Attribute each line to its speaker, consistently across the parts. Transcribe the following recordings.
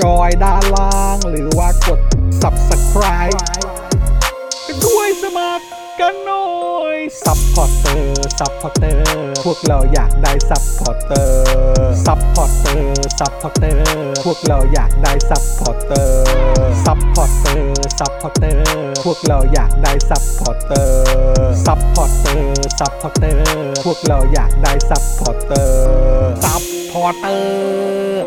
Speaker 1: จอยด้านล่าง หรือว่ากด subscribe ไปด้วยสมัครกันหน่อย ซัพพอร์เตอร์ ซัพพอร์เตอร์ พวกเราอยากได้ซัพพอร์เตอร์ ซัพพอร์เตอร์ ซัพพอร์เตอร์ พวกเราอยากได้ซัพพอร์เตอร์ ซัพพอร์เตอร์ ซัพพอร์เตอร์ พวกเราอยากได้ซัพพอร์เตอร์ ซัพพอร์เตอร์ ซัพพอร์เตอร์ พวกเราอยากได้ซัพพอร์เตอร์ ซัพพอร์เตอร์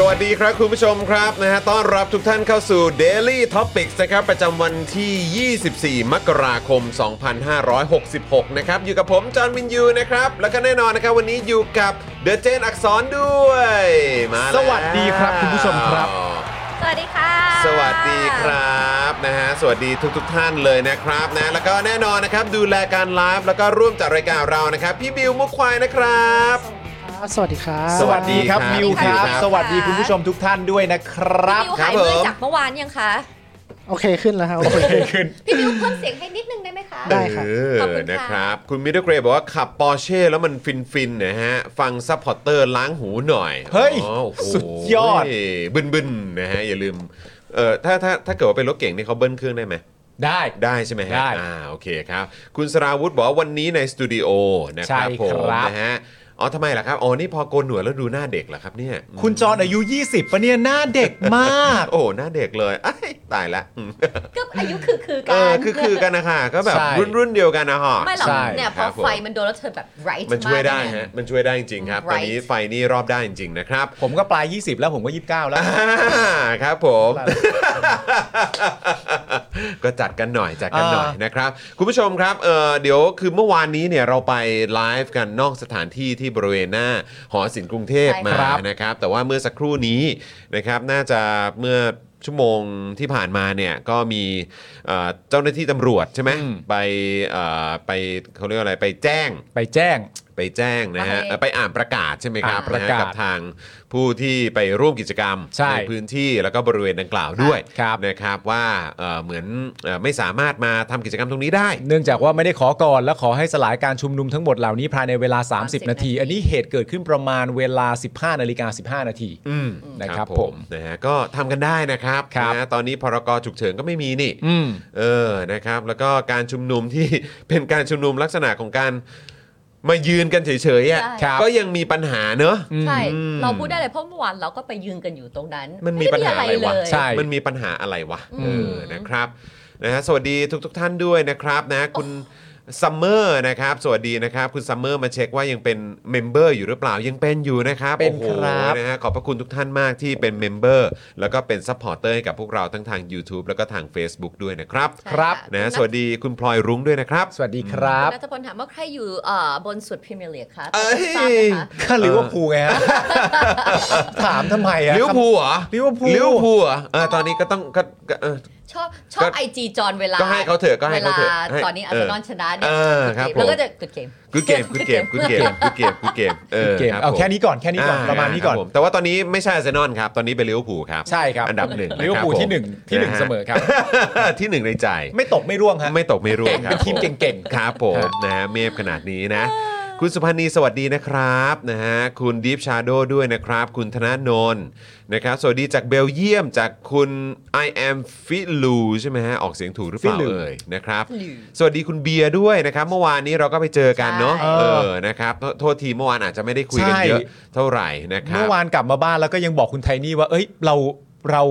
Speaker 2: สวัสดีครับคุณผู้ชมครับนะฮะต้อนรับทุกท่านเข้าสู่ Daily Topics นะครับประจำวันที่ 24 มกราคม 2566 นะครับ อยู่กับผม จอห์นวินยูนะครับ แล้วก็แน่นอนนะครับ วันนี้อยู่กับเดอะเจนอักษรด้วยมาแล้
Speaker 3: สวัสดีครับคุณผู้ชมครับ
Speaker 4: สวัสดีค่ะ
Speaker 2: สวัสดีครับนะฮะสวัสดีทุกทท่านเลยนะครับนะแล้วก็แน่นอนนะครับดูแลการไลฟ์แล้วก็ร่วมจัดรายการเรานะครับพี่บิวมุกควายนะครับ
Speaker 5: สวัสดีครับ
Speaker 2: สวัสดี ครับ
Speaker 3: บิว
Speaker 2: สวัส
Speaker 3: ค
Speaker 2: ดี
Speaker 3: รับ
Speaker 2: ครับ
Speaker 3: สวัสดีคุณผู้ชมทุกท่านด้วยนะครับ
Speaker 4: พี่บิว
Speaker 2: ครั
Speaker 4: หา
Speaker 2: บ
Speaker 4: ยเมื่อ
Speaker 2: ผ
Speaker 4: ย
Speaker 2: ม
Speaker 4: จากเมื่อวานยังคะ
Speaker 5: โอเคขึ้นแล้วครับโอเค
Speaker 4: พี่บิวเพิ่มเสียงให้นิดนึงได้ไหมคะ
Speaker 5: ได้ ครับ
Speaker 2: เออ
Speaker 4: ขอบคุณค่ะ
Speaker 2: นะครับ คุณมิดเดิลเกรย์บอกว่าขับปอร์เช่แล้วมันฟินฟินๆนะฮะ ฟังซัพพอร์เตอร์ล้างหูหน่อย
Speaker 3: เฮ้ย
Speaker 2: อ๋อโอ้โห
Speaker 3: สุดยอด
Speaker 2: บึนบึนๆนะฮะ อย่าลืมเออถ้าถ้าถ้าเกิดว่าเป็นรถเก่งนี่เขาเบิ้ลเครื่องได้ไหม
Speaker 3: ได้
Speaker 2: ได้ใช่ไหมฮะ
Speaker 3: ได้
Speaker 2: อ่าโอเคครับ คุณสราวุธบอกว่าวันนี้ในสตูดิโอนะครับ
Speaker 3: ใช่
Speaker 2: ผม
Speaker 3: ครับ
Speaker 2: นะฮะอ๋อทำไมล่ะครับอ๋อนี่พอโกนหนวดแล้วดูหน้าเด็กเหรอครับเนี่ย
Speaker 3: คุณจอนอายุ 20ปะเนี่ยหน้าเด็กมาก
Speaker 2: โอ้หน้าเด็กเลยอ้ายตายละอืม
Speaker 4: ก็อายุคือคือกั
Speaker 2: เอน อคือคือกันนะคะก็แบบ
Speaker 3: ใช่
Speaker 2: รุ่นรุ่นๆเดียวกันนะฮะ
Speaker 4: ไม่หรอก
Speaker 3: ใช่
Speaker 4: เนี่ยเพ
Speaker 2: ครั
Speaker 4: ราะ
Speaker 2: บผม
Speaker 4: ไฟมันโดนแล้วเธอแบบไร
Speaker 2: มันช่วยได้ฮะ มันช่วยได้จริงๆครับ ตอนนี้
Speaker 4: Right
Speaker 2: ไฟนี่รอบได้จริงๆนะครับ
Speaker 3: ผมก็ปลาย 20 แล้วผมก็ 29 แล้ว
Speaker 2: อ่าครับผม ก็จัดกันหน่อยจัดกันหน่อย
Speaker 3: อ่าน
Speaker 2: นะครับ คุณผู้ชมครับเอ่อเดี๋ยวคือเมื่อวานนี้เนี่ยเราไปไลฟ์กันนอกสถานที่ที่บริเวณหน้าหอศิลป์กรุงเทพ
Speaker 4: ใช่
Speaker 2: มา
Speaker 3: ครับ
Speaker 2: นะครับ แต่ว่าเมื่อสักครู่นี้นะครับน่าจะเมื่อชั่วโมงที่ผ่านมาเนี่ยก็มีเอ่อเจ้าหน้าที่ตำรวจใช่ไหม
Speaker 3: อืม
Speaker 2: ไปเอ่อไปเขาเรียกว่าอะไรไปแจ้ง
Speaker 3: ไปแจ้ง
Speaker 2: ไปแจ้งนะฮะ
Speaker 4: ไป
Speaker 2: เอ่อไปอ่านประกาศใช่ไหมครับ
Speaker 3: อ่านประกา
Speaker 2: นฮ
Speaker 3: ศ
Speaker 2: กับทางผู้ที่ไปร่วมกิจกรรม
Speaker 3: ใช่
Speaker 2: พื้นที่แล้วก็บริเวณดังกล่าวด้วย
Speaker 3: ครับ
Speaker 2: นะครับว่าเอ่อเหมือนเอ่อไม่สามารถมาทำกิจกรรมตรงนี้ได้
Speaker 3: เนื่องจากว่าไม่ได้ขอก่อน และขอให้สลายการชุมนุมทั้งหมดเหล่านี้ภายในเวลา
Speaker 4: 30
Speaker 3: 30 นาที อันนี้เหตุเกิดขึ้นประมาณเวลา 15นาฬิกา15 นาที
Speaker 2: อืม
Speaker 3: นะครับผม
Speaker 2: นะฮะก็ทำกันได้นะครับ
Speaker 3: ครับ
Speaker 2: นะฮะตอนนี้พรกฉุกเฉินก็ไม่มีนี่
Speaker 3: อืม
Speaker 2: เออนะครับแล้วก็การชุมนุม ที่ เป็นการชุมนุมลักษณะของการมายืนกันเฉยๆอ่ะ
Speaker 4: ใช่
Speaker 2: ก็ยังมีปัญหาเนอะ
Speaker 4: ใช่
Speaker 2: อืม
Speaker 4: เราพูดได้เลยเพราะเมื่อวานเราก็ไปยืนกันอยู่ตรงนั้น
Speaker 2: มันมี
Speaker 4: ไได้
Speaker 2: ปัญหาอะไรวะ
Speaker 4: เลย
Speaker 3: ใช่
Speaker 2: มันมีปัญหาอะไรวะ
Speaker 4: อืม
Speaker 2: เออนะครับนะฮะสวัสดีทุกทท่านด้วยนะครับนะคุณซัมเมอร์นะครับสวัสดีนะครับ คุณซัมเมอร์มาเช็คว่ายังเป็นเมมเบอร์อยู่หรือเปล่ายังเป็นอยู่นะครับ
Speaker 3: เป็น
Speaker 2: โอ้โห
Speaker 3: ครับ
Speaker 2: นะฮะขอบพระคุณทุกท่านมากที่เป็นเมมเบอร์แล้วก็เป็นซัพพอร์เตอร์ให้กับพวกเราทั้งทาง YouTube แล้วก็ทาง Facebook ด้วยนะครับ
Speaker 4: ใช่
Speaker 3: ครับ
Speaker 4: ะ
Speaker 2: นะฮะสวัสดีคุณพลอยรุ้งด้วยนะครับ
Speaker 3: สวัสดีครับ
Speaker 4: คุณนัทพลถามว่าใครอยู่เอ่อบนสุดพรีเมียร์ลีกคะ
Speaker 2: เอ้ย
Speaker 4: ทราบไหมคะ
Speaker 3: ก็ลิเวอร์พูลไงฮะ ถามทำไมอะ
Speaker 2: ลิเวอร์พูลเหรอ
Speaker 3: ลิเวอร์พูล
Speaker 2: ลิเวอร์พูลเหรอเออตอนนี้ก็ต้องก็ก็เออ
Speaker 4: ชอบชอบ
Speaker 2: ก็
Speaker 4: ไอจีจอนเวลา
Speaker 2: ก็ให้เขาเถอะก็ให้เขาเถอะ
Speaker 4: วล
Speaker 2: ให้
Speaker 4: ตอนนี้อา
Speaker 2: เอ
Speaker 4: ร์
Speaker 2: อ
Speaker 4: เซนอลชนะเนี่ย
Speaker 2: เออครับผม
Speaker 4: แล้วก็จะกดเกม
Speaker 2: กูเกมกูเกมกูเกมกูเกมกูเกมเออ
Speaker 3: เกม
Speaker 2: รับ
Speaker 3: เอา
Speaker 2: ผม
Speaker 3: แค่นี้ก่อนแค่นี้ก่อนประมาณนี้ก่อน
Speaker 2: คบผแต่ว่าตอนนี้ไม่ใช่อาร์เซนอลครับ ตอนนี้เป็นลิเวอร์พูลครับ
Speaker 3: ใช่ครับ
Speaker 2: อันดับหนึ่งนะครับ
Speaker 3: ลิเวอร์พูล
Speaker 2: ผม
Speaker 3: ที่หนึ่งที่หนึ่ง
Speaker 2: นะฮะ
Speaker 3: เสมอครับ
Speaker 2: ที่หนึ่งในใจ
Speaker 3: ไม่ตกไม่ร่วงฮะ
Speaker 2: ไม่ตกไม่ร่วงครับ
Speaker 3: เป็นทีมเก่ง
Speaker 2: ๆครับผม
Speaker 3: ฮะ
Speaker 2: นะฮะเมฟขนาดนี้นะ คุณสุพันธ์นีสวัสดีนะครับนะฮะคุณดีฟชาโดด้วยนะครับ คุณธนาโนนนะครับ สวัสดีจากเบลเยียมจากคุณ I am f i l u ใช่ไหมฮะ ออกเสียงถูกหรือเปล่า
Speaker 3: Fit Lu
Speaker 2: เอ่ยนะครับ
Speaker 4: Lu
Speaker 2: สวัสดีคุณเบียร์ด้วยนะครับ เมื่อวานนี้เราก็ไปเจอกันเนาะ
Speaker 4: ใช่
Speaker 2: เออนะครับโทโทษทีเมื่อวานอาจจะไม่ได้คุยกันเยอะเท่าไหร่นะครับ
Speaker 3: เมื่อวานกลับมาบ้านแล้วก็ยังบอกคุณไทนี่ว่า เอ้ย เราเรา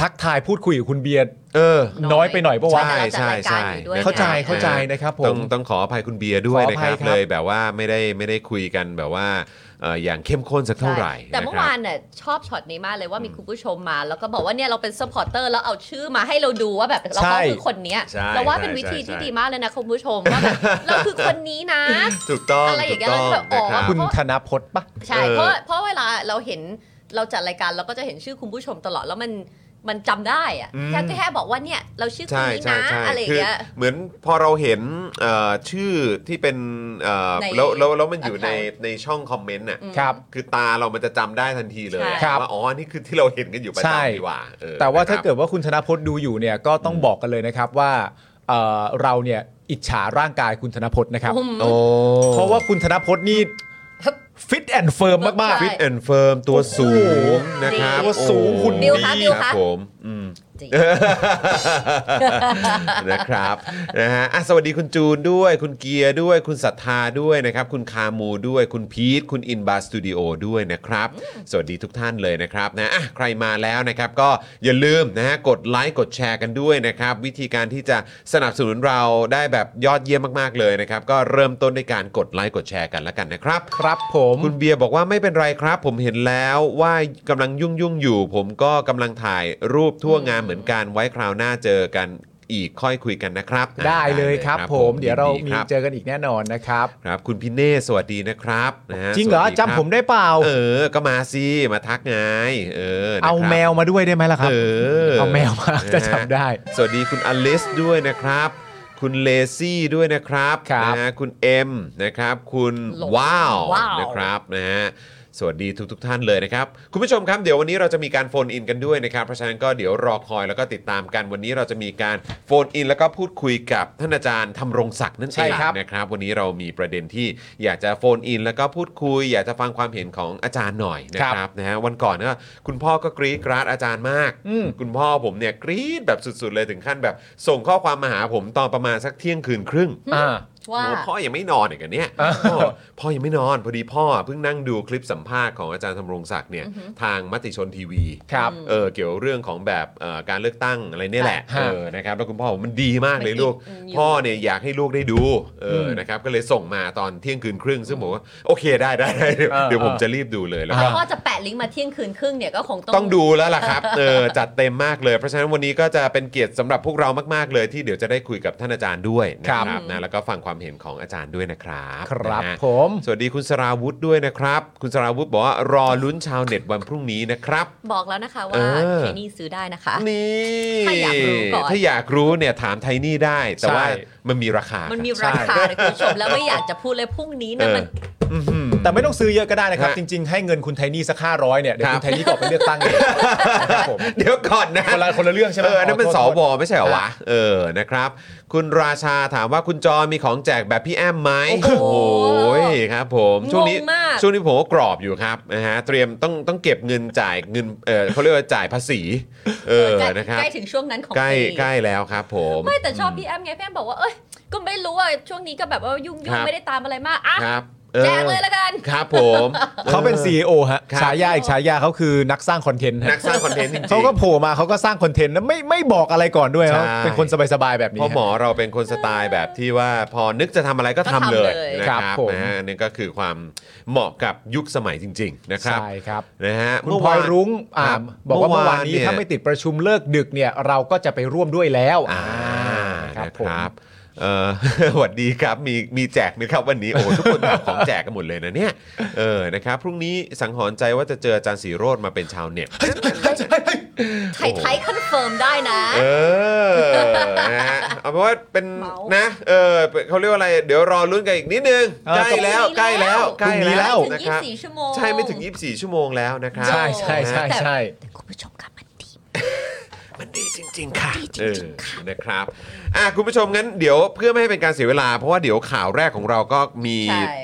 Speaker 3: ทักทายพูดคุยกับคุณเบียร์
Speaker 2: เออ
Speaker 3: น้อยไปหน่อยปะวะ
Speaker 2: ใช่
Speaker 4: แต่
Speaker 2: ใช่ใช่
Speaker 4: เราจัดรายการอยู่ด้วย
Speaker 3: เข้าใจเข้าใจนะครับผม
Speaker 2: ต้องต้องขออภัยคุณเบียร์ด้วย
Speaker 3: ขออ
Speaker 2: นะค
Speaker 3: ภัย
Speaker 2: รับ
Speaker 3: ครับ
Speaker 2: เลยแบบว่าไม่ได้ไม่ได้คุยกันแบบว่า เอ่ออย่างเข้มข้นสักเท่าไหร่
Speaker 4: ใช่แต่เมื่อ
Speaker 2: นะครับ
Speaker 4: วานเนี่ยชอบช็อตนี้มากเลยว่ามีคุณผู้ชมมา แล้วก็บอกว่าเนี่ยเราเป็น s u p p อร์เตอร์แล้วเอาชื่อมาให้เราดูว่าแบบเรา
Speaker 3: ใช่
Speaker 4: ก็คือคนเนี้ย
Speaker 2: ใช่
Speaker 4: เราว่าเป็น
Speaker 2: ใช่
Speaker 4: วิธีที่
Speaker 2: ใช่
Speaker 4: ดีมากเลยนะคุณผู้ช มว่าแบบเราคือคนนี้นะ
Speaker 2: ถูกต้อง
Speaker 4: อะไรอ
Speaker 2: ถู
Speaker 4: ย่าง
Speaker 2: ก
Speaker 4: เงี้ย
Speaker 2: ต้อง
Speaker 4: แล้ว
Speaker 2: นะ
Speaker 4: ก็ออก
Speaker 2: ครั
Speaker 4: มา
Speaker 2: บ
Speaker 3: คุณธนพจน์ปะ
Speaker 4: ใช่
Speaker 2: เออ
Speaker 4: เพราะเพราะเวลาเราเห็นเราจัดรายการเราก็จะเห็นชื่อคุณผู้ชมตลอดแล้วมันมันจำได้อะแค่แค่บอกว่าเนี่ยเราชื่อคน
Speaker 2: ใช่
Speaker 4: นี้
Speaker 2: ใช่
Speaker 4: นะ
Speaker 2: ใช่
Speaker 4: อะไรอย่า
Speaker 2: คื
Speaker 4: ง
Speaker 2: อ
Speaker 4: เงี้ย
Speaker 2: เหมือนพอเราเห็นเอ่อชื่อที่เป็นเอ่อ
Speaker 4: ใน
Speaker 2: แล้วแล้วแล้วมันอยู่ใน
Speaker 4: account
Speaker 2: ในช่องคอมเมนต์น่ะ
Speaker 3: ครับ
Speaker 2: คือตาเรามันจะจำได้ทันทีเลยอะ
Speaker 4: ใช่
Speaker 3: ครับ
Speaker 2: ว่าอ๋ออันนี่คือที่เราเห็นกันอยู่ประ
Speaker 3: ใช่
Speaker 2: จำดีหว่าเออ
Speaker 3: แต่ว่าถ้า
Speaker 2: นะครับ
Speaker 3: เกิดว่าคุณธนพจน์ดูอยู่เนี่ยก็ต้องบอกกันเลยนะครับว่าเอ่อเราเนี่ยอิจฉาร่างกายคุณธนพจน์นะครับ
Speaker 4: อืม
Speaker 3: เพราะว่าคุณธนพจน์นี่ฟิตแอนด์เฟิร์มมาก
Speaker 4: ใช่
Speaker 2: ฟิตแอนด์เฟิร์มตัวสูงนะครับ
Speaker 3: ตัวสูงหุ่นดี
Speaker 4: บิวคะบิว
Speaker 2: ค
Speaker 4: คะ
Speaker 2: รับผมอืม
Speaker 4: จริ ง
Speaker 2: นะครับนะฮะอ่ะสวัสดีคุณจูนด้วย คุณเกียร์ด้วย คุณศรัทธาด้วยนะครับ คุณคามูด้วย คุณพีทคุณอินบาร์สตูดิโอด้วยนะครับ สวัสดีทุกท่านเลยนะครับนะอ่ะใครมาแล้วนะครับ ก็อย่าลืมนะฮะกดไลค์กดแชร์กันด้วยนะครับ วิธีการที่จะสนับสนุนเราได้แบบยอดเยี่ยมมากๆเลยนะครับ ก็เริ่มต้นด้วยการกดไลค์กดแชร์กันแล้วกันนะครับ
Speaker 3: ๆ ครับผม
Speaker 2: คุณเบียร์บอกว่าไม่เป็นไรครับ ผมเห็นแล้วว่ากำลังยุ่งยุ่งๆอยู่ ผมก็กำลังถ่ายรูปทั่วงานเหมือนกันไว้คราวหน้าเจอกันอีกค่อยคุยกันนะครับ
Speaker 3: ได้เลยครับ ผมเดี๋ยวเรามี
Speaker 2: นคบ
Speaker 3: เจอกันอีกแน่นอนนะครับ
Speaker 2: ครับ คุณพี่เนศสวัสดีนะครับนะฮะ
Speaker 3: จริงเหร
Speaker 2: ส
Speaker 3: อ
Speaker 2: วัสดีคบ
Speaker 3: จำผมได้เปล่า
Speaker 2: เออ ก็มาสิมาทักไงเออนะครับ
Speaker 3: เอาแมวมาด้วยได้ไหมล่ะครับ
Speaker 2: เออ
Speaker 3: เอาแมวมา
Speaker 2: นะฮะ
Speaker 3: จะจำได้
Speaker 2: สวัสดีคุณอลิสด้วยนะครับ คุณเลซี่ด้วยนะครับ
Speaker 3: ครับ
Speaker 2: นะฮะคุณเอ็มนะครับ คุณ
Speaker 4: หลง
Speaker 2: ว้าว
Speaker 4: ว้าว
Speaker 2: นะครับนะฮะสวัสดีทุกทท่านเลยนะครับ คุณผู้ชมครับ เดี๋ยววันนี้เราจะมีการโฟนอินกันด้วยนะครับ เพราะฉะนั้นก็เดี๋ยวรอคอยแล้วก็ติดตามกันวันนี้เราจะมีการโฟนอิน แล้วก็พูดคุยกับท่านอาจารย์ทำรงศักดิ์นั่นเอง
Speaker 3: ใช่ครับ
Speaker 2: นะครับวันนี้เรามีประเด็นที่อยากจะโฟนอิน แล้วก็พูดคุย อยากจะฟังความเห็นของอาจารย์หน่อยนะค
Speaker 3: ค
Speaker 2: รั
Speaker 3: รั
Speaker 2: บบ นะฮะวันก่อนก็คุณพ่อก็กรี๊ดกราดอาจารย์มาก
Speaker 3: อืม
Speaker 2: คุณพ่อผมเนี่ยกรี๊ดแบบสุดๆเลยถึงขั้นแบบ ส่งข้อความมาหาผมตอนประมาณสักเที่ยงคืนครึ่ง
Speaker 3: อ่า
Speaker 4: ว่า
Speaker 2: บอกพ่อยังไม่นอนอีกเหรอเนี่ยพ่อบอกพ่อยังไม่นอน พอดีพ่อเพิ่งนั่งดูคลิปสัมภาษณ์ของอาจารย์ธำรงศักดิ์เนี่ยทางมติชนทีวี
Speaker 3: ครับ
Speaker 2: เออเกี่ยวเรื่องของแบบเอ่อการเลือกตั้งอะไรเนี่ยแหละ
Speaker 3: ฮะ
Speaker 2: เออนะครับแล้วคุณพ่อบอกมันดีมากเลย
Speaker 4: มันอิน
Speaker 2: ลูก
Speaker 4: อืมอยู่
Speaker 2: พ่อเนี่ยอยากให้ลูกได้ดูเอออ
Speaker 3: ม
Speaker 2: นะครับก็เลยส่งมาตอนเที่ยงคืนครึ่ง ซึ่งผมว่าโอเคได้ได้ได้เดี๋ยว
Speaker 3: เออ
Speaker 2: เดี๋ยวผม
Speaker 3: เออ
Speaker 2: จะรีบดูเลยแล้ว
Speaker 4: แต่
Speaker 2: ก็
Speaker 4: พ่อจะแปะลิงก์มาเที่ยงคืนครึ่งเนี่ยก็คงต้อง
Speaker 2: ต้องดูแล้วล่ะ ครับ เออจัดเต็มมากเลย เพราะฉะนั้นวันนี้ก็จะเป็นเกียรติสำหรับพวกเรามาก ๆ เลยที่เดี๋ยวจะได้คุยกับท่านอาจารย์ด้วยนะค
Speaker 3: ครั
Speaker 2: รับบ นะแล้วก็ฟังความเห็นของอาจารย์ด้วยนะครับ
Speaker 3: ครับ
Speaker 2: นะฮะ
Speaker 3: ผม
Speaker 2: สวัสดีคุณสราวุธด้วยนะครับ คุณสราวุธบอกว่ารอลุ้นชาวเน็ตวันพรุ่งนี้นะครับ
Speaker 4: บอกแล้วนะคะ
Speaker 2: เอ
Speaker 4: ว่า
Speaker 2: อ
Speaker 4: เทนี่ซื้อได้นะคะ
Speaker 2: นี่
Speaker 4: ถ้าอยากรู้ก่อน
Speaker 2: ถ้าอยากรู้เนี่ยถามไทนี่ได้ แต่
Speaker 3: ใช่
Speaker 2: ว่ามันมีราคา
Speaker 4: มันมีราคานะคุณผู้ชมแล้วไม่อยากจะพูดเลยพรุ่งนี้นะ
Speaker 2: เออ
Speaker 4: มัน
Speaker 3: แต่ไม่ต้องซื้อเยอะก็ได้นะครับ
Speaker 2: ฮะ
Speaker 3: จริง ๆ ให้เงินคุณไทนี่สัก500เนี่ยเดี๋ย
Speaker 2: ครั
Speaker 3: ว
Speaker 2: บ
Speaker 3: คุณไทนี่ก็ออกไปเลือกตั้งเอง นะครับผม
Speaker 2: เดี๋ยวก่อนนะ
Speaker 3: คนละคนละเรื่องใช่ไหม
Speaker 2: เออนั่นเป็น
Speaker 3: ข
Speaker 2: ส
Speaker 3: โทษ
Speaker 2: วไม่ใช่เหรอวะเออนะครับ คุณราชาถามว่าคุณจอมีของแจกแบบพี่แอมไหม
Speaker 4: โอ้โห
Speaker 2: ยครับ ผมช่วงนี้
Speaker 4: งงมาก
Speaker 2: ช่วงนี้ผมก็กรอบอยู่ครับนะฮะเตรียมต้องต้องเก็บเงินจ่ายเงินเออเขาเรียกว่าจ่ายภาษีเออ
Speaker 4: ใกล้
Speaker 2: นะครับ
Speaker 4: ใกล้ถึงช่วงนั้นของ
Speaker 2: ใกล้
Speaker 4: ปี
Speaker 2: ใกล้แล้วครับ ผม
Speaker 4: ไม่แต่ชอบพี่แอมไงพี่แอมบอกว่าเอ้ยก็ไม่รู้ว่าช่วงนี้ก็แบบว่ายุ่ง
Speaker 2: ครั
Speaker 4: ยุ่ง
Speaker 2: บ
Speaker 4: ไม่ได้ตามอะไรมากอ่ะ
Speaker 2: ครับ
Speaker 4: แจกเลยละกัน
Speaker 2: ครับ ผม
Speaker 3: เขาเป็น
Speaker 2: ออ
Speaker 3: CEO ฮะ
Speaker 2: ครับ
Speaker 3: ฉายาอีกฉายาเขาคือนักสร้างคอนเทนต์ฮะ
Speaker 2: นักสร้างคอนเทนต์จริงๆ
Speaker 3: เขาก็โผล่มาเขาก็สร้างคอนเทนต์แล้วไม่ไม่บอกอะไรก่อนด้วยเขา
Speaker 2: ใช่
Speaker 3: เป็นคนสบายๆแบบนี้
Speaker 2: พ่อ
Speaker 3: ฮะ
Speaker 2: หมอเราเป็นคนสไตล์แบบที่ว่าพอนึกจะทำอะไรก็ทำ
Speaker 4: ก็ทำ
Speaker 2: เล
Speaker 4: เลย ย
Speaker 2: นะครับ
Speaker 3: ครับผม
Speaker 2: นะฮะนี่ก็คือความเหมาะกับยุคสมัยจริง ๆ นะครับ
Speaker 3: ใช่ครับ
Speaker 2: นะฮะ
Speaker 3: คุณ
Speaker 2: เมื่
Speaker 3: พลอ
Speaker 2: วาย น
Speaker 3: รุ้งอ่า
Speaker 2: ครับ
Speaker 3: บอกว่า
Speaker 2: เมื่อ
Speaker 3: เมื่
Speaker 2: วาว
Speaker 3: อาน น
Speaker 2: เนี่
Speaker 3: นี้
Speaker 2: ย
Speaker 3: ถ้าไม่ติดประชุมเลิกดึกเนี่ย เราก็จะไปร่วมด้วยแล้ว
Speaker 2: อ่า
Speaker 3: ครั
Speaker 2: นะ
Speaker 3: บผ
Speaker 2: ค
Speaker 3: ม
Speaker 2: รับเออ หวัดดีครับมีมีแจกนะครับวันนี้โอ้โหทุกคนทำของแจกกันหมดเลยนะเนี่ยเออนะครับพรุ่งนี้สังหรณ์ใจว่าจะเจออาจารย์สีโรดมาเป็นชาวเน็ต
Speaker 4: ไทยไทยคอนเฟิร์มได้นะ
Speaker 2: เออนะฮะเอาเป็นว่าเป็น
Speaker 4: เมา
Speaker 2: นะ เออเขาเรียกว่าอะไร เดี๋ยวรอลุ้นกันอีกนิดนึง
Speaker 3: เออ
Speaker 2: ใกล้แล้ว
Speaker 4: ก็
Speaker 2: ใกล้แล้ว
Speaker 4: พ
Speaker 2: ใก
Speaker 4: รุ่
Speaker 2: ล้
Speaker 3: งนี้แล้ว
Speaker 4: พรุ่งนี้
Speaker 2: นะครับ
Speaker 4: ไม่ถึง24ชั่วโมง
Speaker 2: ใช่ไม่ถึง 24 ชั่วโมงแล้วนะครับ
Speaker 3: ใช่ใช่ใช่
Speaker 2: นะฮะ
Speaker 3: ใช่
Speaker 4: แต่คุณผู้ชมค่ะมันดี
Speaker 2: มันดีจริง ๆ ค่ะเออนะครับอ่ะคุณผู้ชมงั้นเดี๋ยวเพื่อไม่ให้เป็นการเสียเวลา เพราะว่าเดี๋ยวข่าวแรกของเราก็มี
Speaker 4: ใช่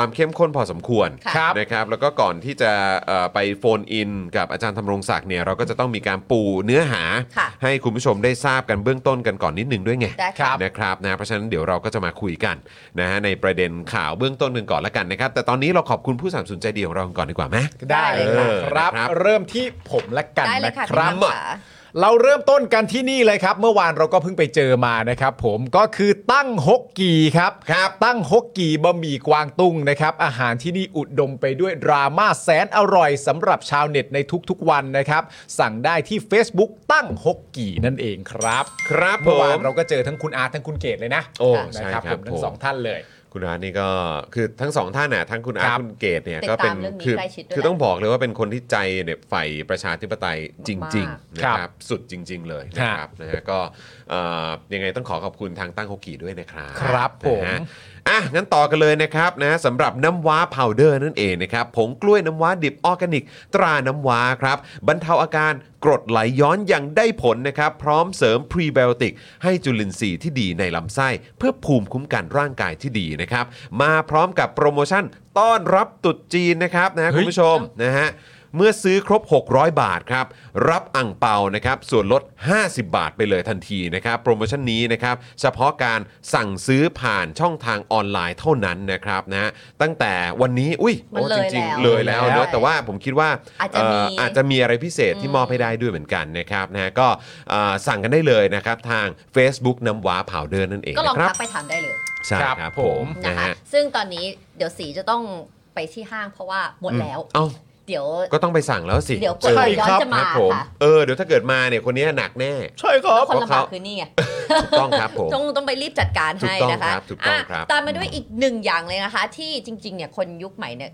Speaker 2: ความเข้มข้นพอสมควร
Speaker 4: ค่ะ
Speaker 2: นะครับแล้วก็ก่อนที่จะเอ่อไปโฟนอิน กับอาจารย์ธำรงศักดิ์เนี่ยเราก็จะต้องมีการปูเนื้อหา
Speaker 4: ค่ะ
Speaker 2: ให้คุณผู้ชมได้ทราบกันเบื้องต้นกันก่อนนิดนึงด้วยไง
Speaker 4: ได้ครับ
Speaker 2: นะครับนะเพราะฉะนั้นเดี๋ยวเราก็จะมาคุยกันนะฮะในประเด็นข่าวเบื้องต้นกันก่อนละกันนะครับ แต่ตอนนี้เราขอบคุณผู้สนัมสนุนใจดีของเรากันก่อนดีกว่าไหม
Speaker 3: ได้เลย
Speaker 2: เออ
Speaker 3: ครับ
Speaker 2: ครับ
Speaker 3: เริ่มที่ผมละกัน
Speaker 4: ได้เลย
Speaker 3: นะ
Speaker 4: ค่ะ
Speaker 3: ครับ
Speaker 4: พี่น้ำขา
Speaker 3: เราเริ่มต้นกันที่นี่เลยครับ เมื่อวานเราก็เพิ่งไปเจอมานะครับผมก็คือตั้งฮกกีครับ
Speaker 2: ครับ
Speaker 3: ตั้งฮกกีบะหมี่กวางตุ้งนะครับ อาหารที่นี่อุดมไปด้วยดราม่าแสนอร่อยสำหรับชาวเน็ตในทุกๆวันนะครับ สั่งได้ที่ Facebook ตั้งฮกกีนั่นเองครับ
Speaker 2: ครับผ
Speaker 3: เมื่อวาน
Speaker 2: ม
Speaker 3: เราก็เจอทั้งคุณอาร์ตทั้งคุณเกตเลยนะ
Speaker 2: โอ้
Speaker 3: นะ
Speaker 2: ใช่
Speaker 3: ครับ
Speaker 2: ค
Speaker 3: ผ
Speaker 2: รับ
Speaker 3: มทั้
Speaker 2: ผ
Speaker 3: ง
Speaker 2: ม
Speaker 3: สองท่านเลย
Speaker 2: คุณอาร์ตนี่ก็คือทั้งสองท่านน่ะทั้งคุณอาร์ต
Speaker 3: ครับ
Speaker 2: คุณเกตเนี่ย
Speaker 4: ติด
Speaker 2: ก็
Speaker 4: ตาม
Speaker 2: เป็น
Speaker 4: เรื่องนี้
Speaker 2: คื
Speaker 4: ใกล้ชิดด้วย
Speaker 2: คือต้องบอกเลยว่าเป็นคนที่ใจเนี่ยใฝ่ประชาธิปไตยจริง
Speaker 4: มาก
Speaker 2: ๆ นะ
Speaker 3: ค
Speaker 2: ครับ รับ สุดจริง ๆ เลยนะค
Speaker 3: ครั
Speaker 2: รับบ นะฮะก็เอ่อยังไงต้องขอขอบคุณทางตั้งฮกกี้ด้วยนะครับ
Speaker 3: ครับผม
Speaker 2: นะฮะอ่ะงั้นต่อกันเลยนะครับนะสำหรับน้ำว้าพาวเดอร์นั่นเองนะครับผงกล้วยน้ำว้าดิบออร์แกนิก ตราน้ำว้าครับบรรเทาอาการกรดไหลย้อนอย่างได้ผลนะครับ พร้อมเสริมพรีไบโอติก ให้จุลินทรีย์ที่ดีในลำไส้ เพื่อภูมิคุ้มกันร่างกายที่ดีนะครับ มาพร้อมกับโปรโมชั่นต้อนรับตรุษจีนนะครับนะ
Speaker 3: เฮ้
Speaker 2: คุณ
Speaker 3: ย
Speaker 2: ผู้ชมนะฮะ เมื่อซื้อครบ 600 บาทครับ รับอ่างเปานะครับส่วนลด 50 บาทไปเลยทันทีนะครับ โปรโมชั่นนี้นะครับ เฉพาะการสั่งซื้อผ่านช่องทางออนไลน์เท่านั้นนะครับนะฮะตั้งแต่วันนี้ อุ้ย
Speaker 4: มัน
Speaker 2: โอ้
Speaker 4: เลย
Speaker 2: จริง
Speaker 4: แล้ว
Speaker 2: ๆ เลยแล้วเนอะ
Speaker 4: ใช่
Speaker 2: แต่ว่าผมคิดว่า
Speaker 4: อาจจะมี
Speaker 2: เอาจจะมีอะไรพิเศษที่มอบให้ได้ด้วยเหมือนกันนะครับนะฮะก็เอ่อสั่งกันได้เลยนะครับทาง Facebook น้ำว้าเผาเดินนั่นเอง
Speaker 4: ก็ลอง
Speaker 2: นะครั
Speaker 4: ทั
Speaker 2: บ
Speaker 4: กไปถามได้เลย
Speaker 2: ใช่
Speaker 3: ครับ
Speaker 2: ครับผ
Speaker 3: ผม ม
Speaker 2: นะ
Speaker 4: นะ
Speaker 2: คะ ฮะ
Speaker 4: ซึ่งตอนนี้เดี๋ยวสีจะต้องไปที่ห้างเพราะว่าหมดแล้ว
Speaker 2: เอ้า
Speaker 4: เดี๋ยว
Speaker 2: ก็ต้องไปสั่งแล้วสิ
Speaker 4: เดี๋ยวก
Speaker 2: เอ
Speaker 4: ด
Speaker 2: อ
Speaker 4: ย้อน
Speaker 3: ครับ
Speaker 4: จะมา
Speaker 2: ครับผม
Speaker 4: ค่ะ
Speaker 2: เออเดี๋ยวถ้าเกิดมาเนี่ยคนนี้หนักแน่
Speaker 3: ใช่ครับ
Speaker 4: คนลำบาก
Speaker 2: เพราะเขา
Speaker 4: คือนี่ไง
Speaker 2: ถูกต้องครับผม
Speaker 4: ต้องต้องไปรีบจัดการ
Speaker 2: ถูก
Speaker 4: ให้
Speaker 2: ต้อง
Speaker 4: นะคะ
Speaker 2: ครับถูกต้องครับ
Speaker 4: ะตามมาด้วยอีกหนึ่งอย่างเลยนะคะ ที่จริงๆเนี่ยคนยุคใหม่เนี่ย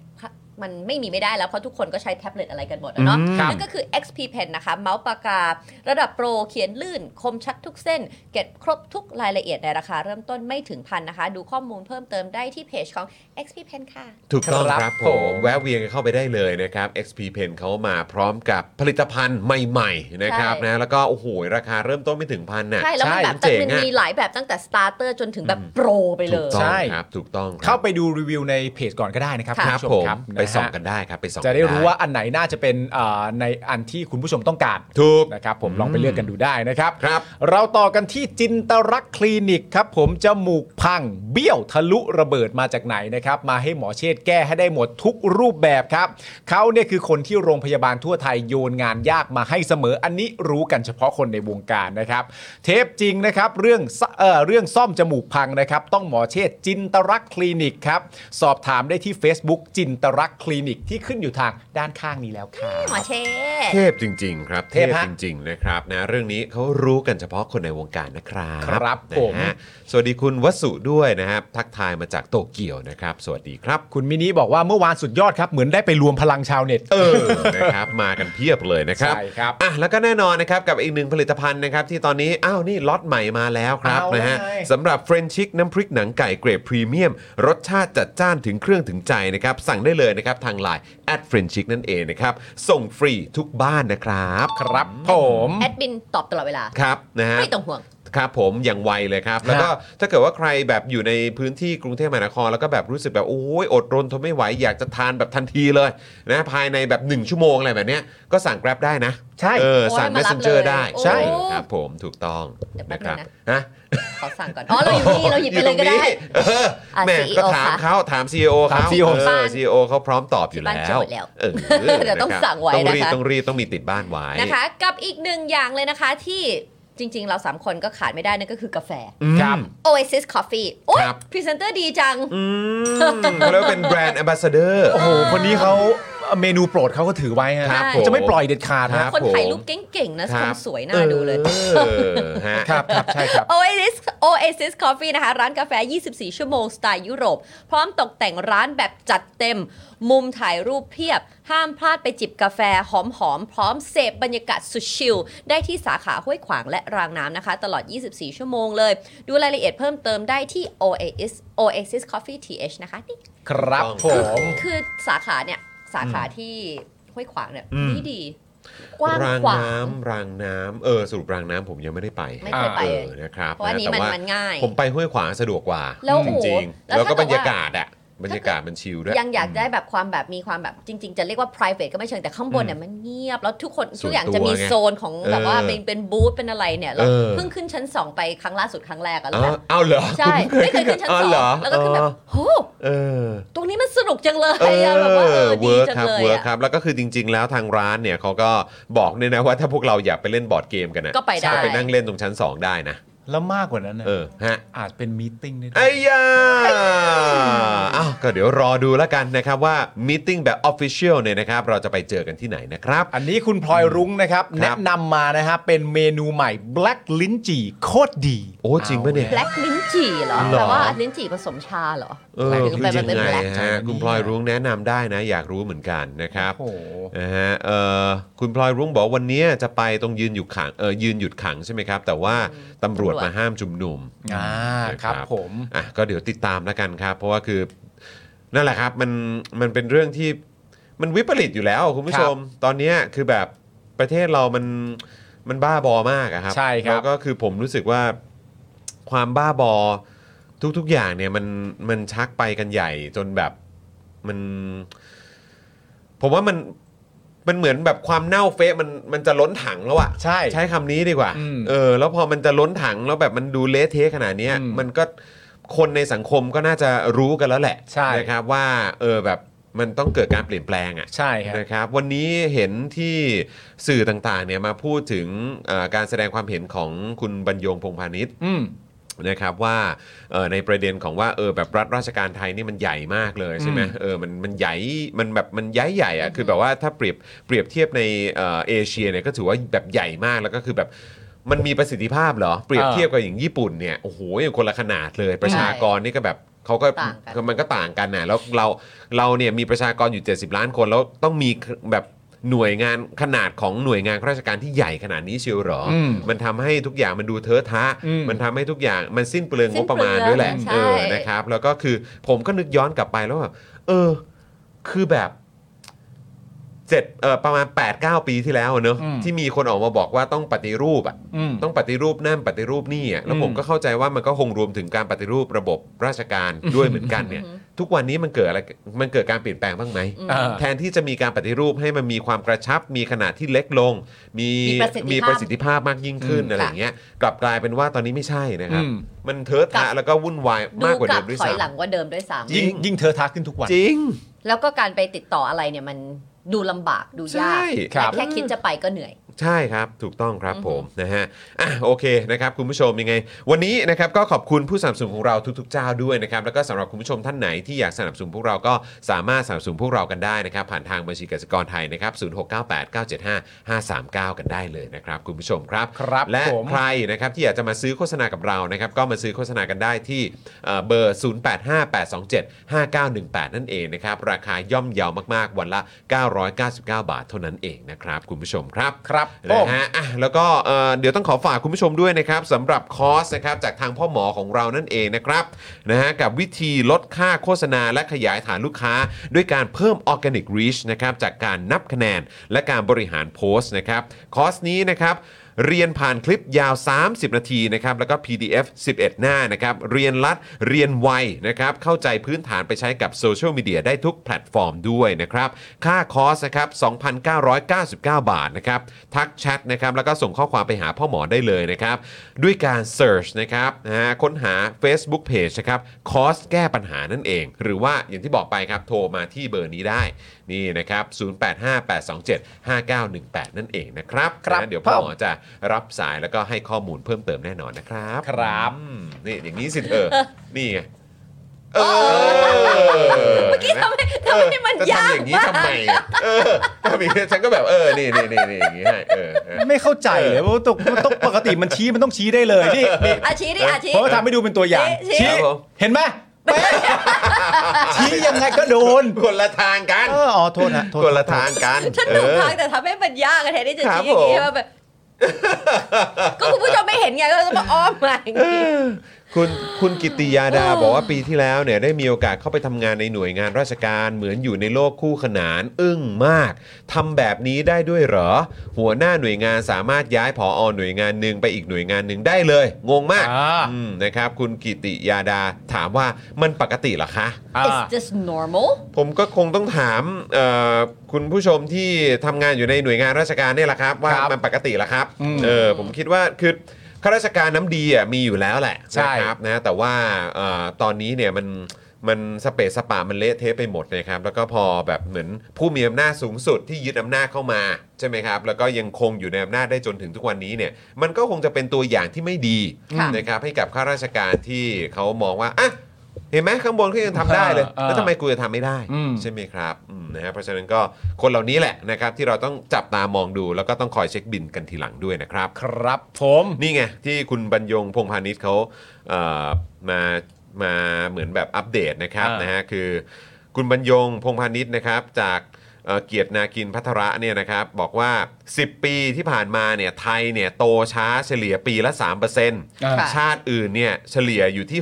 Speaker 4: มันไม่มีไม่ได้แล้ว เพราะทุกคนก็ใช้แท็บเล็ตอะไรกันหมดอะเนาะ
Speaker 3: อืมครับ
Speaker 4: นั่นก็คือ XP Pen นะคะเมาส์ปากการะดับโปรเขียนลื่น คมชัดทุกเส้น เก็บครบทุกรายละเอียดในราคาเริ่มต้นไม่ถึงพันนะคะ ดูข้อมูลเพิ่มเติมได้ที่เพจของ XP Pen ค่ะ
Speaker 2: ถูกต้องค
Speaker 3: ครั
Speaker 2: รับบ ผ
Speaker 3: ผม ม
Speaker 2: แวะเวียนกันเข้าไปได้เลยนะครับ XP Pen เขามาพร้อมกับผลิตภัณฑ์ใหม่ ๆ นะครับ
Speaker 4: ใช่
Speaker 2: นะแล้วก็โอ้โหราคาเริ่มต้นไม่ถึงพันน่ะ
Speaker 4: ใช่แล้วมันแบบ
Speaker 2: เจ๋งอะ
Speaker 4: มันมีหลายแบบตั้งแต่ starter จนถึงแบบโปรไปเล
Speaker 2: ถูก
Speaker 4: ย
Speaker 2: ต้
Speaker 3: ใช่
Speaker 2: องครับถูกต้องครับ
Speaker 3: เข้าไปดูรีวิวในเพจก่อนก็ได้นะครับ
Speaker 4: ค่ะ
Speaker 3: ณ
Speaker 2: ครับ
Speaker 3: ผู้ช
Speaker 2: ผม
Speaker 3: ครับ
Speaker 2: ไปส่อง
Speaker 3: ะฮะ
Speaker 2: กันได้ครับไปส่อง
Speaker 3: จะได้รู้
Speaker 2: กัน
Speaker 3: ว่าอันไหนน่าจะเป็นเอ่อในอันที่คุณผู้ชมต้องการ
Speaker 2: ถูก
Speaker 3: นะครับผมลองไปเลือกกันดูได้นะครับ
Speaker 2: ครับ
Speaker 3: เราต่อกันที่จินตรักษณ์คลินิกครับ ผมจมูกพัง เบี้ยวทะลุระเบิดมาจากไหนนะครับ มาให้หมอเชษฐ์แก้ให้ได้หมดทุกรูปแบบครับ เขาเนี่ยคือคนที่โรงพยาบาลทั่วไทยโยนงานยากมาให้เสมออันนี้รู้กันเฉพาะคนในวงการนะครับ เทปจริงนะครับเรื่องซเอ่อเรื่องซ่อมจมูกพังนะครับ ต้องหมอเชษฐ์จินตรักษณ์คลินิกครับสอบถามได้ที่ Facebook จินตรักษณ์คลินิกที่ขึ้นอยู่ทางด้านข้างนี้แล้วครั
Speaker 4: หมอบ เชษ
Speaker 2: เทพจริง ๆ ครับ เท
Speaker 3: เทพ
Speaker 2: พ
Speaker 3: ฮะ
Speaker 2: จริง ๆ นะครับนะเรื่องนี้เขารู้กันเฉพาะคนในวงการนะครับ
Speaker 3: ครับ
Speaker 2: นะ
Speaker 3: ผม
Speaker 2: ฮะสวัสดีคุณวสุด้วยนะครับทักทายมาจากโตเกียวนะครับ สวัสดีครับ
Speaker 3: คุณมินิบอกว่าเมื่อวานสุดยอดครับเหมือนได้ไปรวมพลังชาวเน็ต
Speaker 2: เออ นะครับ มากันเพียบเลยนะครับ
Speaker 3: ใช่ครับ
Speaker 2: อ่ะ แล้วก็แน่นอนนะครับ กับอีกหนึ่งผลิตภัณฑ์นะครับ ที่ตอนนี้ อ้าว นี่ล็อตใหม่มาแล้วครับ
Speaker 3: เอาเลย
Speaker 2: นะฮะสำหรับเฟรนชิกน้ำพริกหนังไก่เกรดพรีเมียม รสชาติจัดจ้านถึงเครื่องถึงใจนะครับ สั่งได้เลยนะครับ ทางไลน์ at f r e n c h i k นั่นเองนะครับ ส่งฟรีทุกบ้านนะครับ
Speaker 3: ครับผม
Speaker 4: แอดมินตอบตลอดเวลา
Speaker 2: ครับนะฮะ
Speaker 4: ไม่ต้องห่วง
Speaker 2: ครับผมอย่างไวเลยครับ แล้วก็ถ้าเกิดว่าใครแบบอยู่ในพื้นที่กรุงเทพมหานคร แล้วก็แบบรู้สึกแบบโอ้ยอดรนทนไม่ไหว อยากจะทานแบบทันทีเลยนะภายในแบบ 1 ชั่วโมงอะไรแบบเนี้ยก็สั่ง Grab ได้นะ
Speaker 3: ใช่
Speaker 2: เออสั่ง
Speaker 4: โอ้ยมารับ
Speaker 2: Messenger
Speaker 4: เลย
Speaker 2: ได้
Speaker 4: โอ้
Speaker 2: ใช่ครับผมถูกต้อง
Speaker 4: เดี๋ยวแป๊
Speaker 2: นะ
Speaker 4: บ
Speaker 2: ครับ
Speaker 4: นึงนะ
Speaker 2: ฮะ
Speaker 4: ขอสั่งก่อน อ๋อ เราอยู่นี่ เราหยิบไปเลยก็ได้
Speaker 2: อยู่ตรงนี้เออ
Speaker 4: อ่ะ
Speaker 2: แหม่
Speaker 4: CEO
Speaker 2: ก็ถาม
Speaker 4: ค่ะ
Speaker 2: เขาถาม CEO
Speaker 3: ถาม
Speaker 2: เขา
Speaker 3: CEO
Speaker 2: เออ CEO เขาพร้อมตอบอยู่
Speaker 4: ที่บ้านโจทย์แล้ว
Speaker 2: เออ
Speaker 4: เดี๋ยวต้อง
Speaker 2: นะครับ
Speaker 4: สั่งไว้
Speaker 2: ต้องรีบ
Speaker 4: นะคะ
Speaker 2: ต้องรีบต้องมีติดบ้านไว้
Speaker 4: นะคะ กับอีกหนึ่งอย่างเลยนะคะที่จริง ๆ เราสามคนก็ขาดไม่ได้นั่นก็คือกาแฟ
Speaker 3: ครับ
Speaker 4: Oasis Coffee โอ้ย
Speaker 2: ครับ
Speaker 4: พรีเซนเตอร์ดีจัง
Speaker 2: อืมเขาเรียกว่าเป็นแบรนด์ a m b a s s a d o r
Speaker 3: โอ้โห คนนี้เขาเมนูโปรดเขาก็ถือไว้ฮะ
Speaker 4: ครับผม
Speaker 3: จะไม่ปล่อยเด็ดขาด
Speaker 2: ค
Speaker 3: นะ
Speaker 2: รับ
Speaker 4: คนถ่ายรูป
Speaker 2: ผม
Speaker 4: เก่ง ๆ นะ
Speaker 2: ค
Speaker 4: ค
Speaker 2: รั
Speaker 4: น
Speaker 2: บ
Speaker 4: สวยน่าดูเลย
Speaker 2: เออฮะ
Speaker 3: ครับครับใช่ครับ
Speaker 4: Oasis Oasis Coffee นะคะ ร้านกาแฟ 24 ชั่วโมงสไตล์ยุโรป พร้อมตกแต่งร้านแบบจัดเต็ม มุมถ่ายรูปเพียบ ห้ามพลาดไปจิบกาแฟหอมๆ พร้อมเสพบรรยากาศสุดชิล ได้ที่สาขาห้วยขวางและรางน้ำนะคะ ตลอด 24 ชั่วโมงเลย ดูรายละเอียดเพิ่มเติมได้ที่ Oasis Oasis Coffee TH นะคะนี่
Speaker 3: ครับ
Speaker 2: ต้อง
Speaker 3: ผ
Speaker 4: คือ
Speaker 3: ม
Speaker 4: คือสาขาเนี่ย สาขาที่ห้วยขวางเนี่ย
Speaker 2: อืม
Speaker 4: ดีดีกว้าง
Speaker 2: ราง
Speaker 4: ขวาง
Speaker 2: น้ำรางน้ำเออสรุปรางน้ำผมยังไม่ได้ไป
Speaker 4: ไม่เคยไป
Speaker 2: เออนะครับ
Speaker 4: เพราะว่าอันนี้
Speaker 2: แต่
Speaker 4: มัน
Speaker 2: ว่า
Speaker 4: มันง่าย
Speaker 2: ผมไปห้วยขวางสะดวกกว่า
Speaker 4: แล้ว
Speaker 2: จ
Speaker 4: โอ้โห
Speaker 2: ริงๆ
Speaker 4: แล้ว
Speaker 2: แล้วก็
Speaker 4: ถ้า
Speaker 2: บรร
Speaker 4: เกิดว่า
Speaker 2: ยากาศอ่ะ บรรยากาศมันชิลด้วย
Speaker 4: ยังอยากได้แบบความแบบมีความแบบจริง ๆ จะเรียกว่า private ก็ไม่เชิงแต่ข้างบนเนี่ยมันเงียบ แล้วทุกคน
Speaker 2: ส่วน
Speaker 4: ทุกอย่างจะมี
Speaker 2: ตัวไง
Speaker 4: โซนของแบบว่า
Speaker 2: เออ
Speaker 4: เป็นเป็นบูธเป็นอะไรเนี่ยเรา
Speaker 2: เออ
Speaker 4: เพิ่งขึ้นชั้น 2 ไปครั้งล่าสุดครั้งแรกอะ
Speaker 2: อ๋
Speaker 4: แล้
Speaker 2: อ
Speaker 4: วแบบ
Speaker 2: เอาเหรอ
Speaker 4: ใช่ ไม่เคยขึ้นชั้นส
Speaker 2: อ
Speaker 4: อ
Speaker 2: เหรอง
Speaker 4: แล้วก็ขึ้นแบบโห
Speaker 2: เออ
Speaker 4: ตรงนี้มันสนุกจังเลย
Speaker 2: เอ
Speaker 4: อะแบบว่าเอ
Speaker 2: อ
Speaker 4: อดี
Speaker 2: เวิร์ค
Speaker 4: จัง
Speaker 2: ครับ
Speaker 4: เลย
Speaker 2: เวิร์ค
Speaker 4: อะ
Speaker 2: ครับแล้วก็คือจริง ๆ แล้วทางร้านเนี่ยเขาก็บอกเนี่ยนะว่าถ้าพวกเราอยากไปเล่นบอร์ดเกมกันนะ
Speaker 4: ก็ไปได้
Speaker 2: ก็ไปนั่งเล่นตรงชั้น 2 ได้นะ
Speaker 3: แล้วมากกว่านั้นนะ
Speaker 2: เออฮะ
Speaker 3: อาจเป็นมีตติ้งได้ด้ว
Speaker 2: ไอ้
Speaker 3: ย
Speaker 2: ยาอ้าวก็เดี๋ยวรอดูแล้วกันนะครับว่ามีตติ้งแบบออฟฟิเชียลเนี่ยนะครับ เราจะไปเจอกันที่ไหนนะครับ
Speaker 3: อันนี้คุณพลอยรุ้งนะครับ
Speaker 2: ครับ
Speaker 3: แนะนำมานะฮะเป็นเมนูใหม่ Black ลิ้นจี่โคตรดี
Speaker 2: โอ้จริงปะเนี่ย
Speaker 4: แบล็กลิ้นจี่เหรอ
Speaker 2: เหรอ
Speaker 4: แต่ว่าลิ้นจี่ผสมชาเหรอ
Speaker 2: เออ
Speaker 4: หมายถึ
Speaker 2: คื
Speaker 4: ง
Speaker 2: อ
Speaker 4: ไปมั
Speaker 2: ยั
Speaker 4: น
Speaker 2: ง
Speaker 4: เป็น
Speaker 2: ไง
Speaker 4: แบล็ก
Speaker 2: ฮะคุณพลอยรุ้งแนะนำได้นะ อยากรู้เหมือนกันนะครับ
Speaker 3: โอ้โห
Speaker 2: นะฮะเออคุณพลอยรุ้งบอกวันนี้จะไปตรงยืนอยู่ขังเออยืนหยุดขังใช่ไหมครับ แต่ว่าตำรวจ
Speaker 4: ตำรวจ
Speaker 2: มาห้ามชุมนุม
Speaker 3: อ่าครับผม
Speaker 2: อ่ะก็เดี๋ยวติดตามแล้วกันครับ เพราะว่าคือนั่นแหละครับมันมันเป็นเรื่องที่มันวิปริตอยู่แล้วคุณผู้ชม ตอนเนี้ยคือแบบประเทศเรามันมันบ้าบอมากอะครับ
Speaker 3: ใช่ครับ
Speaker 2: แล้วก็คือผมรู้สึกว่าความบ้าบอทุกๆอย่างเนี่ยมันมันชักไปกันใหญ่จนแบบมัน ผมว่ามันมันเหมือนแบบความเน่าเฟะมันมันจะล้นถังแล้วอะ
Speaker 3: ใช่
Speaker 2: ใช้คำนี้ดีกว่า
Speaker 3: อืม
Speaker 2: เออ แล้วพอมันจะล้นถังแล้วแบบมันดูเละเทะขนาดเนี้ย
Speaker 3: อืม
Speaker 2: มันก็คนในสังคมก็น่าจะรู้กันแล้วแหละ
Speaker 3: ใช่
Speaker 2: นะครับว่า เออแบบมันต้องเกิดการเปลี่ยนแปลงอ่ะ
Speaker 3: ใช่ครับ
Speaker 2: นะครับ วันนี้เห็นที่สื่อต่างๆเนี่ยมาพูดถึงเอ่อการแสดงความเห็นของคุณบรรยงพงษ์พาณิชย์
Speaker 3: อืม
Speaker 2: นะครับว่าเอ่อในประเด็นของว่าเออแบบรัฐราชการไทยนี่มันใหญ่มากเลยใช่ไหม
Speaker 3: อืม
Speaker 2: เออมันมันใหญ่มันแบบมันย้ายใหญ่อะคือแบบว่าถ้าเปรียบเปรียบเทียบในเอ่อเอเชียเนี่ยก็ถือว่าแบบใหญ่มากแล้วก็คือแบบมันมีประสิทธิภาพเหรอ เปรียบ
Speaker 3: อ่า
Speaker 2: เทียบกับอย่างญี่ปุ่นเนี่ยโอ้โหอย่างคนละขนาดเลยประชากรนี่ก็แบบเขาก็
Speaker 4: ต่างกัน
Speaker 2: คือมันก็ต่างกันนะแล้วเราเราเนี่ยมีประชากรอยู่ 70 ล้านคนแล้วต้องมีแบบหน่วยงานขนาดของหน่วยงานราชการที่ใหญ่ขนาดนี้เชียวเหรอ
Speaker 3: อืม
Speaker 2: มันทำให้ทุกอย่างมันดูเทอะทะ
Speaker 3: อืม
Speaker 2: มันทำให้ทุกอย่างมันสิ้นเปลือง
Speaker 4: สิ้
Speaker 2: งบ
Speaker 4: นเปลือง
Speaker 2: ประมาณด้วยแหละ
Speaker 4: ใช่
Speaker 2: เออนะครับ แล้วก็คือผมก็นึกย้อนกลับไปแล้วแบบเออ คือแบบเจ็ดเออประมาณ 8 9 ปีที่แล้วอะเนอะ
Speaker 3: อืม
Speaker 2: ที่มีคนออกมาบอกว่าต้องปฏิรูปอ่ะ
Speaker 3: อืม
Speaker 2: ต้องปฏิรูปนั่นปฏิรูปนี่อะแล้ว
Speaker 3: อืม
Speaker 2: ผมก็เข้าใจว่ามันก็คงรวมถึงการปฏิรูประบบราชการด้วยเหมือนกันเนี่ย ทุกวันนี้มันเกิดอะไรมันเกิดการเปลี่ยนแปลงบ้างไหม
Speaker 4: อืม
Speaker 3: อ่า
Speaker 2: แทนที่จะมีการปฏิรูปให้มันมีความกระชับ มีขนาดที่เล็กลง มี
Speaker 4: มีประสิทธิภาพ
Speaker 2: มีประสิทธิภาพมากยิ่งขึ้นอะไรอย่างเงี้ยกลับกลายเป็นว่าตอนนี้ไม่ใช่นะครับ
Speaker 3: อืม
Speaker 2: มันเทอะทะแล้วก็วุ่นวาย
Speaker 4: ดู
Speaker 2: มากกว่าก
Speaker 4: ลั
Speaker 2: เดิ
Speaker 4: บ
Speaker 2: มด้วย
Speaker 4: ถอยหลัง
Speaker 2: ซ้ำ
Speaker 4: กว่าเดิมด้วยซ้ำ
Speaker 2: จริ
Speaker 3: ยิ่
Speaker 2: ง
Speaker 3: งยิ่งเธอทักขึ้นทุกวัน
Speaker 2: จริง
Speaker 4: แล้วก็การไปติดต่ออะไรเนี่ยมันดูลำบากดูยาก
Speaker 2: ใช่
Speaker 3: ครับ
Speaker 4: และแค่คิดจะไปก็เหนื่อย
Speaker 2: ใช่ครับ ถูกต้องครับผมนะฮะอ่ะโอเคนะครับคุณผู้ชมยังไง วันนี้นะครับก็ขอบคุณผู้สนับสนุนของเราทุกๆเจ้าด้วยนะครับแล้วก็สำหรับคุณผู้ชมท่านไหนที่อยากสนับสนุนพวกเราก็สามารถสนับสนุนพวกเรากันได้นะครับ ผ่านทางบัญชีกสิกรไทยนะครับศูนย์หกเก้าแปดเก้าเจ็ดห้าห้าสามเก้ากันได้เลยนะครับคุณผู้ชมครับ
Speaker 3: ครับ
Speaker 2: และ
Speaker 3: ผม
Speaker 2: ใครนะครับที่อยากจะมาซื้อโฆษณากับเรานะครับก็มาซื้อโฆษณากันได้ที่เอ่อเบอร์ 0858275918 นั่นเองนะครับราคาย่อมเยาวมากๆวันละ 999 บาทเท่านั้นเองนะครับคุณผู้ชมครับ
Speaker 3: ครับผ
Speaker 2: นะ
Speaker 3: ม
Speaker 2: ฮะอ่ะแล้วก็เอ่อเดี๋ยวต้องขอฝากคุณผู้ชมด้วยนะครับสำหรับคอร์สนะครับจากทางพ่อหมอของเรานั่นเองนะครับนะฮะกับวิธีลดค่าโฆษณาและขยายฐานลูกค้า ด้วยการเพิ่มออร์แกนิกรีชนะครับจากการนับคะแนนและการบริหารโพสต์นะครับคอร์สนี้นะครับ เรียนผ่านคลิปยาว 30 นาทีนะครับ แล้วก็ PDF 11 หน้านะครับ เรียนรัด เรียนไวนะครับ เข้าใจพื้นฐานไปใช้กับโซเชียลมีเดียได้ทุกแพลตฟอร์มด้วยนะครับ ค่าคอร์สนะครับ 2,999 บาทนะครับ ทักแชทนะครับ แล้วก็ส่งข้อความไปหาพ่อหมอได้เลยนะครับ ด้วยการ Search นะครับนะฮะค้นหา Facebook Page นะครับคอร์สแก้ปัญหานั่นเอง หรือว่าอย่างที่บอกไปครับ โทรมาที่เบอร์นี้ได้ นี่นะครับ 0858275918 นั่นเองนะครับ
Speaker 3: ครับ
Speaker 2: นะเดี๋ยวพ่อหมอ จะรับสายแล้วก็ให้ข้อมูลเพิ่มเติมแน่นอนนะครับ
Speaker 3: ครับ
Speaker 2: อืมนี่อย่างนี้สิเธอ นี่ไง เออ
Speaker 4: เมื่อกี้ทำให้ทำให้มัน
Speaker 2: จะ
Speaker 4: ยาก
Speaker 2: ทำอย่างนี้
Speaker 4: มาก
Speaker 2: ทำไมอ่ะเออทำอย่างนี้ฉันก็แบบเออ นี่นี่นี่นี่อย่างนี้ให้เออเออ
Speaker 3: ไม่เข้าใจเลยว่าตกมันต้องปกติมันชี้มันต้องชี้ได้เลยนี่นี่
Speaker 4: อาชีดิอาชี
Speaker 3: เพราะว่าทำให้ดูเป็นตัวอย่าง
Speaker 4: ชี้ชี้
Speaker 3: ชี้
Speaker 2: ครับผม
Speaker 3: เห็นไหมเป๊ะชี้ยังไงก็โดน
Speaker 2: คนละทางกัน
Speaker 3: เอออ๋อโทษนะโทษ
Speaker 2: คนละทางกัน
Speaker 4: ฉันถูกทางแต่ทำให้มันยากอะแทนที่จะ
Speaker 2: ครับ
Speaker 4: ชี้อย่าง
Speaker 2: ผม
Speaker 4: นี้ว่าแบบ ก็คุณผู้ชมไม่เห็นไงก็จะมาอ้อมมาอย่างนี้
Speaker 2: ค คุณคุณกิติยาดาบอกว่าปีที่แล้วเนี่ยได้มีโอกาสเข้าไปทำงานในหน่วยงานราชการเหมือนอยู่ในโลกคู่ขนานอึ้งมากทำแบบนี้ได้ด้วยเหรอ หัวหน้าหน่วยงานสามารถย้ายผออหน่วยงานหนึ่งไปอีกหน่วยงานหนึ่งได้เลย งงมาก
Speaker 3: อ่า
Speaker 2: อืมนะครับ คุณกิติยาดาถามว่ามันปกติ เหรอคะ
Speaker 3: อ่า
Speaker 4: Is this normal
Speaker 2: ผมก็คงต้องถามเอ่อคุณผู้ชมที่ทำงานอยู่ในหน่วยงานราชการเนี่ยแหละครับ ว่า
Speaker 3: ครับ
Speaker 2: มันปกติแหละครับ
Speaker 3: อืม
Speaker 2: เออผมคิดว่าคือข้าราชการน้ำดีอ่ะมีอยู่แล้วแหละ
Speaker 3: ใช่
Speaker 2: นะครับนะแต่ว่าเอ่อตอนนี้เนี่ยมันมันสเปซสปะมันเละเทะไปหมดนะครับ แล้วก็พอแบบเหมือนผู้มีอำนาจสูงสุดที่ยึดอำนาจเข้ามาใช่ไหมครับ แล้วก็ยังคงอยู่ในอำนาจได้จนถึงทุกวันนี้เนี่ยมันก็คงจะเป็นตัวอย่างที่ไม่ดี
Speaker 4: ค่ะ
Speaker 2: นะครับให้กับข้าราชการที่เขามองว่าอ่ะเห็นไหมข้างบนเขายังทำได้เลย
Speaker 3: เออ
Speaker 2: แล้วทำไม กูจะทำไม่ได้
Speaker 3: อืม
Speaker 2: ใช่ไหมครับอืมนะฮะเพราะฉะนั้นก็คนเหล่านี้แหละนะครับที่เราต้องจับตามองดู แล้วก็ต้องคอยเช็คบินกันทีหลังด้วยนะครับ
Speaker 3: ครับผม
Speaker 2: นี่ไงที่คุณบรรยงพงพาณิชย์เขาเอ่อมามาเหมือนแบบอัปเดตนะครับ
Speaker 3: อ่าน
Speaker 2: นะฮะคือ คุณบรรยงพงพาณิชย์นะครับจากเอ่อเกียรตินากินพัทระเนี่ยนะครับบอกว่า 10 ปีที่ผ่านมาเนี่ยไทยเนี่ยโตช้าเฉลี่ยปีละ 3%
Speaker 4: อ่า
Speaker 2: ชาติอื่นเนี่ยเฉลี่ยอยู่ที่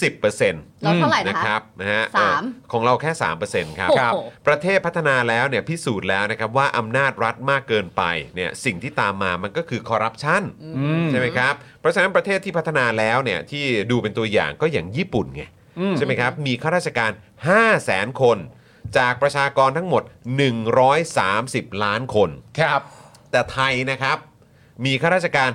Speaker 2: 6-10%
Speaker 4: เราเท่าไหร่
Speaker 2: นะ
Speaker 4: นะ
Speaker 2: ค
Speaker 4: คะ
Speaker 2: รับนะฮะ
Speaker 4: สาม
Speaker 2: เอ่อของเราแค่ 3%ครับ
Speaker 4: โอ้โห
Speaker 2: ประเทศพัฒนาแล้วเนี่ยพิสูจน์แล้วนะครับว่าอำนาจรัฐมากเกินไปเนี่ยสิ่งที่ตามมามันก็คือคอร์รัปชันใช่ไหมครับ เพราะฉะนั้นประเทศที่พัฒนาแล้วเนี่ยที่ดูเป็นตัวอย่างก็อย่างญี่ปุ่นไงใช่ไหมครับ มีข้าราชการ 5 0 0 0 0 0 คน จากประชากรทั้งหมด 130 ล้านคน
Speaker 3: ครับ
Speaker 2: แต่ไทยนะครับมีข้าราชการ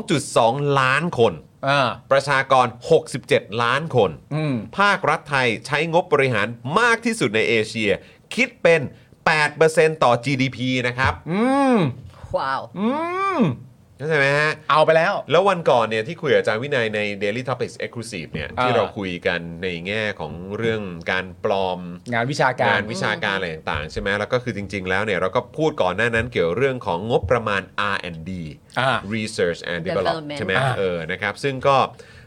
Speaker 2: 2.2 ล้านคน
Speaker 3: อ่า
Speaker 2: ประชากร 67 ล้านคน
Speaker 3: อืม
Speaker 2: ภาครัฐไทยใช้งบบริหารมากที่สุดในเอเชีย คิดเป็น 8%ต่อ GDP นะครับ
Speaker 3: อืม
Speaker 4: ว้าว
Speaker 3: อืม
Speaker 2: เข้าใจไหมฮะ
Speaker 3: เอาไปแล้ว
Speaker 2: แล้ววันก่อนเนี่ยที่คุยกับอาจารย์วินัยใน Daily Topics Exclusive เนี่ยที่
Speaker 3: อ่า
Speaker 2: เราคุยกันในแง่ของเรื่องการปลอม
Speaker 3: งานวิชากาง
Speaker 2: าร นวิชาการอะไรต่างๆ ใช่ไหมแล้วก็คือจริง ๆ แล้วเนี่ยเราก็พูดก่อนหน้านั้นเกี่ยวเรื่องของงบประมาณ R&D
Speaker 3: อ่า
Speaker 2: Research and Development
Speaker 4: Development
Speaker 2: ใช่ไหม
Speaker 3: อ่า
Speaker 2: เออนะครับซึ่งก็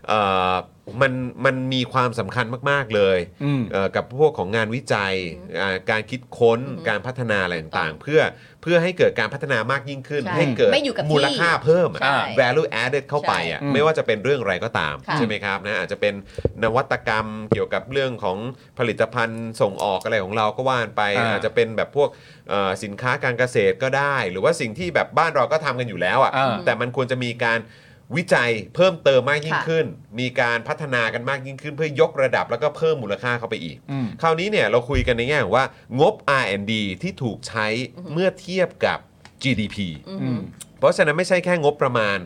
Speaker 2: เอ่อมันมันมีความสำคัญมาก ๆ เลย
Speaker 3: อืม
Speaker 2: เอ่อกับพวกของงานวิจัยอ่าการคิดค้นการพัฒนาอะไรต่างๆ เพื่อเพื่อให้เกิดการพัฒนามากยิ่งขึ้น
Speaker 4: ใช่
Speaker 2: ให้เกิด
Speaker 4: ไม่อยู่กับที่
Speaker 2: มูลค่าเพิ่มอะ
Speaker 4: ใช่
Speaker 2: value added เข้าไปอ่ะ
Speaker 3: ใช่
Speaker 2: ไม่ว่าจะเป็นเรื่องอะไรก็ตาม
Speaker 4: ค่ะ
Speaker 2: ใช่ไหมครับนะอาจจะเป็นนวัตกรรมเกี่ยวกับเรื่องของผลิตภัณฑ์ส่งออกอะไรของเราก็ว่านไป
Speaker 3: อ่า
Speaker 2: อาจจะเป็นแบบพวกเอ่อสินค้าการเกษตรก็ได้ หรือว่าสิ่งที่แบบบ้านเราก็ทำกันอยู่แล้ว
Speaker 3: อ่า
Speaker 2: อะ่ะแต่มันควรจะมีการวิจัยเพิ่มเติมมากยิ่ง
Speaker 4: ค่ะ
Speaker 2: ขึ้น มีการพัฒนากันมากยิ่งขึ้น เพื่อยกระดับแล้วก็เพิ่มมูลค่าเข้าไปอีก
Speaker 3: อืม
Speaker 2: คราวนี้เนี่ยเราคุยกันในแง่ของว่างบ R&D ที่ถูกใช้เมื่อเทียบกับ GDP
Speaker 3: อืม
Speaker 2: เพราะฉะนั้นไม่ใช่แค่งบประมาณ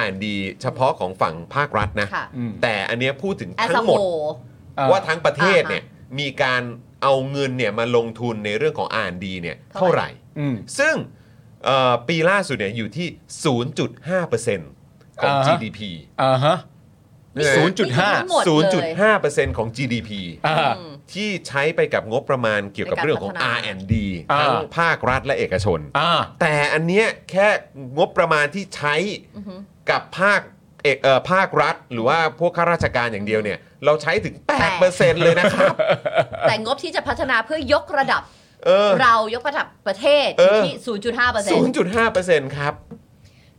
Speaker 2: R&D เฉพาะของฝั่งภาครัฐนะ
Speaker 4: ค่ะ
Speaker 3: อืม
Speaker 2: แต่อันเนี้ยพูดถึง
Speaker 4: as
Speaker 2: ทั้
Speaker 4: a
Speaker 2: งหมด
Speaker 4: whole
Speaker 3: อ่
Speaker 2: ว่าทั้งประเทศเนี่ยมีการเอาเงินเนี่ยมาลงทุนในเรื่องของ R&D เนี่ย
Speaker 4: เท่า
Speaker 2: เท่า
Speaker 4: ไห
Speaker 2: ไห
Speaker 4: ร่
Speaker 2: ร่
Speaker 3: อืม
Speaker 2: ซึ่งเอ่อปีล่าสุดเนี่ยอยู่ที่ 0.5%ของ
Speaker 3: อ่าฮะ
Speaker 2: GDP
Speaker 3: อ่าฮะ
Speaker 2: นี่ไง
Speaker 3: ศูนย์จุดห้า
Speaker 4: นี่คือทั้งหมด เลย
Speaker 2: 0.5%ของ GDP
Speaker 3: อ่า
Speaker 2: ที่ใช้ไปกับงบประมาณเกี่ยวกับ
Speaker 4: ในการ
Speaker 2: เรื่องของ
Speaker 4: พัฒนา
Speaker 2: R&D
Speaker 3: อ่า
Speaker 2: ทั้งภาครัฐและเอกชน
Speaker 3: อ่า
Speaker 2: แต่อันเนี้ยแค่งบประมาณที่ใช้กับภาคเอกเอ่อภาครัฐ หรือว่าพวกข้าราชการอย่างเดียวเนี่ย เราใช้ถึง 8%เลยนะครับ
Speaker 4: แต่งบที่จะพัฒนาเพื่อยกระดับ
Speaker 2: เออ
Speaker 4: เรายกระดับประเทศ
Speaker 2: เอ
Speaker 4: อยู่
Speaker 2: อ
Speaker 4: ที่ 0.5%
Speaker 2: 0.5%ครับ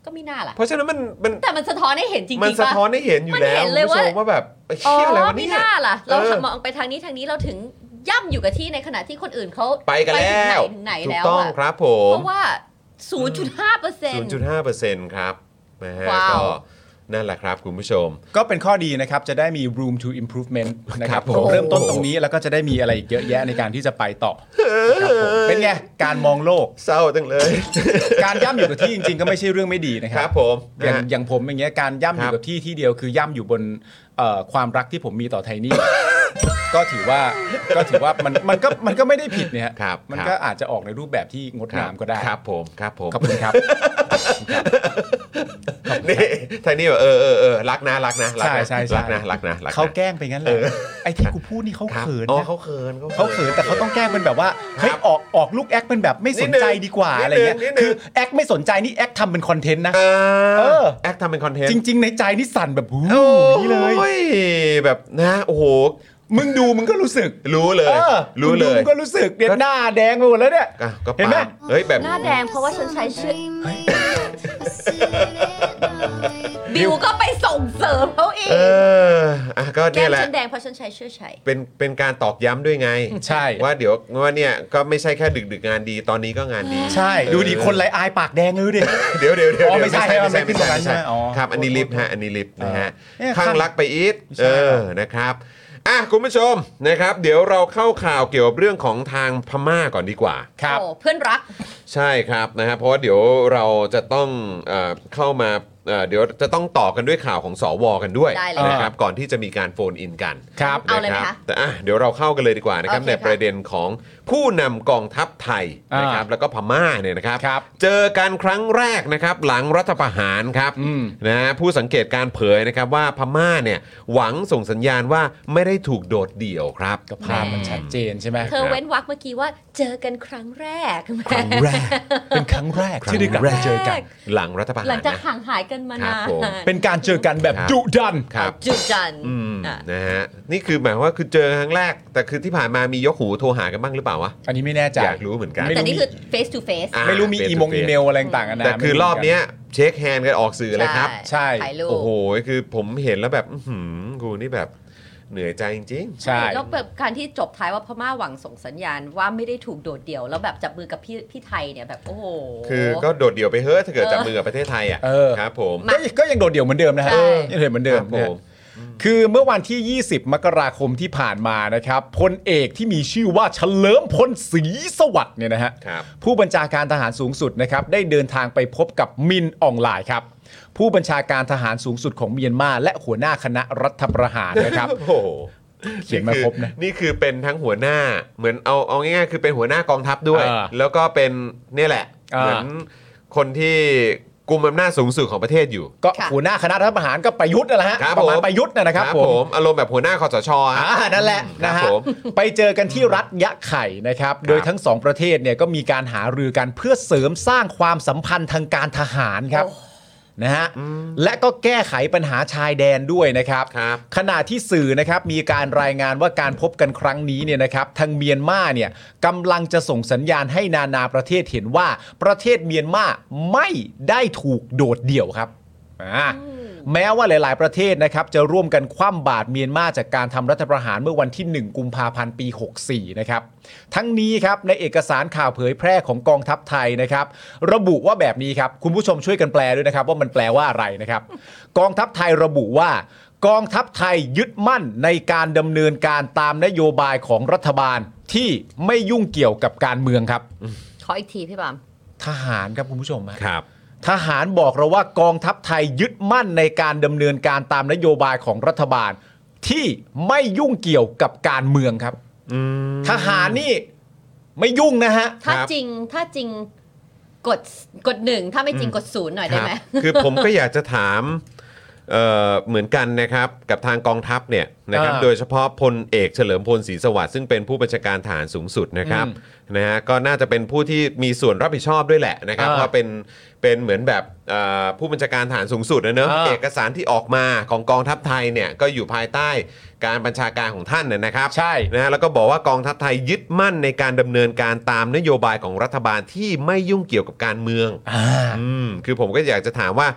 Speaker 4: ก็ไม่น่าล่ะ
Speaker 2: เพราะฉะนั้นมันมัน
Speaker 4: แต่มันสะท้อนให้เห็นจริงๆ
Speaker 2: มันสะ
Speaker 4: ป่ะ
Speaker 2: ท้อนให้เห็นอยู่
Speaker 4: มัน
Speaker 2: แล้ว
Speaker 4: เห็น
Speaker 2: คุณ
Speaker 4: เลย
Speaker 2: ผู้ชม
Speaker 4: ว่า
Speaker 2: ว่าแบบไอ้
Speaker 4: อ๋อ
Speaker 2: เหี้ยอะไรวะ
Speaker 4: ไม่
Speaker 2: เนี่ย
Speaker 4: น่าล่ะ เรา
Speaker 2: เออ
Speaker 4: มองไปทางนี้ทางนี้เราถึงย่ำอยู่กับที่ในขณะที่คนอื่นเขา
Speaker 2: ไปกันแล้ว
Speaker 4: ถึงไหนถึง
Speaker 2: ถูก
Speaker 4: ไหนแล้ว
Speaker 2: ต้อง
Speaker 4: อะ
Speaker 2: ครับผม
Speaker 4: เพราะว่า 0.5%เปอร์เซ็นต์
Speaker 2: 0.5%ครับนะฮะ
Speaker 4: ว้าว
Speaker 2: ก็นั่นแหละครับคุณผู้ชม
Speaker 3: ก็เป็นข้อดีนะครับ จะได้มี room to improvement นะค
Speaker 2: ครั
Speaker 3: รั
Speaker 2: บบ ผม
Speaker 3: เริ่มต้นตรงนี้แล้วก็จะได้มีอะไรอีกเยอะแยะในการที่จะไปต่อครับผมเป็นไง การมองโลก
Speaker 2: เศร้าจังเลย
Speaker 3: การย่ำอยู่กับที่จริงๆ ก็ไม่ใช่เรื่องไม่ดีนะค
Speaker 2: ค
Speaker 3: รั
Speaker 2: รั
Speaker 3: บบ
Speaker 2: ผม
Speaker 3: อย่าง
Speaker 2: นะฮะ
Speaker 3: อย่างผมอย่างเงี้ยการย่ำอ
Speaker 2: ครั
Speaker 3: ยู่
Speaker 2: บ
Speaker 3: กับที่ที่เดียวคือย่ำอยู่บนเอ่อความรักที่ผมมีต่อไทนี่ ก็ถือว่าก็ถือว่ามันมันก็มันก็ไม่ได้ผิดเนี่ย
Speaker 2: ครับ
Speaker 3: มัน
Speaker 2: ครับ
Speaker 3: ก็อาจจะออกในรูปแบบที่งดงามก็ได้
Speaker 2: ครับผมครับผม
Speaker 3: ขอบคุณครับ
Speaker 2: นี่ไทนี่แบบเออเออเออรักนะรักนะรักนะ
Speaker 3: ใช่ใช่
Speaker 2: รักนะ
Speaker 3: ใช่
Speaker 2: รักนะรักนะ
Speaker 3: เขาแกล้งไปงั้นแหละไอ้ที่กูพูดนี่เขา
Speaker 2: ครับ
Speaker 3: เขิน
Speaker 2: อ๋อ
Speaker 3: นะ
Speaker 2: เขาเขิน
Speaker 3: เขาเขินแต่เขาต้องแกล้งเป็นแบบว่าเฮ้ยออกออกลูกแอคเป็นแบบไม่สนใจดีกว่าอะไรเงี้ยคือแอคไม่สนใจนี่แอคทำเป็นคอนเทนต์นะ
Speaker 2: เอ
Speaker 3: เอ
Speaker 2: อ
Speaker 3: อ
Speaker 2: แอคทำเป็นคอนเทนต์
Speaker 3: จริง ๆ ในใจนี่สั่นแบบหู
Speaker 2: โอ้
Speaker 3: นี่เลย
Speaker 2: ยแบบนะโอ้โห
Speaker 3: มึงดูมึงก็รู้สึก
Speaker 2: รู้เลย
Speaker 3: เออ
Speaker 2: รู้เล
Speaker 3: มึงดู
Speaker 2: ย
Speaker 3: มึงก็รู้สึกเดียหน้าแดงไปหมดแล้วเนี่ย
Speaker 2: อ่ะก็
Speaker 3: เห็นไหม
Speaker 2: ปาเฮ้ยแบบ
Speaker 4: หน้าแดงเพราะว่าฉันใช้ชื่อ
Speaker 6: I see it at night.
Speaker 4: บิวก็ไปส่ง เสริมเขาอีก
Speaker 2: เอออ่ะก็
Speaker 4: แก้
Speaker 2: เนี่ย
Speaker 4: ม
Speaker 2: แหละ
Speaker 4: ฉันแดงเพราะฉันใช้เชื่อใช้
Speaker 2: เป็นเป็นการตอกย้ำด้วยไง
Speaker 3: ใช่
Speaker 2: ว่าเดี๋ยวว่าเนี่ยก็ไม่ใช่แค่ดึกดึกๆงานดีตอนนี้ก็งานดี
Speaker 3: ใช่ ดูดิคนไรอายปากแดงเลยดิ
Speaker 2: เดี๋ยวเดี๋ยวเดี๋ยว
Speaker 3: อ๋อไม่ใช่
Speaker 2: เดี๋ยว
Speaker 3: ไม่ใช่
Speaker 2: ไม่ใช่ไม่ใช่
Speaker 3: ไม่ใช่ไม่ใช่อ๋อ
Speaker 2: ครับอันนี้ลิฟต์ฮะอันนี้ลิฟต์นะฮะ
Speaker 3: เออ
Speaker 2: ข้างรักไปอีท
Speaker 3: ไม่ใช่
Speaker 2: เออนะครับอ่ะคุณผู้ชมนะครับ เดี๋ยวเราเข้าข่าวเกี่ยวกับเรื่องของทางพม่าก่อนดีกว่า
Speaker 3: ครับ
Speaker 4: โอ้เพื่อนรัก
Speaker 2: ใช่ครับนะฮะเพราะว่าเดี๋ยวเราจะต้องเอ่อเข้ามาเอ่อเดี๋ยวจะต้องต่อกันด้วยข่าวของสวกันด้วย
Speaker 4: ได้เลย
Speaker 2: นะครับก่อนที่จะมีการโฟนอินกัน
Speaker 3: ครับ
Speaker 4: เอาเลยไหม
Speaker 2: น
Speaker 4: คะ
Speaker 2: รับแต่อ่ะเดี๋ยวเราเข้ากันเลยดีกว่านะครับ
Speaker 4: โอเค
Speaker 2: ใน
Speaker 4: ค่ะ
Speaker 2: ประเด็นของผู้นำกองทัพไทยนะครับแล้วก็พม่าเนี่ยนะครับ
Speaker 3: ครับ
Speaker 2: เจอกันครั้งแรกนะครับหลังรัฐประหารครับ
Speaker 3: อืม
Speaker 2: นะฮะผู้สังเกตการเผยนะครับว่าพม่าเนี่ยหวังส่งสัญญาณว่าไม่ได้ถูกโดดเดี่ยวครับ
Speaker 3: ก็ภาพมันชัดเจนใช่ไหม
Speaker 4: เธอเว้นวักเมื่อกี้ว่าเจอกันครั้งแรก
Speaker 2: ครั้งแรก
Speaker 3: เป็นครั้งแรก
Speaker 2: ครั้ง
Speaker 3: ที่ได้กลับ
Speaker 2: แร
Speaker 3: มาก เจอกัน
Speaker 2: หลังรัฐประหาร
Speaker 4: หลังจาก
Speaker 2: นะ
Speaker 4: ห่างหายกันมา
Speaker 2: ครับ
Speaker 4: นาน
Speaker 2: ผม
Speaker 3: เป็นการเจอกันแบบ
Speaker 2: ครับ
Speaker 3: ดุดัน
Speaker 2: ครับ
Speaker 4: จุดจันทร์
Speaker 2: อืม
Speaker 4: อ่ะ
Speaker 2: นะฮะนี่คือหมายว่าคือเจอครั้งแรก แต่คือที่ผ่านมามียกหูโทรหากันบ้างหรือเปล่าวะ
Speaker 3: อันนี้ไม่แน่ใจ
Speaker 2: อยากรู้เหมือนกัน
Speaker 3: ไม่
Speaker 4: แต่นี่คือ face to face
Speaker 2: อ่ะ
Speaker 3: ไม่รู้มี
Speaker 2: เป็น
Speaker 3: อีมง
Speaker 2: เป็น
Speaker 3: อีเมลอะไรต่างกันนะ
Speaker 2: แต่คือรอบเนี้ยเช็คแฮนด์กันออกสื่อเลยครับ
Speaker 3: ใช่
Speaker 4: ถ่ายรูป
Speaker 2: โอ้โห คือผมเห็นแล้วแบบ อื้อหือกูนี่แบบเหนื่อยใจจริง
Speaker 3: ใช่
Speaker 4: แล้วแบบการที่จบท้ายว่าพม่าหวังส่งสัญญาณว่าไม่ได้ถูกโดดเดี่ยว แล้วแบบจับมือกับพี่พี่ไทยเนี่ยแบบโอ้โห
Speaker 2: ๆ คือก็โดดเดี่ยวไปเฮ้อะถ้าเกิดจับมือกับประเทศไทยอ่ะ
Speaker 3: เออ
Speaker 2: ครับผม
Speaker 3: ก็ก็ยังโดดเดี่ยวเหมือนเดิมนะฮะ
Speaker 4: ใช่
Speaker 3: ยังเห็นเหมือนเดิ
Speaker 2: ค
Speaker 3: ม
Speaker 2: รับผ
Speaker 3: นะฮะ
Speaker 2: ม
Speaker 3: คือเมื่อวันที่ 20 มกราคมที่ผ่านมานะครับพลเอกที่มีชื่อว่าเฉลิมพลศรีสวัสดิ์เนี่ยนะฮะ
Speaker 2: ครับ
Speaker 3: ผู้บัญชาการทหารสูงสุดนะครับได้เดินทางไปพบกับมินอองหลายครับ ผู้บัญชาการทหารสูงสุดของเมียนมาและหัวหน้าคณะรัฐประหารนะครับ
Speaker 2: โอ้โห
Speaker 3: เขียนมาครบนะ
Speaker 2: นี่คือเป็นทั้งหัวหน้าเหมือนเอาเอาง่ายๆคือเป็นหัวหน้ากองทัพด้วย
Speaker 3: เออ
Speaker 2: แล้วก็เป็นเนี่ยแหละ
Speaker 3: เออ
Speaker 2: เหมือนคนที่กุมอำนาจสูงสุดของประเทศอยู่
Speaker 3: ก็
Speaker 4: ค่ะ
Speaker 3: หัวหน้าคณะรัฐประหารก็ประยุทธ์นั่นแหละฮะ
Speaker 2: ครับ
Speaker 3: ประมาณ
Speaker 2: ผม
Speaker 3: ประยุทธ์นะนะครับผม
Speaker 2: อารมณ์แบบหัวหน้าคอสชฮะ
Speaker 3: อ่านั่นแหละ
Speaker 2: ครั
Speaker 3: นะ
Speaker 2: บ
Speaker 3: ฮะ
Speaker 2: ผม
Speaker 3: ไปเจอกันที่รัฐยะไข่นะครับ โดยทั้งสองประเทศเนี่ยก็มีการหารือกันเพื่อเสริมสร้างความสัมพันธ์ทางการทหารครับ
Speaker 4: โอ้
Speaker 3: นะฮะและก็แก้ไขปัญหาชายแดนด้วยนะครับ
Speaker 2: ครับ
Speaker 3: ขณะที่สื่อนะครับมีการรายงานว่าการพบกันครั้งนี้เนี่ยนะครับทางเมียนมาเนี่ยกำลังจะส่งสัญญาณให้นานาประเทศเห็นว่าประเทศเมียนมาไม่ได้ถูกโดดเดี่ยวครับอ่า แม้ว่าหลาย ๆ ประเทศนะครับจะร่วมกันคว่ำบาตรเมียนมาจากการทำรัฐประหารเมื่อวันที่ 1 กุมภาพันธ์ปี 64 นะครับ ทั้งนี้ครับในเอกสารข่าวเผยแพร่ของกองทัพไทยนะครับ ระบุว่าแบบนี้ครับ คุณผู้ชมช่วยกันแปลด้วยนะครับ ว่ามันแปลว่าอะไรนะครับ กองทัพไทยระบุว่า กองทัพไทยยึดมั่นในการดำเนินการตามนโยบายของรัฐบาลที่ไม่ยุ่งเกี่ยวกับการเมืองครับ
Speaker 4: ขออีกทีพี่บาม
Speaker 3: ทหารครับคุณผู้ชมฮะ
Speaker 2: ครับ
Speaker 3: ทหารบอกเราว่ากองทัพไทยยึดมั่นในการดำเนินการตามนโยบายของรัฐบาล ที่ไม่ยุ่งเกี่ยวกับการเมืองครับ
Speaker 2: อืม
Speaker 3: ทหารนี่ไม่ยุ่งนะฮะ
Speaker 4: ถ้า
Speaker 2: ครับ
Speaker 4: จริงถ้าจริงกดกดหนึ่งถ้าไม่จริงกดศูนย์หน่อยได้ไหม
Speaker 2: ครับคือผมก็อยากจะถามเอ่อเหมือนกันนะครับกับทางกองทัพเนี่ยนะครับ
Speaker 3: อ่า
Speaker 2: โดยเฉพาะพลเอกเฉลิมพลศรีสวัสดิ์ซึ่งเป็นผู้บัญชาการฐานสูงสุดนะครับ
Speaker 3: อื
Speaker 2: นะฮะก็น่าจะเป็นผู้ที่มีส่วนรับผิดชอบด้วยแหละนะครับ
Speaker 3: อ่า
Speaker 2: ว่าเป็นเป็นเหมือนแบบเอ่อผู้บัญชาการฐานสูงสุดนะเนอะ
Speaker 3: อ่า
Speaker 2: เอกสารที่ออกมาของกองทัพไทยเนี่ยก็อยู่ภายใต้การบัญชาการของท่านนะนะครับ
Speaker 3: ใช่
Speaker 2: นะฮะแล้วก็บอกว่ากองทัพไทยยึดมั่นในการดำเนินการตามนโยบายของรัฐบาลที่ไม่ยุ่งเกี่ยวกับการเมือง
Speaker 3: อ่า
Speaker 2: อืมคือผมก็อยากจะถามว่า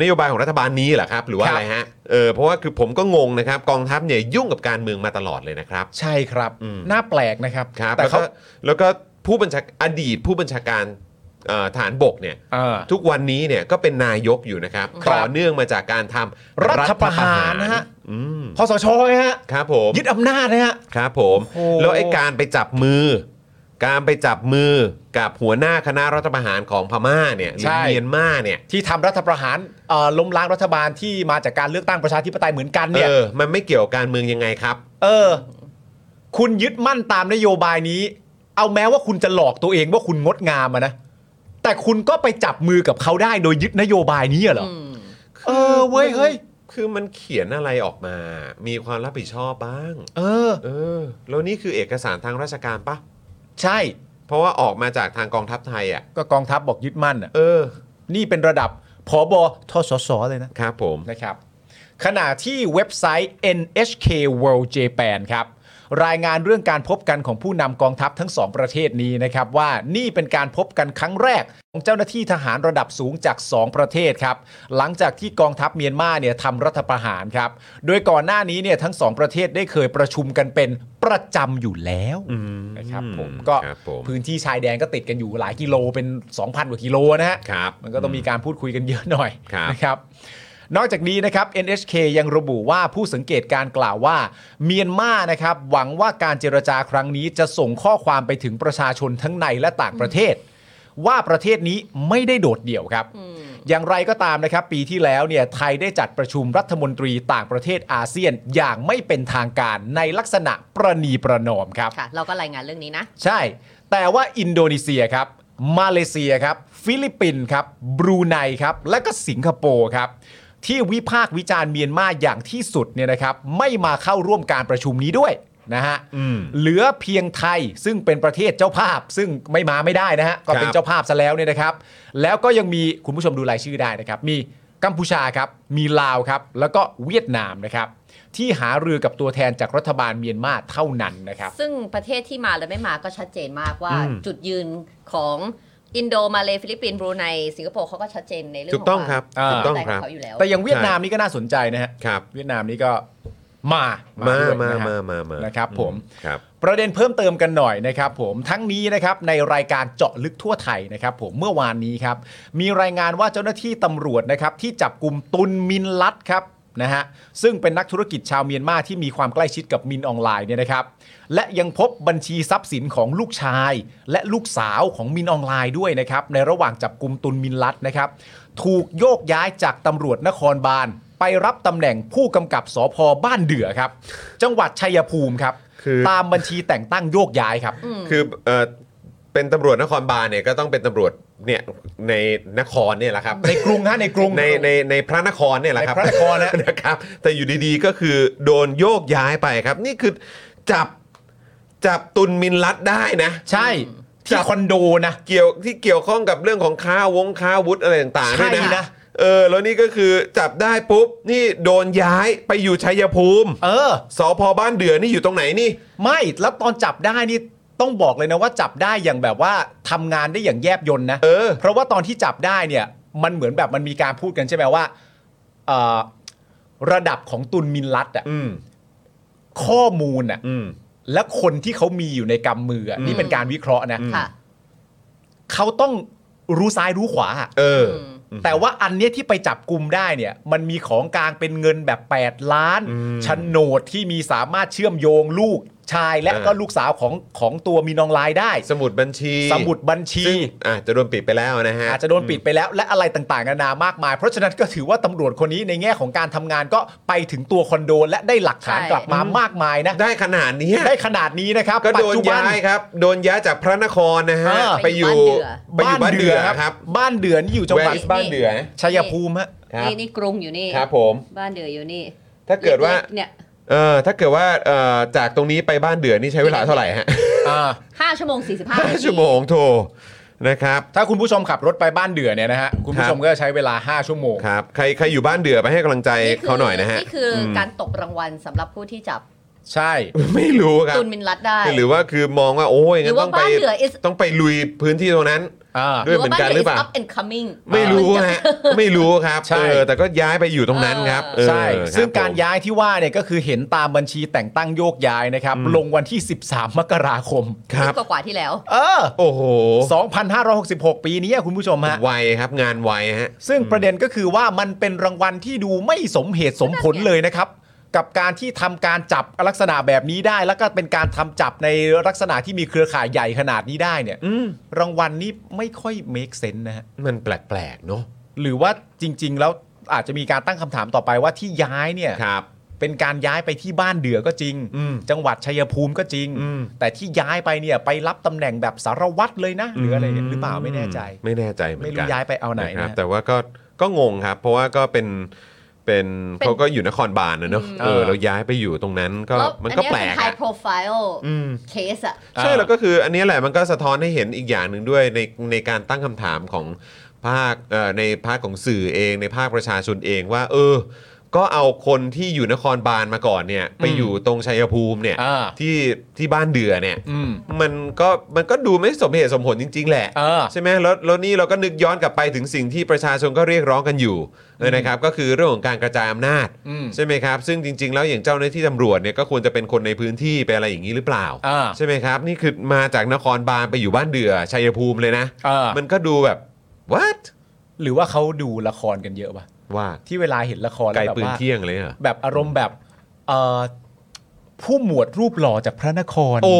Speaker 2: นโยบายของรัฐบาลนี้เหรอครับ หรือว่า
Speaker 3: ครับ
Speaker 2: อะไรฮะเออเพราะว่าคือผมก็งงนะครับ กองทัพเนี่ยยุ่งกับการเมืองมาตลอดเลยนะครับ
Speaker 3: ใช่ครับ
Speaker 2: อืม
Speaker 3: น่าแปลกนะครับ
Speaker 2: ครับ
Speaker 3: แต่
Speaker 2: แล้ว
Speaker 3: เขา
Speaker 2: ก็แล้วก็ผู้บัญชาอดีตผู้บัญชาการเอ่อฐานบกเนี่ย
Speaker 3: เออ
Speaker 2: ทุกวันนี้เนี่ยก็เป็นนายกอยู่นะครับ
Speaker 3: ครับ
Speaker 2: ต่อเนื่องมาจากการทำ
Speaker 3: รัฐประหารนะฮะ
Speaker 2: อืม
Speaker 3: พอสชไงฮะ
Speaker 2: ครับผม
Speaker 3: ยึดอำนาจนะฮะ
Speaker 2: ครับผม
Speaker 3: โอ้โห
Speaker 2: แล้วไอ้การไปจับมือ การไปจับมือกับหัวหน้าคณะรัฐประหารของพม่าเนี่ยหรือเมียนมาเนี่ย
Speaker 3: ที่ทำรัฐประหารเอ่อล้มล้างรัฐบาลที่มาจากการเลือกตั้งประชาธิปไตยเหมือนกันเนี่ย
Speaker 2: เออ มันไม่เกี่ยวกับการเมืองยังไงครับ
Speaker 3: เออ คุณยึดมั่นตามนโยบายนี้ เอาแม้ว่าคุณจะหลอกตัวเองว่าคุณงดงามอะนะ แต่คุณก็ไปจับมือกับเขาได้โดยยึดนโยบายนี้อะเหรอ เออเว้ยเฮ้ย
Speaker 2: คือมันเขียนอะไรออกมา มีความรับผิดชอบบ้าง
Speaker 3: เออ
Speaker 2: เออ แล้วนี่คือเอกสารทางราชการปะ
Speaker 3: ใช่
Speaker 2: เพราะว่าออกมาจากทางกองทัพไทยอ่ะ
Speaker 3: ก็กองทัพบอกยึดมั่นอะ
Speaker 2: เออ
Speaker 3: นี่เป็นระดับผอบทสสเลยนะ
Speaker 2: ครับผม
Speaker 3: นะครับขณะที่เว็บไซต์ NHK World Japan ครับ รายงานเรื่องการพบกันของผู้นำกองทัพทั้งสองประเทศนี้นะครับว่านี่เป็นการพบกันครั้งแรก ของเจ้าหน้าที่ทหารระดับสูงจาก 2 ประเทศครับ หลังจากที่กองทัพเมียนมาเนี่ยทำรัฐประหารครับ โดยก่อนหน้านี้เนี่ยทั้งสองประเทศได้เคยประชุมกันเป็นประจำอยู่แล้วนะครับผมก็
Speaker 2: ครับผม
Speaker 3: พื้นที่ชายแดนก็ติดกันอยู่หลายกิโลเป็น 2,000 กว่ากิโลนะฮะ
Speaker 2: ครับ
Speaker 3: มันก็ต้องมีการพูดคุยกันเยอะหน่อย
Speaker 2: ครับ
Speaker 3: นะครับ นอกจากนี้นะครับ NHK ยังระบุว่าผู้สังเกตการณ์กล่าวว่า เมียนมานะครับ หวังว่าการเจรจาครั้งนี้จะส่งข้อความไปถึงประชาชนทั้งในและต่างประเทศ ว่าประเทศนี้ไม่ได้โดดเดี่ยวครับ อย่างไรก็ตามนะครับ ปีที่แล้วเนี่ยไทยได้จัดประชุมรัฐมนตรีต่างประเทศอาเซียนอย่างไม่เป็นทางการในลักษณะประนีประนอมครับ
Speaker 4: ค่ะ เราก็รายงานเรื่องนี้นะ
Speaker 3: ใช่ แต่ว่าอินโดนีเซียครับ มาเลเซียครับ ฟิลิปปินส์ครับ บรูไนครับ และก็สิงคโปร์ครับ ที่วิพากษ์วิจารณ์เมียนมาอย่างที่สุดเนี่ยนะครับ ไม่มาเข้าร่วมการประชุมนี้ด้วยนะฮะ เหลือเพียงไทยซึ่งเป็นประเทศเจ้าภาพ ซึ่งไม่มาไม่ได้นะฮะ ก็เป็
Speaker 2: คน รับ
Speaker 3: เจ้าภาพซะแล้วเนี่ยนะครับ แล้วก็ยังมีคุณผู้ชมดูรายชื่อได้นะครับ มีกัมพูชาครับ มีลาวครับ แล้วก็เวียดนามนะครับ ที่หารือกับตัวแทนจากรัฐบาลเมียนมาเท่านั้นนะครับ
Speaker 4: ซึ่งประเทศที่มาและไม่มาก็ชัดเจนมากว่า จุดยืนของอินโดมาเลฟิลิปปินส์บรูไนสิงคโปร์เขาก็ชัดเจนในเรื่อง
Speaker 2: ถูกต้อง
Speaker 4: วาม
Speaker 2: ครับ
Speaker 3: อ่า
Speaker 2: ถูกต้อง
Speaker 4: แตก
Speaker 2: ครับ
Speaker 4: เขาอยู่แล้ว
Speaker 3: แต่อย่างเวียดนามนี่ก็น่าสนใจนะฮะ
Speaker 2: ครับ
Speaker 3: เวียดนามนี่ก็มา
Speaker 2: มา
Speaker 3: ด้วย
Speaker 2: มา
Speaker 3: นะฮะ
Speaker 2: มา มามา
Speaker 3: นะครับผม
Speaker 2: ครับ
Speaker 3: ประเด็นเพิ่มเติมกันหน่อยนะครับผมทั้งนี้นะครับในรายการเจาะลึกทั่วไทยนะครับผมเมื่อวานนี้ครับมีรายงานว่าเจ้าหน้าที่ตำรวจนะครับที่จับกลุ่มตุนมินลัดครับนะฮะซึ่งเป็นนักธุรกิจชาวเมียนมาที่มีความใกล้ชิดกับมินออนไลน์เนี่ยนะครับและยังพบบัญชีทรัพย์สินของลูกชาย และลูกสาวของมินออนไลน์ด้วยนะครับในระหว่างจับกลุ่มตุนมินลัดนะครับถูกโยกย้ายจากตำรวจนครบาล ไปรับตำแหน่งผู้กำกับสพบ้านเดือครับ จังหวัดชัยภูมิครับ
Speaker 2: คือ
Speaker 3: ตามบัญชีแต่งตั้งโยกย้ายครับ
Speaker 2: คือเอ่อเป็นตำรวจนครบาลเนี่ยก็ต้องเป็นตำรวจเนี่ยในนครเนี่ยแหละครับ
Speaker 3: ในกรุงฮะในกรุง
Speaker 2: ในในในพระนครเนี่ยแหละครับ
Speaker 3: ในพระนครนะ
Speaker 2: นะครับแต่อยู่ดีๆก็คือโดนโยกย้ายไปครับ นี่คือจับจับตุนมินลัดได้นะ
Speaker 3: ใช่ที่คอนโดนะ
Speaker 2: เกี่ยวที่เกี่ยวข้องกับเรื่องของค้าวงค้าวุธอะไรต่างๆด้วย
Speaker 3: ใช่
Speaker 2: นะ
Speaker 3: นะ
Speaker 2: เออแล้วนี่ก็คือจับได้ปุ๊บนี่โดนย้ายไปอยู่ชัยภูมิ
Speaker 3: เออ
Speaker 2: สพบ้านเดือนี่อยู่ตรงไหนนี่
Speaker 3: ไม่แล้วตอนจับได้นี่ต้องบอกเลยนะว่าจับได้อย่างแบบว่าทำงานได้อย่างแยบยนนะ
Speaker 2: เออ
Speaker 3: ราะว่าตอนที่จับได้เนี่ย มันเหมือนแบบมันมีการพูดกันใช่ไหมว่าเอ่อระดับของตุนมินลัดอะ
Speaker 2: อืม
Speaker 3: ข้อมูลอะ
Speaker 2: อืม
Speaker 3: และคนที่เขามีอยู่ในกำมืออะนี่เป็นการวิเคราะห์นะ
Speaker 4: ค่ะ
Speaker 3: เขาต้องรู้ซ้ายรู้ขวาอะ
Speaker 2: เออ
Speaker 4: ม
Speaker 3: แต่ว่าอันเนี้ยที่ไปจับกลุ่มได้เนี่ย มันมีของกลางเป็นเงินแบบ 8 ล้าน
Speaker 2: อืม
Speaker 3: โฉนดที่มีสามารถเชื่อมโยงลูกชายและ
Speaker 2: อ่า
Speaker 3: ก็ลูกสาวของของตัวมีนองลายได้
Speaker 2: สมุดบัญชี
Speaker 3: สมุดบัญชี
Speaker 2: ซึ่งอาจจะโดนปิดไปแล้วนะฮะ
Speaker 3: อาจจะโดนปิดไปแล้วและอะไรต่างๆนานามากมาย เพราะฉะนั้นก็ถือว่าตำรวจคนนี้ในแง่ของการทำงานก็ไปถึงตัวคอนโด และได้หลักฐาน
Speaker 4: ใช่
Speaker 3: กลับมามากมายนะ
Speaker 2: ได้ขนาดนี้
Speaker 3: ได้ขนาดนี้นะครับ
Speaker 2: ก็
Speaker 3: ปั
Speaker 2: โด
Speaker 3: จ
Speaker 2: น
Speaker 3: จุบัน
Speaker 2: ย้ายครับ โดนย้ายจากพระนครนะฮะ
Speaker 3: เออ
Speaker 2: ไปอยู่ไปอยู่บ้านเดือครับ
Speaker 3: บ้านเดือนี่อยู่จังหวัด
Speaker 4: แว
Speaker 2: บ้านเดือนะ
Speaker 3: ชัยภูมิฮะ
Speaker 2: ครับ
Speaker 4: นี่นี่กรุงอยู่นี่
Speaker 2: ครับผม
Speaker 4: บ้านเดืออยู่นี่
Speaker 2: ถ้าเกิดว่า
Speaker 4: ล็ๆเนี่ย
Speaker 2: เออถ้าเกิดว่าเอ่อจากตรงนี้ไปบ้านเดือนี่ใช้เวลาเท่าไหร่ฮะ
Speaker 4: ห้าชั่วโมงสี่สิบห้า
Speaker 2: ห้าชั่วโมงโทนะครับ
Speaker 3: ถ้าคุณผู้ชมขับรถไปบ้านเดือเนี่ยนะฮะคุณผู้ชมก็จะใช้เวลา 5 ชั่วโมง
Speaker 2: ครับ ใครใครอยู่บ้านเดือไปให้กำลังใจเขาหน่อยนะฮะ
Speaker 4: นี่คือการตกรางวัลสำหรับผู้ที่จับ
Speaker 3: ใช่
Speaker 2: ไม่รู้ครับ
Speaker 4: ตุนมินลัดได้
Speaker 2: หรือว่าคือมองว่าโอ้ย
Speaker 4: หรื
Speaker 2: งั้น
Speaker 4: อว่า
Speaker 2: ต้องไป
Speaker 4: บ้านเดือ is-
Speaker 2: ต้องไปลุยพื้นที่ตรงนั้น
Speaker 3: อ่า
Speaker 2: ด้วยเหมือนกันหรือเปล่า
Speaker 4: ว่บ้น is up and coming
Speaker 2: ไม่รู้ฮะ ไม่รู้ครับ
Speaker 3: ใช่
Speaker 2: เออแต่ก็ย้ายไปอยู่ตรงนั้นครับเออ
Speaker 3: ใช่
Speaker 2: คบ
Speaker 3: ซึ่งการ
Speaker 2: ผม
Speaker 3: ย้ายที่ว่าเนี่ยก็คือเห็นตามบัญชีแต่งตั้งโยกย้ายนะครับ ลงวันที่ 13 มกราคม
Speaker 2: ครับ
Speaker 4: กว่ากว่าๆที่แล้ว
Speaker 3: เออ
Speaker 2: โอ้โห
Speaker 3: 2,566 ปีนี้อะคุณผู้ชมฮะ
Speaker 2: ไวครับงานไวฮะ
Speaker 3: ซึ่งประเด็นก็คือว่ามันเป็นรางวัลที่ดูไม่สมเหตุสมผลเลยนะครับ กับการที่ทำการจับลักษณะแบบนี้ได้ แล้วก็เป็นการทำจับในลักษณะที่มีเครือข่ายใหญ่ขนาดนี้ได้เนี่ย
Speaker 2: อืม
Speaker 3: รางวัลนี้ไม่ค่อย make sense นะฮะ
Speaker 2: มันแปลกๆเนาะ
Speaker 3: หรือว่าจริง ๆ แล้วอาจจะมีการตั้งคำถามต่อไปว่าที่ย้ายเนี่ย
Speaker 2: ครับ
Speaker 3: เป็นการย้ายไปที่บ้านเดือก็จริง
Speaker 2: อืม
Speaker 3: จังหวัดชัยภูมิก็จริง
Speaker 2: อืม
Speaker 3: แต่ที่ย้ายไปเนี่ยไปรับตำแหน่งแบบสารวัตรเลยนะ หรืออะไรอย่างเงี้ยหรือเปล่าไม่แน่ใจ
Speaker 2: ไม่แน่ใจเหมือนกัน
Speaker 3: ไม่รู้ย้ายไปเอาไหนนะ
Speaker 2: ะครับ แต่ว่าก็ก็งงครับ เพราะว่าก็เป็นเป็น
Speaker 4: เป็น
Speaker 2: เขาก็อยู่นครบาลนะเนอะ
Speaker 4: อืม
Speaker 2: เออ
Speaker 3: เออ
Speaker 2: เราย้ายไปอยู่ตรงนั้นก็
Speaker 4: ล้ว
Speaker 2: มันก็
Speaker 4: อั
Speaker 2: แปลก
Speaker 4: เยเป็น high
Speaker 2: อะ
Speaker 4: profile
Speaker 2: อืม
Speaker 4: case อะ
Speaker 2: ใช่แล้วก็คืออันนี้แหละมันก็สะท้อนให้เห็นอีกอย่างหนึ่งด้วยในในการตั้งคำถามของภาคเอ่อในภาคของสื่อเอง ในภาคประชาชนเองว่า เออ ก็เอาคนที่อยู่นครบาลมาก่อนเนี่ยไปอยู่ตรงชัยภูมิเนี่ย
Speaker 3: อ่า
Speaker 2: ที่ที่บ้านเดือเนี่ย
Speaker 3: อืม
Speaker 2: มันก็มันก็ดูไม่สมเหตุสมผลจริง ๆ แหละ
Speaker 3: เออ
Speaker 2: ใช่ไหมแล้วแล้วนี่เราก็นึกย้อนกลับไปถึงสิ่งที่ประชาชนก็เรียกร้องกันอยู่นะครับ ก็คือเรื่องของการกระจายอำนาจ
Speaker 3: อืม
Speaker 2: ใช่ไหมครับ ซึ่งจริง ๆ แล้วอย่างเจ้าหน้าที่ตำรวจเนี่ยก็ควรจะเป็นคนในพื้นที่เป็นอะไรอย่างนี้หรือเปล่า
Speaker 3: อ่า
Speaker 2: ใช่ไหมครับ นี่คือมาจากนครบาลไปอยู่บ้านเดือชัยภูมิเลยนะ
Speaker 3: อ่ามั
Speaker 2: มันก็ดูแบบ what
Speaker 3: หรือว่าเขาดูละครกันเยอะป่ะ
Speaker 2: ว่า
Speaker 3: ที่เวลาเห็นละครแล้
Speaker 2: ไก่
Speaker 3: วแบบ
Speaker 2: ปืน
Speaker 3: ว่า
Speaker 2: เที่ยงเลยเหรอ
Speaker 3: แบบอารมณ์แบบเอ่อผู้หมวดรูปหล่อจากพระนคร
Speaker 2: โอ้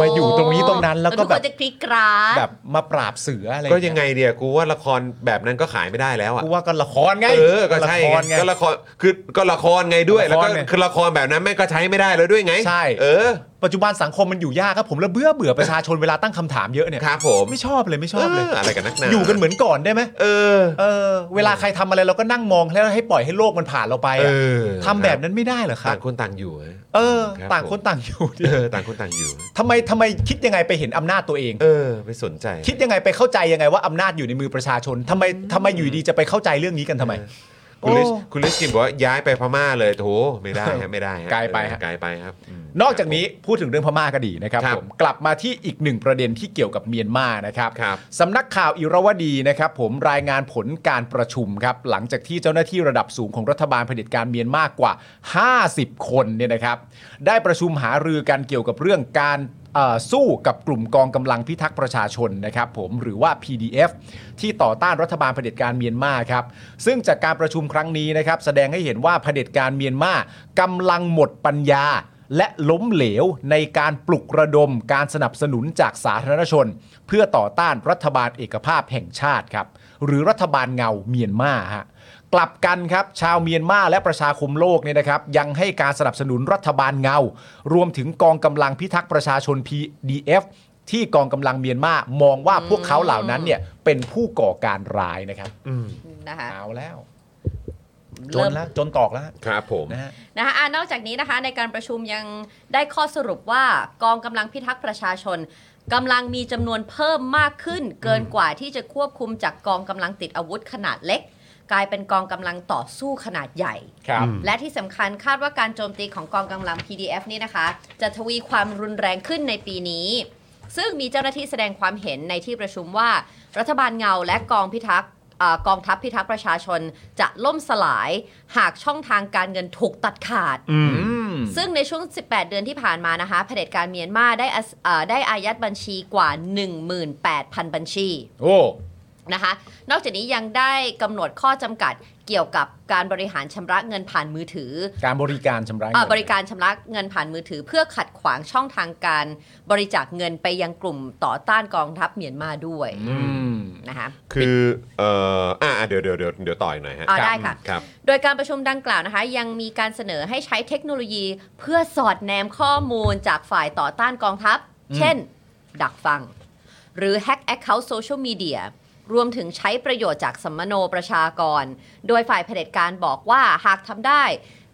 Speaker 3: มาอยู่ตรงนี้ตรงนั้นแล้วก็แบบ
Speaker 4: ทุคนจะกรีดกราด
Speaker 3: แบบมาปราบเสืออะไร
Speaker 2: ก็ยังไงเดียกูว่าละครแบบนั้นก็ขายไม่ได้แล้วอะ
Speaker 3: กูว่าก็ละครไง
Speaker 2: เออก็ใช่
Speaker 3: ละค
Speaker 2: ไง
Speaker 3: รไง
Speaker 2: ก็ละครคือก็ละครไงด้วย แล้วก็
Speaker 3: ละครไง
Speaker 2: คือละครแบบนั้นแม่งก็ใช้ไม่ได้แล้วด้วยไง
Speaker 3: ใช่
Speaker 2: เออ
Speaker 3: ปัจจุบันสังคมมันอยู่ยากครับผมแล้วเบื่อเบื่อประชาชนเวลาตั้งคำถามเยอะเนี่ย
Speaker 2: ครับผม
Speaker 3: ไม่ชอบเลยไม่ชอบเลย
Speaker 2: เอออะไรกันนักหนา
Speaker 3: อยู่กันเหมือนก่อนได้ไหม
Speaker 2: เออ
Speaker 3: เออ เวลาใครทำอะไรเราก็นั่งมองแล้วให้ปล่อยให้โลกมันผ่านเราไปอะ
Speaker 2: เออ
Speaker 3: ทำแบบนั้นไม่ได้เหรอครั
Speaker 2: ต่า
Speaker 3: บ
Speaker 2: งคนต่างอยู่ฮะ
Speaker 3: เออ
Speaker 2: รับ
Speaker 3: ต่างคน
Speaker 2: ผม
Speaker 3: ต่างอยู่ดิ
Speaker 2: เออต่างคนต่างอยู่
Speaker 3: ทำไมทำไมคิดยังไงไปเห็นอำนาจตัวเอง
Speaker 2: เออ ไปสนใจ
Speaker 3: คิดยังไงไปเข้าใจยังไงว่าอำนาจอยู่ในมือประชาชนทำไมทำไมอยู่ดีจะไปเข้าใจเรื่องนี้กันทำไม
Speaker 2: คุณลิช
Speaker 3: โอ้
Speaker 2: คุณลิชกิมบอกว่าย้ายไปพม่าเลยโถไม่ได้ ฮะไม่ได้ฮะ
Speaker 3: ไกลไปฮะ
Speaker 2: ไกลไปครับม
Speaker 3: นอกจากนี้พูดถึงเรื่องพม่าก็ดีนะครับ
Speaker 2: ครับ
Speaker 3: ผมกลับมาที่อีกหนึ่งประเด็นที่เกี่ยวกับเมียนมานะครับ
Speaker 2: ครับ
Speaker 3: สำนักข่าวอิรวดีนะครับ ผมรายงานผลการประชุมครับหลังจากที่เจ้าหน้าที่ระดับสูงของรัฐบาลเผด็จการเมียนมากกว่า 50 คนเนี่ยนะครับ ได้ประชุมหารือกันเกี่ยวกับเรื่องการเอ่อสู้กับกลุ่มกองกำลังพิทักษ์ประชาชนนะครับ ผมหรือว่า PDF ที่ต่อต้านรัฐบาลเผด็จการเมียนมาครับซึ่งจากการประชุมครั้งนี้นะครับ แสดงให้เห็นว่าเผด็จการเมียนมากำลังหมดปัญญา และล้มเหลวในการปลุกระดมการสนับสนุนจากสาธารณชน เพื่อต่อต้านรัฐบาลเอกภาพแห่งชาติครับ หรือรัฐบาลเงาเมียนมาฮะกลับกันครับ ชาวเมียนมาและประชาคมโลกเนี่ยนะครับ ยังให้การสนับสนุนรัฐบาลเงา รวมถึงกองกำลังพิทักษ์ประชาชน PDF ที่กองกำลังเมียนมามองว่าพวกเขาเหล่านั้นเนี่ยเป็นผู้ก่อการร้ายนะครับ
Speaker 4: นะคะ
Speaker 3: เอาแล้วจ
Speaker 4: เริ่
Speaker 3: น
Speaker 4: ม
Speaker 3: แล้วจนตอกแล้ว
Speaker 2: ครับผม
Speaker 3: นะฮะ
Speaker 4: นะคะอ่านอกจากนี้นะคะในการประชุมยังได้ข้อสรุปว่ากองกำลังพิทักษ์ประชาชนกำลังมีจำนวนเพิ่มมากขึ้น เกินกว่าที่จะควบคุมจากกองกำลังติดอาวุธขนาดเล็ก กลายเป็นกองกำลังต่อสู้ขนาดใหญ่
Speaker 3: ครับ
Speaker 4: และที่สำคัญคาดว่าการโจมตีของกองกำลัง PDF นี่นะคะ จะทวีความรุนแรงขึ้นในปีนี้ ซึ่งมีเจ้าหน้าที่แสดงความเห็นในที่ประชุมว่า รัฐบาลเงาและกองพิทักษ์เอ่อกองทัพพิทักษ์ประชาชนจะล่มสลายหากช่องทางการเงินถูกตัดขาด ซึ่งในช่วง 18 เดือนที่ผ่านมานะคะเผด็จการเมียนมาได้อาสเอ่อได้อายัดบัญชีกว่า 18,000 บัญชี
Speaker 3: โอ้
Speaker 4: นะคะ นอกจากนี้ยังได้กำหนดข้อจำกัดเกี่ยวกับการบริหารชำระเงินผ่านมือถือ
Speaker 3: การบริการชำระเงิ
Speaker 4: อ่าน บริการชำระเงินผ่านมือถือ เพื่อขัดขวางช่องทางการบริจาคเงินไปยังกลุ่มต่อต้านกองทัพเมียนมาด้วยนะคะ
Speaker 2: คือเอ่ออ่ะเดี๋ยวเดี๋ยวเดี๋ยวเดี๋ยวต่อยหน่อยฮะ
Speaker 4: อ่าได้ค่ะ
Speaker 2: ครับ
Speaker 4: โดยการประชุมดังกล่าวนะคะ ยังมีการเสนอให้ใช้เทคโนโลยี เพื่อสอดแนมข้อมูลจากฝ่ายต่อต้านกองทัพ เช่น ดักฟัง หรือแฮ็กแอคเคาท์โซเชียลมีเดียรวมถึงใช้ประโยชน์จากสัมมโนประชากร โดยฝ่ายเผด็จการบอกว่าหากทำได้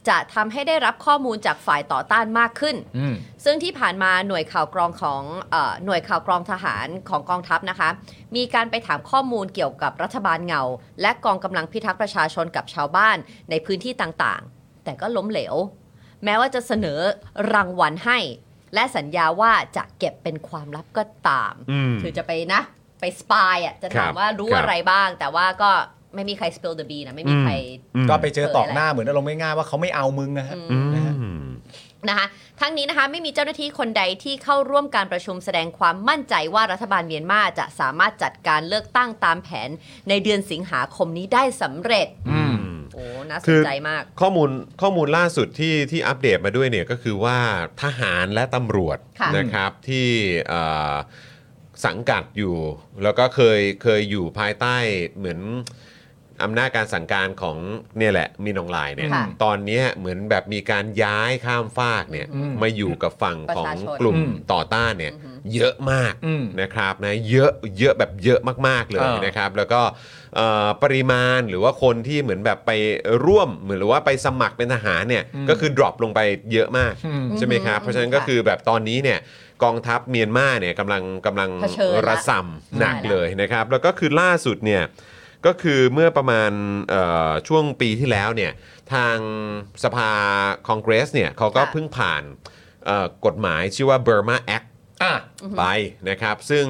Speaker 4: จะทำให้ได้รับข้อมูลจากฝ่ายต่อต้านมากขึ้น
Speaker 3: อืม
Speaker 4: ซึ่งที่ผ่านมาหน่วยข่าวกรองของเออหน่วยข่าวกรองทหารของกองทัพนะคะ มีการไปถามข้อมูลเกี่ยวกับรัฐบาลเงา และกองกำลังพิทักษ์ประชาชนกับชาวบ้านในพื้นที่ต่างๆ แต่ก็ล้มเหลว แม้ว่าจะเสนอรางวัลให้ และสัญญาว่าจะเก็บเป็นความลับก็ตาม
Speaker 2: อืม
Speaker 4: คือจะไปนะ ไปสปายอ่ะจะถา
Speaker 2: ค
Speaker 4: ม
Speaker 2: รับ
Speaker 4: ว่ารู้
Speaker 2: ครับ
Speaker 4: อะไรบ้าง แต่ว่าก็ไม่มีใคร spill the bean นะไม่มีใคร
Speaker 3: ก็ไปเจอตอกหน้าเหมือนอารมณ์ง่ายๆว่าเขาไม่เอามึงนะฮะนะฮะ
Speaker 2: อืม
Speaker 4: นะคะทั้งนี้นะคะไม่มีเจ้าหน้าที่คนใดที่เข้าร่วมการประชุมแสดงความมั่นใจว่ารัฐบาลเมียนมาจะสามารถจัดการเลือกตั้งตามแผนในเดือนสิงหาคมนี้ได้สำเร็จโอ้น่าส
Speaker 2: คื
Speaker 4: น
Speaker 2: อ
Speaker 4: ใจมาก
Speaker 2: ข้อมูลข้อมูลล่าสุดที่ที่อัปเดตมาด้วยเนี่ยก็คือว่าทหารและตำรวจ
Speaker 4: ค่ะ
Speaker 2: นะครับที่เอ่อสังกัดอยู่ แล้วก็เคยเคยอยู่ภายใต้เหมือนอำนาจการสั่งการของเนี่ยแหละมีนองลายเนี่ย
Speaker 4: ค่ะ
Speaker 2: ตอนเนี้ยเหมือนแบบมีการย้ายข้ามฟากเนี่ยมาอยู่กับฝั่งของกลุ่มต่อต้านเนี่ยเยอะมาก
Speaker 3: อืม
Speaker 2: นะครับนะเยอะเยอะแบบเยอะมากๆเลย
Speaker 3: อ่าน
Speaker 2: นะ นะครับแล้วก็เอ่อปริมาณหรือว่าคนที่เหมือนแบบไปร่วมเหมือนหรือว่าไปสมัครเป็นทหารเนี่ยก็คือดรอปลงไปเยอะมาก
Speaker 3: อืม
Speaker 2: ใช่ไหมครับ
Speaker 4: อืม
Speaker 2: เพราะฉะนั้นก็
Speaker 4: ค่ะ
Speaker 2: คือแบบตอนนี้เนี่ยกองทัพเมียนมาเนี่ยกำลังกำลัง
Speaker 4: เผชิญละ
Speaker 2: ระส่ำหนัก
Speaker 4: ใช่ละ
Speaker 2: เลยนะครับแล้วก็คือล่าสุดเนี่ย ก็คือเมื่อประมาณเอ่อช่วงปีที่แล้วเนี่ยทางสภาคองเกรสเนี่ยเขาก็
Speaker 4: ค่ะ
Speaker 2: เพิ่งผ่านเอ่อกฎหมายชื่อว่า Burma Act
Speaker 3: อ่ะ
Speaker 2: ไปนะครับ ซึ่ง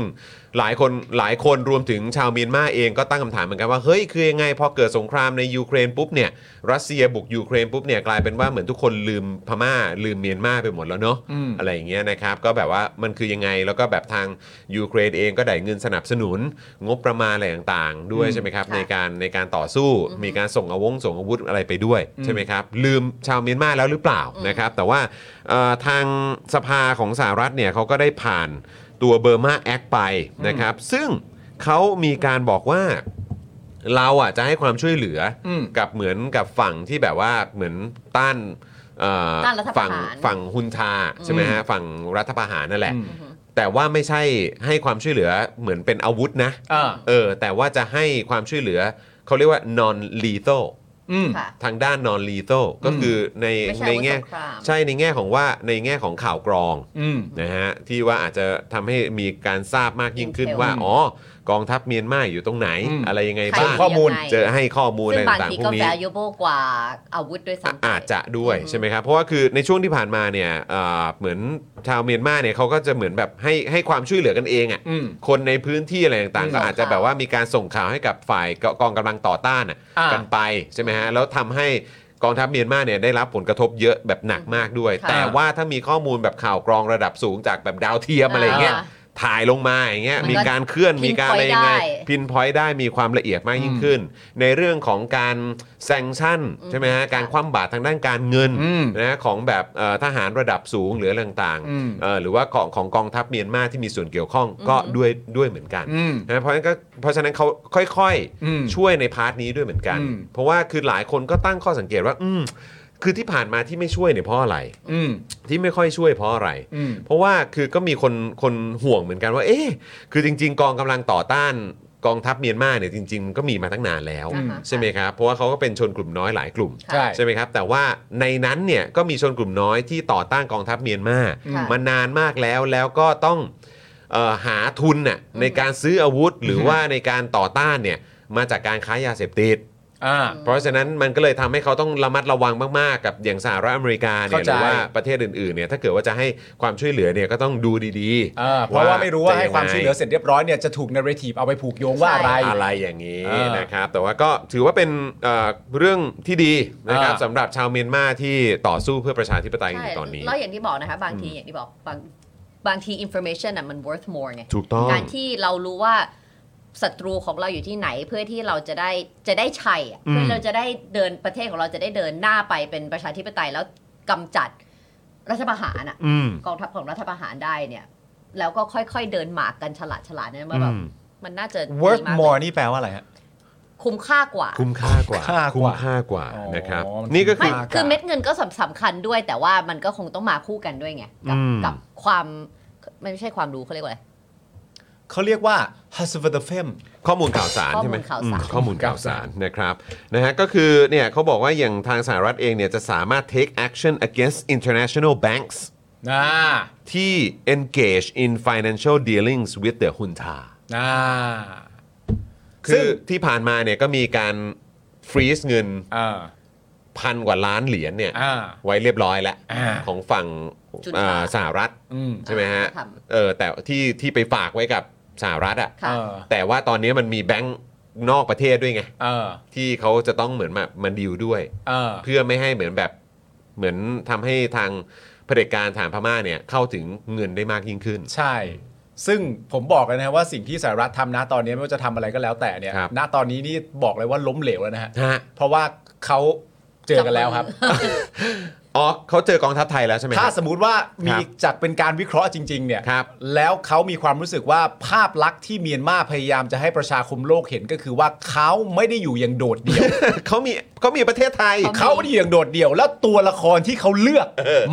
Speaker 2: หลายคนหลายคนรวมถึงชาวเมียนมาเองก็ตั้งคำถามเหมือนกันว่า เฮ้ย คือยังไงพอเกิดสงครามในยูเครนปุ๊บเนี่ยรัสเซียบุกยูเครนปุ๊บเนี่ยกลายเป็นว่าเหมือนทุกคนลืมพม่าลืมเมียนมาไปหมดแล้วเนาะ
Speaker 3: อืม
Speaker 2: อะไรอย่างเงี้ยนะครับ ก็แบบว่ามันคือยังไงแล้วก็แบบทางยูเครนเองก็ได้เงินสนับสนุน งบประมาณอะไรต่างๆ ด้วยใช่ไหมครับ
Speaker 4: ค่ะ
Speaker 2: ในการในการต่อสู้มีการส่งอาวงส่งอาวุธอะไรไปด้วยใช่ไหมครับลืมชาวเมียนมาแล้วหรือเปล่านะครับแต่ว่าเอ่อทางสภาของสหรัฐเนี่ยเขาก็ได้ผ่านตัวเบอร์มาแอคไปนะครับซึ่งเขามีการบอกว่าเราอ่ะจะให้ความช่วยเหลืออ
Speaker 3: ม
Speaker 2: กับเหมือนกับฝั่งที่แบบว่าเหมือนต้านเอ่อ
Speaker 4: ต้านรัฐประหาร
Speaker 2: ฝั่งฝั่งฮุนชาใช่ไหมฮะฝั่งรัฐประหารนั่นแหละ แต่ว่าไม่ใช่ให้ความช่วยเหลือเหมือนเป็นอาวุธนะ
Speaker 3: อ่า
Speaker 2: เออแต่ว่าจะให้ความช่วยเหลือเขาเรียกว่า non lethal
Speaker 3: อืม
Speaker 4: ค่ะ
Speaker 2: ทางด้าน non lethal ก็คือใน
Speaker 4: ไม่ใช่
Speaker 2: ในแง่
Speaker 4: อาวุธสงคราม
Speaker 2: ใช่ในแง่ของว่าในแง่ของข่าวกรอง
Speaker 3: อืม
Speaker 2: นะฮะที่ว่าอาจจะทำให้มีการทราบมากยิ่งขึ้น
Speaker 4: Intel
Speaker 2: ว่า อ๋อกองทัพเมียนมาอยู่ตรงไหน
Speaker 3: อืม
Speaker 2: อะไรยังไง
Speaker 4: ใคร
Speaker 2: บ้าง
Speaker 3: ข้อมูล
Speaker 4: ยังไง
Speaker 2: เจอให้ข้อมูลอะ
Speaker 4: ซึ่
Speaker 2: ไรง
Speaker 4: บาง
Speaker 2: ต่าง
Speaker 4: ที
Speaker 2: ๆพว
Speaker 4: ก็
Speaker 2: กนี้
Speaker 4: แวลูเบิกว่าอาวุธด้วยซ้ำไป
Speaker 2: อาจจะด้วย
Speaker 4: อืม
Speaker 2: ใช่ไหมครับ เพราะว่าคือในช่วงที่ผ่านมาเนี่ยอ่าเหมือนชาวเมียนมาเนี่ยเขาก็จะเหมือนแบบให้ให้ความช่วยเหลือกันเองอะ
Speaker 3: อืม
Speaker 2: คนในพื้นที่อะไรต่างๆ
Speaker 4: อืม
Speaker 2: ก็อาจจะแบบว่ามีการส่งข่าวให้กับฝ่ายกองกำลังต่อต้านอะ
Speaker 3: อ่ากั
Speaker 2: กันไปใช่ไหมฮะแล้วทำให้กองทัพเมียนมาเนี่ยได้รับผลกระทบเยอะแบบหนักมากด้วย
Speaker 4: ค่ะ
Speaker 2: แต่ว่าถ้ามีข้อมูลแบบข่าวกรองระดับสูงจากแบบดาวเทียมอะไรอย่างเงี้ย ถ่ายลงมาอย่างเงี้ย
Speaker 4: มันก็
Speaker 2: มีการเคลื่อน
Speaker 4: pinpoint
Speaker 2: มีการอะไรยังไง
Speaker 4: ได้
Speaker 2: พินพอยต์ได้มีความละเอียดมากยิ่ง
Speaker 3: อืม
Speaker 2: ขึ้น ในเรื่องของการแซงชั่น
Speaker 4: อืม
Speaker 2: ใช่ไหมฮะการ
Speaker 4: ค่ะ
Speaker 2: คว่ำบาตรทางด้านการเงิน
Speaker 3: อืม
Speaker 2: นะของแบบเอ่อทหารระดับสูงหรืออะไรต่าง
Speaker 3: อืม
Speaker 2: ๆเอ่อหรือว่าของของกองทัพเมียนมาที่มีส่วนเกี่ยวข้อง
Speaker 4: อืม
Speaker 2: ก็ด้วยด้วยเหมือนกัน
Speaker 3: อืม
Speaker 2: นะเพราะฉะนั้นก็เพราะฉะนั้นเขาค่อย
Speaker 3: อืม
Speaker 2: ช่วยในพาร์ทนี้ด้วยเหมือนกัน
Speaker 3: อืม
Speaker 2: เพราะว่าคือหลายคนก็ตั้งข้อสังเกตว่าอืมคือที่ผ่านมาที่ไม่ช่วยเนี่ยเพราะอะไร
Speaker 3: อืม
Speaker 2: ที่ไม่ค่อยช่วยเพราะอะไร
Speaker 3: อืม
Speaker 2: เพราะว่าคือก็มีคนคนห่วงเหมือนกันว่า เอ๊ะคือจริง ๆ กองกำลังต่อต้านกองทัพเมียนมาเนี่ยจริง ๆ ก็มีมาตั้งนานแล้ว
Speaker 4: อ่าฮะ
Speaker 2: ใช่ไหมครับ เพราะว่าเขาก็เป็นชนกลุ่มน้อยหลายกลุ่ม
Speaker 4: ค่ะ
Speaker 3: ใช่
Speaker 2: ใช่ไหมครับ แต่ว่าในนั้นเนี่ยก็มีชนกลุ่มน้อยที่ต่อต้านกองทัพเมียนมา
Speaker 4: ค่ะ
Speaker 2: มานานมากแล้วแล้วก็ต้องเอ่อหาทุนน่ะในการซื้ออาวุธหรือว่าในการต่อต้านเนี่ยมาจากการค้ายาเสพติด
Speaker 3: อ่า
Speaker 2: เพราะฉะนั้นมันก็เลยทำให้เขาต้องระมัดระวังมาก ๆ กับอย่างสหรัฐอเมริกาเนี่ยห
Speaker 3: เข้าใจ
Speaker 2: รือว่าประเทศอื่น ๆ เนี่ยถ้าเกิดว่าจะให้ความช่วยเหลือเนี่ยก็ต้องดูดี
Speaker 3: อ่าเพราะว่าไม่รู้ว่าให้ความ
Speaker 2: จะงไง
Speaker 3: ช่วยเหลือเสร็จเรียบร้อยเนี่ยจะถูกนาร์เรทีฟเอาไปผูกโยงว่าอะไร
Speaker 2: อะไรอย่างนี้
Speaker 3: อ่าน
Speaker 2: นะครับ แต่ว่าก็ถือว่าเป็นเอ่อเรื่องที่ดีนะครับ
Speaker 3: อ่า
Speaker 2: สำหรับชาวเมียนมาที่ต่อสู้เพื่อประชาธิปไตยอยู่
Speaker 4: ใช่
Speaker 2: ในตอนนี้
Speaker 4: แล้วอย่างที่บอกนะคะ บางทีอย่างที่บอกบางบางที information อ่ะมัน worth more ไง
Speaker 2: ถูกต้อง
Speaker 4: การที่เรารู้ว่าศัตรูของเราอยู่ที่ไหนเพื่อที่เราจะได้จะได้ชัยอะ
Speaker 2: อืม
Speaker 4: เพื่อเราจะได้เดินประเทศของเราจะได้เดินหน้าไปเป็นประชาธิปไตยแล้วกำจัดรัฐประหารอ่ะ
Speaker 2: อืม
Speaker 4: กองทัพของรัฐประหารได้เนี่ย แล้วก็ค่อยๆเดินหมากกันฉลาดฉลาดเนี่ยมาแบบ
Speaker 2: อืม
Speaker 4: มันน่าจะดีมาก
Speaker 3: worth more นี่แปลว่าอะไรฮะ
Speaker 4: คุ้มค่ากว่า
Speaker 2: คุ้มค่ากว่า
Speaker 3: ค่ากว่า
Speaker 2: คุ้มค่ากว่า
Speaker 3: อ๋อ
Speaker 2: นะครับ
Speaker 3: มัน
Speaker 2: นี่ก็คื
Speaker 4: ไม่
Speaker 2: อ
Speaker 3: มาก
Speaker 4: คือเม็ดเงินก็สำสำคัญด้วยแต่ว่ามันก็คงต้องมาคู่กันด้วยไงกั
Speaker 2: อืม
Speaker 4: กับความมันไม่ใช่ความรู้เขาเรียกว่าอะไร
Speaker 3: เขาเรียกว่า h a s v e r d f e m
Speaker 2: ข้อมูลข่าวสาร
Speaker 4: ข้อมูล
Speaker 2: ใช่ไหม
Speaker 4: ข่าวสาร
Speaker 2: อืมข้อมูลข่าวสารนะครับนะฮะก็คือเนี่ยเขาบอกว่าอย่างทางสหรัฐเองเนี่ยจะสามารถ take action against international banks
Speaker 3: น่า
Speaker 2: ที่ engage in financial dealings with the junta
Speaker 3: น่า
Speaker 2: คือที่ผ่านมาเนี่ยก็มีการฟรีซเงิน
Speaker 3: อ่า
Speaker 2: พันกว่าล้านเหรียญเนี่ย
Speaker 3: อ่า
Speaker 2: ไว้เรียบร้อยแล้ว
Speaker 3: อ่า
Speaker 2: ของฝั่ง
Speaker 4: จุน
Speaker 2: อ่า
Speaker 4: ตา
Speaker 2: สหรัฐ
Speaker 3: อืม
Speaker 2: ใช่ไหมฮะ
Speaker 4: ทำ
Speaker 2: เออแต่ที่ที่ไปฝากไว้กับสหรัฐอ่ะ
Speaker 4: ค่ะ
Speaker 3: เออ
Speaker 2: แต่ว่าตอนนี้มันมีแบงก์นอกประเทศด้วยไง
Speaker 3: เออ
Speaker 2: ที่เขาจะต้องเหมือนมามาดีลด้วย
Speaker 3: เออ
Speaker 2: เพื่อไม่ให้เหมือนแบบเหมือนทำให้ทางเผด็จการฐานพม่าเนี่ยเข้าถึงเงินได้มากยิ่งขึ้น
Speaker 3: ใช่ ซึ่งผมบอกเลยนะว่าสิ่งที่สหรัฐทำนะตอนนี้ไม่ว่าจะทำอะไรก็แล้วแต่เนี่ย
Speaker 2: ครับ
Speaker 3: ณ ตอนนี้นี่บอกเลยว่าล้มเหลวแล้วนะฮะ
Speaker 2: ฮะ
Speaker 3: เพราะว่าเขาเจอกันแล้วครับ
Speaker 2: อ๋อเขาเจอกองทัพไทยแล้วใช่ไหมค
Speaker 3: ถ้า
Speaker 2: รับ
Speaker 3: สมมติว่ามี
Speaker 2: ครับ
Speaker 3: จากเป็นการวิเคราะห์จริง ๆ เนี่ย
Speaker 2: ครับ
Speaker 3: แล้วเขามีความรู้สึกว่าภาพลักษณ์ที่เมียนมาพยายามจะให้ประชาคมโลกเห็นก็คือว่าเขาไม่ได้อยู่อย่างโดด เดี่ยว
Speaker 2: เขามีเขามีประเทศไทย
Speaker 3: เขาไม่ได้อยู่อย่างโดดเดี่ยว แล้วตัวละครที่เขาเลือก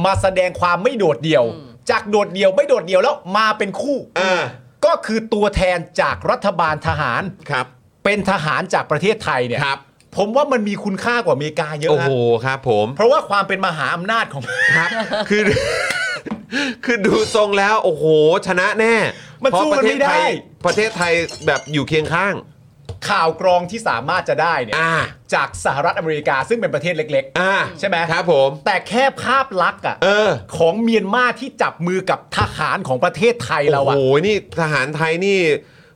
Speaker 3: มาแสดงความไม่โดดเดี่ยว จากโดดเดี่ยวไม่โดดเดี่ยวแล้วมาเป็นคู่
Speaker 2: อ่า
Speaker 3: ก็คือตัวแทนจากรัฐบาลทหาร
Speaker 2: ครับ
Speaker 3: เป็นทหารจากประเทศไทยเนี่ย
Speaker 2: ครับ
Speaker 3: ผมว่ามันมีคุณค่ากว่าอเมริกาเยอะ
Speaker 2: โอ้โห
Speaker 3: ฮะ
Speaker 2: ครับผม
Speaker 3: เพราะว่าความเป็นมหาอำนาจของ
Speaker 2: ครับ คือ คือดูทรงแล้ว โอ้โห ชนะแน่
Speaker 3: มันสู้มันไม่ได้
Speaker 2: เพราะประเทศทยประเทศไทยแบบอยู่เคียงข้าง
Speaker 3: ข่าวกรองที่สามารถจะได้เนี่ย
Speaker 2: อ่า
Speaker 3: จากสหรัฐอเมริกาซึ่งเป็นประเทศเล็ก
Speaker 2: อ่า
Speaker 3: ใช่ไหม
Speaker 2: ครับผม
Speaker 3: ๆ แต่แค่ภาพลักษณ์อะ
Speaker 2: เออ
Speaker 3: ของเมียนมาที่จับมือกับทหารของประเทศไทยเราอะ
Speaker 2: โอ้โห นี่ทหารไทยนี่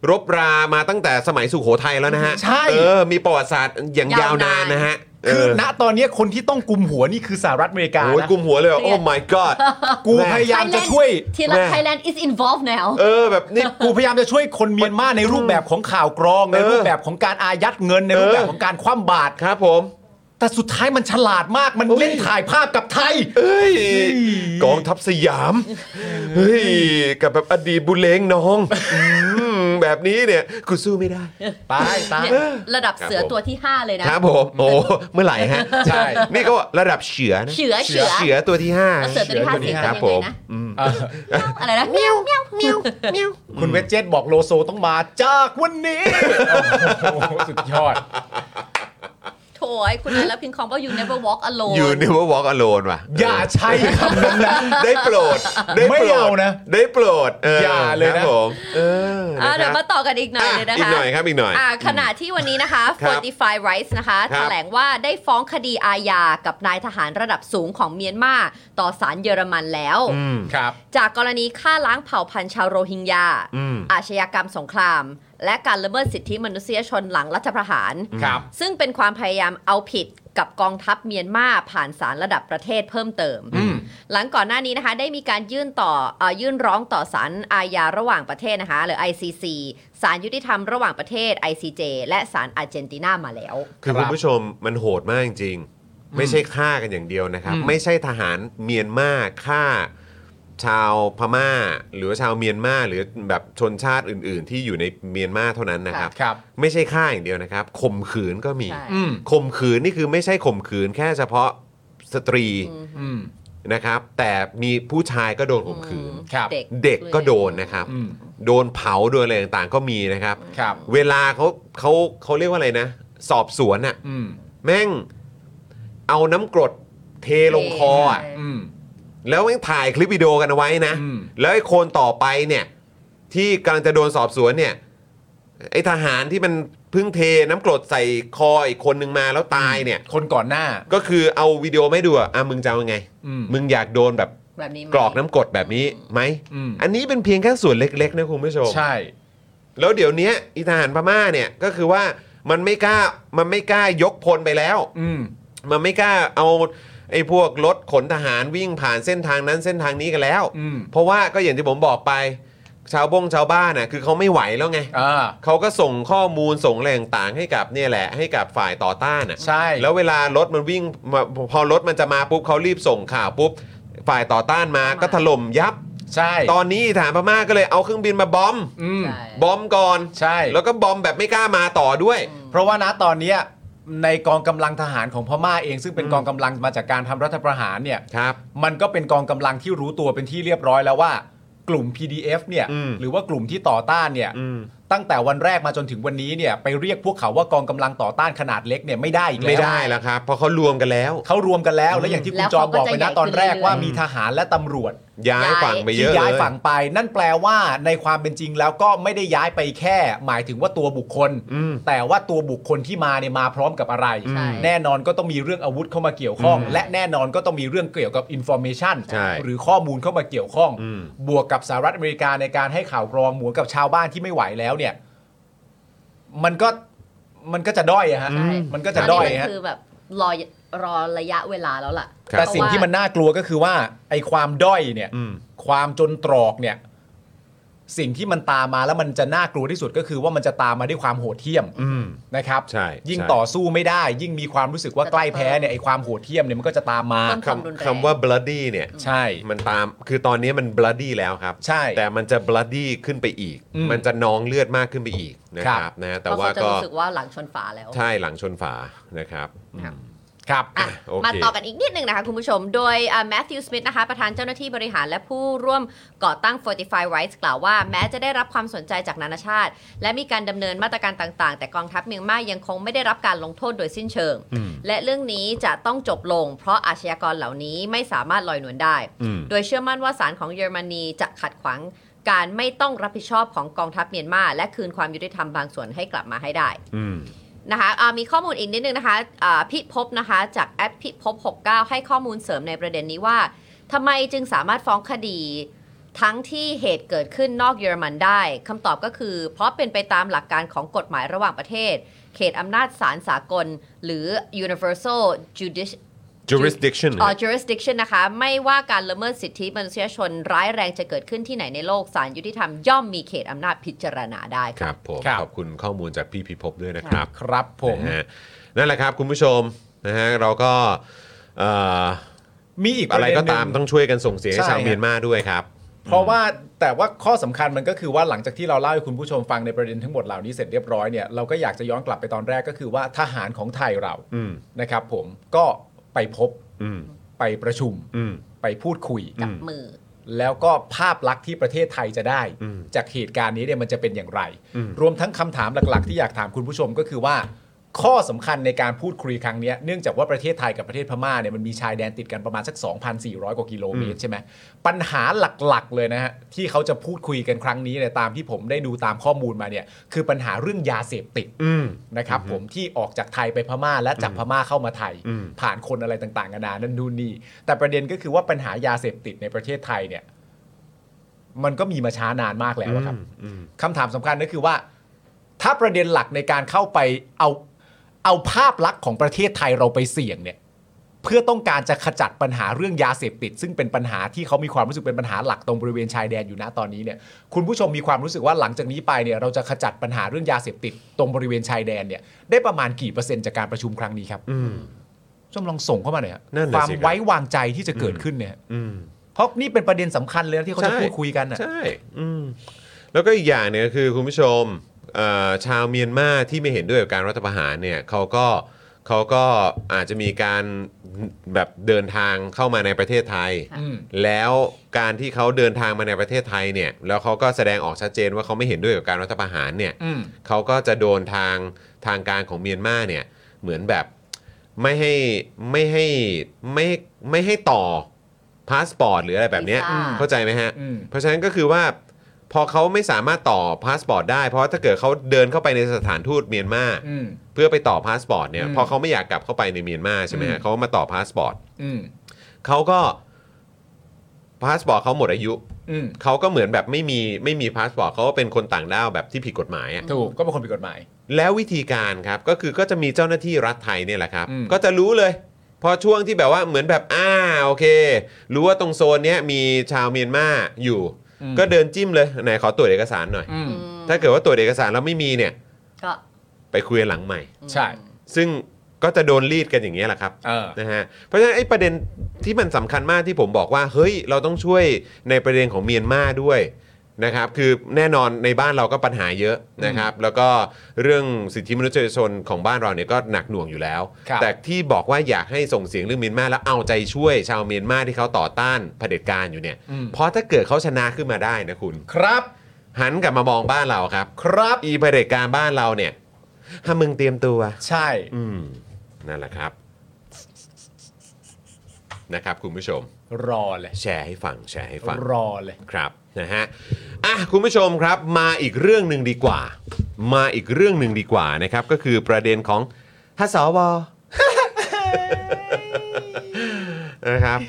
Speaker 2: รบรามาตั้งแต่สมัยสุโขทัยแล้วนะฮะ
Speaker 3: ใช่
Speaker 2: เออ มีประวัติศาสตร์อย่างยาย
Speaker 4: าวว
Speaker 2: าน
Speaker 4: นาน น
Speaker 2: นะฮะ
Speaker 3: คือ
Speaker 2: เ
Speaker 3: ณตอนเนี้ยคนที่ต้องกุมหัวนี่คือสหรัฐอเมริกา
Speaker 2: โอ้ย
Speaker 3: นะ
Speaker 2: กุมหัวเลยอ่ะ
Speaker 4: เครี
Speaker 2: โอ้
Speaker 4: ยด
Speaker 2: my god
Speaker 3: กูพยายามจะช่วย
Speaker 4: ทีละ
Speaker 2: แม่
Speaker 4: Thailand is involved now
Speaker 2: เออ แบบนี่
Speaker 3: กูพยายามจะช่วยคนเมียนมาในรูปแบบของข่าวกรอง ใน
Speaker 2: เออ
Speaker 3: รูปแบบของการอายัดเงินในรูปแบบ
Speaker 2: เออ
Speaker 3: ของการคว่ำบาตร
Speaker 2: ครับผม
Speaker 3: แต่สุดท้ายมันฉลาดมากมันเล่นถ่ายภาพกับไทย
Speaker 2: เอ้ย กองทัพสยาม เฮ้ย กับแบบอดีตบุเลงน้องอืมแบบนี้เนี่ยกูสู้ไม่ได้
Speaker 3: ตายตาย
Speaker 4: เนี่ยระดับเสือ
Speaker 2: ครับผม
Speaker 4: ตัวที่ 5 เลยนะ
Speaker 2: ครับผม โอ้ เมื่อไหร่ฮะ
Speaker 3: ใช่
Speaker 2: นี่ก็ระดับเฉือนะ
Speaker 4: เฉือเฉือ
Speaker 2: เฉือตัวที่ห้า
Speaker 4: แล้วเสือตัวที่ห้าเสียง
Speaker 2: ครับ
Speaker 4: เป็นยัง
Speaker 2: ผม
Speaker 4: ไงนะ
Speaker 3: เออ
Speaker 4: อะไรนะเมียวเมียวเมียวเมียว
Speaker 3: คุณเวจเจตบอกโลโซต้องมาจากวันนี้โอ้โหสุดยอด
Speaker 4: โถยคุณนายแล้วพิงคองว่า you never walk alone
Speaker 2: อยู่นิววอล์กอโลนว่ะ
Speaker 3: อย่าใช้คำนั้นนะ
Speaker 2: ได้โปรด ได้โปรด
Speaker 3: ไม่เอานะ
Speaker 2: ได้โปรดเ
Speaker 3: ย่าเลย
Speaker 2: ค
Speaker 3: นะ
Speaker 2: รับผมเออ
Speaker 4: อ่ะ
Speaker 2: นะ
Speaker 4: เดี๋ยว
Speaker 2: ครั
Speaker 4: มา
Speaker 2: บ
Speaker 4: ต่อกันอีกหน่อยเลยนะ
Speaker 2: อีก
Speaker 4: คะ
Speaker 2: หน่อยครับอีกหน่อย
Speaker 4: อ่าขณะที่วันนี้นะคะ
Speaker 2: ครับ
Speaker 4: Fortify Rights นะคะ แถลงว่าได้ฟ้องคดีอาญากับนายทหารระดับสูงของเมียนมาต่อศาลเยอรมันแล้ว
Speaker 2: อืม
Speaker 3: ครับ
Speaker 4: จากกรณีฆ่าล้างเผ่าพันธุ์ชาวโรฮิงญา
Speaker 2: อืม
Speaker 4: อาชญากรรมสงคราม และการละเมิดสิทธิมนุษยชนหลังรัฐประหาร
Speaker 3: ครับ
Speaker 4: ซึ่งเป็นความพยายามเอาผิดกับกองทัพเมียนมาผ่านศาลระดับประเทศเพิ่มเติม
Speaker 3: อืม
Speaker 4: หลังก่อนหน้านี้นะคะ ได้มีการยื่นต่อเออยื่นร้องต่อศาลอาญาระหว่างประเทศนะคะ หรือ ICC ศาลยุติธรรมระหว่างประเทศ ICJ และศาลอาร์เจนตินามาแล้ว
Speaker 2: คือคุณผู้ชมมันโหดมากจริงๆ ไม่ใช่ฆ่ากันอย่างเดียวนะครับ
Speaker 3: อืม
Speaker 2: ไม่ใช่ทหารเมียนมาฆ่า ชาวพม่า หรือว่าชาวเมียนมาหรือแบบชนชาติอื่น ๆ ที่อยู่ในเมียนมาเท่านั้นนะครับ
Speaker 3: ครับ
Speaker 2: ไม่ใช่ฆ่าอย่างเดียวนะครับข่มขืนก็มี
Speaker 4: ใช่
Speaker 3: อืม
Speaker 2: ข่มขืนนี่คือไม่ใช่ข่มขืนแค่เฉพาะสตรี
Speaker 3: อืม
Speaker 2: นะครับ แต่มีผู้ชายก็โดนข่มขืน
Speaker 3: ครับ
Speaker 4: เด็ก
Speaker 2: เด็กก็โดนนะครับ
Speaker 3: อืม
Speaker 2: โดนเผาโดนอะไรต่างๆก็มีนะครับ
Speaker 3: ครับ
Speaker 2: เวลาเขาเขาเขาเรียกว่าอะไรนะ สอบสวนอะ
Speaker 3: อืม
Speaker 2: แม่งเอาน้ำกรดเทลงคออะ
Speaker 3: อืม
Speaker 2: แล้วแม่งถ่ายคลิปวิดีโอกันเอาไว้นะ
Speaker 3: อืม
Speaker 2: แล้วไอ้คนต่อไปเนี่ย ที่กำลังจะโดนสอบสวนเนี่ยไอ้ทหารที่มันเพิ่งเทน้ำกรดใส่คออีกคนนึงมาแล้วตายเนี่ย
Speaker 3: คนก่อนหน้า
Speaker 2: ก็คือเอาวิดีโอไม่ดูอะอ่ะมึงจะเอาไง
Speaker 3: อืม
Speaker 2: มึงอยากโดนแบบ
Speaker 4: แบบนี้ไหม
Speaker 2: กรอกน้ำกรดแบบนี้ไหม
Speaker 3: อืม
Speaker 2: อันนี้เป็นเพียงแค่ส่วนเล็กๆนะคุณผู้ชม
Speaker 3: ใช่
Speaker 2: แล้วเดี๋ยวเนี้ยอีทหารพม่าเนี่ยก็คือว่ามันไม่กล้ามันไม่กล้ายกพลไปแล้ว
Speaker 3: อืม
Speaker 2: มันไม่กล้าเอาไอ้พวกรถขนทหารวิ่งผ่านเส้นทางนั้นเส้นทางนี้กันแล้ว
Speaker 3: อืม
Speaker 2: เพราะว่าก็อย่างที่ผมบอกไป ชาวบงชาวบ้านน่ะคือเขาไม่ไหวแล้วไง
Speaker 3: อ่า
Speaker 2: เขาก็ส่งข้อมูลส่งแรงต่างๆให้กับเนี่ยแหละให้กับฝ่ายต่อต้านน่ะ
Speaker 3: ใช่
Speaker 2: แล้วเวลารถมันวิ่งมาพอรถมันจะมาปุ๊บเขารีบส่งข่าวปุ๊บฝ่ายต่อต้านมาก็ถล่มยับ
Speaker 3: ใช่
Speaker 2: ตอนนี้ฐานพม่าก็เลยเอาเครื่องบินมาบอมบ์
Speaker 3: อืม
Speaker 4: ใช่
Speaker 2: บอมบ์ก่อน
Speaker 3: ใช่
Speaker 2: แล้วก็บอมแบบไม่กล้ามาต่อด้วย
Speaker 3: เพราะว่านะตอนเนี้ยในกองกำลังทหารของพม่าเอง ซึ่งเป็นกองกำลังมาจากการทำรัฐประหารเนี่ย
Speaker 2: ครับ
Speaker 3: มันก็เป็นกองกำลังที่รู้ตัวเป็นที่เรียบร้อยแล้วว่ากลุ่ม PDF เนี่ย
Speaker 2: อืม
Speaker 3: หรือว่ากลุ่มที่ต่อต้านเนี่ย
Speaker 2: อืม
Speaker 3: ตั้งแต่วันแรกมาจนถึงวันนี้เนี่ยไปเรียกพวกเขาว่ากองกำลังต่อต้านขนาดเล็กเนี่ยไม่ได้อีกแล้ว
Speaker 2: ไม่ได้แล้วครับ เพราะเขารวมกันแล้ว
Speaker 3: เขารวมกันแล้ว แล้วอย่างที่คุณจอมบอกไปนะตอนแรกว่ามีทหารและตำรวจ
Speaker 2: ย้ายฝั่งไปเย
Speaker 3: ที่
Speaker 2: อะเล
Speaker 3: ย้าย
Speaker 2: ย
Speaker 3: ฝั่งไป นั่นแปลว่าในความเป็นจริงแล้วก็ไม่ได้ย้ายไปแค่ หมายถึงว่าตัวบุคคล
Speaker 2: อืม
Speaker 3: แต่ว่าตัวบุคคลที่มาเนี่ยมาพร้อมกับอะไร
Speaker 4: ใช่
Speaker 3: แน่นอนก็ต้องมีเรื่องอาวุธเข้ามาเกี่ยวข้อง
Speaker 2: อืม
Speaker 3: และแน่นอนก็ต้องมีเรื่องเกี่ยวกับอินโฟ a t ชัน
Speaker 2: ใช่
Speaker 3: หรือข้อมูลเข้ามาเกี่ยวข้อง
Speaker 2: อืม
Speaker 3: บวกกับสหรัฐอเมริกาในการให้ข่าวกรองหมวกกับชาวบ้านที่ไม่ไหวแล้วเนี่ย มันก็มันก็จะด้อยอะฮะ
Speaker 4: ใช่
Speaker 3: มันก็จะด้อย
Speaker 4: นนี้มั
Speaker 3: ฮะ
Speaker 4: นคือแบบรอรอระยะเวลาแล้วล่ะ
Speaker 2: ครับ
Speaker 3: แต่
Speaker 4: เพราะ
Speaker 3: สิ่งที่มัน
Speaker 4: ว่า
Speaker 3: น่ากลัวก็คือว่าไอ้ความด้อยเนี่ย
Speaker 2: อืม
Speaker 3: ความจนตรอกเนี่ย สิ่งที่มันตามมาแล้วมันจะน่ากลัวที่สุดก็คือว่ามันจะตามมาด้วยความโหดเหี้ยม
Speaker 2: อืม
Speaker 3: นะครับ
Speaker 2: ใช่
Speaker 3: ยิ่ง
Speaker 2: ใช่
Speaker 3: ต่อสู้ไม่ได้ ยิ่งมีความรู้สึกว่าใกล้แพ้เนี่ยไอความโหดเหี้ยมเนี่ยมันก็จะตามมา
Speaker 4: ต้นความรุนแรง
Speaker 2: คำว่า bloody เนี่ย
Speaker 3: ใช่
Speaker 2: มันตาม คือตอนนี้มัน bloody แล้วครับ
Speaker 3: ใช่
Speaker 2: แต่มันจะ bloody ขึ้นไปอีก
Speaker 3: อืม
Speaker 2: มันจะนองเลือดมากขึ้นไปอีกนะค
Speaker 3: ค
Speaker 2: รั
Speaker 3: รั
Speaker 2: บบ นะแต่
Speaker 4: เพราะ
Speaker 2: ว่า
Speaker 4: เขาจะ
Speaker 2: ก็
Speaker 4: รู้สึกว่าหลังชนฝาแล้ว
Speaker 2: ใช่หลังชนฝานะครับอืม
Speaker 4: ครับ
Speaker 3: ครับ
Speaker 4: อ่ะ
Speaker 2: โอเค
Speaker 4: มาต่อกันอีกนิดหนึ่งนะคะคุณผู้ชม โดยแมทธิวสมิธนะคะประธานเจ้าหน้าที่บริหารและผู้ร่วมก่อตั้ง Fortify Rights กล่าวว่า แม้จะได้รับความสนใจจากนานาชาติ และมีการดำเนินมาตรการต่างๆ แต่กองทัพเมียนมายังคงไม่ได้รับการลงโทษโดยสิ้นเชิง
Speaker 2: อืม
Speaker 4: และเรื่องนี้จะต้องจบลง เพราะอาชญากรเหล่านี้ไม่สามารถลอยนวลได้
Speaker 2: อืม
Speaker 4: โดยเชื่อมั่นว่าศาลของเยอรมนีจะขัดขวาง การไม่ต้องรับผิดชอบของกองทัพเมียนมาและคืนความยุติธรรมบางส่วนให้กลับมาให้ได้
Speaker 2: อืม
Speaker 4: นะคะอ่ามีข้อมูลอีกนิดนึงนะคะอ่าพิภพนะคะจากแอปพิภพ 69 ให้ข้อมูลเสริมในประเด็นนี้ว่าทำไมจึงสามารถฟ้องคดี ทั้งที่เหตุเกิดขึ้นนอกเยอรมันได้คำตอบก็คือ เพราะเป็นไปตามหลักการของกฎหมายระหว่างประเทศ เขตอำนาจศาลสากล หรือ universal judici
Speaker 2: jurisdiction
Speaker 4: อ่า jurisdiction นะคะไม่ว่าการละเมิดสิทธิมนุษยชนร้ายแรงจะเกิดขึ้นที่ไหนในโลกศาลยุติธรรมย่อมมีเขตอำนาจพิจารณาได้
Speaker 2: ค
Speaker 4: ค่ะ
Speaker 2: รับผม
Speaker 3: ครับ
Speaker 2: ขอบคุณข้อมูลจากพี่พิภพด้วยนะครับ
Speaker 3: ครับผม
Speaker 2: นะฮะนั่นแหละครับคุณผู้ชมนะฮะเราก็เอ่อ
Speaker 3: มีอีกป
Speaker 2: อะไร
Speaker 3: เด็นห
Speaker 2: ก็
Speaker 3: นึ่ง
Speaker 2: ตามต้องช่วยกันส่งเสียงให้
Speaker 3: ใช่
Speaker 2: ชาว
Speaker 3: ฮะ
Speaker 2: เมียนมาด้วยครับ
Speaker 3: เพราะว่าแต่ว่าข้อสำคัญมันก็คือว่าหลังจากที่เราเล่าให้คุณผู้ชมฟังในประเด็นทั้งหมดเหล่านี้เสร็จเรียบร้อยเนี่ยเราก็อยากจะย้อนกลับไปตอนแรกก็คือว่าทหารของไทยเรา
Speaker 2: อืม
Speaker 3: นะครับ ผมก็ไปพบ
Speaker 2: อืม
Speaker 3: ไปประชุม
Speaker 2: อืม
Speaker 3: ไปพูดคุย
Speaker 4: กับมือ
Speaker 3: แล้วก็ภาพลักษณ์ที่ประเทศไทยจะได้
Speaker 2: อืม
Speaker 3: จากเหตุการณ์นี้เนี่ยมันจะเป็นอย่างไร
Speaker 2: อืม
Speaker 3: รวมทั้งคำถามหลัก ๆ ที่อยากถามคุณผู้ชมก็คือว่า ข้อสำคัญในการพูดคุยครั้งเนี้ยเนื่องจากว่าประเทศไทยกับประเทศพม่าเนี่ยมันมีชายแดนติดกันประมาณสัก 2,400 กว่ากิโลเมตรใช่ไหมปัญหาหลักๆ เลยนะฮะที่เขาจะพูดคุยกันครั้งนี้เนี่ยตามที่ผมได้ดูตามข้อมูลมาเนี่ยคือปัญหาเรื่องยาเสพติด
Speaker 2: อืม
Speaker 3: นะครับผมที่ออกจากไทยไปพม่าและจากพม่าเข้ามาไทย
Speaker 2: อืม
Speaker 3: ผ่านคนอะไรต่างๆกันานานั่นนู่นนี่แต่ประเด็นก็คือว่าปัญหายาเสพติดในประเทศไทยเนี่ย มันก็มีมาช้านานมากแล้วอะครับ
Speaker 2: อืม
Speaker 3: คำถามสำคัญก็คือว่า ถ้าประเด็นหลักในการเข้าไปเอาเอาภาพลักษณ์ของประเทศไทยเราไปเสี่ยงเนี่ย เพื่อต้องการจะขจัดปัญหาเรื่องยาเสพติด ซึ่งเป็นปัญหาที่เขามีความรู้สึกเป็นปัญหาหลักตรงบริเวณชายแดนอยู่นะตอนนี้เนี่ยคุณผู้ชมมีความรู้สึกว่าหลังจากนี้ไปเนี่ยเราจะขจัดปัญหาเรื่องยาเสพติด ตรงบริเวณชายแดนเนี่ยได้ประมาณกี่เปอร์เซ็นต์จากการประชุมครั้งนี้ครับ
Speaker 2: อืม
Speaker 3: ชมลองส่งเข้ามาหน่อยฮะ
Speaker 2: นั่นน่ะสิครับ
Speaker 3: ความไว้วางใจที่จะเกิดขึ้นเนี่ย
Speaker 2: อืม
Speaker 3: เพราะนี่เป็นประเด็นสำคัญเลยนะที่เขาจะ
Speaker 2: ใช่
Speaker 3: พูดคุยกันอ่ะ
Speaker 2: ใช่อืมแล้วก็อีกอย่างเนี่ยคือคุณผู้ชมเอ่อชาวเมียนมาที่ไม่เห็นด้วยกับการรัฐประหารเนี่ยเขาก็เขาก็อาจจะมีการแบบเดินทางเข้ามาในประเทศไทย
Speaker 3: อืม
Speaker 2: แล้วการที่เขาเดินทางมาในประเทศไทยเนี่ย แล้วเขาก็แสดงออกชัดเจนว่าเขาไม่เห็นด้วยกับการรัฐประหารเนี่ย
Speaker 3: อืม
Speaker 2: เขาก็จะโดนทางทางการของเมียนมาเนี่ยเหมือนแบบไม่ให้ไม่ให้ไม่ไม่ให้ต่อพาสปอร์ตหรืออะไรแบบเนี้ย
Speaker 4: วีซ่า
Speaker 2: เข้าใจไหมฮะ
Speaker 3: อืม
Speaker 2: เพราะฉะนั้นก็คือว่าพอเขาไม่สามารถต่อพาสปอร์ตได้เพราะถ้าเกิดเขาเดินเข้าไปในสถานทูตเมียนมา
Speaker 3: อืม
Speaker 2: เพื่อไปต่อพาสปอร์ตเนี่ย
Speaker 3: อืม
Speaker 2: พอเขาไม่อยากกลับเข้าไปในเมียนมาใช่ไหม
Speaker 3: อื
Speaker 2: ฮะ
Speaker 3: ม
Speaker 2: เขามาต่อพาสปอร์ต
Speaker 3: อืม
Speaker 2: เขาก็พาสปอร์ตเขาหมดอายุ
Speaker 3: อืม
Speaker 2: เขาก็เหมือนแบบไม่มีไม่มีพาสปอร์ตเขาก็เป็นคนต่างด้าวแบบที่ผิดกฎหมายอะ
Speaker 3: ถูกก็เป็นคนผิดกฎหมาย
Speaker 2: แล้ววิธีการครับก็คือก็จะมีเจ้าหน้าที่รัฐไทยเนี่ยแหละครับ
Speaker 3: อืม
Speaker 2: ก็จะรู้เลย พอช่วงที่แบบว่าเหมือนแบบอ่าโอเค รู้ว่าตรงโซนเนี้ยมีชาวเมียนมาอยู่
Speaker 3: อืม
Speaker 2: ก็เดินจิ้มเลยไหนขอตรวจเอกสารหน่อย
Speaker 3: อืม
Speaker 4: อืม
Speaker 2: ถ้าเกิดว่าตรวจเอกสารแล้วไม่มีเนี่ย
Speaker 4: ก็
Speaker 2: ไปคุยกันหลังใหม่
Speaker 3: ใช่
Speaker 2: ซึ่งก็จะโดนรีดกันอย่างนี้ยแหละครับ
Speaker 3: เออ
Speaker 2: นะฮะเพราะฉะนั้นไอ้ประเด็นที่มันสำคัญมากที่ผมบอกว่า เฮ้ย เราต้องช่วยในประเด็นของเมียนมาด้วยนะครับคือแน่นอนในบ้านเราก็ปัญหาเยอะนะครับแล้วก็เรื่องสิทธิมนุษยชนของบ้านเราเนี่ยก็หนักหน่วงอยู่แล้ว
Speaker 3: ครับ
Speaker 2: แต่ที่บอกว่าอยากให้ส่งเสียงเรื่องเมียนมาแล้วเอาใจช่วยชาวเมียนมาที่เขาต่อต้านเผด็จการอยู่เนี่ยเพราะถ้าเกิดเขาชนะขึ้นมาได้นะคุณ
Speaker 3: ครับ
Speaker 2: หันกลับมามองบ้านเราครับ
Speaker 3: ครับ
Speaker 2: อีเผด็จการบ้านเราเนี่ยถ้ามึงเตรียมตัว
Speaker 3: ใช่
Speaker 2: อืม นั่นแหละครับ นะครับคุณผู้ชม
Speaker 3: รอเลย
Speaker 2: แชร์ให้ฟัง แชร์ให้ฟัง
Speaker 3: รอเลย
Speaker 2: ครับนะฮะอ่ะคุณผู้ชมครับ มาอีกเรื่องหนึ่งดีกว่า มาอีกเรื่องหนึ่งดีกว่านะครับ ก็คือประเด็นของฮสว นะครับ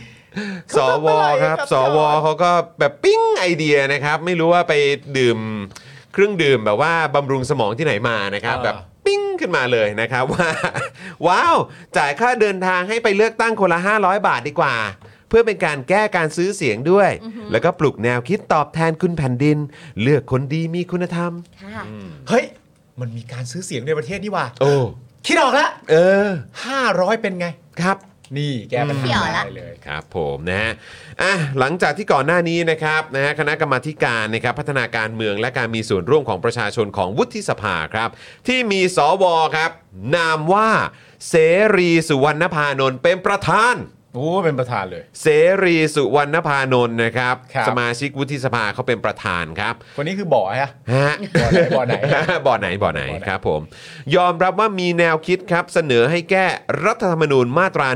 Speaker 2: สวครับ สวเขาก็แบบปิ้งไอเดียนะครับ ไม่รู้ว่าไปดื่มเครื่องดื่มแบบว่าบำรุงสมองที่ไหนมานะครับ
Speaker 3: เออ
Speaker 2: แบบปิ้งขึ้นมาเลยนะครับ ว่า ว้าว จ่ายค่าเดินทางให้ไปเลือกตั้งคนละ 500 บาทดีกว่า เพื่อเป็นการแก้การซื้อเสียงด้วย แล้วก็ปลุกแนวคิดตอบแทนคุณแผ่นดิน เลือกคนดีมีคุณธรรม
Speaker 4: ค่ะ
Speaker 3: เฮ้ย มันมีการซื้อเสียงในประเทศนี่ว่า
Speaker 2: โอ้
Speaker 3: คิดออกแล้ว
Speaker 2: เออ
Speaker 3: ห้าร้อยเป็นไง
Speaker 2: ครับ
Speaker 3: นี่แกมัน
Speaker 4: เกี่ยวละ
Speaker 3: เลย
Speaker 2: ครับผมนะฮะอ่ะหลังจากที่ก่อนหน้านี้นะครับนะฮะคณะกรรมาธิการนะครับพัฒนาการเมืองและการมีส่วนร่วมของประชาชนของวุฒิสภาครับ ที่มีสวครับ นามว่า เสรีสุวรรณพานนท์เป็นประธาน
Speaker 3: โอ้เป็นประธานเลย
Speaker 2: เสรีสุวรรณพานนท์นะครับ
Speaker 3: ครับ
Speaker 2: สมาชิกวุฒิสภาเขาเป็นประธานครับ
Speaker 3: คนนี้คือบ่อฮะ
Speaker 2: ฮะ
Speaker 3: บ่อไหน
Speaker 2: บ่ อไหนบ่อไหน
Speaker 3: บ่อไหน
Speaker 2: ครับผม ยอมรับว่ามีแนวคิดครับ เสนอให้แก้รัฐธรรมนูญมาตรา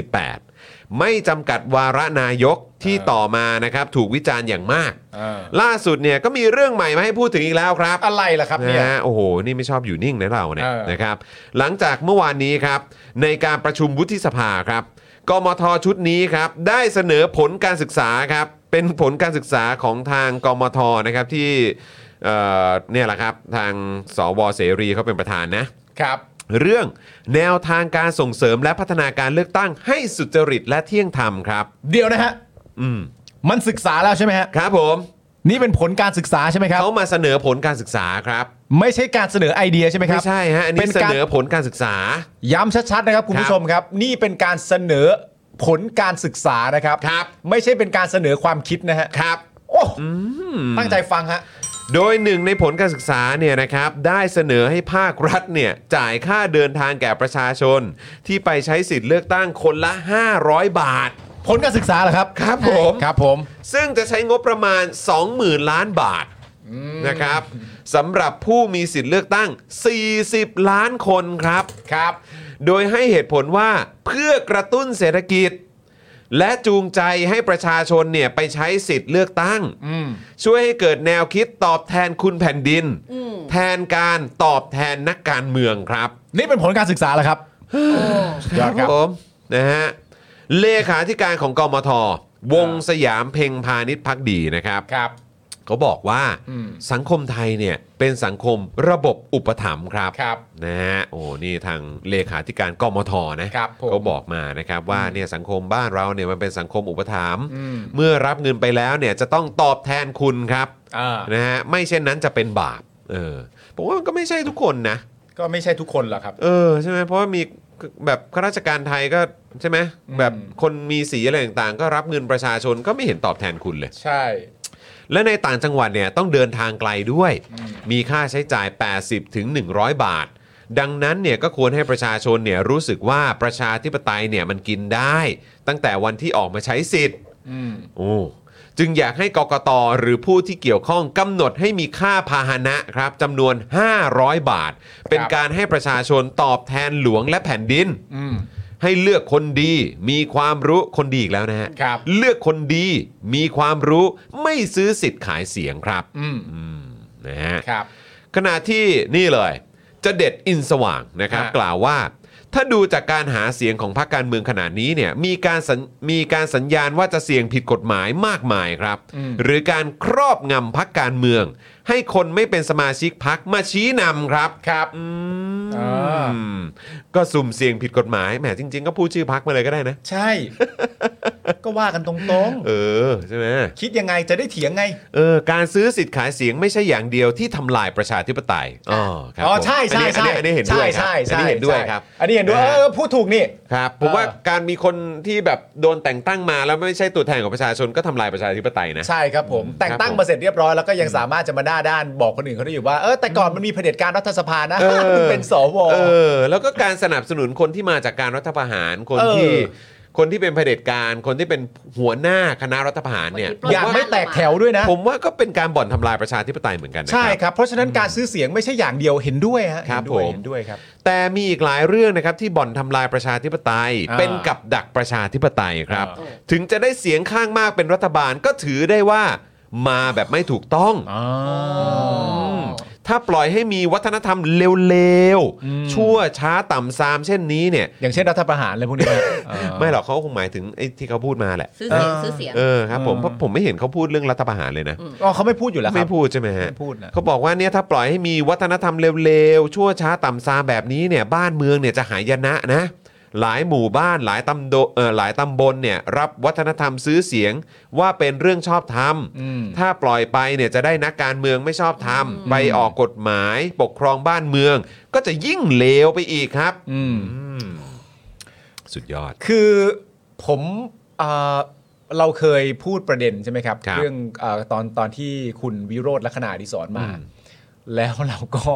Speaker 2: 158 ไม่จำกัดวาระนายก ที่ต่อมานะครับถูกวิจารณ์อย่างมาก
Speaker 3: เออ
Speaker 2: ล่าสุดเนี่ยก็มีเรื่องใหม่มาให้พูดถึงอีกแล้วครับ
Speaker 3: อะไรล่ะครับเนี่ย
Speaker 2: นะฮะโอ้โห นี่ไม่ชอบอยู่นิ่งนะเราเนี่ย
Speaker 3: เออ
Speaker 2: นะครับ หลังจากเมื่อวานนี้ครับ ในการประชุมวุฒิสภาครับ กมทชุดนี้ครับ ได้เสนอผลการศึกษาครับ เป็นผลการศึกษาของทางกมทนะครับที่เอ่อเนี่ยแหละครับ ทางสวเสรีเขาเป็นประธานนะ
Speaker 3: ครับ
Speaker 2: เรื่องแนวทางการส่งเสริมและพัฒนาการเลือกตั้งให้สุจริตและเที่ยงธรรมครับ
Speaker 3: เดี๋ยวนะฮะ
Speaker 2: อืม
Speaker 3: มันศึกษาแล้วใช่ไหมฮะ
Speaker 2: ครับผม
Speaker 3: นี่เป็นผลการศึกษาใช่ไหมครับ
Speaker 2: เขามาเสนอผลการศึกษาครับ
Speaker 3: ไม่ใช่การเสนอไอเดียใช่ไหมครับ
Speaker 2: ไม่ใช่ฮะอัน
Speaker 3: เป็
Speaker 2: นี้
Speaker 3: น
Speaker 2: เส
Speaker 3: การ
Speaker 2: นอผลการศึกษา
Speaker 3: ย้ำชัดๆนะครับคุณ
Speaker 2: ครั
Speaker 3: ผู้
Speaker 2: บ
Speaker 3: ชมครับ นี่เป็นการเสนอผลการศึกษานะครับ
Speaker 2: ครับ
Speaker 3: ไม่ใช่เป็นการเสนอความคิดนะฮะ
Speaker 2: ครับ
Speaker 3: โอ้ตั้งใจฟังฮะ
Speaker 2: โดยหนึ่งในผลการศึกษาเนี่ยนะครับได้เสนอให้ภาครัฐเนี่ยจ่ายค่าเดินทางแก่ประชาชน ที่ไปใช้สิทธิ์เลือกตั้งคนละ 500 บาท
Speaker 3: ผลการศึกษาเหรอครับ
Speaker 2: ครับผม
Speaker 3: ครับผม
Speaker 2: ซึ่งจะใช้งบประมาณ 20,000 ล้านบาทนะครับสำหรับผู้มีสิทธิ์เลือกตั้ง 40 ล้านคนครับครับ โดยให้เหตุผลว่าเพื่อกระตุ้นเศรษฐกิจ และจูงใจให้ประชาชนเนี่ยไปใช้สิทธิ์เลือกตั้ง ช่วยให้เกิดแนวคิดตอบแทนคุณแผ่นดิน แทนการตอบแทนนักการเมืองครับ
Speaker 3: นี่เป็นผลการศึกษาเหรอครับยอดครับ
Speaker 2: ผมนะฮะเลขาธิการของกมท วงสยามเพ็งพาณิชย์พักดีนะครับ
Speaker 3: ครับ
Speaker 2: เขาบอกว่า
Speaker 3: อืม
Speaker 2: สังคมไทยเนี่ยเป็นสังคมระบบอุปถัมภ์ครับ
Speaker 3: ครับ
Speaker 2: นะฮะโอ้นี่ทางเลขาธิการกมทนะครับ
Speaker 3: ผม
Speaker 2: เขาบอกมานะครับว่าเนี่ยสังคมบ้านเราเนี่ยมันเป็นสังคมอุปถัมภ์
Speaker 3: อืม
Speaker 2: เมื่อรับเงินไปแล้วเนี่ยจะต้องตอบแทนคุณครับ
Speaker 3: อ่า
Speaker 2: นะฮะไม่เช่นนั้นจะเป็นบาปเออผมว่ามันก็ไม่ใช่ทุกคนนะ
Speaker 3: ก็ไม่ใช่ทุกคนหรอกครับ
Speaker 2: เออใช่ไหมเพราะว่ามีแบบข้าราชการไทยก็ใช่ไหมแบบคนมีสีอะไรต่างๆ ก็รับเงินประชาชนก็ไม่เห็นตอบแทนคุณเลย
Speaker 3: ใช่
Speaker 2: และในต่างจังหวัดเนี่ยต้องเดินทางไกลด้วย มีค่าใช้จ่าย 80ถึง100 บาท ดังนั้นเนี่ยก็ควรให้ประชาชนเนี่ยรู้สึกว่าประชาธิปไตยเนี่ยมันกินได้ ตั้งแต่วันที่ออกมาใช้สิทธิ์โอ้จึงอยากให้กกตหรือผู้ที่เกี่ยวข้องกำหนดให้มีค่าพาหนะครับจำนวน 500 บาท เป็น
Speaker 3: ครับ
Speaker 2: การให้ประชาชนตอบแทนหลวงและแผ่นดิน ให้เลือกคนดีมีความรู้คนดีอีกแล้วนะฮะ
Speaker 3: ครับ
Speaker 2: เลือกคนดีมีความรู้ไม่ซื้อสิทธิ์ขายเสียงครับ
Speaker 3: อืม
Speaker 2: อืมนะฮะ
Speaker 3: ครับ
Speaker 2: ขณะที่นี่เลยจะเด็ดอินสว่างนะครับ
Speaker 3: ฮะ
Speaker 2: กล่าวว่า ถ้าดูจากการหาเสียงของพรรคการเมืองขนาดนี้เนี่ยมีการสัญมีการสัญญาณว่าจะเสี่ยงผิดกฎหมายมากมายครับ หรือการครอบงำพรรคการเมือง ให้คนไม่เป็นสมาชิกพรรคมาชี้นำครับ
Speaker 3: ครับ
Speaker 2: อืม
Speaker 3: อ่า
Speaker 2: ก็สุ่มเสี่ยงผิดกฎหมายแหมจริง ๆ ก็พูดชื่อพักมาเลยก็ได้นะ
Speaker 3: ใช่ ก็ว่ากันตรง
Speaker 2: เออใช่ไหม
Speaker 3: ๆ คิดยังไงจะได้เถียงไง
Speaker 2: เออการซื้อสิทธิ์ขายเสียงไม่ใช่อย่างเดียวที่ทำลายประชาธิปไตยอ๋อครับ
Speaker 3: อ๋อ
Speaker 2: ผม
Speaker 3: ใช่ใช่
Speaker 2: อัน
Speaker 3: ใช่
Speaker 2: นี้อันนี้เห็นด้วยครั
Speaker 3: ใช่
Speaker 2: อัน
Speaker 3: ใช่
Speaker 2: นี้เห็นด้วยครับ
Speaker 3: อันนี้เห็นด้วย
Speaker 2: ะ
Speaker 3: เอ
Speaker 2: ฮะ
Speaker 3: อพูดถูกนี่
Speaker 2: ครับผม
Speaker 3: เออ
Speaker 2: ว่าการมีคนที่แบบโดนแต่งตั้งมาแล้วไม่ใช่ตัวแทนของประชาชนก็ทำลายประชาธิปไตยนะ
Speaker 3: ใช่ครับผม แต่งตั้งมาเสร็จเรียบร้อยแล้วก็ยังสามารถจะมาด้าด้านบอกคนอื่นเขาได้อยู่ว่า เออแต่ก่อนมันมีเผด็จการรัฐสภานะ
Speaker 2: เออ
Speaker 3: มึงเป็นสว
Speaker 2: เออแล้วก็การสนับสนุนคนที่มาจากการรัฐประหารคน
Speaker 3: เออ
Speaker 2: ที่ คนที่เป็นเผด็จการ คนที่เป็นหัวหน้าคณะรัฐประหารเนี่ย
Speaker 4: คนที่ปล้น
Speaker 3: อยากไม่แตกแถวด้วยนะ
Speaker 2: ผมว่าก็เป็นการบ่อนทำลายประชาธิปไตยเหมือนกันนะค
Speaker 3: ใช่
Speaker 2: รับ
Speaker 3: ครับ เพราะฉะนั้นการซื้อเสียงไม่ใช่อย่างเดียวเห็นด้วยฮะ
Speaker 2: ครับ
Speaker 3: เห็นด้วย
Speaker 2: ผม
Speaker 3: เห็นด้วยครับ
Speaker 2: แต่มีอีกหลายเรื่องนะครับที่บ่อนทำลายประชาธิปไตย
Speaker 3: อ่า
Speaker 2: เป็นกับดักประชาธิปไตยครับ
Speaker 3: อ่า
Speaker 2: ถึงจะได้เสียงข้างมากเป็นรัฐบาลก็ถือได้ว่ามาแบบไม่ถูกต้อง
Speaker 4: ม
Speaker 2: ถ้าปล่อยให้มีวัฒนธรรมเลว
Speaker 3: อืม
Speaker 2: ๆ ชั่วช้าต่ำซามเช่นนี้เนี่ย
Speaker 3: อย่างเช่นรัฐประหารอะไรพวกนี้นะ
Speaker 2: ไม่หรอกเขาคงหมายถึงไอ้ที่เขาพูดมาแหละ
Speaker 4: ซื้อเสียงซื้อเสียง
Speaker 2: เออครับผมเพราะผมไม่เห็นเขาพูดเรื่องรัฐประหารเลยนะ
Speaker 3: อ๋อเขาไม่พูดอยู่แล้วครั
Speaker 2: ไม่
Speaker 3: บ
Speaker 2: พูดใช่ไหมฮะ
Speaker 3: ไม่พูดนะ
Speaker 2: เขาบอกว่าเนี่ยถ้าปล่อยให้มีวัฒนธรรมเร็วๆ ชั่วช้าต่ำซามแบบนี้เนี่ยบ้านเมืองเนี่ยจะหายนะนะ หลายหมู่บ้านหลายตำโดเอ่อหลายตำบลเนี่ยรับวัฒนธรรมซื้อเสียงว่าเป็นเรื่องชอบธรรม
Speaker 3: อืม
Speaker 2: ถ้าปล่อยไปเนี่ยจะได้นักการเมืองไม่ชอบธรรมไปออกกฎหมายปกครองบ้านเมือง ก็จะยิ่งเลวไปอีกครับ
Speaker 3: อืม
Speaker 2: อืมสุดยอด
Speaker 3: คือผมเอ่อเราเคยพูดประเด็นใช่ไหมครับ
Speaker 2: ครับ
Speaker 3: เรื่องเออตอนตอนที่คุณวิโรธลักษณะดิสอนมา
Speaker 2: อืม
Speaker 3: แล้วเราก็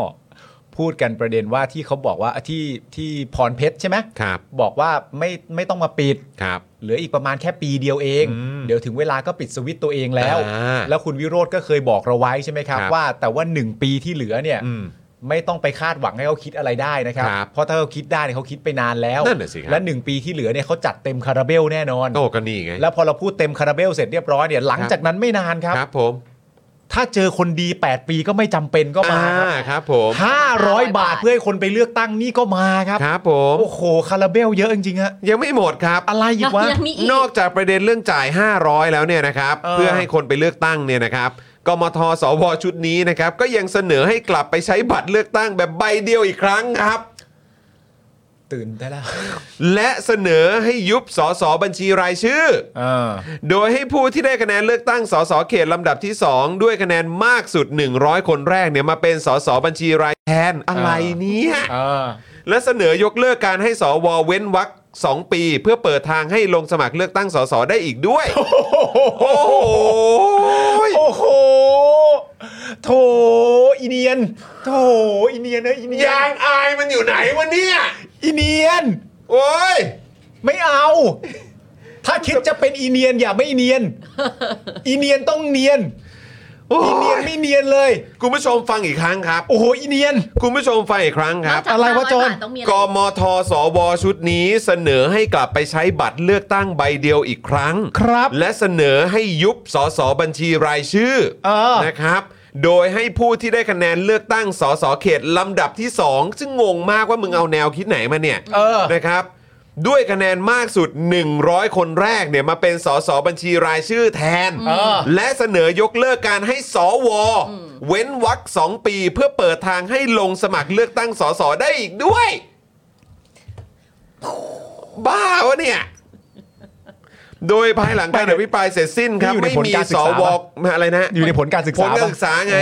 Speaker 3: พูดกันประเด็นว่าที่เขาบอกว่าที่ที่พรเพชรใช่ไหม
Speaker 2: ครับ
Speaker 3: บอกว่าไม่ไม่ต้องมาปิด
Speaker 2: ครับ
Speaker 3: เหลืออีกประมาณแค่ปีเดียวเอง
Speaker 2: อืม
Speaker 3: เดี๋ยวถึงเวลาก็ปิดสวิตช์ตัวเองแล้ว
Speaker 2: อ่า
Speaker 3: แล้วคุณวิโรธก็เคยบอกเราไว้ใช่ไหมครับ
Speaker 2: ครับ
Speaker 3: ว่าแต่ว่าหนึ่งปีที่เหลือเนี่ย
Speaker 2: อืม
Speaker 3: ไม่ต้องไปคาดหวังให้เขาคิดอะไรได้นะครับ
Speaker 2: ครับ
Speaker 3: เพราะถ้าเขาคิดได้เนี่ยเขาคิดไปนานแล้ว
Speaker 2: นั่นน่ะสิครับ
Speaker 3: และหนึ่งปีที่เหลือเนี่ยเขาจัดเต็มคาราเบลแน่นอน
Speaker 2: โตก็นี่ไง
Speaker 3: แล้วพอเราพูดเต็มคาราเบลเสร็จเรียบร้อยเนี่ยหลัง
Speaker 2: ครับ
Speaker 3: จากนั้นไม่นานครับ
Speaker 2: ครับผม
Speaker 3: ถ้าเจอคนดี 8 ปีก็ไม่จำเป็นก็มา
Speaker 2: อ่า
Speaker 3: ครับ
Speaker 2: ครับผม
Speaker 3: ห้าร้อยบาทเพื่อให้คนไปเลือกตั้งนี่ก็มาครับ
Speaker 2: ครับผม
Speaker 3: โอ้โหคาราเบลเยอะจริงๆฮะ
Speaker 2: ยังไม่หมดครับ
Speaker 3: อะไรอีกวะ
Speaker 4: ยังมีอีก
Speaker 2: นอกจากประเด็นเรื่องจ่าย 500 แล้วเนี่ยนะครับ
Speaker 3: เออ
Speaker 2: เพื่อให้คนไปเลือกตั้งเนี่ยนะครับกมทสวชุดนี้นะครับ ก็ยังเสนอให้กลับไปใช้บัตรเลือกตั้งแบบใบเดียวอีกครั้งครับ
Speaker 3: ตื่นได้แล้ว
Speaker 2: และเสนอให้ยุบสสบัญชีรายชื่อ
Speaker 3: เออ
Speaker 2: โดยให้ผู้ที่ได้คะแนนเลือกตั้งสสเขตลำดับที่ 2 ด้วยคะแนนมากสุด 100 คนแรกเนี่ยมาเป็นสสบัญชีรายแทนอะไรเนี่ย
Speaker 3: เออ
Speaker 2: และเสนอยกเลิกการให้สวเว้นวรรคสองปี เพื่อเปิดทางให้ลงสมัครเลือกตั้งสสได้อีกด้วย โอ้โห
Speaker 3: โอ้โห โถอีเนียน โถอีเนียนเนอะอีเนีย
Speaker 2: ยาน งอายมันอยู่ไหนวะเนี่ย
Speaker 3: อีเนียน
Speaker 2: โอ้ย
Speaker 3: ไม่เอา ถ้าคิดจะเป็นอีเนียนอย่าไม่เนียน อีเนียนต้องเนียน
Speaker 2: โอ้
Speaker 3: อีเนียน
Speaker 2: ย
Speaker 3: ไม่เนียนเลย
Speaker 2: คุณผู้ชมฟังอีกครั้งครับ
Speaker 3: โอ้โห อีเนียน
Speaker 2: คุณผู้ชมฟังอีกครั้งครับ
Speaker 4: นกจาก
Speaker 3: อะไรวะ
Speaker 4: 500
Speaker 3: โจร
Speaker 4: บาทต้องมีอะไร
Speaker 2: กมทสวชุดนี้เสนอให้กลับไปใช้บัตรเลือกตั้งใบเดียวอีกครั้ง
Speaker 3: ครับ
Speaker 2: และเสนอให้ยุบสสบัญชีรายชื่อ
Speaker 3: เออ
Speaker 2: นะครับ โดยให้ผู้ที่ได้คะแนนเลือกตั้งสสเขตลำดับที่ 2 ซึ่งงงมากว่ามึงเอาแนวคิดไหนมาเนี่ย
Speaker 3: เออ
Speaker 2: นะครับ ด้วยคะแนนมากสุด 100 คนแรกเนี่ยมาเป็นสสบัญชีรายชื่อแทน
Speaker 3: เออ
Speaker 2: และเสนอยกเลิกการให้สว เว้นวรรคสองปีเพื่อเปิดทางให้ลงสมัครเลือกตั้งสสได้อีกด้วย บ้าวะเนี่ย โดยภายหลังการอภิปรายเสร็จสิ้นครับ
Speaker 3: นี่อยู่ใน
Speaker 2: ไม่
Speaker 3: ผล
Speaker 2: มี
Speaker 3: การศึ
Speaker 2: ส
Speaker 3: กษาปะ
Speaker 2: วอะไรนะ
Speaker 3: อยู่ในผลการศึก
Speaker 2: ผล
Speaker 3: ษา
Speaker 2: การ
Speaker 3: ปะ
Speaker 2: ศึกษาไง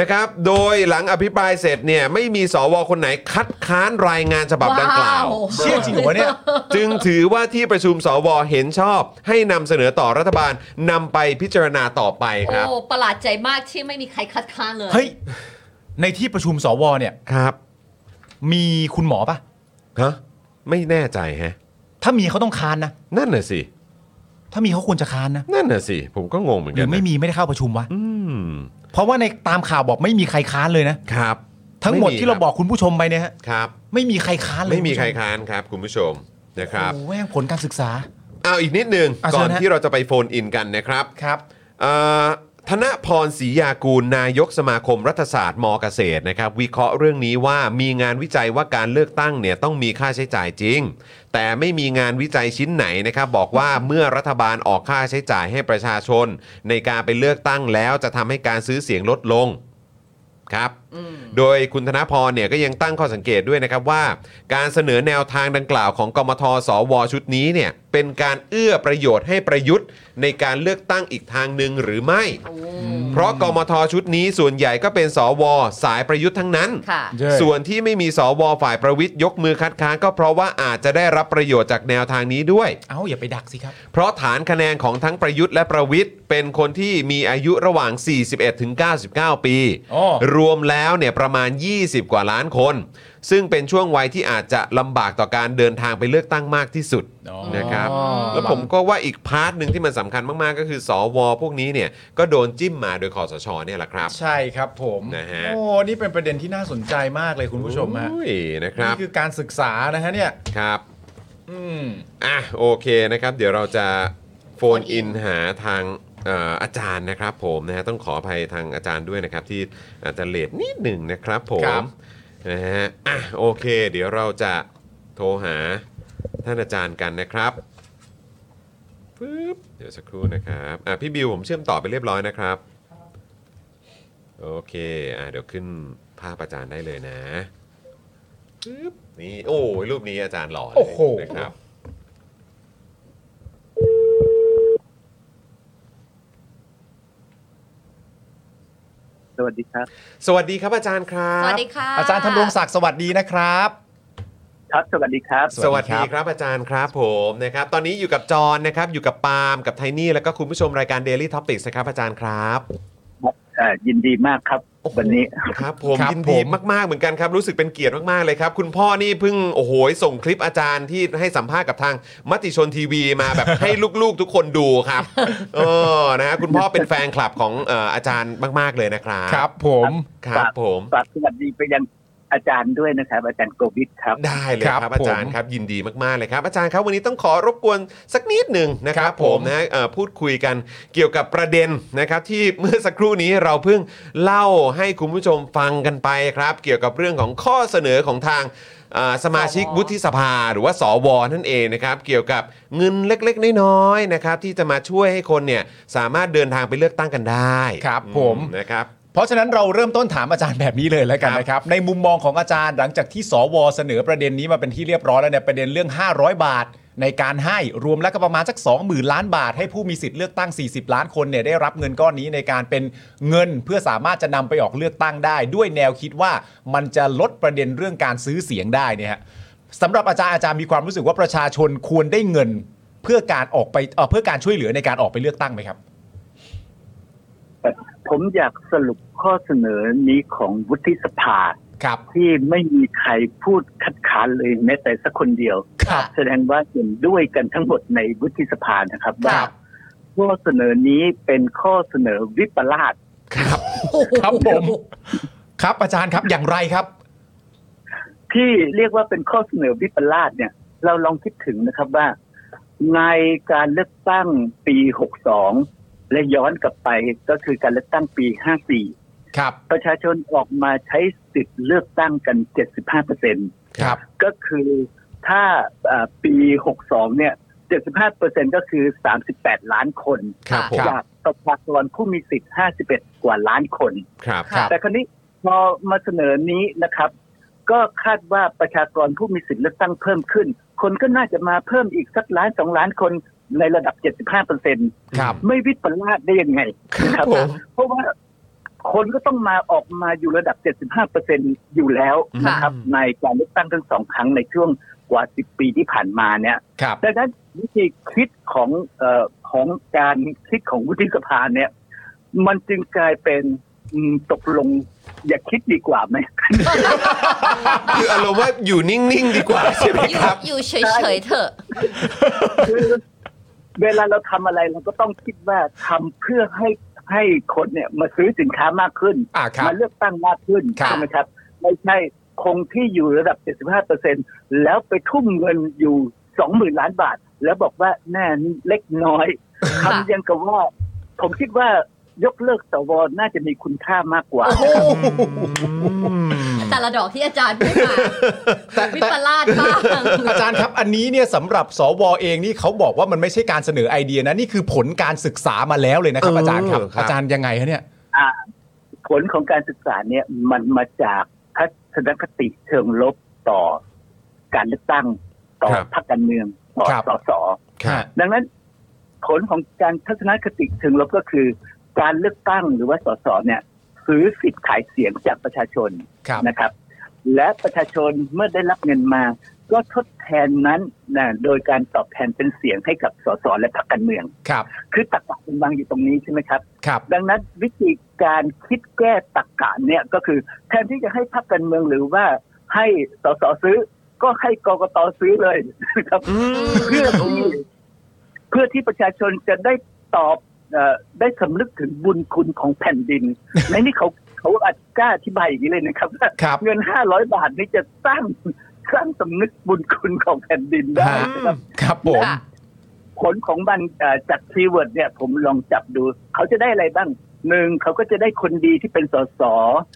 Speaker 2: นะครับ โดยหลังอภิปรายเสร็จเนี่ย ไม่มีสวคนไหนคัดค้านรายงานฉบับดังกล่าว
Speaker 3: เชี่ยจริงเหรอวะเนี่ย
Speaker 2: จึงถือว่าที่ประชุมสวเห็นชอบ ให้นำเสนอต่อรัฐบาลนำไปพิจารณาต่อไปครับ
Speaker 4: โอ้ประหลาดใจมากที่ไม่มีใครคัดค้านเลย
Speaker 3: เฮ้ย ในที่ประชุมสวเนี่ย
Speaker 2: ครับ
Speaker 3: มีคุณหมอปะ
Speaker 2: ฮะไม่แน่ใจฮะ
Speaker 3: ถ้ามีเขาต้องคานนะ
Speaker 2: นั่นน่ะสิ
Speaker 3: ถ้ามีเขาควรจะคานนะ
Speaker 2: นั่นน่ะสิ ผมก็งงเหมือน
Speaker 3: ห
Speaker 2: กั
Speaker 3: รื
Speaker 2: น
Speaker 3: อ
Speaker 2: นะ
Speaker 3: ไม่มีไม่ได้เข้าประชุมวะ
Speaker 2: อืม
Speaker 3: เพราะว่าในตามข่าวบอกไม่มีใครค้านเลยนะ
Speaker 2: ครับ
Speaker 3: ทั้งหมด
Speaker 2: ไ
Speaker 3: ที่เราบอกคุณผู้ชมไปเนี่ยฮะ
Speaker 2: ครับ
Speaker 3: ไม่มีใครค้านเลย
Speaker 2: ไม่มีใคร
Speaker 3: ณผู้ช
Speaker 2: ค้านครับคุณผู้ชมนะครับ
Speaker 3: โอ้โหแม่งผลการศึกษา
Speaker 2: เอาอีกนิดนึง
Speaker 3: อ่ะ
Speaker 2: ก่อน
Speaker 3: เชิญฮะ
Speaker 2: ที่เราจะไปโฟนอินกันนะครับ
Speaker 3: ครับ
Speaker 2: เอ่อธนพรศรียากูลนายกสมาคมรัฐศาสตร์มเกษตรนะครับ วิเคราะห์เรื่องนี้ว่ามีงานวิจัยว่าการเลือกตั้งเนี่ยต้องมีค่าใช้จ่ายจริง แต่ไม่มีงานวิจัยชิ้นไหนนะครับ บอกว่าเมื่อรัฐบาลออกค่าใช้จ่ายให้ประชาชน ในการไปเลือกตั้งแล้วจะทำให้การซื้อเสียงลดลงครับ โดยคุณธนพรเนี่ยก็ยังตั้งข้อสังเกตด้วยนะครับว่า การเสนอแนวทางดังกล่าวของกมทสวชุดนี้เนี่ยเป็นการเอื้อประโยชน์ให้ประยุทธ์ ในการเลือกตั้งอีกทางหนึ่งหรือไม่
Speaker 4: โอ้
Speaker 2: เพราะกมทชุดนี้ส่วนใหญ่ก็เป็นสว สายประยุทธ์ทั้งนั้น
Speaker 4: ค่ะ
Speaker 3: ใช่
Speaker 2: ส่วนที่ไม่มีสวฝ่ายประวิทย์ยกมือคัดค้านก็เพราะว่าอาจจะได้รับประโยชน์จากแนวทางนี้ด้วย
Speaker 3: เอ้าอย่าไปดักสิครับ
Speaker 2: เพราะฐานคะแนนของทั้งประยุทธ์และประวิทย์เป็นคนที่มีอายุระหว่าง 41 ถึง 99 ปี
Speaker 3: อ๋อ
Speaker 2: รวมแล้วเนี่ยประมาณ 20 กว่าล้านคน ซึ่งเป็นช่วงวัยที่อาจจะลำบากต่อการเดินทางไปเลือกตั้งมากที่สุด นะครับ แล้วผมก็ว่าอีกพาร์ทหนึ่งที่มันสำคัญมาก ๆ ก็คือ สว พวกนี้เนี่ย ก็โดนจิ้มมาโดยคอสชเนี่ยแหละครับ
Speaker 3: ใช่ครับผม
Speaker 2: นะฮะ
Speaker 3: โอ้นี่เป็นประเด็นที่น่าสนใจมากเลยคุณผู้ชมฮะ
Speaker 2: โอ้ยนะครับ
Speaker 3: นี่คือการศึกษานะฮะเนี่ย
Speaker 2: ครับ
Speaker 3: อืม
Speaker 2: อ่ะโอเคนะครับ เดี๋ยวเราจะโฟนอินหาทางเอ่ออาจารย์นะครับผมนะฮะต้องขออภัยทางอาจารย์ด้วยนะครับ ที่อาจจะเลทนิดหนึ่งนะครับผ
Speaker 3: ครั
Speaker 2: ม
Speaker 3: บ
Speaker 2: นะฮะอ่ะโอเค เดี๋ยวเราจะโทรหาท่านอาจารย์กันนะครับปึ๊บเดี๋ยวสักครู่นะครับอ่ะพี่บิวผมเชื่อมต่อไปเรียบร้อยนะครับ โอเค อ่ะเดี๋ยวขึ้นภาพอาจารย์ได้เลยนะปึ๊บนี่โอ้ยรูปนี้อาจารย์หล่อเล
Speaker 3: โอ้
Speaker 2: ย
Speaker 3: โห
Speaker 2: นะครับ
Speaker 6: สวัสดีครับ
Speaker 2: สวัสดีครับอาจารย์ครั
Speaker 4: ส
Speaker 2: บ
Speaker 4: วัสดีค่ะ
Speaker 3: อาจารย์ธำรงศักดิ์สวัสดีนะครับ
Speaker 6: ครับ สวัสดีครับ
Speaker 2: สวัสดีครับอาจารย์ครับผมนะครับ ตอนนี้อยู่กับจอห์นนะครับ อยู่กับปาล์มกับไทนี่ แล้วก็คุณผู้ชมรายการ Daily Topics นะครับอาจารย์ครับ
Speaker 6: เอ่อยินดีมากครับ
Speaker 2: โอ้โห
Speaker 6: วันนี้
Speaker 2: ครับผม
Speaker 3: ครับ
Speaker 2: ยินดี
Speaker 3: ผม
Speaker 2: มากๆเหมือนกันครับ รู้สึกเป็นเกียรติมากๆเลยครับ คุณพ่อนี่เพิ่งโอ้โหส่งคลิปอาจารย์ที่ให้สัมภาษณ์กับทางมติชนทีวีมาแบบ ให้ลูกๆทุกคนดูครับเออนะฮะคุณพ่อเป็นแฟนคลับของเอ่ออาจารย์มากๆเลยนะครับ
Speaker 3: ครับผม
Speaker 2: ครับผม
Speaker 6: ฝากสวัสดีไปยังอาจารย์ด้วยนะครับ อาจารย์โกวิดครับ
Speaker 2: ได้เลยค
Speaker 3: ครั
Speaker 2: รับบ อาจารย์
Speaker 3: ผม
Speaker 2: ครับยินดีมากๆเลยครับ อาจารย์ครับวันนี้ต้องขอรบกวนสักนิดหนึ่งนะครับ
Speaker 3: ครับ
Speaker 2: ผ
Speaker 3: ผม ม
Speaker 2: นะเอ่อพูดคุยกันเกี่ยวกับประเด็นนะครับ ที่เมื่อสักครู่นี้เราเพิ่งเล่าให้คุณผู้ชมฟังกันไปครับ เกี่ยวกับเรื่องของข้อเสนอของทางเอ่อสมาชิก
Speaker 4: สว
Speaker 2: วุฒิสภาหรือว่าสวนั่นเองนะครับ เกี่ยวกับเงินเล็กๆน้อยๆนะครับ ที่จะมาช่วยให้คนเนี่ยสามารถเดินทางไปเลือกตั้งกันได้
Speaker 3: ครับผม
Speaker 2: อืนะครับ
Speaker 3: เพราะฉะนั้นเราเริ่มต้นถามอาจารย์แบบนี้เลยแล้วกัน
Speaker 2: ครับ
Speaker 3: นะครับ ในมุมมองของอาจารย์หลังจากที่สวเสนอประเด็นนี้มาเป็นที่เรียบร้อยแล้วเนี่ยประเด็นเรื่อง 500 บาท ในการให้รวมแล้วก็ประมาณสัก 20,000 ล้านบาท ให้ผู้มีสิทธิ์เลือกตั้ง 40 ล้านคนเนี่ยได้รับเงินก้อนนี้ในการเป็นเงินเพื่อสามารถจะนำไปออกเลือกตั้งได้ ด้วยแนวคิดว่ามันจะลดประเด็นเรื่องการซื้อเสียงได้เนี่ยฮะสำหรับอาจารย์อาจารย์มีความรู้สึกว่าประชาชนควรได้เงินเพื่อการออกไปเอ่อเพื่อการช่วยเหลือในการออกไปเลือกตั้งไหมครับ
Speaker 6: ผมอยากสรุปข้อเสนอนี้ของวุฒิสภา
Speaker 3: ครับ
Speaker 6: ที่ไม่มีใครพูดคัดค้านเลยแม้แต่สักคนเดียว
Speaker 3: ครับ
Speaker 6: แสดงว่าเห็นด้วยกันทั้งหมดในวุฒิสภานะครับ
Speaker 3: ค
Speaker 6: ว่า
Speaker 3: รับ
Speaker 6: ข้อเสนอนี้เป็นข้อเสนอวิปลาส
Speaker 3: ครับ ครับผม ครับอาจารย์ครับอย่างไรครับ
Speaker 6: ที่เรียกว่าเป็นข้อเสนอวิปลาสเนี่ย เราลองคิดถึงนะครับว่า ในการเลือกตั้งปี 62 และย้อนกลับไปก็คือการเลือกตั้งปี 54
Speaker 3: ครับ
Speaker 6: ประชาชนออกมาใช้สิทธิ์เลือกตั้งกัน 75%
Speaker 3: ครับ
Speaker 6: ก็คือถ้าเอ่อปี 62 เนี่ย 75%ก็คือ 38 ล้านคน
Speaker 2: ครับผม
Speaker 3: ครับ
Speaker 6: จากประชากรผู้มีสิทธิ์ 51 กว่าล้านคน
Speaker 2: ครับ
Speaker 4: ครับ
Speaker 6: แต่คราวนี้พอมาเสนอนี้นะครับ ก็คาดว่าประชากรผู้มีสิทธิ์เลือกตั้งเพิ่มขึ้น คนก็น่าจะมาเพิ่มอีกสักล้านสองล้านคนในระดับ 75เปอร์เซ็น
Speaker 3: ครับ
Speaker 6: ไม่วิปลาสได้ยังไงนะ
Speaker 2: ผม
Speaker 6: เพราะว่าคนก็ต้องมาออกมาอยู่ระดับ 75เปอร์เซ็นอยู่แล้วนะครับ
Speaker 2: อืม
Speaker 6: ในการเลือกตั้งทั้งสองครั้งในช่วงกว่า 10 ปีที่ผ่านมาเนี่ย
Speaker 3: ครับ
Speaker 6: ดังนั้นวิธีคิดของเออของการคิดของวุฒิสภาเนี่ย มันจึงกลายเป็นอืมตกลงอย่าคิดดีกว่าไหม
Speaker 2: คืออารมณ์ว่าอยู่นิ่งๆดีกว่าใช่ไหม
Speaker 4: อยู่
Speaker 2: ครับ
Speaker 4: อยู่เฉยๆเถอะ
Speaker 6: คือเวลาเราทำอะไรเราก็ต้องคิดว่าทำเพื่อให้ให้คนเนี่ยมาซื้อสินค้ามากขึ้น
Speaker 3: อ่าครับ
Speaker 6: มาเลือกตั้งมากขึ้น
Speaker 3: ครับ
Speaker 6: ใช่ไหมครับ ไม่ใช่คงที่อยู่ระดับ 75เปอร์เซ็นแล้วไปทุ่มเงินอยู่ 20,000 ล้านบาท แล้วบอกว่าแน่นี่เล็กน้ อย
Speaker 4: ค่ะ
Speaker 6: ทำยังกับว่า ผมคิดว่ายกเลิกสวน่าจะมีคุณค่ามากกว่า
Speaker 4: แต่ละดอกที่อาจารย์พูดมาวิปลาสบ้าง
Speaker 3: อาจารย์ครับ อันนี้เนี่ยสำหรับสวเองนี่เขาบอกว่ามันไม่ใช่การเสนอไอเดียนะนี่คือผลการศึกษามาแล้วเลยนะครับ
Speaker 2: เออ
Speaker 3: อาจารย์ครับ
Speaker 2: ครับ
Speaker 3: อาจารย์ยังไงฮะเนี่ย
Speaker 6: ผลของการศึกษาเนี่ยมันมาจากทัศนคติเชิงลบต่อการเลือกตั้งต่อ
Speaker 2: ครับ
Speaker 6: พรรคการเมืองต่อ
Speaker 3: ครับ
Speaker 6: สสดังนั้น ผลของการทัศนคติเชิงลบก็คือ การเลือกตั้งหรือว่าสสเนี่ยซื้อสิทธิ์ขายเสียงจากประชาชน
Speaker 3: ครับ
Speaker 6: นะครับ และประชาชนเมื่อได้รับเงินมา ก็ทดแทนนั้นนะโดยการตอบแทนเป็นเสียงให้กับสสและพรรคการเมือง
Speaker 3: ครับ
Speaker 6: คือตรรกะมันวางอยู่ตรงนี้ใช่ไหมครับ
Speaker 3: ครับ
Speaker 6: ดังนั้นวิธีการคิดแก้ตรกกะเนี่ยก็คือ แทนที่จะให้พรรคการเมืองหรือว่าให้สสซื้อ ก็ให้กกตซื้อเลยนะครับ เพื่อที่เพื่อที่ประชาชนจะได้ตอบเออได้สำนึกถึงบุญคุณของแผ่นดิน ในนี่เขาเขาอาจกล้าอธิบายอย่างนี้เลยนะครับว่า
Speaker 3: ครับ
Speaker 6: เงินห้าร้อยบาทนี่จะสร้างสร้างสำนึกบุญคุณของแผ่นดินได้นะครับ
Speaker 3: ครับผม
Speaker 4: ค่ะ
Speaker 6: ผลของมันเอ่อจากคีย์เวิร์ดเนี่ยผมลองจับดู เขาจะได้อะไรบ้างหนึ่งเขาก็จะได้คนดีที่เป็นสส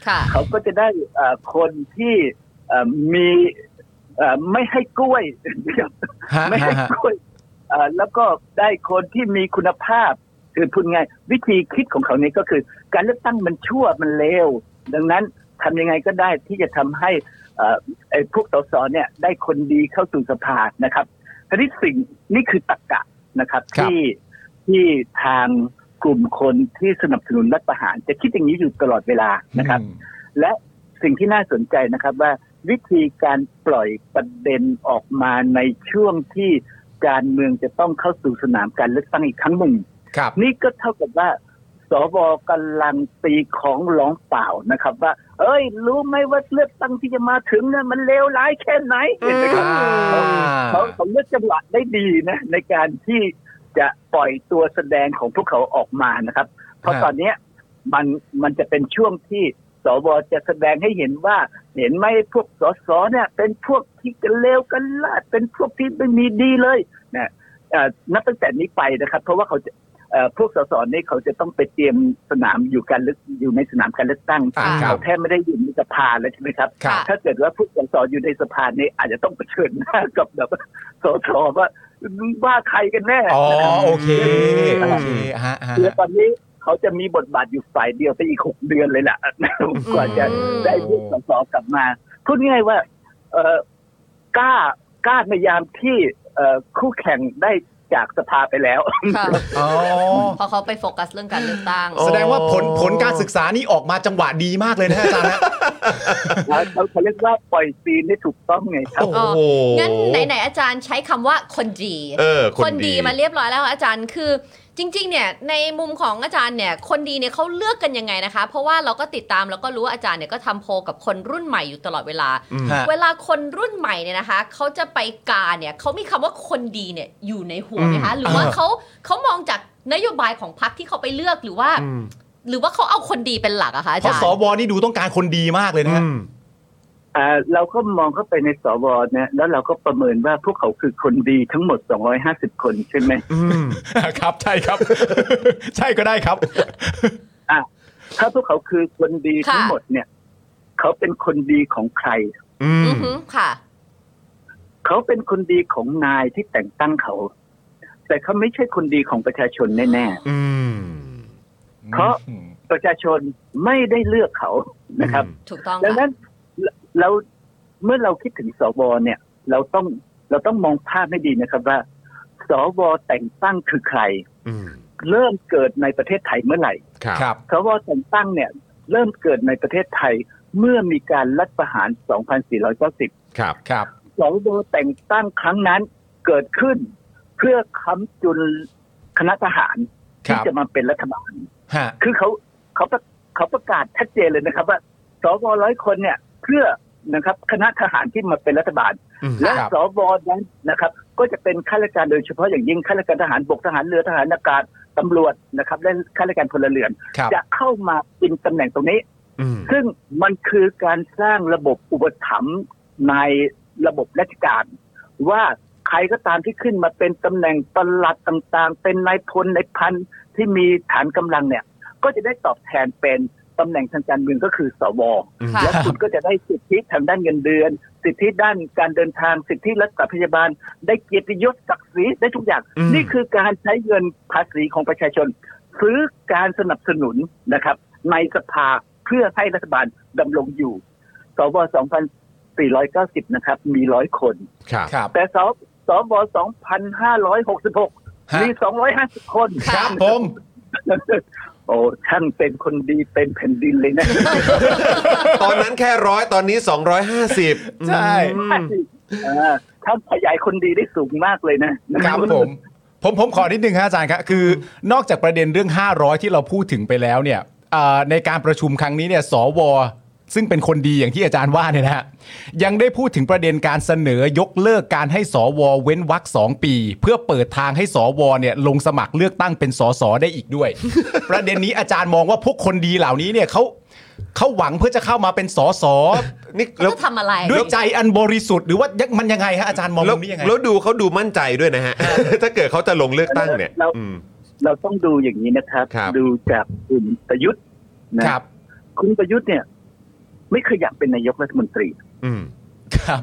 Speaker 4: ค่ะ
Speaker 6: เขาก็จะได้เอ่อคนที่เอ่อมีเอ่อไม่ให้กล้วย
Speaker 3: ฮะ
Speaker 6: ไม่ให้
Speaker 3: ฮะฮะ
Speaker 6: กล้วยเอ่อแล้วก็ได้คนที่มีคุณภาพ คือพูดง่ายวิธีคิดของเขาเนี่ยก็คือ การเลือกตั้งมันชั่วมันเลวดังนั้นทำยังไงก็ได้ที่จะทำให้เอ่อไอ้พวกสสเนี่ยได้คนดีเข้าสู่สภานะครับทีนี้สิ่งนี่คือตรรกะนะครับ
Speaker 3: ครับ
Speaker 6: ที่ที่ทางกลุ่มคนที่สนับสนุนรัฐประหาร จะคิดอย่างนี้อยู่ตลอดเวลานะครับ
Speaker 3: อืม
Speaker 6: และสิ่งที่น่าสนใจนะครับว่าวิธีการปล่อยประเด็นออกมาในช่วงที่การเมืองจะต้องเข้าสู่สนามการเลือกตั้งอีกครั้งหนึ่ง
Speaker 3: ครับ
Speaker 6: นี่ก็เท่ากับว่า สวกำลังตีของหลองเปล่านะครับ ว่า เอ้ย รู้ไหมว่าเลือกตั้งที่จะมาถึงเนี่ยมันเลวร้ายแค่ไหนนะครับ เขาเขาเลือกจังหวะได้ดีนะในการที่จะปล่อยตัวแสดงของพวกเขาออกมานะครับ เพราะ
Speaker 3: ครับ
Speaker 6: ตอนเนี้ยมันมันจะเป็นช่วงที่สวจะแสดงให้เห็นว่า เห็นไหมพวกสสเนี่ย เป็นพวกที่กันเลวกันลาดเป็นพวกที่ไม่มีดีเลยนะเอ่อนับตั้งแต่นี้ไปนะครับ เพราะว่าเขาจะเอ่อพวกสสนี่เขาจะต้องไปเตรียมสนามอยู่การเลือกอยู่ในสนามการเลือกตั้ง
Speaker 3: อ่าครับ
Speaker 6: เขาแทบไม่ได้อยู่ในสภาแล้วใช่ไหมครับ
Speaker 4: ครับ
Speaker 6: ถ้าเกิดว่าผู้สสอยู่ในสภาเนี่ยอาจจะต้องเผชิญหน้ากับแบบ สสว่าว่าใครกันแน่
Speaker 3: อ๋อ
Speaker 6: นะครับ
Speaker 3: โอเคโอเคฮะฮะ
Speaker 6: คือตอนนี้เขาจะมีบทบาทอยู่ฝ่ายเดียวไปอีกหกเดือนเลยล่ะ กว่าจะได้ผู้สสกลับมาพูดง่ายๆว่าเออกล้ากล้าในยามที่เอ่อคู่แข่งได้จากสภาไปแล้ว
Speaker 4: ค่ะ
Speaker 3: อ๋อ
Speaker 4: เพอเขาไปโฟกัสเรื่องการเลือกตั้ง
Speaker 3: แสดงว่าผลผลการศึกษานี่ออกมาจังหวะดีมากเลยนะฮะอาจารย์ฮะ
Speaker 6: แล้วเขาเขาเรียกว่าปล่อยซีนได้ถูกต้องไงครับ
Speaker 3: โอ้โห
Speaker 4: งั้นไหนๆอาจารย์ใช้คำว่าคนดี
Speaker 7: เออ
Speaker 4: คนดีมาเรียบร้อยแล้วอาจารย์คือจริงๆเนี่ยในมุมของอาจารย์เนี่ยคนดีเนี่ยเขาเลือกกันยังไงนะคะ เพราะว่าเราก็ติดตามแล้วก็รู้ว่าอาจารย์เนี่ยก็ทำโพลกับคนรุ่นใหม่อยู่ตลอดเวลา
Speaker 3: ฮะ
Speaker 4: เวลาคนรุ่นใหม่เนี่ยนะคะเขาจะไปกาเนี่ยเขามีคำว่าคนดีเนี่ยอยู่ในหัวไหมคะหรือว่า
Speaker 3: อ่า
Speaker 4: เขาเขามองจากนโยบายของพรรคที่เขาไปเลือกหรือว่า หรือว่าเขาเอาคนดีเป็นหลักอะคะอา
Speaker 3: เพราะ
Speaker 4: จาร
Speaker 3: ส
Speaker 4: ย์
Speaker 3: วนี่ดูต้องการคนดีมากเลยนะฮะ
Speaker 6: อ่าเราก็มองเข้าไปในสวเนี่ยแล้วเราก็ประเมินว่าพวกเขาคือคนดีทั้งหมด 250 คนใช่ไหม
Speaker 3: ครับใช่ครับ ใช่ก็ได้ครับ
Speaker 6: อ่ะถ้าพวกเขาคือคนดีทั้งหมดเนี่ย เขาเป็นคนดีของใคร
Speaker 4: อือฮึค่ะ
Speaker 6: เขาเป็นคนดีของนายที่แต่งตั้งเขา แต่เขาไม่ใช่คนดีของประชาชนแน่ เพราะ ๆ ประชาชนไม่ได้เลือกเขานะครับ
Speaker 4: ถูกต้อง
Speaker 6: ดัง
Speaker 4: ค่ะ
Speaker 6: นั้นเราเมื่อเราคิดถึงสวเนี่ย เราต้องเราต้องมองภาพให้ดีนะครับว่า สวแต่งตั้งคือใคร เริ่มเกิดในประเทศไทยเมื่อไหร่
Speaker 3: ค
Speaker 7: ค
Speaker 3: รั
Speaker 7: รับ
Speaker 3: บ
Speaker 6: สวแต่งตั้งเนี่ยเริ่มเกิดในประเทศไทยเมื่อมีการรัฐประหาร 2490
Speaker 7: ครับ
Speaker 3: ครับ
Speaker 6: สวแต่งตั้งครั้งนั้นเกิดขึ้น เพื่อค้ำจุนคณะทหาร
Speaker 3: ค
Speaker 6: ที่
Speaker 3: รับ
Speaker 6: จะมาเป็นรัฐบาล
Speaker 3: ฮะ
Speaker 6: คือเขาเขาประเขาประกาศชัดเจนเลยนะครับ ว่า สวร้อยคนเนี่ยเพื่อนะครับคณะทหารที่มาเป็นรัฐบาล และ
Speaker 3: ครับ
Speaker 6: สวนั้นนะครับ ก็จะเป็นข้าราชการโดยเฉพาะอย่างยิ่งข้าราชการทหารบกทหารเรือทหารอากาศตำรวจนะครับและข้าราชการพลเรือน
Speaker 3: ครับ
Speaker 6: จะเข้ามาเป็นตำแหน่งตรงนี้ ซึ่งมันคือการสร้างระบบอุปถัมภ์ในระบบราชการ ว่าใครก็ตามที่ขึ้นมาเป็นตำแหน่งปลัดต่างๆ เป็นนายพลนายพันที่มีฐานกำลังเนี่ย ก็จะได้ตอบแทนเป็นตำแหน่งทางการเมืองก็คือสว
Speaker 4: ค่ะ
Speaker 6: และคุณก็จะได้สิทธิทางด้านเงินเดือน สิทธิด้านการเดินทาง สิทธิรักษาพยาบาล ได้เกียรติยศศักดิ์ศรีได้ทุกอย่าง
Speaker 7: อืม
Speaker 6: นี่คือการใช้เงินภาษีของประชาชน ซื้อการสนับสนุนนะครับ ในสภาเพื่อให้รัฐบาลดำรงอยู่ สว 2490 นะครับ มีร้อยคน
Speaker 7: ครับ
Speaker 3: ครับ
Speaker 6: แต่สวสว2566
Speaker 3: ฮะ
Speaker 6: มี 250 คน
Speaker 3: ครับผม
Speaker 6: โอ้ท่านเป็นคนดีเป็นแผ่นดินเลยนะ
Speaker 7: ตอนนั้นแค่ร้อยตอนนี้ 250
Speaker 3: ใช่
Speaker 6: เออถ้าขยายคนดีได้สูงมากเลยนะ
Speaker 3: ครับผม ผมผมขอนิดนึงฮะอาจารย์ครับคือนอกจากประเด็นเรื่อง 500 ที่เราพูดถึงไปแล้วเนี่ยเอ่อในการประชุมครั้งนี้เนี่ยสว ซึ่งเป็นคนดีอย่างที่อาจารย์ว่าเนี่ยนะฮะยังได้พูดถึงประเด็นการเสนอยกเลิกการให้สว เว้นวรรคสองปี เพื่อเปิดทางให้สวเนี่ยลงสมัครเลือกตั้งเป็นสสได้อีกด้วย ประเด็นนี้อาจารย์มองว่าพวกคนดีเหล่านี้เนี่ยเขาเขาหวังเพื่อจะเข้ามาเป็นสส
Speaker 7: นี่
Speaker 4: แล้
Speaker 7: แล้ว ว
Speaker 4: จะทำอะไร
Speaker 3: ด้วยใจอันบริสุทธิ์หรือว่ายังมันยังไงฮะอาจารย์มอง
Speaker 7: แล้ว
Speaker 3: มุมนี้ยังไง
Speaker 7: แล้วดูเขาดูมั่นใจด้วยนะฮะ ถ้าเกิดเขาจะลงเลือกตั้งเนี่ย
Speaker 6: เรา
Speaker 7: อืม
Speaker 6: เราต้องดูอย่างนี้นะครับ
Speaker 7: ครับ
Speaker 6: ดูจากคุณประยุทธ์นะครับ คุณประยุทธ์เนี่ย ไม่เคยอยากเป็นนายกรัฐมนตรี
Speaker 7: อืม
Speaker 3: ครับ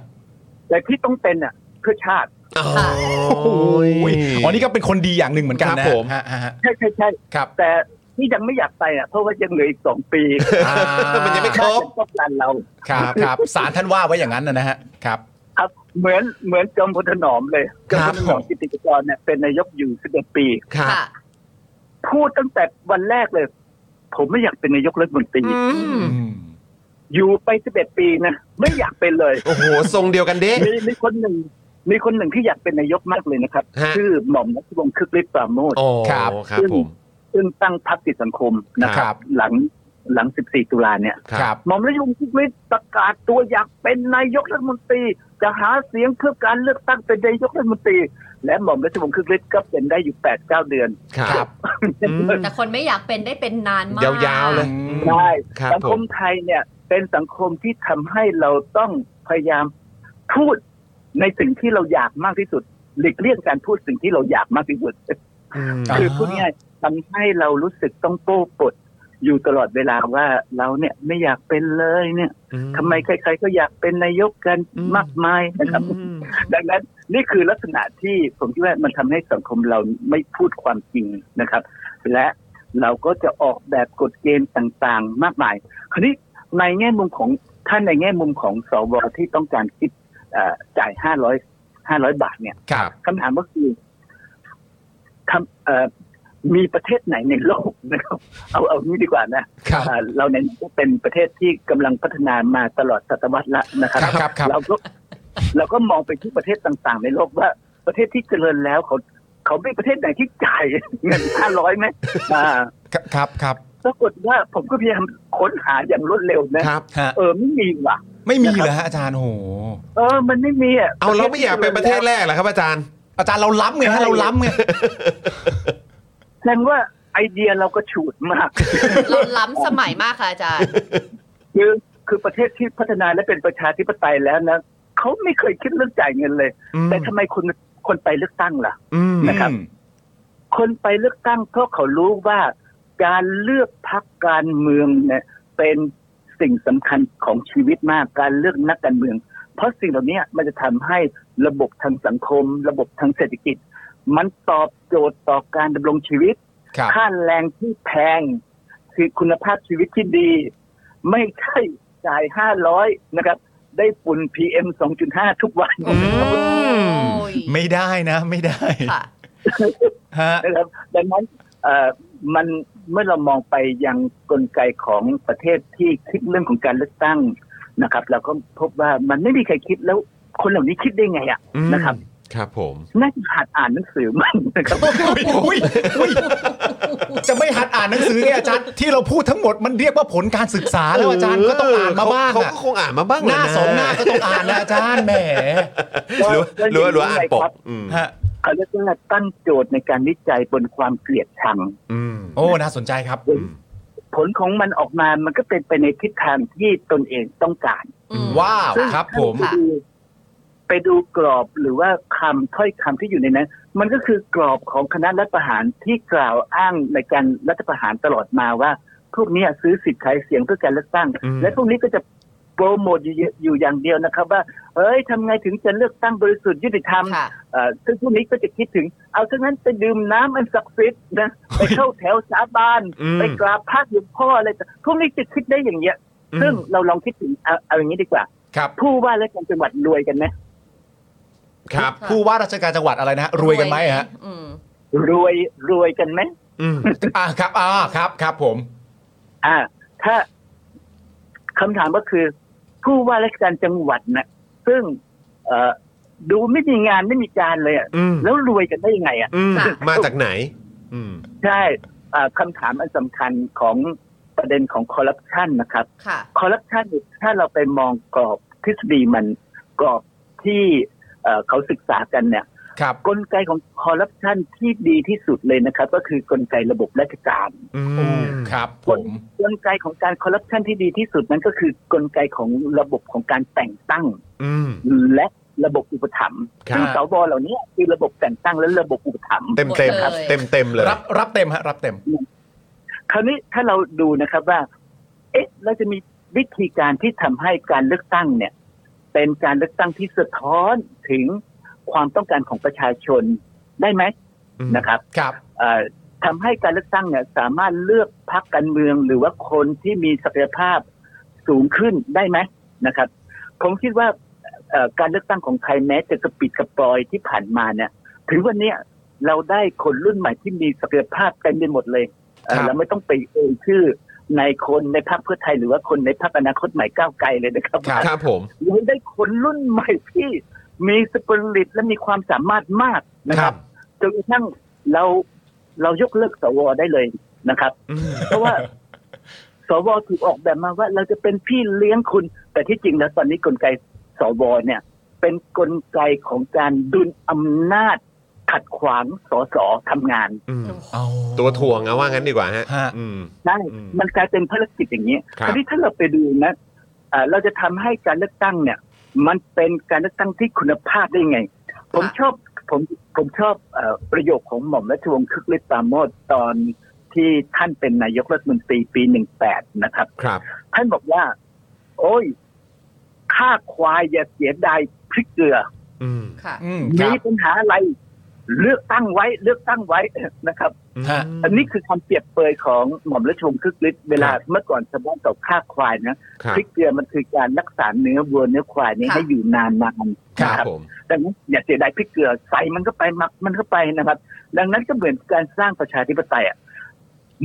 Speaker 6: แต่ที่ต้องเป็นอ่ะเพื่อชาติ
Speaker 7: โอ้ย
Speaker 3: อุ๊ยอ๋อนี่ก็เป็นคนดีอย่างหนึ่งเหมือนกัน
Speaker 7: ครับ
Speaker 3: นะ
Speaker 7: ผม
Speaker 3: ฮะฮะฮะ
Speaker 6: ใช่ใช่ใช่
Speaker 3: ครับ
Speaker 6: แต่ที่ยังไม่อยากไปอ่ะเพราะว่ายังเหลืออีกสองปี
Speaker 3: อ่า
Speaker 7: มันยังไม่คร
Speaker 6: ชา
Speaker 7: บ
Speaker 6: ติยังต้องการเรา
Speaker 3: ครับครับสารท่านว่าไว้อย่างนั้นนะนะฮะครับ
Speaker 6: ครับ เหมือนเหมือนจอมพลถนอมเลยจอมพลถนอม
Speaker 3: ผม
Speaker 6: กิติกรเนี่ยเป็นนายกอยู่สิบเอ็ดปี
Speaker 7: ครับ
Speaker 4: ค่ะ
Speaker 6: พูดตั้งแต่วันแรกเลย ผมไม่อยากเป็นนายกรัฐมนตรี
Speaker 3: อืม
Speaker 6: อยู่ไปสิบเอ็ดปีนะไม่อยากเป็นเลย
Speaker 7: โอ้โห ทรงเดียวกันเด้
Speaker 6: มีมีคนหนึ่งมีคนหนึ่งที่อยากเป็นนายกมากเลยนะครับ
Speaker 7: ฮะ
Speaker 6: ชื่อหม่อมรัชวงศ์คึกฤทธิ์ปราโมช
Speaker 7: อ๋อครับผม
Speaker 6: ซึ่งตั้งพรรคติดสังคมนะค
Speaker 3: ครั
Speaker 6: รับ
Speaker 3: บ
Speaker 6: หลังหลัง 14 ตุลาเนี่ย
Speaker 3: ครับ
Speaker 6: หม่อมราชวงศ์สุวิทย์ประกาศตัวอยากเป็นนายกรัฐมนตรี จะหาเสียงเพื่อการเลือกตั้งเป็นนายกรัฐมนตรี และหม่อมราชวงศ์คึกฤทธิ์ก็เป็นได้อยู่แปดเก้าเดือน
Speaker 2: ครับ อืม
Speaker 4: แต่คนไม่อยากเป็นได้เป็นนานมาก
Speaker 2: ยาวๆเลย
Speaker 6: ใช่
Speaker 2: ครับ
Speaker 6: สังคมไทยเนี่ย เป็นสังคมที่ทำให้เราต้องพยายามพูดในสิ่งที่เราอยากมากที่สุด หลีกเลี่ยงการพูดสิ่งที่เราอยากมากที่สุด
Speaker 2: อืม
Speaker 3: อ่า
Speaker 6: คือพูดง่ายๆทำให้เรารู้สึกต้องโต้ปดอยู่ตลอดเวลาว่าเราเนี่ยไม่อยากเป็นเลยเนี่ย ทำไมใครๆก็อยากเป็นนายกกัน
Speaker 2: อืม
Speaker 6: มากมายนะครับ ดังนั้นนี่คือลักษณะที่ผมคิดว่ามันทำให้สังคมเราไม่พูดความจริงนะครับ และเราก็จะออกแบบกฎเกณฑ์ต่างๆ มากมายคราวนี้ในแง่มุมของท่านในแง่มุมของสวที่ต้องการคิดเอ่อจ่ายห้าร้อยห้าร้อยบาทเนี่ย
Speaker 2: ครับ
Speaker 6: คำถามก็คือทำเอ่อมีประเทศไหนในโลกนะครับ เอาเอานี้ดีกว่านะ
Speaker 3: ครับ
Speaker 6: อ่าเราเนี่ยเป็นประเทศที่กำลังพัฒนามาตลอดศตวรรษละนะครับ
Speaker 3: ครับครับครับ
Speaker 6: เราก็เราก็มองไปที่ประเทศต่างๆ ในโลกว่าประเทศที่เจริญแล้วเขาเขาเป็นประเทศไหนที่จ่าย เงินห้าร้อยไหมอ่า
Speaker 3: ครับครับ
Speaker 6: ปรากฏว่าผมก็พยายามค้นหาอย่างรวดเร็วนะ
Speaker 2: ครับ
Speaker 3: ฮะ
Speaker 6: เออไม่มีว่ะ
Speaker 3: ไม่มีเหรอฮะอาจารย์โอ้โห
Speaker 6: เออ มันไม่มีอ่ะ
Speaker 2: เอาเราไม่อยากเป็นประเทศแรกเหรอครับอาจารย์
Speaker 3: อาจารย์เราล้ำไงฮะเราล้ำไง
Speaker 6: แสดงว่าไอเดียเราก็ฉูดมาก
Speaker 4: เราล้ำสมัยมากค่ะอาจารย์
Speaker 6: คือคือประเทศที่พัฒนาและเป็นประชาธิปไตยแล้วนะเขาไม่เคยคิดเรื่องจ่ายเงินเลย
Speaker 2: อืม
Speaker 6: แต่ทำไมคนคนไปเลือกตั้งล่ะ
Speaker 2: อืม
Speaker 6: นะครับ คนไปเลือกตั้งเพราะเขารู้ว่าการเลือกพักการเมืองเนี่ยเป็นสิ่งสำคัญของชีวิตมากการเลือกนักการเมือง เพราะสิ่งเหล่านี้มันจะทำให้ระบบทางสังคม ระบบทางเศรษฐกิจ มันตอบโจทย์ต่อการดำรงชีวิต
Speaker 3: ครับ
Speaker 6: ค่าแรงที่แพงคือคุณภาพชีวิตที่ดี ไม่ใช่จ่ายห้าร้อยนะครับ ได้ฝุ่น PM 2.5 ทุกวัน
Speaker 4: โอ้ย
Speaker 3: ไม่ได้นะไม่ได้
Speaker 4: ค่ะ
Speaker 3: ฮะ
Speaker 6: นะครับดังนั้นเอ่อมันเมื่อเรามองไปยังกลไกของประเทศที่คิดเรื่องของการเลือกตั้งนะครับ เราก็พบว่ามันไม่มีใครคิดแล้วคนเหล่านี้คิดได้ไงอ่ะ
Speaker 2: อืม
Speaker 6: นะครับ
Speaker 2: ครับผม
Speaker 6: น่าจะหัดอ่านหนังสือมันนะครับ
Speaker 3: อุ๊ยอุ๊ยอุ๊ยจะไม่หัดอ่านหนังสือไงอาจารย์ที่เราพูดทั้งหมดมันเรียกว่าผลการศึกษาแล้วอาจารย์ก็ต้องอ่านมาบ้าง
Speaker 2: เขา
Speaker 3: อะ
Speaker 2: ก็คงอ่านมาบ้าง
Speaker 3: หน้า
Speaker 2: แหละะ
Speaker 3: สองหน้าก็ต้องอ่านนะอาจารย์แหม
Speaker 2: หรือว่าหรือว่าหรือว่าอ่านปก
Speaker 6: ครับ
Speaker 2: อืม
Speaker 3: ฮะ
Speaker 6: เขาเรียกว่าตั้งโจทย์ในการวิจัยบนความเกลียดชัง
Speaker 2: อืม
Speaker 3: โอ้น่าสนใจครับ
Speaker 2: อืม
Speaker 6: ผลของมันออกมามันก็เป็นไปในทิศทางที่ตนเองต้องการ
Speaker 4: อืม
Speaker 3: ว้าวครับผม
Speaker 4: ค่ะ
Speaker 6: ไปดูกรอบหรือว่าคำถ้อยคำที่อยู่ในนั้น มันก็คือกรอบของคณะรัฐประหารที่กล่าวอ้างในการรัฐประหารตลอดมาว่า พวกเนี้ยซื้อสิทธิ์ขายเสียงเพื่อการเลือกตั้ง
Speaker 2: อืม
Speaker 6: และพวกนี้ก็จะโปรโมทอยู่อยู่อย่างเดียวนะครับว่าเฮ้ยทำไงถึงจะเลือกตั้งบริสุทธิ์ยุติธรรม
Speaker 4: ค่ะ
Speaker 6: เอ่อซึ่งพวกนี้ก็จะคิดถึง เอาทั้งนั้นไปดื่มน้ำอันศักดิ์สิทธิ์นะไปเข้าแถวสาบาน
Speaker 2: อืม
Speaker 6: ไปกราบพระหลวงพ่ออะไรต่างพวกนี้จะคิดได้อย่างเงี้ย ซึ่งเราลองคิดถึงเอาเอาอย่างนี้ดีกว่า
Speaker 3: ครับ
Speaker 6: ผู้ว่าและการจังหวัดรวยกันไหม
Speaker 2: ครับ
Speaker 3: ผู้ว่าราชการจังหวัดอะไรนะฮะรวยกันไหมฮะ
Speaker 4: อืม
Speaker 6: รวยรวยกันไหม
Speaker 2: อืม
Speaker 3: อ่าครับอ่าครับครับผม
Speaker 6: อ่า ถ้าคำถามก็คือ ผู้ว่าราชการจังหวัดนะซึ่งเอ่อดูไม่มีงานไม่มีการเลยอะ
Speaker 2: อืม
Speaker 6: แล้วรวยกันได้ยังไงอ่ะ
Speaker 2: อืม
Speaker 4: ค่ะ
Speaker 2: มาจากไหน อืม
Speaker 6: ใช่อ่าคำถามอันสำคัญของประเด็นของคอร์รัปชันนะครับ
Speaker 4: ค่ะ
Speaker 6: คอร์รัปชันเนี่ยถ้าเราไปมองกรอบทฤษฎีมันกรอบที่เอ่อเขาศึกษากันเนี่ย
Speaker 3: ครับ
Speaker 6: กลไกของคอร์รัปชันที่ดีที่สุดเลยนะครับ ก็คือกลไกระบบราชการ
Speaker 2: อืม
Speaker 3: ครับผม
Speaker 6: กลไกของการคอร์รัปชันที่ดีที่สุดนั้นก็คือกลไกของระบบของการแต่งตั้ง
Speaker 2: อืม
Speaker 6: และระบบอุปถัมภ์
Speaker 2: ครับ
Speaker 6: ซึ่งสวเหล่านี้คือระบบแต่งตั้งและระบบอุปถัมภ์
Speaker 2: เต็มเต็ม
Speaker 4: หมดเลย
Speaker 2: เต็มเต็มๆเลย
Speaker 3: รับรับเต็มฮะรับเต็ม
Speaker 6: คราวนี้ถ้าเราดูนะครับว่า เอ๊ะเราจะมีวิธีการที่ทำให้การเลือกตั้งเนี่ย เป็นการเลือกตั้งที่สะท้อนถึงความต้องการของประชาชนได้ไหม
Speaker 2: อืม
Speaker 6: นะครับ
Speaker 3: ครับ
Speaker 6: เอ่อทำให้การเลือกตั้งเนี่ย สามารถเลือกพรรคการเมืองหรือว่าคนที่มีศักยภาพสูงขึ้นได้ไหมนะครับ ผมคิดว่าเอ่อการเลือกตั้งของไทยแม้จะกระปิดกระปลอยที่ผ่านมาเนี่ย ถึงวันเนี้ยเราได้คนรุ่นใหม่ที่มีศักยภาพเต็มไปหมดเลยเอ่อ
Speaker 3: ครับ
Speaker 6: เราไม่ต้องไปเอ่ยชื่อในคนในพรรคเพื่อไทยหรือว่าคนในพรรคอนาคตใหม่ก้าวไกลเลยนะครับ
Speaker 3: ครับ
Speaker 2: ครับผม
Speaker 6: เราได้คนรุ่นใหม่ที่มีสปิริตและมีความสามารถมากนะครับจนกระทั่งเรา เรายกเลิกสวได้เลยนะครับ เพราะว่า สวถูกออกแบบมาว่าเราจะเป็นพี่เลี้ยงคุณ แต่ที่จริงแล้วตอนนี้กลไกสวเนี่ย เป็นกลไกของการดุลอำนาจขัดขวางสสทำงาน
Speaker 2: อืม
Speaker 3: เอา
Speaker 2: ตัวถ่วงอะว่างั้นดีกว่าฮะ
Speaker 3: ฮะ
Speaker 2: อืม
Speaker 6: ได้
Speaker 2: อืม
Speaker 6: มันกลายเป็นภารกิจอย่างนี้
Speaker 2: ครับ
Speaker 6: คราวนี้ถ้าเราไปดูนะอ่าเราจะทำให้การเลือกตั้งเนี่ย มันเป็นการเลือกตั้งที่คุณภาพได้ไง ผมชอบผมผมชอบเออประโยคของหม่อมราชวงศ์คึกฤทธิ์ปราโมชตอนที่ท่านเป็นนายกรัฐมนตรีปีหนึ่งแปดนะครับ
Speaker 2: ครับ
Speaker 6: ท่านบอกว่า โอ้ยฆ่าควายอย่าเสียดายพริกเกลือ
Speaker 2: อืม
Speaker 4: ค่ะ
Speaker 3: อืมครั
Speaker 6: มี
Speaker 3: บ
Speaker 6: ปัญหาอะไร เลือกตั้งไว้ เลือกตั้งไว้ นะครับ
Speaker 3: ฮะ
Speaker 6: อันนี้คือคำเปรียบเปรยของหม่อมราชวงศ์คึกฤทธิ์เวลาเมื่อก่อนชาวบ้านตกฆ่าควายนะครับพริกเกลือมันคือการรักษาเนื้อวัวเนื้อควายนี้
Speaker 4: ค่ะ
Speaker 6: ให้อยู่นานนานๆ
Speaker 2: ครับ
Speaker 6: นะ
Speaker 2: ผม
Speaker 6: ดังนั้นอย่าเสียดายพริกเกลือใส่มันก็ไปหมักมันก็ไปนะครับ ดังนั้นก็เหมือนการสร้างประชาธิปไตยอะ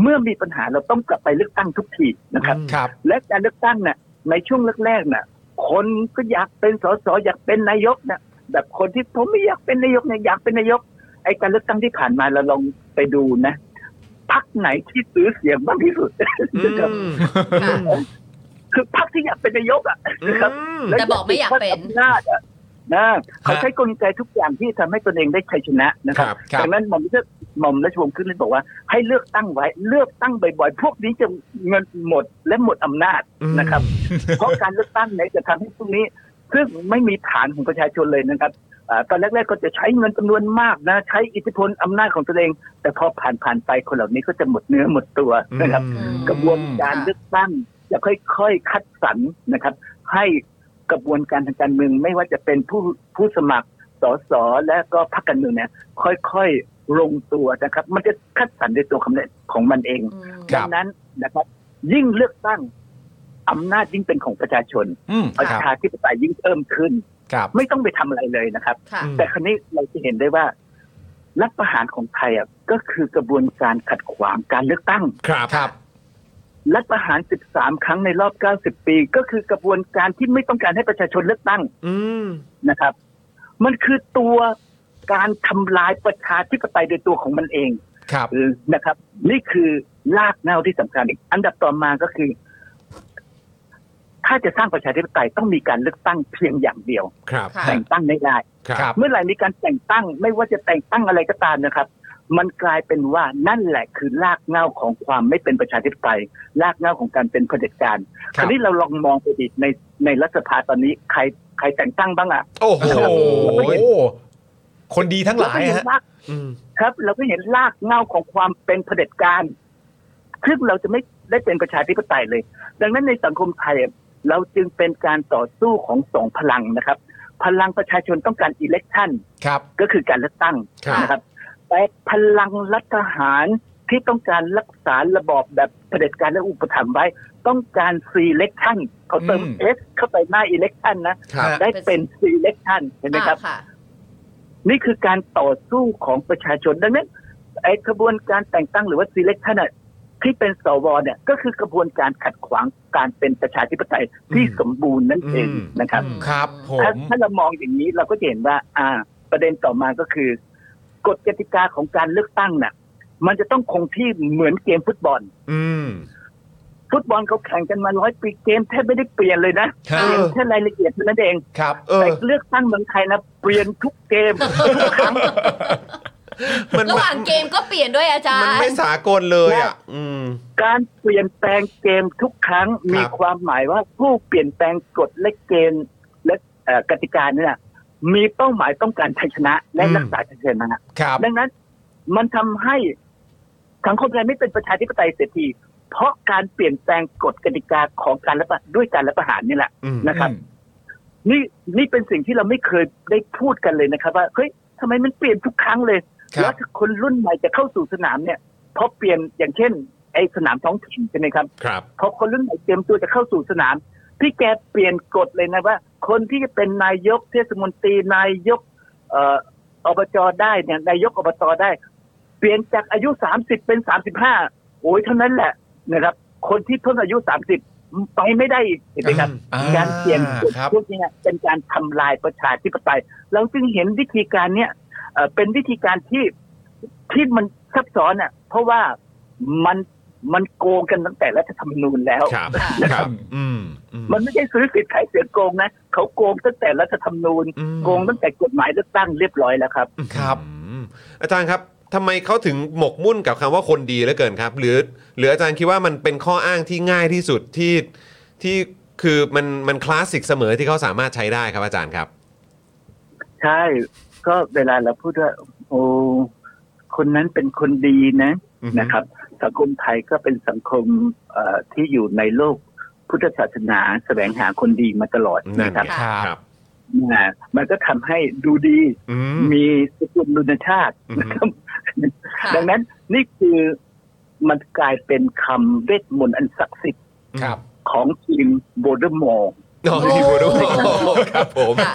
Speaker 6: เมื่อมีปัญหาเราต้องกลับไปเลือกตั้งทุกทีนะครับ
Speaker 3: ครับ
Speaker 6: และการเลือกตั้งน่ะในช่วงแรกๆน่ะ คนก็อยากเป็นสสอยากเป็นนายกน่ะแบบคนที่ผมไม่อยากเป็นนายกเนี่ยอยากเป็นนายก ไอ้การเลือกตั้งที่ผ่านมาเราลองไปดูนะพักไหนที่ซื้อเสียงมากที่สุด
Speaker 2: อื
Speaker 6: นะครับ
Speaker 2: ม
Speaker 4: ค่ะ
Speaker 6: คือพักที่อยากเป็นนายกอ่ะนะครับ
Speaker 2: อืม
Speaker 4: แต่บอกไม่อยากเป็น
Speaker 6: และอำนาจอ่ะนะเขาใช้กลไกทุกอย่างที่ทำให้ตนเองได้ชัยชนะนะค
Speaker 2: ครั
Speaker 6: รับบ
Speaker 2: ครับ
Speaker 6: ดังนั้นหม่อมราชหม่อมราชวงศ์ขึ้นเลยบอกว่า ให้เลือกตั้งไว้ เลือกตั้งบ่อยๆพวกนี้จะเงินหมดและหมดอำนาจนะครับ เพราะการเลือกตั้งเนี่ยจะทำให้พวกนี้ ซึ่งไม่มีฐานของประชาชนเลยนะครับอาตอนแรก ๆ ก็จะใช้เงินจำนวนมากนะ ใช้อิทธิพลอำนาจของตนเอง แต่พอผ่านผ่านๆไปคนเหล่านี้ก็จะหมดเนื้อหมดตัวนะครับ
Speaker 4: อืม
Speaker 6: กระบวนการเลือกตั้งจะค่อยๆ คัดสรรนะครับ ให้กระบวนการทางการเมืองไม่ว่าจะเป็นผู้ผู้สมัครสสและก็พรรคการเมืองเนี่ยค่อยๆลงตัวนะครับ มันจะคัดสรรในตัวคำเนของมันเอง
Speaker 4: อืม
Speaker 3: ครับ
Speaker 6: ดังนั้นนะครับ ยิ่งเลือกตั้งอำนาจยิ่งเป็นของประชาชน
Speaker 3: อืม
Speaker 6: ประ
Speaker 3: ครับ
Speaker 6: ชาธิปไตยยิ่งเพิ่มขึ้น
Speaker 3: ครับ
Speaker 6: ไม่ต้องไปทำอะไรเลยนะครับ
Speaker 4: ค่ะ
Speaker 6: แต่ครั้นี้เราจะเห็นได้ว่า รัฐประหารของไทยอ่ะก็คือกระบวนการขัดขวางการเลือกตั้ง
Speaker 2: ครับ
Speaker 3: ครับ
Speaker 6: รัฐประหาร 13 ครั้งในรอบ 90 ปี ก็คือกระบวนการที่ไม่ต้องการให้ประชาชนเลือกตั้ง
Speaker 2: อืม
Speaker 6: นะครับ มันคือตัวการทำลายประชาธิปไตยโดยตัวของมันเอง
Speaker 3: ครับ
Speaker 6: นะครับ นี่คือรากเหง้าที่สำคัญอีกอันดับต่อมาก็คือ ถ้าจะสร้างประชาธิปไตยต้องมีการเลือกตั้งเพียงอย่างเดียว
Speaker 2: ครับ
Speaker 4: ค่ะ
Speaker 6: แต่งตั้งไม่ได้
Speaker 2: ครับ
Speaker 3: ครับ
Speaker 6: เมื่อไหร่มีการแต่งตั้ง ไม่ว่าจะแต่งตั้งอะไรก็ตามนะครับ มันกลายเป็นว่านั่นแหละคือรากเหง้าของความไม่เป็นประชาธิปไตยรากเหง้าของการเป็นเผด็จการ
Speaker 3: ค
Speaker 6: ครับ ราวนี้เราลองมองไปดิในในรัฐสภาตอนนี้ใครใครแต่งตั้งบ้างอะ
Speaker 2: โอ้โห
Speaker 3: โอ้โห คนดีทั้งห
Speaker 6: เรา
Speaker 3: ลา
Speaker 6: ก็
Speaker 3: ย
Speaker 6: เห็น
Speaker 3: ฮะ
Speaker 6: รากครับ เราก็เห็นรากเหง้าของความเป็นเผด็จการซึ่งเราจะไม่ได้เป็นประชาธิปไตยเลย ดังนั้นในสังคมไทยอะเราจึงเป็นการต่อสู้ของสองพลังนะครับ พลังประชาชนต้องการอิเล็กชัน
Speaker 3: ครับ
Speaker 6: ก็คือการเลือกตั้ง
Speaker 2: ครับ
Speaker 6: นะครับแต่พลังรัฐทหารที่ต้องการรักษาระบอบแบบเผด็จการและอุปถัมภ์ไว้ ต้องการซีเล็กชันเขาเติม
Speaker 3: อืม
Speaker 6: เอสเข้าไปหน้าอิเล็กชันนะครับ ได้เป็นซีเล็กชันเห็นไหมครับ
Speaker 4: อ่าค่ะ
Speaker 6: นี่คือการต่อสู้ของประชาชนดังนั้นไอ้กระบวนการแต่งตั้งหรือว่า selection น่ะที่เป็นสวเนี่ยก็คือกระบวนการขัดขวางการเป็นประชาธิปไตยที่สมบูรณ์นั่นเอง
Speaker 2: อืม
Speaker 6: นะครับ
Speaker 4: อืม
Speaker 3: ครับผ
Speaker 6: ถ้าม ถ้าเรามองอย่างนี้เราก็จะเห็นว่า อ่า ประเด็นต่อมาก็คือ กฎกติกาของการเลือกตั้งน่ะ มันจะต้องคงที่เหมือนเกมฟุตบอล
Speaker 2: อืม
Speaker 6: ฟุตบอลเขาแข่งกันมาร้อยปีเกมแทบไม่ได้เปลี่ยนเลยนะครับ เปลี่ยนแค่รายละเอียดเท่านั้นเอง
Speaker 3: ครับ
Speaker 2: เออ
Speaker 6: แต่เลือกตั้งเมืองไทยนะเปลี่ยนทุกเกม
Speaker 2: มัน
Speaker 4: ระห
Speaker 2: มั
Speaker 4: ว่าง
Speaker 2: น
Speaker 4: เกมก็เปลี่ยนด้วยอาจาร
Speaker 2: มัน
Speaker 4: ย์
Speaker 2: ไม่สากลเลยอ่ะ อืม
Speaker 6: การเปลี่ยนแปลงเกมทุกครั้งมีความหมายว่าผู้เปลี่ยนแปลงกฎและเกณฑ์และเอ่อกติกาเนี่ยมีเป้าหมายต้องการชัยชนะและ
Speaker 2: อืม
Speaker 6: รักษาชัยชนะครับ ดังนั้นมันทำให้สังคมไทยไม่เป็นประชาธิปไตยเสียทีเพราะการเปลี่ยนแปลงกฎกติกาของการรัฐประด้วยการรัฐประหารนี่แหละ
Speaker 2: อืม
Speaker 6: นะครับ นี่นี่เป็นสิ่งที่เราไม่เคยได้พูดกันเลยนะครับ ว่าเฮ้ยทำไมมันเปลี่ยนทุกครั้งเลย
Speaker 3: ครับ
Speaker 6: แล้วถ้าคนรุ่นใหม่จะเข้าสู่สนามเนี่ยพอเปลี่ยนอย่างเช่น ไอ้สนามท้องถิ่นใช่ไหมครับ
Speaker 2: ครับ
Speaker 6: พอคนรุ่นใหม่เตรียมตัวจะเข้าสู่สนาม พี่แกเปลี่ยนกฎเลยนะว่า คนที่จะเป็นนายกเทศมนตรีนายกเอ่ออบจได้เนี่ยนายกอบตได้ เปลี่ยนจากอายุสามสิบเป็นสามสิบห้าโอ้ยเท่านั้นแหละนะครับ คนที่เพิ่งอายุสามสิบไปไม่ได้อีกเห็นไหมครับ
Speaker 3: อ่
Speaker 6: การเปลี่ยนกฎ
Speaker 3: ครับ
Speaker 6: พวกนี้เนี่ยเป็นการทำลายประชาธิปไตย เราจึงเห็นวิธีการเนี่ยเอ่อเป็นวิธีการที่ ที่มันซับซ้อนอ่ะ เพราะว่ามันมันโกงกันตั้งแต่รัฐธรรมนูญแล้ว
Speaker 2: ครับ
Speaker 4: ค่ะ
Speaker 2: ครับ อืมอืม
Speaker 6: มันไม่ใช่ซื้อสิทธิ์ขายเสียงโกงนะเขาโกงตั้งแต่รัฐธรรมนูญ
Speaker 2: อืม
Speaker 6: โกงตั้งแต่กฎหมายเลือกตั้งเรียบร้อยแล้วครับ
Speaker 3: ครับ
Speaker 2: อืมอาจารย์ครับทำไมเขาถึงหมกมุ่นกับคำว่าคนดีเหลือเกินครับ หรือหรืออาจารย์คิดว่ามันเป็นข้ออ้างที่ง่ายที่สุดที่ที่คือมันมันคลาสสิกเสมอที่เขาสามารถใช้ได้ครับอาจารย์ครับ
Speaker 6: ใช่ ก็เวลาเราพูดว่าโอ้คนนั้นเป็นคนดีนะ
Speaker 2: อือฮึ
Speaker 6: นะครับ สังคมไทยก็เป็นสังคมเอ่อที่อยู่ในโลกพุทธศาสนาแสวงหาคนดีมาตลอด
Speaker 2: นั่น
Speaker 6: นะครับ
Speaker 2: ไง
Speaker 3: ครับ
Speaker 2: ครับ
Speaker 6: นะมันก็ทำให้ดูดี
Speaker 2: อืม
Speaker 6: มีสกุลลุนชาติ
Speaker 2: อือฮึ
Speaker 6: นะครับ
Speaker 4: ค่ะ
Speaker 6: ดังนั้นนี่คือมันกลายเป็นคำเวทมนต์อันศักดิ์สิทธิ์
Speaker 3: ครับ
Speaker 6: ของทีมโบเดอร์มอร์
Speaker 2: อ๋อที่บูโดครับผม
Speaker 4: ค่ะ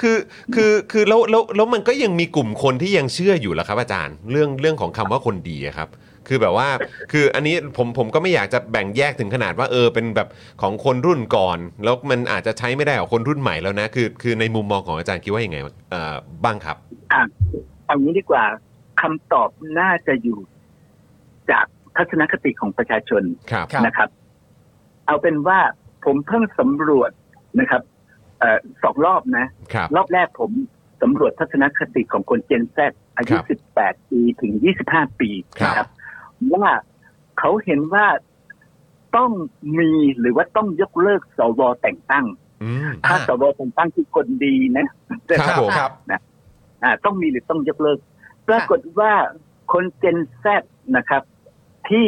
Speaker 2: คือคือคือแล้วแล้วแล้วมันก็ยังมีกลุ่มคนที่ยังเชื่ออยู่เหรอครับ อาจารย์เรื่องเรื่องของคำว่าคนดีอะครับ คือแบบว่าคืออันนี้ผมผมก็ไม่อยากจะแบ่งแยกถึงขนาดว่าเออเป็นแบบของคนรุ่นก่อน แล้วมันอาจจะใช้ไม่ได้กับคนรุ่นใหม่แล้วนะคือคือในมุมมองของอาจารย์คิดว่ายังไงเอ่อบ้างครับ
Speaker 6: อ่ะเอางี้ดีกว่าคำตอบน่าจะอยู่จากทัศนคติของประชาชน
Speaker 2: ครับ
Speaker 3: ครับ
Speaker 6: นะครับ เอาเป็นว่าผมเพิ่งสำรวจนะครับเออสองรอบนะ
Speaker 2: ครับ
Speaker 6: รอบแรกผมสำรวจทัศนคติของคนเจนแซอายุ
Speaker 2: ครับ
Speaker 6: 18 ปีถึง 25 ปี
Speaker 2: ครับ
Speaker 6: นะครับ ว่าเขาเห็นว่าต้องมีหรือว่าต้องยกเลิกสวแต่งตั้ง
Speaker 2: อืม
Speaker 6: ถ้า
Speaker 3: อ่า
Speaker 6: สวแต่งตั้งคือคนดีนะ
Speaker 2: ครับผม
Speaker 3: ครับ
Speaker 6: อ่าต้องมีหรือต้องยกเลิก ปรากฏว่าคนเจนแซนะครับ ที่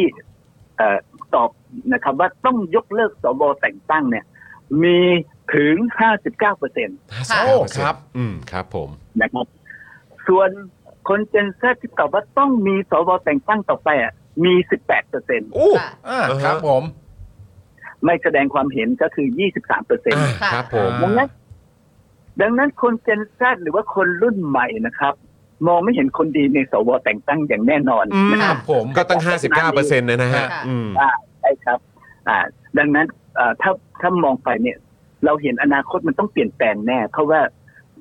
Speaker 6: เอ่อตอบนะครับ ว่าต้องยกเลิกสวแต่งตั้งเนี่ย มีถึง 59เปอร์เซ็นต
Speaker 4: ค่ะ
Speaker 3: โอ้ครับ
Speaker 2: อืมครับผม
Speaker 6: นะครับ ส่วนคนเจนแซที่ตอบว่าต้องมีสวแต่งตั้งต่อไปอ่ะมี 18เปอร์เซ็น
Speaker 3: อู้
Speaker 4: ค่ะ
Speaker 3: อ่าครับผม
Speaker 6: ไม่แสดงความเห็นก็คือ 23เปอร์เซ็น
Speaker 2: อ่า
Speaker 4: ค่ะ
Speaker 2: ครับผม
Speaker 3: อ่า
Speaker 6: ดังนั้นดังนั้นคนเจนแซหรือว่าคนรุ่นใหม่นะครับ มองไม่เห็นคนดีในสวแต่งตั้งอย่างแน่นอน
Speaker 2: อืม
Speaker 6: นะ
Speaker 3: ค
Speaker 6: ค
Speaker 3: รั
Speaker 6: รั
Speaker 3: บบ ผม
Speaker 2: ก็ตั้ง 59%นะฮะอืม
Speaker 6: ใช่ครับ อ่า ดังนั้นเอ่อถ้าถ้ามองไปเนี่ย เราเห็นอนาคตมันต้องเปลี่ยนแปลงแน่ เพราะว่า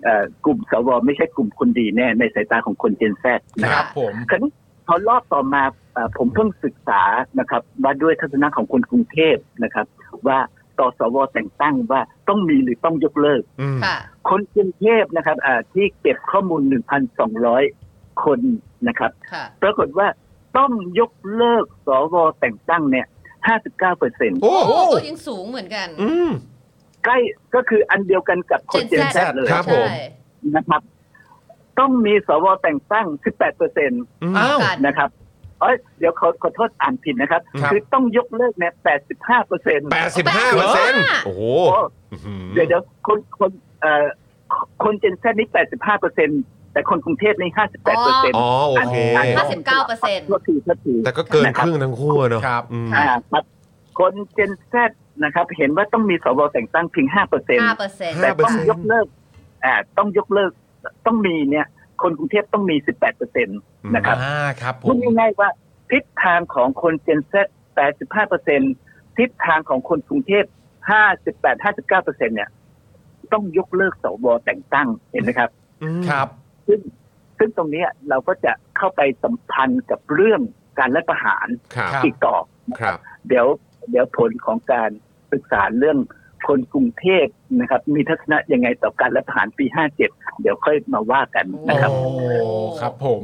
Speaker 6: เอ่อกลุ่มสวไม่ใช่กลุ่มคนดีแน่ ในสายตาของคนเจนแซนะ
Speaker 3: ค
Speaker 6: ค
Speaker 3: รั
Speaker 6: รั
Speaker 3: บบ ผม
Speaker 6: คราวนี้พอรอบต่อมาเอ่อผมเพิ่งศึกษานะครับว่าด้วยทัศนะของคนกรุงเทพนะครับ ว่าต่อสวแต่งตั้งว่าต้องมีหรือต้องยกเลิก
Speaker 2: อืม
Speaker 4: ค่ะ
Speaker 6: คนกรุงเทพนะครับอ่าที่เก็บข้อมูล 1,200 คนนะครับ
Speaker 4: ค่ะ
Speaker 6: ปรากฏว่าต้องยกเลิกสวแต่งตั้งเนี่ย 59เปอร์เซ็นต์
Speaker 2: โอ้
Speaker 4: โอ้
Speaker 2: โห
Speaker 4: ก็ยังสูงเหมือนกัน
Speaker 2: อืม
Speaker 6: ใกล้ก็คืออันเดียวกันกับคนเจนแซ
Speaker 4: Gen Z
Speaker 6: เลย
Speaker 2: ครับผม
Speaker 4: ใช่
Speaker 6: นะครับ ต้องมีสวแต่งตั้ง 18เปอร์เซ็นต์
Speaker 2: อืม
Speaker 3: อ้าว
Speaker 4: ค่ะ
Speaker 6: นะครับเอ้ยเดี๋ยวขอขอโทษอ่านผิดนะครับ
Speaker 2: ครับ
Speaker 6: อต้องยกเลิกเนี่ย85เปอร์เซ็นต์
Speaker 2: 85เปอร์เซ็นต์โอ้โห
Speaker 6: เดี๋ยวเดี๋ยวคนคนเอ่อคนเจนแซนี่ 85เปอร์เซ็นต์แต่คนกรุงเทพนี่58เปอร์เซ็นต์
Speaker 2: อ๋อโอเค
Speaker 4: ห้าสิบเก้าเปอร์เซ็นต์
Speaker 6: ก็คือก็คือ
Speaker 2: แต่ก็เกินครึ่งทั้งคู่อะเนาะ
Speaker 3: ครับ
Speaker 2: อืม
Speaker 6: อ่าครับคนเจนแซนะครับ เห็นว่าต้องมีสวแต่งตั้งเพียงห้าเปอร์เซ็นต์
Speaker 4: ห้าเปอร์เซ็นต์
Speaker 6: แต่ต้องยกเลิกอ่าต้องยกเลิกต้องมีเนี่ย คนกรุงเทพต้องมีสิบแปดเปอร์เซ็นต์นะครับ
Speaker 3: อ่าครับผ
Speaker 6: พูด
Speaker 3: ม
Speaker 6: ง่ายๆว่าทิศทางของคนเจนแซแปดสิบห้าเปอร์เซ็นต์ทิศทางของคนกรุงเทพห้าสิบแปดห้าสิบเก้าเปอร์เซ็นต์เนี่ย ต้องยกเลิกสวแต่งตั้งเห็นไหมครับ
Speaker 3: ครับ
Speaker 6: ซึ่งซึ่งตรงเนี้ยเราก็จะเข้าไปสัมพันธ์กับเรื่องการรัฐประหาร
Speaker 2: ครับ
Speaker 3: ครับ
Speaker 6: อีกต่อ
Speaker 2: ครับ
Speaker 6: เดี๋ยวเดี๋ยวผลของการศึกษาเรื่องคนกรุงเทพนะครับ มีทัศนะยังไงต่อการรัฐประหารปี 57 เดี๋ยวค่อยมาว่ากัน
Speaker 3: โอ้
Speaker 6: นะครับ
Speaker 3: ครับผม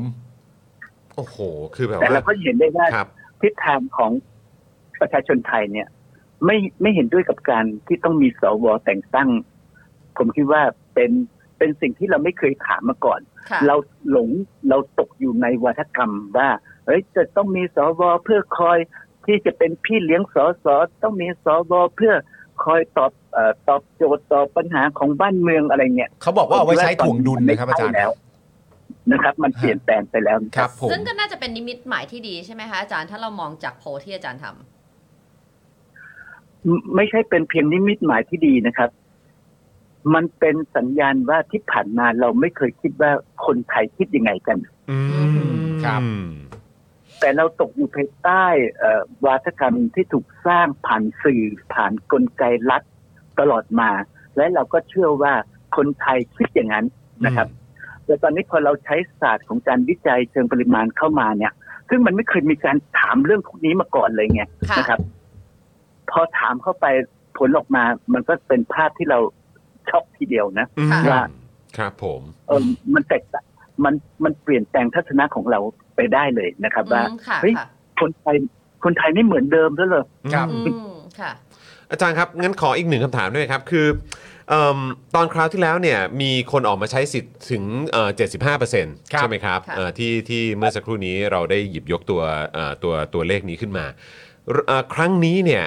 Speaker 2: โอ้โห คือแบบ
Speaker 6: แต่เรา
Speaker 2: ว่า
Speaker 6: ก็เห็นได้ว่า
Speaker 2: ครับ
Speaker 6: ทิศทางของประชาชนไทยเนี่ย ไม่ไม่เห็นด้วยกับการที่ต้องมีสวแต่งตั้ง ผมคิดว่าเป็นเป็นสิ่งที่เราไม่เคยถามมาก่อน
Speaker 4: ค่ะ
Speaker 6: เราหลงเราตกอยู่ในวัฒกรรมว่าเอ้ยจะต้องมีสวเพื่อคอยที่จะเป็นพี่เลี้ยงสสต้องมีสวเพื่อคอยตอบเออตอบโจทย์ตอบปัญหาของบ้านเมืองอะไรเนี่ย
Speaker 3: เขาบอกว่าเอาไว้ใช้ถ่วงดุลนะครับอาจารย์
Speaker 6: แล้ว นะครับ มันเปลี่ยนแปลงไปแล้ว
Speaker 3: ครับผม
Speaker 4: ซึ่งก็น่าจะเป็นนิมิตหมายที่ดีใช่ไหมคะอาจารย์ ถ้าเรามองจากโพลที่อาจารย์ทำ
Speaker 6: ไม่ไม่ใช่เป็นเพียงนิมิตหมายที่ดีนะครับ มันเป็นสัญญาณว่าที่ผ่านมาเราไม่เคยคิดว่าคนไทยคิดยังไงกัน
Speaker 2: อืม
Speaker 3: ครับ
Speaker 6: แต่เราตกอยู่ภายใต้เอ่อวาทกรรมที่ถูกสร้างผ่านสื่อผ่านกลไกรัฐตลอดมา และเราก็เชื่อว่าคนไทยคิดอย่างนั้นนะครับ แต่ตอนนี้พอเราใช้ศาสตร์ของการวิจัยเชิงปริมาณเข้ามาเนี่ย ซึ่งมันไม่เคยมีการถามเรื่องพวกนี้มาก่อนเลยไง
Speaker 4: ค่ะ
Speaker 6: นะครับ พอถามเข้าไปผลออกมา มันก็เป็นภาพที่เราช็อกทีเดียวนะ
Speaker 4: ค่ะ
Speaker 6: ว่า
Speaker 2: ครับผม
Speaker 6: เออมันแตกต่างมันมันเปลี่ยนแปลงทัศนะของเราไปได้เลยนะครับว่า
Speaker 4: อืมค่ะ
Speaker 6: เฮ้ย
Speaker 4: ค่ะ
Speaker 6: คนไทยคนไทยไม่เหมือนเดิมแล้วเหรอ
Speaker 3: ครับ
Speaker 4: อืมค่ะ
Speaker 2: อาจารย์ครับ งั้นขออีกหนึ่งคำถามด้วยครับ คือเอิ่มตอนคราวที่แล้วเนี่ยมีคนออกมาใช้สิทธิ์ถึงเอ่อ75%
Speaker 3: ครับ
Speaker 2: ใช่ไหมครับ
Speaker 4: ค่ะ
Speaker 2: เอ่อที่ที่เมื่อสักครู่นี้เราได้หยิบยกตัวเอ่อตัวตัวเลขนี้ขึ้นมาเอ่อครั้งนี้เนี่ย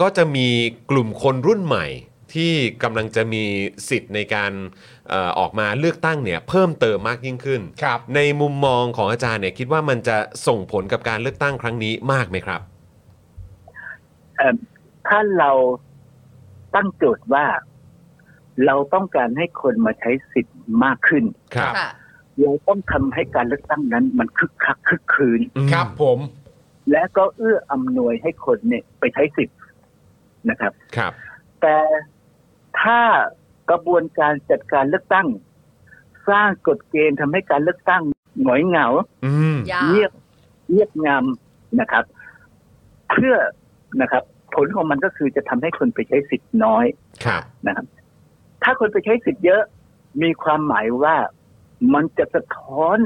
Speaker 2: ก็จะมีกลุ่มคนรุ่นใหม่ ที่กำลังจะมีสิทธิ์ในการเอ่อออกมาเลือกตั้งเนี่ยเพิ่มเติมมากยิ่งขึ้น
Speaker 3: ครับ
Speaker 2: ในมุมมองของอาจารย์เนี่ยคิดว่ามันจะส่งผลกับการเลือกตั้งครั้งนี้มากไหมครับ
Speaker 6: เอ่อถ้าเราตั้งโจทย์ว่าเราต้องการให้คนมาใช้สิทธิ์มากขึ้น
Speaker 4: ค่ะ
Speaker 6: เราต้องทำให้การเลือกตั้งนั้น มันคึกคักคึกคืน
Speaker 3: ครับผม
Speaker 6: และก็เอื้ออำนวยให้คนเนี่ยไปใช้สิทธิ์นะครับ
Speaker 2: ครับ
Speaker 6: แต่ถ้ากระบวนการจัดการเลือกตั้ง สร้างกฎเกณฑ์ทำให้การเลือกตั้งหงอยเหงา
Speaker 2: อืม
Speaker 4: ยา
Speaker 6: เงียบเงียบงามนะครับ เพื่อนะครับ ผลของมันก็คือจะทำให้คนไปใช้สิทธิ์น้อย
Speaker 2: ครับ
Speaker 6: นะครับถ้าคนไปใช้สิทธิ์เยอะ มีความหมายว่ามันจะสะท้อน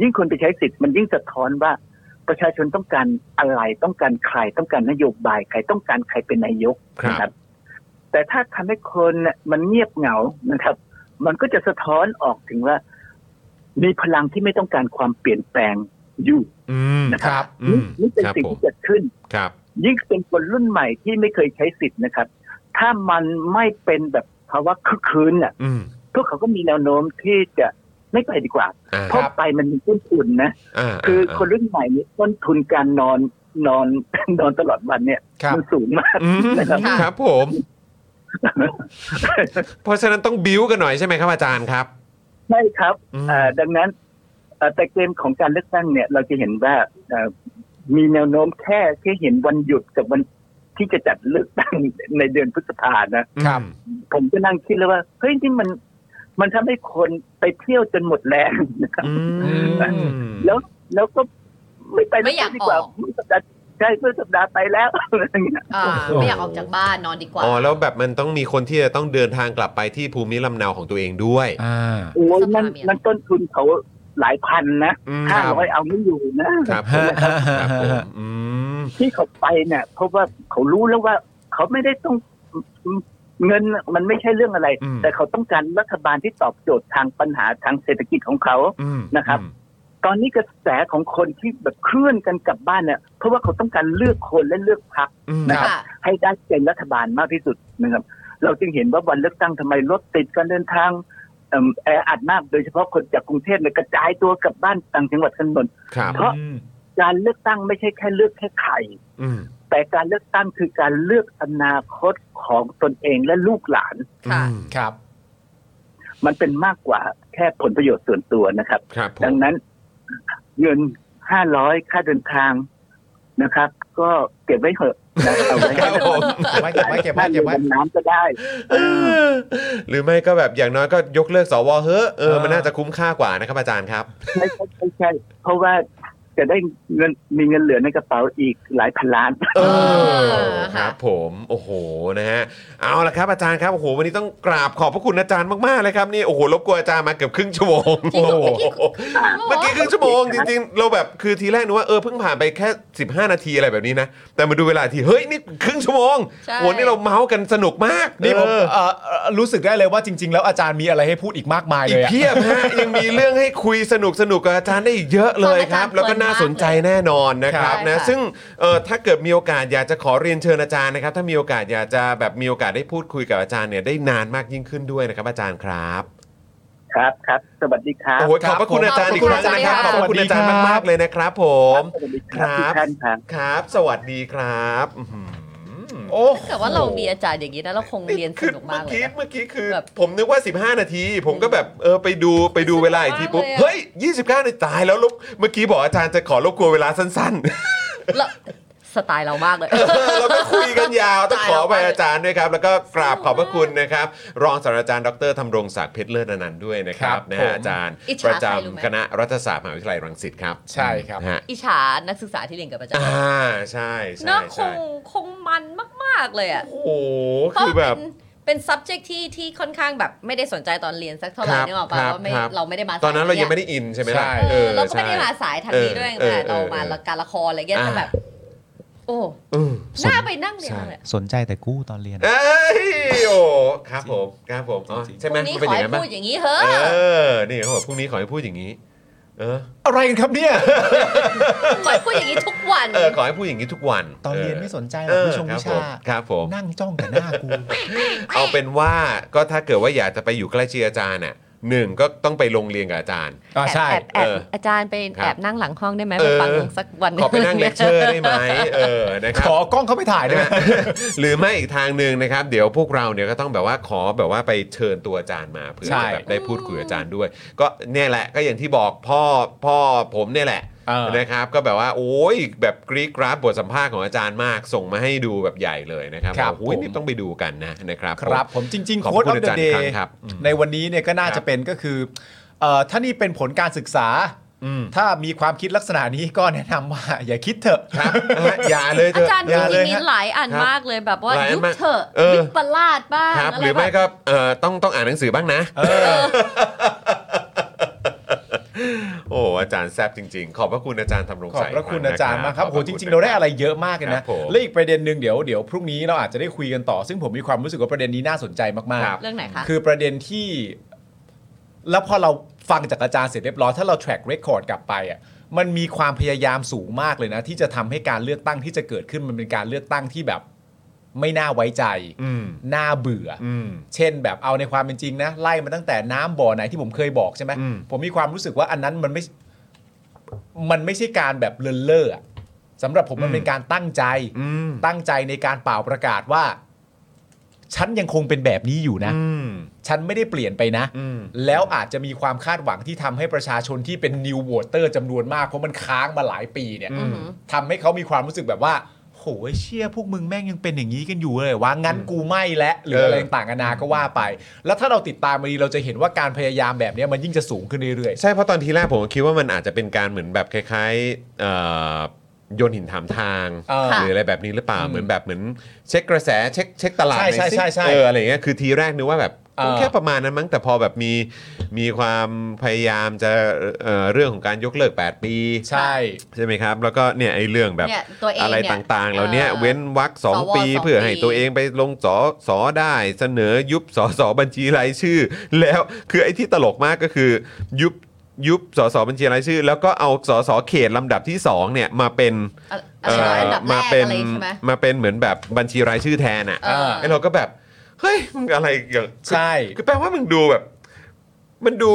Speaker 6: ยิ่งคนไปใช้สิทธิ์มันยิ่งสะท้อนว่า ประชาชนต้องการอะไรต้องการใครต้องการนโยบายใครต้องการใครเป็นนายก
Speaker 2: ครับ
Speaker 6: นะครับ แต่ถ้าทำให้คนน่ะมันเงียบเหงานะครับ มันก็จะสะท้อนออกถึงว่า มีพลังที่ไม่ต้องการความเปลี่ยนแปลงอยู่
Speaker 2: อืม
Speaker 6: นะค
Speaker 3: ครั
Speaker 6: รับ
Speaker 2: อืม
Speaker 6: นี่นี่เป็น
Speaker 2: ครับ
Speaker 6: สิ่ง
Speaker 2: ผม
Speaker 6: ที่เกิดขึ้น
Speaker 2: ครับ
Speaker 6: ยิ่งเป็นคนรุ่นใหม่ที่ไม่เคยใช้สิทธิ์นะครับ ถ้ามันไม่เป็นแบบภาวะคึกคืนน่ะ
Speaker 2: อืม
Speaker 6: พวกเขาก็มีแนวโน้มที่จะไม่ไปดีกว่า
Speaker 2: อ่า
Speaker 6: เพราะไปมันมีต้นทุนนะ
Speaker 2: อ่าา
Speaker 6: คือคนรุ่นใหม่นี่ต้นทุนการนอนนอน นอนตลอดวันเนี่ย
Speaker 3: ครับ
Speaker 6: มัสูงมาก
Speaker 2: อืม
Speaker 6: นะครับ
Speaker 2: ครับผม เพราะฉะนั้นต้องบิ้วกันหน่อยใช่ไหมครับอาจารย์ครับ
Speaker 6: ใช่ครับ
Speaker 2: อืม
Speaker 6: เอ่อดังนั้นเอ่อแต่เกมของการเลือกตั้งเนี่ย เราจะเห็นว่าเอ่อมีแนวโน้มแค่แค่เห็นวันหยุดกับวันที่จะจัดเลือกตั้งในเดือนพฤษภานะ
Speaker 3: ครับ
Speaker 6: ผมก็นั่งคิดแล้วว่าเฮ้ยที่มัน มันทำให้คนไปเที่ยวจนหมดแรงนะครับ
Speaker 2: อืม
Speaker 3: อื
Speaker 6: แล้วแล้วก็ไม่ไป
Speaker 4: ไม่อยาก
Speaker 6: ดีกว่า
Speaker 4: ออก
Speaker 6: เมื่อสัปดาห์ใช่เมื่อสัปดาห์ไปแล้ว อะไรอย่างเงี้ย
Speaker 4: อ่าไม่อยากออกจากบ้านนอนดีกว่า
Speaker 2: อ๋อแล้วแบบมันต้องมีคนที่จะต้องเดินทางกลับไปที่ภูมิลำเนาของตัวเองด้วย
Speaker 3: อ่า
Speaker 6: โอ้ยนั่
Speaker 4: ส
Speaker 6: น
Speaker 4: ภาพเนี่ย
Speaker 6: นั่นต้นทุนเขาหลายพันนะ
Speaker 2: อืม
Speaker 6: ห้าร้อยเอาไม่อยู่นะครับ
Speaker 2: ผมครับผมอืม
Speaker 6: ที่เขาไปเนี่ยเพราะว่าเขารู้แล้วว่า เขาไม่ได้ต้องเงินมันไม่ใช่เรื่องอะไร
Speaker 2: อืม
Speaker 6: แต่เขาต้องการรัฐบาลที่ตอบโจทย์ทางปัญหาทางเศรษฐกิจของเขา
Speaker 2: อืม
Speaker 6: นะครับ
Speaker 2: อืม
Speaker 6: ตอนนี้กระแสของคนที่แบบเคลื่อนกันกลับบ้านเนี่ยเพราะว่าเขาต้องการเลือกคนและเลือกพรรค
Speaker 2: อืม
Speaker 6: นะครับ
Speaker 4: ค่ะ
Speaker 6: ให้ได้เป็นรัฐบาลมากที่สุดนะครับ เราจึงเห็นว่าวันเลือกตั้งทำไมรถติดการเดินทางเอิ่มแออัดมากโดยเฉพาะคนจากกรุงเทพเนี่ยกระจายตัวกลับบ้านต่างจังหวัดกันหมด
Speaker 2: ครับ
Speaker 6: เพราะการเลือกตั้งไม่ใช่แค่เลือกแค่ใคร
Speaker 2: อืม
Speaker 6: แต่การเลือกตั้งคือการเลือกอนาคตของตนเองและลูกหลาน
Speaker 4: ค่ะ
Speaker 2: อืม
Speaker 3: ครับ
Speaker 6: มันเป็นมากกว่าแค่ผลประโยชน์ส่วนตัวนะครับ
Speaker 2: ครับผ
Speaker 6: ดั
Speaker 2: ม
Speaker 6: งนั้นเงินห้าร้อยค่าเดินทางนะครับ ก็เก็บไว้เถอะนะเอาไว้
Speaker 2: ครับผม
Speaker 3: ไว้เก็บไว้เก็บไว้
Speaker 6: ถ้า
Speaker 3: เก็บ
Speaker 6: เรือ
Speaker 3: ไว้
Speaker 6: ดำน้ำก็ได้
Speaker 2: หรือไม่ก็แบบอย่างน้อยก็ยกเลิกสวเฮ้อะเออ
Speaker 3: เออ
Speaker 2: มันน่าจะคุ้มค่ากว่านะครับอาจารย์ครับ
Speaker 6: ใช่ใช่ใช่ใช่เพราะว่าจะได้เงินมีเงินเหลือในกระเป๋าอีกหลายพันล้าน
Speaker 2: เอ
Speaker 4: เอ
Speaker 2: อ
Speaker 4: อ
Speaker 2: ค
Speaker 4: ค่ะ
Speaker 2: รับผมโอ้โหนะฮะเอาละครับอาจารย์ครับโอ้โหวันนี้ต้องกราบขอบพระคุณอาจารย์มากๆเลยครับนี่โอ้โหรบกวนอาจารย์มาเกือบครึ่งชั่วโมง
Speaker 4: จริงเหรอเมื่อกี้
Speaker 2: เมื่อกี้ครึ่งชั่วโมงจริงๆเราแบบคือทีแรกนึกว่าเออเพิ่งผ่านไปแค่ 15 นาทีอะไรแบบนี้นะแต่มาดูเวลาทีเฮ้ยนี่ครึ่งชั่วโมง
Speaker 4: ใช่
Speaker 2: โอ้นี่เราเมาส์กันสนุกมาก
Speaker 3: นี่ผม
Speaker 2: เออ
Speaker 3: เอ่อเอ่อรู้สึกได้เลยว่าจริง ๆ แล้วอาจารย์มีอะไรให้พูดอีกมากมาย
Speaker 2: อีก
Speaker 3: เลยอะ
Speaker 2: เพียบฮะ ยังมีเรื่องให้คุยสนุกสนุกกับอาจารย์ได้อีกเยอะเลยครับ
Speaker 4: ฟังอาจารย์
Speaker 2: แล้วก็น่าสนใจแน่นอนนะครับ
Speaker 4: ใช่
Speaker 2: นะ
Speaker 4: ค่ะ
Speaker 2: ซึ่งเอ่อถ้าเกิดมีโอกาสอยากจะขอเรียนเชิญอาจารย์นะครับ ถ้ามีโอกาสอยากจะแบบมีโอกาสได้พูดคุยกับอาจารย์เนี่ยได้นานมากยิ่งขึ้นด้วยนะครับ อาจารย์ครับ
Speaker 6: ครับครับ สวัสดีครับ
Speaker 2: โอ้โหขอบพระคุณอาจารย์อีกครั้งนะครับข
Speaker 3: ข
Speaker 2: อบบ พ
Speaker 3: อพ
Speaker 2: ระ
Speaker 3: ระคุ
Speaker 2: คุณ
Speaker 3: ณ
Speaker 2: อา
Speaker 3: อา
Speaker 2: จา
Speaker 3: จาร รย์
Speaker 2: ย์
Speaker 3: ครับ
Speaker 2: มากๆเลยนะครับผม
Speaker 6: สวัสดี
Speaker 2: ค
Speaker 6: ครั
Speaker 2: รั
Speaker 6: บบ
Speaker 2: บ
Speaker 6: ทุกท่านครับ
Speaker 2: ครับ สวัสดีครับอื้อหือ
Speaker 3: โอ้โห
Speaker 4: แต่ว่าเรามีอาจารย์อย่างนี้นะเราคงเรียนส
Speaker 2: คือ
Speaker 4: นุก
Speaker 2: เมื่
Speaker 4: มา
Speaker 2: อก
Speaker 4: เลย
Speaker 2: กี้
Speaker 4: นะ
Speaker 2: เมื่อกี้คือ
Speaker 4: แบบ
Speaker 2: ผมนึกว่า 15 นาที ผมก็แบบเออไปดูไปดูเวลาอีกทีปุ๊บ
Speaker 4: เลยอะ
Speaker 2: เฮ้ย 29นาทีตายแล้วลบเมื่อกี้บอกอาจารย์จะขอรบกวนเวลาสั้น
Speaker 4: เรา สไตล์เรามากเลย
Speaker 2: เราก็คุยกันยาวต้องขอไป
Speaker 4: ตายแล้ว
Speaker 2: อาจารย์ด้วยครับ แล้วก็กราบขอบพระคุณนะครับ รองศาสตราจารย์ดรธำรงศักดิ์เพชรเลิศอนันต์ด้วยนะครับ
Speaker 3: ครับ
Speaker 2: นะ
Speaker 3: ผ
Speaker 2: ฮะ
Speaker 3: ม
Speaker 2: อาจารย์
Speaker 4: อิจ
Speaker 2: ป
Speaker 4: ฉา
Speaker 2: ระจำ
Speaker 4: ใครรู้ไหม
Speaker 2: คณะรัฐศาสตร์มหาวิทยาลัยรังสิตครับ
Speaker 3: ใช่ครับ
Speaker 2: นะฮะ
Speaker 4: อิจฉานักศึกษาที่เรียนกับอาจาร
Speaker 2: อ่า
Speaker 4: ย์
Speaker 2: ใช่ใช่
Speaker 4: เนาะค
Speaker 2: ใช่
Speaker 4: งคงมันมาก ๆ เลยอ่ะ
Speaker 2: โอ้โหคือแบบ
Speaker 4: เพราะเป็นเป็น subject ที่ที่ค่อนข้างแบบไม่ได้สนใจตอนเรียนสักเท่าไหร่
Speaker 2: ครับ
Speaker 4: นึกออกปะ
Speaker 2: ครับ
Speaker 4: ว่าไม่
Speaker 2: ครับ
Speaker 4: เราไม่ได้มาส
Speaker 2: ตอนนั้นเรายังไม่
Speaker 4: ย
Speaker 2: ได้อินใช่ไหมล่ะ
Speaker 3: ใช่
Speaker 4: เออเราก็ไม่ได้
Speaker 2: ใช่
Speaker 4: มาสายทางนี้ด้วย
Speaker 2: เออเอ
Speaker 4: แต่เรา
Speaker 2: อ
Speaker 4: มา
Speaker 2: เออ
Speaker 4: การละครอะไรเงี้ย
Speaker 2: อ่า
Speaker 4: แต่แบบ โอ้
Speaker 2: อืม
Speaker 4: หน้าไปนั่งเรียน
Speaker 2: ใช่
Speaker 4: เลย
Speaker 8: สนใจแต่กู้ตอนเรียน
Speaker 2: เอ้ยโอ้ครับผมครับผมอ๋อใช่ไหม
Speaker 4: พรุ่
Speaker 2: มัน
Speaker 4: งนี้ข
Speaker 2: เป็น
Speaker 4: อ
Speaker 2: อย่าง
Speaker 4: ให้
Speaker 2: นั้นปะ
Speaker 4: พูดอย่างนี้เฮ้
Speaker 2: เอ
Speaker 4: อะ
Speaker 2: อนี่เขาบอกพรุ่งนี้ขอให้พูดอย่างนี้ เออ
Speaker 3: อะไรกันครับเนี่ย
Speaker 4: ขอให้พูดอย่างนี้ทุกวัน
Speaker 2: เออขอให้พูดอย่างนี้ทุกวัน
Speaker 8: ตอนเรียนไม่สนใจหร
Speaker 2: เอ
Speaker 8: อก
Speaker 2: อ
Speaker 8: ผู้ชม
Speaker 2: ครับ
Speaker 8: วิ
Speaker 2: ผ
Speaker 8: ชาม
Speaker 2: ครับผม
Speaker 8: นั่งจ้องแต่หน้ากู
Speaker 2: เอาเป็นว่าก็ถ้าเกิดว่าอยากจะไปอยู่ใกล้ชิดอาจารย์น่ะหนึ่งก็ต้องไปโรงเรียนกับอาจารย์
Speaker 3: อ่าใช่
Speaker 4: แอบแอบ
Speaker 2: เออ
Speaker 4: อาจารย์ไป
Speaker 2: ครับ
Speaker 4: แอบนั่งหลังห้องได้ไหม
Speaker 2: เอ
Speaker 4: ไป
Speaker 2: อ
Speaker 4: ฟังสักวันหนึ่
Speaker 2: ขอไปนั่งเลคเชอร์ได้ไหมเออนะค
Speaker 3: ข
Speaker 2: รับ
Speaker 3: อกล้องเข้าไปถ่ายได้ไหม
Speaker 2: นะ หรือไม่อีกทางหนึ่งนะครับ เดี๋ยวพวกเราเนี่ยก็ต้องแบบว่าขอแบบว่าไปเชิญตัวอาจารย์มาเพื่อ
Speaker 3: ใช่
Speaker 2: แบบได้พูดคุยกับอาจารย์ด้วย ก็เนี่ยแหละก็อย่างที่บอกพ่อพ่อผมเนี่ยแหละ
Speaker 3: เออ
Speaker 2: นะครับก็แบบว่าโอ้ยแบบกรี๊ดกราฟบทสัมภาษณ์ของอาจารย์มาก ส่งมาให้ดูแบบใหญ่เลยนะครับ
Speaker 3: ครับ
Speaker 2: โอ้ย
Speaker 3: ผม
Speaker 2: นี่ต้องไปดูกันนะนะครับ
Speaker 3: ครับ
Speaker 2: ผม
Speaker 3: ผมจริง ๆ
Speaker 2: ขอบ
Speaker 3: โค้ด
Speaker 2: คุ
Speaker 3: ออ
Speaker 2: ณอา
Speaker 3: ฟเด
Speaker 2: จาร
Speaker 3: อะ
Speaker 2: ย์อีก
Speaker 3: เด
Speaker 2: ครั้
Speaker 3: ย์
Speaker 2: งครับอืม
Speaker 3: ในวันนี้เนี่ยก็น่าจะเป็นก็คือเอ่อถ้านี่เป็นผลการศึกษา
Speaker 2: อืม
Speaker 3: ถ้ามีความคิดลักษณะนี้ก็แนะนำว่า อย่าคิดเถอะ
Speaker 2: ครับ นะฮะอย่าเลยเถ
Speaker 4: อา
Speaker 2: อะ
Speaker 4: จารย์
Speaker 3: อ
Speaker 4: จ
Speaker 3: ย่า
Speaker 4: ริ
Speaker 3: เลย
Speaker 4: งๆมี
Speaker 3: ฮะ
Speaker 4: หลายอ่านมากเลยแบบว่า
Speaker 2: หลายอัน
Speaker 4: ยุบ
Speaker 2: มาก
Speaker 4: เถอะ
Speaker 2: เออ
Speaker 4: วิปลาสบ้าง
Speaker 2: ครับห
Speaker 4: อะไร
Speaker 2: รือ
Speaker 4: แบ
Speaker 2: ไม่
Speaker 4: บ
Speaker 2: ก็เอ่อต้องต้องอ่านหนังสือบ้างนะ
Speaker 3: เออ
Speaker 2: โอ้อาจารย์แซบจริง ๆ ขอบพระคุณอาจารย์ทำรง
Speaker 3: ขอบ
Speaker 2: ศักดิ์
Speaker 3: พระคุณอาจารย์มากครับ
Speaker 2: ข
Speaker 3: โอ้
Speaker 2: พคุณ
Speaker 3: โหจริง ๆ เราได้อะไรเยอะมากเลย
Speaker 2: ครั
Speaker 3: นะ
Speaker 2: บผม
Speaker 3: และอีกประเด็นหนึ่งเดี๋ยวเดี๋ยวพรุ่งนี้เราอาจจะได้คุยกันต่อ ซึ่งผมมีความรู้สึกว่าประเด็นนี้น่าสนใจมาก
Speaker 2: ครับ
Speaker 4: เรื่องไหนคะ
Speaker 3: ๆ คือประเด็นที่ แล้วพอเราฟังจากอาจารย์เสร็จเรียบร้อย ถ้าเรา track record กลับไปอ่ะมันมีความพยายามสูงมากเลยนะ ที่จะทำให้การเลือกตั้งที่จะเกิดขึ้นมันเป็นการเลือกตั้งที่แบบไม่น่าไว้ใจ
Speaker 2: อืม
Speaker 3: น่าเบื่ออ
Speaker 2: อืม
Speaker 3: เช่นแบบเอาในความเป็นจริงนะไล่มาตั้งแต่น้ำบ่อไหนที่ผมเคยบอกใช่ไหม
Speaker 2: อืม
Speaker 3: ผมมีความรู้สึกว่าอันนั้นมันไม่ มันไม่ใช่การแบบเลินเล่ออะสำหรับผมมันเป็นการตั้งใจ
Speaker 2: อืม
Speaker 3: ตั้งใจในการเป่าประกาศว่า ฉันยังคงเป็นแบบนี้อยู่นะ
Speaker 2: อืม
Speaker 3: ฉันไม่ได้เปลี่ยนไปนะ
Speaker 2: อืม
Speaker 3: แล้วอาจจะมีความคาดหวังที่ทำให้ประชาชนที่เป็นนิวโวเตอร์จำนวนมาก เพราะมันค้างมาหลายปีเนี่ย
Speaker 4: อือหือ
Speaker 3: ทำให้เขามีความรู้สึกแบบว่าโหยเชี่ยพวกมึงแม่งยังเป็นอย่างนี้กันอยู่เลยว่างั้นกูไม่และหรืออะไรต่างกันานาก็ว่าไป แล้วถ้าเราติดตามมาดีเราจะเห็นว่าการพยายามแบบเนี้ยมันยิ่งจะสูงขึ้นเรื่อย
Speaker 2: ใช่เพราะตอนทีแรกผมก็คิดว่ามันอาจจะเป็นการเหมือนแบบคล้ายๆเอ่อโยนหินถามทาง
Speaker 3: เออ
Speaker 2: หรืออะไรแบบนี้หรือเปล่า
Speaker 3: อืม
Speaker 2: เหมือนแบบเหมือนเช็คกระแสเช็คเช็คตลาด
Speaker 3: ใช่
Speaker 2: หน่อยสิ
Speaker 3: ใช่ใช่
Speaker 2: เอออะไรอย่างเงี้ยคือทีแรกนึกว่าแบบ
Speaker 3: เออ
Speaker 2: แค่ประมาณนั้นมั้งแต่พอแบบมีมีความพยายามจะเอ่อเรื่องของการยกเลิก 8 ปี
Speaker 3: ใช่
Speaker 2: ใช่ไหมครับ แล้วก็เนี่ยไอ้เรื่องแบบ
Speaker 4: เนี่ยตัวเอง
Speaker 2: อะไร
Speaker 4: เนี่ย
Speaker 2: ต่างๆเหล่าเนี้ย
Speaker 4: เออ
Speaker 2: เว้นวรรคสอง
Speaker 4: สว
Speaker 2: ปี
Speaker 4: สอง
Speaker 2: เพื่อให้
Speaker 4: ปี
Speaker 2: ตัวเองไปลงสอสอได้เสนอยุบสอสอบัญชีรายชื่อ แล้วคือไอ้ที่ตลกมากก็คือยุบยุบสอสอบัญชีรายชื่อ แล้วก็เอาสอสอเขตลำดับที่สองเนี่ยมาเป็น
Speaker 4: อะ
Speaker 2: เอ่อ
Speaker 4: อันดับแร
Speaker 2: มาก เป็น
Speaker 4: อะไรใช่ไหม
Speaker 2: มาเป็นเหมือนแบบบัญชีรายชื่อแทนอ่ะ
Speaker 4: เออ
Speaker 2: ไอ้เราก็แบบเฮ้ยมึงอะไรอย่าง
Speaker 3: ๆ ใช่
Speaker 2: คือแปลว่ามึงดูแบบ มันดู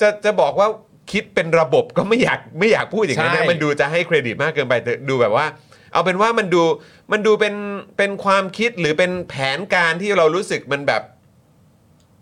Speaker 2: จะจะบอกว่าคิดเป็นระบบก็ไม่อยากไม่อยากพูดอย่างนั้น
Speaker 3: ใช่
Speaker 2: นะมันดูจะให้เครดิตมากเกินไปแต่ดูแบบว่า เอาเป็นว่ามันดูมันดูเป็นเป็นความคิดหรือเป็นแผนการที่เรารู้สึกมันแบบ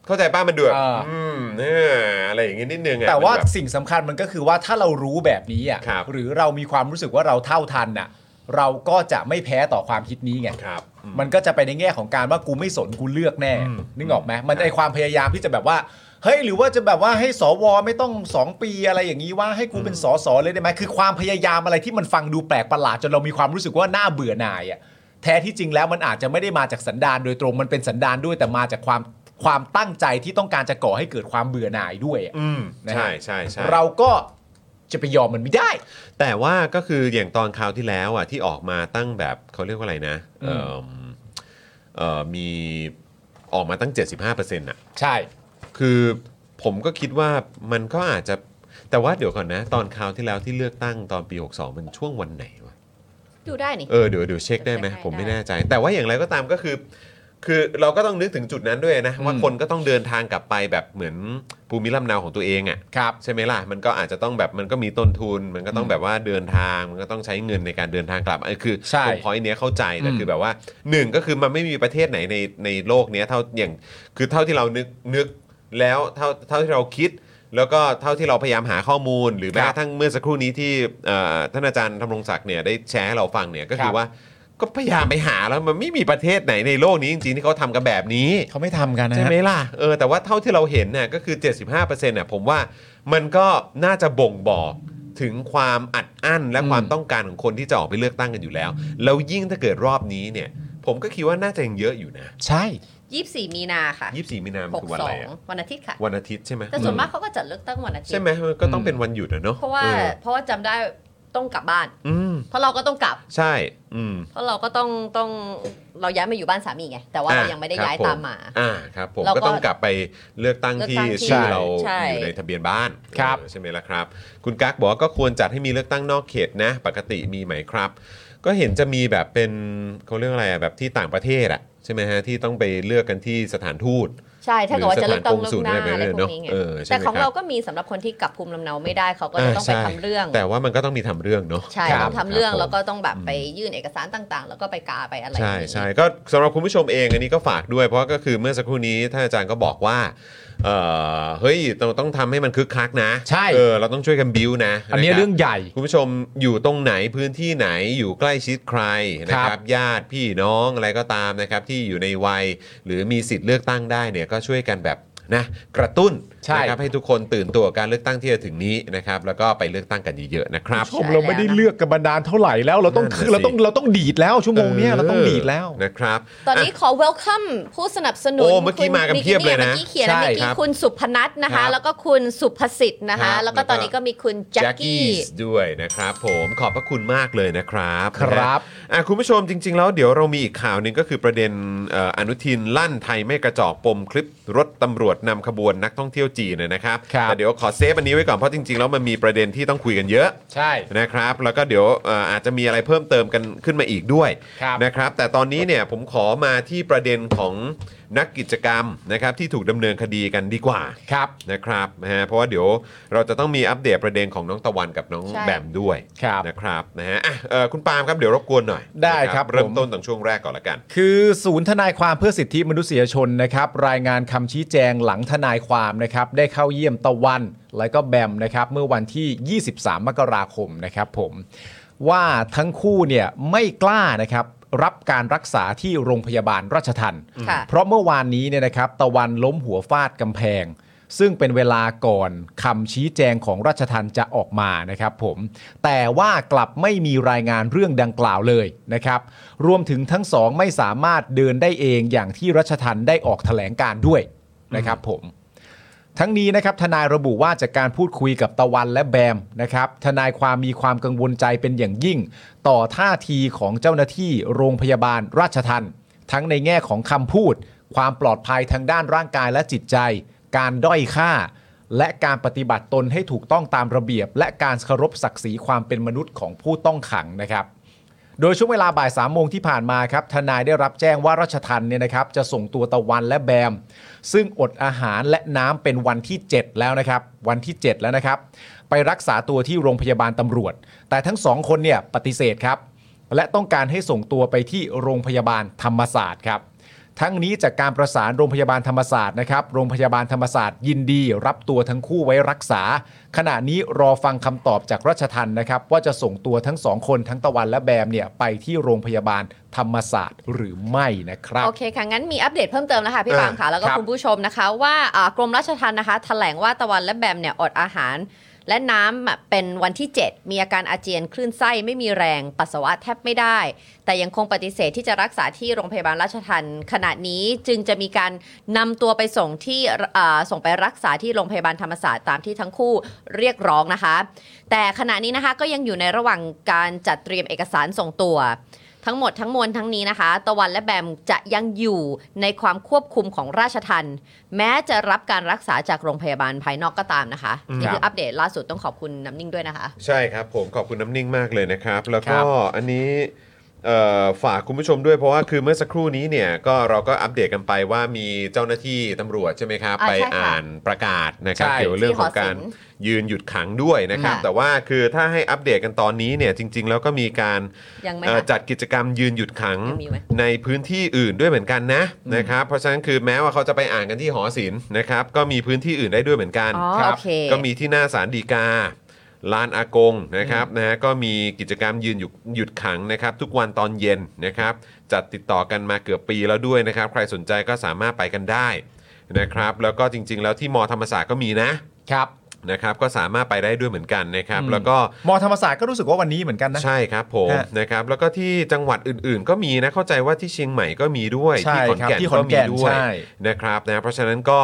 Speaker 2: เข้าใจป้ามันดูแบบ
Speaker 3: เออ
Speaker 2: อืมเนี่ยอะไรอย่างงี้นิดนึงอะ
Speaker 3: แต่ว่า
Speaker 2: มันบบ
Speaker 3: สิ่งสำคัญมันก็คือว่าถ้าเรารู้แบบนี้อ่ะ
Speaker 2: ครับ
Speaker 3: หรือเรามีความรู้สึกว่าเราเท่าทันน่ะ เราก็จะไม่แพ้ต่อความคิดนี้ไง
Speaker 2: ครับ
Speaker 3: มันก็จะไปในแง่ของการว่ากูไม่สนกูเลือกแน่
Speaker 2: อืม
Speaker 3: นึกออกไหมมันไอความพยายามที่จะแบบว่าเฮ้ยหรือว่าจะแบบว่าให้สวไม่ต้องสองปีอะไรอย่างนี้ว่าให้กูเป็นสสเลยได้ไหมคือความพยายามอะไรที่มันฟังดูแปลกประหลาดจนเรามีความรู้สึกว่าน่าเบื่อหน่ายอ่ะแท้ที่จริงแล้วมันอาจจะไม่ได้มาจากสันดานโดยตรงมันเป็นสันดานด้วยแต่มาจากความความตั้งใจที่ต้องการจะก่อให้เกิดความเบื่อหน่ายด้วยอะ
Speaker 2: ืม
Speaker 3: นะฮะ
Speaker 2: ใช่ใช่ใช่
Speaker 3: เราก็จะไปยอมมันไม่ได้
Speaker 2: แต่ว่าก็คืออย่างตอนคราวที่แล้วอ่ะที่ออกมาตั้งแบบเขาเรียกว่าอะไรนะเอิ่มเอ่อมีออกมาตั้ง 75%อ่ะ
Speaker 3: ใช่
Speaker 2: คือผมก็คิดว่ามันก็อาจจะแต่ว่าเดี๋ยวก่อนนะ ตอนคราวที่แล้วที่เลือกตั้งตอนปี 62 มันช่วงวันไหนวะ
Speaker 4: ดูได้นี่
Speaker 2: เออเดี๋ยวเดี๋ยวเช็คได้ไหม
Speaker 4: เช็คได้
Speaker 2: ผมไม่
Speaker 4: ได้
Speaker 2: แน่ใจ แต่ว่าอย่างไรก็ตามก็คือ คือเราก็ต้องนึกถึงจุดนั้นด้วยนะว่า
Speaker 3: อืม
Speaker 2: คนก็ต้องเดินทางกลับไปแบบเหมือนภูมิลำเนาของตัวเองอ่ะ
Speaker 3: ครับ
Speaker 2: ใช่ไหมล่ะ มันก็อาจจะต้องแบบมันก็มีต้นทุน มันก็ต้องแบบว่าเดินทาง มันก็ต้องใช้เงินในการเดินทางกลับเออคือ
Speaker 3: ใช่
Speaker 2: ตรงพอยต์เนี้ยเข้าใจแต่
Speaker 3: อืม
Speaker 2: คือแบบว่าหนึ่งก็คือมันไม่มีประเทศไหนในในโลกเนี้ยเท่าอย่างคือเท่าที่เรานึกนึกแล้วเท่าเท่าที่เราคิด แล้วก็เท่าที่เราพยายามหาข้อมูล หรือ
Speaker 3: ครั
Speaker 2: แม้
Speaker 3: บ
Speaker 2: กระทั่งเมื่อสักครู่นี้ที่เอ่อท่านอาจารย์ธำรงศักดิ์เนี่ยได้แชร์ให้เราฟังเนี่ยก็คื
Speaker 3: ครั
Speaker 2: อบ ว่าก็พยายามไปหาแล้วมันไม่มีประเทศไหนในโลกนี้จริงๆที่เขาทำกันแบบนี้
Speaker 8: เขาไม่ทำกันนะ
Speaker 2: ใช่
Speaker 8: ฮะ
Speaker 2: ไหมล่ะ เออ แต่ว่าเท่าที่เราเห็นเนี่ยก็คือ 75%เนี่ยผมว่ามันก็น่าจะบ่งบอกถึงความอัดอั้นและ
Speaker 3: อืม
Speaker 2: ความต้องการของคนที่จะออกไปเลือกตั้งกันอยู่แล้ว แล้วยิ่งถ้าเกิดรอบนี้เนี่ย ผมก็คิดว่าน่าจะยังเยอะอยู่นะ
Speaker 8: ใช่
Speaker 4: 24 มีนาค่ะ
Speaker 2: 24 มีนาคมคือวันอะไรอะ
Speaker 4: 62วันอาทิตย์ค่ะ
Speaker 2: วันอาทิตย์ใช่ไหม
Speaker 4: แต่ส่วนมากเขาก็จัดเลือกตั้งวันอาทิต
Speaker 2: ใช่
Speaker 4: ย์
Speaker 2: ไหมมันก็ต้องเป็นวันหยุดอะเนาะ
Speaker 4: เพราะว่า
Speaker 2: ออ
Speaker 4: เพราะว่าจำได้ต้องกลับบ้าน
Speaker 2: อืม
Speaker 4: เพราะเราก็ต้องกลับ
Speaker 2: ใช่ อืม
Speaker 4: เพราะเราก็ต้องต้องเราย้ายมาอยู่บ้านสามีไง แต่ว่าเรา
Speaker 2: อ่ะ
Speaker 4: ยังไม่ได้
Speaker 2: ครับ
Speaker 4: ย้าย
Speaker 2: ผม
Speaker 4: ตามมา
Speaker 2: อ่า ครับผม
Speaker 4: เราก็
Speaker 2: ก็ต้องกลับไปเลือกตั้ง
Speaker 4: เลือก
Speaker 2: ที่
Speaker 4: ตั้งที่
Speaker 2: ชื่อเรา
Speaker 4: ใช่
Speaker 2: อยู่ในทะเบียนบ้าน
Speaker 3: ครับ
Speaker 2: เออใช่ไหมล่ะครับ คุณกั๊กบอกว่าก็ควรจัดให้มีเลือกตั้งนอกเขตนะ ปกติมีไหมครับ ก็เห็นจะมีแบบเป็นเขาเรียกอะไรอะแบบที่ต่างประเทศอะใช่ไหมฮะที่ต้องไปเลือกกันที่สถานทูต
Speaker 4: ใช่ถ้าเกิดว่าจะเลือกตั้ง
Speaker 2: หรือ
Speaker 4: ล่ว
Speaker 2: ส
Speaker 4: งห
Speaker 2: ถาน
Speaker 4: น้าก
Speaker 2: งศูนย์
Speaker 4: อะไรพวกนี้ไง
Speaker 2: เออใช่ไหม
Speaker 4: แต่ของ
Speaker 2: ครับ
Speaker 4: เราก็มีสำหรับคนที่กลับภูมิลำเนาไม่ได้เขาก็จะต้องไป
Speaker 2: ใช่
Speaker 4: ทำเรื่อง
Speaker 2: แต่ว่ามันก็ต้องมีทำเรื่องเนาะ
Speaker 4: ใช่
Speaker 2: คบ
Speaker 4: ต้องทำเรื่อง
Speaker 2: คบผม
Speaker 4: แล้วก็ต้องแบบไปยื่นเอกสารต่างๆ แล้วก็ไปกาไปอะไร
Speaker 2: ใช่
Speaker 4: อย่างนี้
Speaker 2: ใช่ก็สำหรับคุณผู้ชมเองอันนี้ก็ฝากด้วย เพราะก็คือเมื่อสักครู่นี้ท่านอาจารย์ก็บอกว่าเออเฮ้ยต้องต้องทำให้มันคึกคักนะ
Speaker 3: ใช่
Speaker 2: เออเราต้องช่วยกันบิวนะ
Speaker 3: อันเนี้ย
Speaker 2: ะคบ
Speaker 3: เรื่องใหญ่
Speaker 2: คุณผู้ชมอยู่ตรงไหนพื้นที่ไหนอยู่ใกล้ชิดใครนะค
Speaker 3: ครั
Speaker 2: รับบ ญาติพี่น้องอะไรก็ตามนะครับที่อยู่ในวัย หรือมีสิทธิ์เลือกตั้งได้เนี่ยก็ช่วยกันแบบนะกระตุ้น
Speaker 3: ใช่
Speaker 2: นะครับให้ทุกคนตื่นตัวกับการเลือกตั้งที่จะถึงนี้นะครับแล้วก็ไปเลือกตั้งกันเยอะๆนะครับ
Speaker 3: ผมเราไม่ได้เลือกกันบรรดาลเท่าไหร่แล้วเราต้อง
Speaker 2: นั่นน่ะสิ
Speaker 3: เราต้องเราต้องดีดแล้วชั่วโมงเนี้ยเราต้องดีดแล้ว
Speaker 2: นะครับ
Speaker 4: ตอนนี้ขอ welcome ผู้สนับสนุน
Speaker 2: โอ้เมื่อกี้
Speaker 4: คุณ
Speaker 2: มากันเพียบเลยนะ
Speaker 4: เมื่อกี้เขียน
Speaker 2: ใช่
Speaker 4: นะเมื่อ
Speaker 2: ค
Speaker 4: กี้
Speaker 2: รับ
Speaker 4: คุณสุพนัทนะ
Speaker 2: ครั
Speaker 4: คะ
Speaker 2: บ
Speaker 4: แล้วก็คุณสุภสิทธิ์นะ
Speaker 2: ครั
Speaker 4: คะ
Speaker 2: บ
Speaker 4: แล้วก็ตอน
Speaker 2: แล้วก็
Speaker 4: นี้ก็มีคุณแจ็ค
Speaker 2: แจ็ค
Speaker 4: กี้
Speaker 2: กี้ด้วยนะครับผมขอบพระคุณมากเลยนะครับ
Speaker 3: ครับ
Speaker 2: นะฮะอ่ะคุณผู้ชมจริง ๆ แล้วเดี๋ยวเรามีอีกข่าวหนึ่งก็คือประเด็นเอ่ออนุทินลั่นไทยไม่กระจอกปมคลิปรถตำรวจนำขบวนนักท่องเที่ยวจีนนะนะครับ
Speaker 3: ครับ
Speaker 2: แต่เดี๋ยวขอเซฟอันนี้ไว้ก่อนเพราะจริง ๆ แล้วมันมีประเด็นที่ต้องคุยกันเยอะ
Speaker 3: ใช่
Speaker 2: นะครับแล้วก็เดี๋ยวเอ่ออาจจะมีอะไรเพิ่มเติมกันขึ้นมาอีกด้วย
Speaker 3: ครับ
Speaker 2: นะครับ แต่ตอนนี้เนี่ยผมขอมาที่ประเด็นของนักกิจกรรมนะครับที่ถูกดำเนินคดีกันดีกว่า
Speaker 3: ครับ
Speaker 2: นะครับนะฮะเพราะว่าเดี๋ยวเราจะต้องมีอัปเดตประเด็นของน้องตะวันกับน้อง
Speaker 4: ใช่
Speaker 2: แบมด้วย
Speaker 3: ครับ
Speaker 2: นะครับนะฮะอ่ะเอ่อคุณปาล์มครับเดี๋ยวรบกวนหน่อย
Speaker 3: ได้
Speaker 2: นะครับ เริ่ม
Speaker 3: ผม
Speaker 2: ต้นตั้งช่วงแรกก่อนละกัน
Speaker 3: คือศูนย์ทนายความเพื่อสิทธิมนุษยชนนะครับรายงานคำชี้แจงหลังทนายความนะครับได้เข้าเยี่ยมตะวัน และก็แบมนะครับเมื่อวันที่ 23 มกราคมนะครับผมว่าทั้งคู่เนี่ยไม่กล้านะครับรับการรักษาที่โรงพยาบาลราชทัน
Speaker 4: ค่ะ
Speaker 3: เพราะเมื่อวานนี้เนี่ยนะครับตะวันล้มหัวฟาดกำแพง ซึ่งเป็นเวลาก่อนคำชี้แจงของราชทันจะออกมานะครับผม แต่ว่ากลับไม่มีรายงานเรื่องดังกล่าวเลยนะครับ รวมถึงทั้งสองไม่สามารถเดินได้เองอย่างที่รัชทันได้ออกแถลงการณ์ด้วยนะครับผม ทั้งนี้นะครับทนายระบุว่าจากการพูดคุยกับตะวันและแบมนะครับทนายความมีความกังวลใจเป็นอย่างยิ่ง ต่อท่าทีของเจ้าหน้าที่โรงพยาบาลราชทันทั้งในแง่ของคำพูด ความปลอดภัยทางด้านร่างกายและจิตใจ การด้อยค่า และการปฏิบัติตนให้ถูกต้องตามระเบียบ และการเคารพศักดิ์ศรีความเป็นมนุษย์ของผู้ต้องขังนะครับ โดยช่วงเวลาบ่าย3ามโมงที่ผ่านมาครับทนายได้รับแจ้งว่ารัชทันเนี่ยนะครับจะส่งตัวตะวันและแบม ซึ่งอดอาหารและน้ำเป็นวันที่ 7 แล้วนะครับ วันที่ 7 แล้วนะครับ ไปรักษาตัวที่โรงพยาบาลตำรวจ แต่ทั้งสองคนเนี่ยปฏิเสธครับ และต้องการให้ส่งตัวไปที่โรงพยาบาลธรรมศาสตร์ครับ ทั้งนี้จากการประสานโรงพยาบาลธรรมศาสตร์นะครับ โรงพยาบาลธรรมศาสตร์ยินดี รับตัวทั้งคู่ไว้รักษา ขณะนี้รอฟังคำตอบจากราชทันนะครับ ว่าจะส่งตัวทั้งสองคนทั้งตะวันและแบมเนี่ยไปที่โรงพยาบาลธรรมศาสตร์หรือไม่นะครับ
Speaker 4: โอเคค่ะ งั้นมีอัปเดตเพิ่มเติมนะคะพี่
Speaker 2: อ่า
Speaker 4: ปาล์มค่ะ แล้วก็
Speaker 3: ครับ
Speaker 4: คุณผู้ชมนะคะ ว่าอ่ากรมราชทัณฑ์นะคะแถลงว่าตะวันและแบมเนี่ยอดอาหาร และน้ำอ่ะเป็นวันที่ 7 มีอาการอาเจียนคลื่นไส้ไม่มีแรงปัสสาวะแทบไม่ได้ แต่ยังคงปฏิเสธที่จะรักษาที่โรงพยาบาลราชทันขณะนี้จึงจะมีการนำตัวไปส่งที่อ่าส่งไปรักษาที่โรงพยาบาลธรรมศาสตร์ตามที่ทั้งคู่เรียกร้องนะคะ แต่ขณะนี้นะคะก็ยังอยู่ในระหว่างการจัดเตรียมเอกสารส่งตัว ทั้งหมดทั้งมวลทั้งนี้นะคะ ตะวันและแบมจะยังอยู่ในความควบคุมของราชทันแม้จะรับการรักษาจากโรงพยาบาลภายนอกก็ตามนะคะนี่คืออัปเดตล่าสุดต้องขอบคุณน้ำนิ่งด้วยนะคะ
Speaker 2: ใช่ครับผมขอบคุณน้ำนิ่งมากเลยนะครับ แล้ว
Speaker 3: ครั
Speaker 2: ก็
Speaker 3: บ
Speaker 2: อันนี้ เอ่อฝากคุณผู้ชมด้วยเพราะว่าคือเมื่อสักครู่นี้เนี่ยก็เราก็อัปเดตกันไปว่ามีเจ้าหน้าที่ตำรวจใช่ไหมครับ
Speaker 4: อ่า
Speaker 2: ไป
Speaker 4: ใช่ค่ะ
Speaker 2: อ่านประกาศนะครับ
Speaker 3: ใช่
Speaker 2: เกี่ยวกับเรื่องของการ
Speaker 4: ที่หอศิลป์
Speaker 2: ยืนหยุดขังด้วยนะครับ
Speaker 4: ค่ะ
Speaker 2: แต่ว่าคือถ้าให้อัปเดตกันตอนนี้เนี่ยจริง ๆ แล้วก็มีการ
Speaker 4: ยังไหม
Speaker 2: เอ่อ
Speaker 4: คะ
Speaker 2: จัดกิจกรรมยืนหยุดขัง
Speaker 4: ยังมีไหม
Speaker 2: ในพื้นที่อื่นด้วยเหมือนกันนะนะครับเพราะฉะนั้นคือแม้ว่าเขาจะไปอ่านกันที่หอศิลป์นะครับก็มีพื้นที่อื่นได้ด้วยเหมือนกัน
Speaker 4: อ๋อ
Speaker 2: ค
Speaker 4: โอ
Speaker 2: รับ
Speaker 4: เค
Speaker 2: ก็มีที่หน้าศาลฎีกาลานอากงนะครับนะฮะก็มีกิจกรรมยืนหยุดหยุดขังนะครับทุกวันตอนเย็นนะครับจัดติดต่อกันมาเกือบปีแล้วด้วยนะครับ ใครสนใจก็สามารถไปกันได้นะครับแล้วก็จริง ๆ แล้วที่มอธรรมศาสตร์ก็มีนะครับ นะครับก็สามารถไปได้ด้วยเหมือนกันนะครับ
Speaker 3: อืม
Speaker 2: แล้วก็
Speaker 3: มอธรรมศาสตร์ก็รู้สึกว่าวันนี้เหมือนกันนะ
Speaker 2: ใช่ครับผม
Speaker 3: ฮะ
Speaker 2: นะครับแล้วก็ที่จังหวัดอื่นๆ ก็มีนะเข้าใจว่าที่เชียงใหม่ก็มีด้วย
Speaker 3: ใช่
Speaker 2: ที่ขอน
Speaker 3: ครับ
Speaker 2: แก่น
Speaker 3: ที่ขอน
Speaker 2: ก็
Speaker 3: แก่
Speaker 2: มี
Speaker 3: น
Speaker 2: ด้วย
Speaker 3: ใช่
Speaker 2: นะครับนะเพราะฉะนั้นก็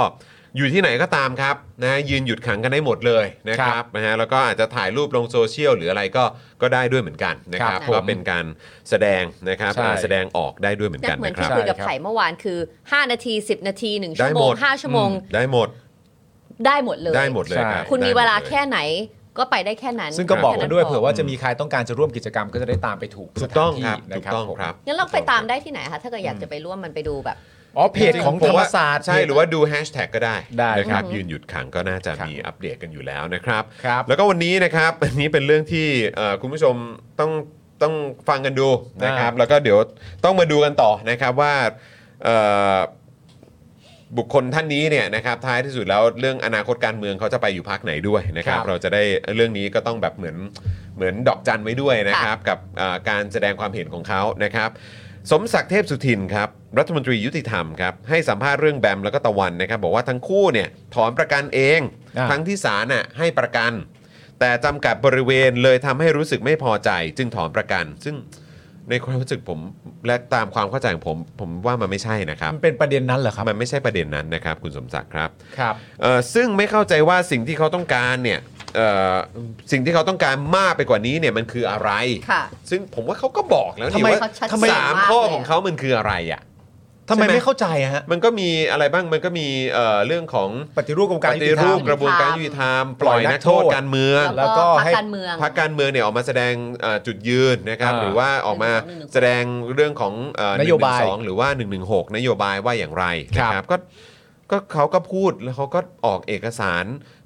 Speaker 2: อยู่ที่ไหนก็ตามครับนะยืนหยุดขังกันได้หมดเลยนะครับนะฮะแล้วก็อาจจะถ่ายรูปลงโซเชียลหรืออะไรก็ก็ได้ด้วยเหมือนกันนะครับ
Speaker 3: ครับผม
Speaker 2: ก็เป็นการแสดงนะครับ
Speaker 3: ใช่
Speaker 2: อ่าแสดงออกได้ด้วยเหมือน
Speaker 4: เนี่ย
Speaker 2: กัน
Speaker 4: เหมือน
Speaker 2: นะค
Speaker 4: ที่
Speaker 2: รับ
Speaker 4: คุยกับ
Speaker 3: ใช่ครับ
Speaker 4: ไผ่เมื่อวานคือ 5 นาที 10 นาที 1
Speaker 2: ได้
Speaker 4: ชั่วโม
Speaker 2: หม
Speaker 4: ง
Speaker 2: ด
Speaker 4: 5 ชั่วโมง
Speaker 2: ได้หมด
Speaker 4: ได้หมดเลย
Speaker 2: ได้หมดเลยรับ
Speaker 4: คุณมี
Speaker 2: ได้หด
Speaker 4: เวลา
Speaker 2: ลย
Speaker 4: แค่ไหนก็ไปได้แค่นั้น
Speaker 3: ซึ่งก็บอกกันด้วย
Speaker 4: แค่
Speaker 3: เผื่อว่าจะมีใครต้องการจะร่วมกิจกรรมก็จะได้ตามไปถูก
Speaker 2: ถูกต้องครับ
Speaker 3: สถานที่นะ
Speaker 2: ถูกต้อง
Speaker 3: ผม
Speaker 2: ครับ
Speaker 4: งั้นเราไปตามได้ที่ไหนคะถ้าเกิดอยากจะไปร่วมมันไปดูแบบ
Speaker 3: อ๋อเพจของธรรมศาสตร์
Speaker 2: ใช่หรือว่าดูแฮชแท็กก็ได้
Speaker 3: ได้
Speaker 2: นะครับ
Speaker 4: ครับ
Speaker 2: ยืนหยุดขังก็น่าจะ
Speaker 3: ครับ
Speaker 2: มีอัปเดตกันอยู่แล้วนะครับ
Speaker 3: ครับ
Speaker 2: แล้วก็วันนี้นะครับ อันนี้เป็นเรื่องที่เอ่อคุณผู้ชมต้องต้องฟังกันดูนะครับ แล้วก็เดี๋ยวต้องมาดูกันต่อนะครับว่าเอ่อบุคคลท่านนี้เนี่ยนะครับท้ายที่สุดแล้วเรื่องอนาคตการเมืองเขาจะไปอยู่พักไหนด้วยนะครับ
Speaker 3: ครับ
Speaker 2: เราจะได้เรื่องนี้ก็ต้องแบบเหมือนเหมือนดอกจันไว้ด้วยนะครับ กับเอ่อการแสดงความเห็นของเขานะครับ สมศักดิ์เทพสุทินครับรัฐมนตรียุติธรรมครับให้สัมภาษณ์เรื่องแบมแล้วก็ตะวันนะครับบอกว่าทั้งคู่เนี่ยถอนประกันเอง
Speaker 3: อ่า
Speaker 2: ทั้งที่ศาลน่ะให้ประกัน แต่จำกัดบริเวณเลยทำให้รู้สึกไม่พอใจ จึงถอนประกัน ซึ่งในความรู้สึกผมและตามความเข้าใจของผม ผมว่ามันไม่ใช่นะครับ
Speaker 3: มันเป็นประเด็นนั้นเหรอครับ
Speaker 2: มันไม่ใช่ประเด็นนั้นนะครับ คุณสมศักดิ์ครับ
Speaker 3: ครับ
Speaker 2: เอ่อซึ่งไม่เข้าใจว่าสิ่งที่เขาต้องการเนี่ยเอ่อสิ่งที่เขาต้องการมากไปกว่านี้เนี่ยมันคืออะไร
Speaker 4: ค่ะ
Speaker 2: ซึ่งผมว่าเขาก็บอกแล้ว
Speaker 4: ทำ
Speaker 2: นี่
Speaker 4: ไม
Speaker 2: ว่า
Speaker 4: เขาชัดเจน
Speaker 2: ทำไมสาม
Speaker 4: มาก
Speaker 2: ข้อ
Speaker 4: เลยอะ
Speaker 2: ของเขามันคืออะไรอ่ะ
Speaker 3: ทำไม
Speaker 2: ใช่ไหม
Speaker 3: ไม่เข้าใจอะฮะ
Speaker 2: มันก็มีอะไรบ้างมันก็มีเอ่อเรื่องของ
Speaker 3: ปฏิรูปกระบวนการ
Speaker 2: ป
Speaker 3: ยุ
Speaker 2: ฏิ
Speaker 3: ติธร
Speaker 2: รูป
Speaker 3: รม
Speaker 2: กระบวนการยุติธรรมปล่อยนักโทษการเมือง
Speaker 3: แล้
Speaker 4: แล้ว ว
Speaker 3: ก็
Speaker 4: ก็
Speaker 3: ให้
Speaker 4: พักการเมือง
Speaker 2: พรรคการเมืองเนี่ยออกมาแสดงเอ่อจุดยืนนะครับ
Speaker 3: อ่า
Speaker 2: หรือว่าออกมาแสดงเรื่องของเอ่อน
Speaker 3: โยบาย
Speaker 2: 112หรือว่า 116 นโยบายว่าอย่างไร
Speaker 3: ครั
Speaker 2: นะ
Speaker 3: บ
Speaker 2: ครับก็ก็เขาก็พูดแล้วเขาก็ออกเอกสาร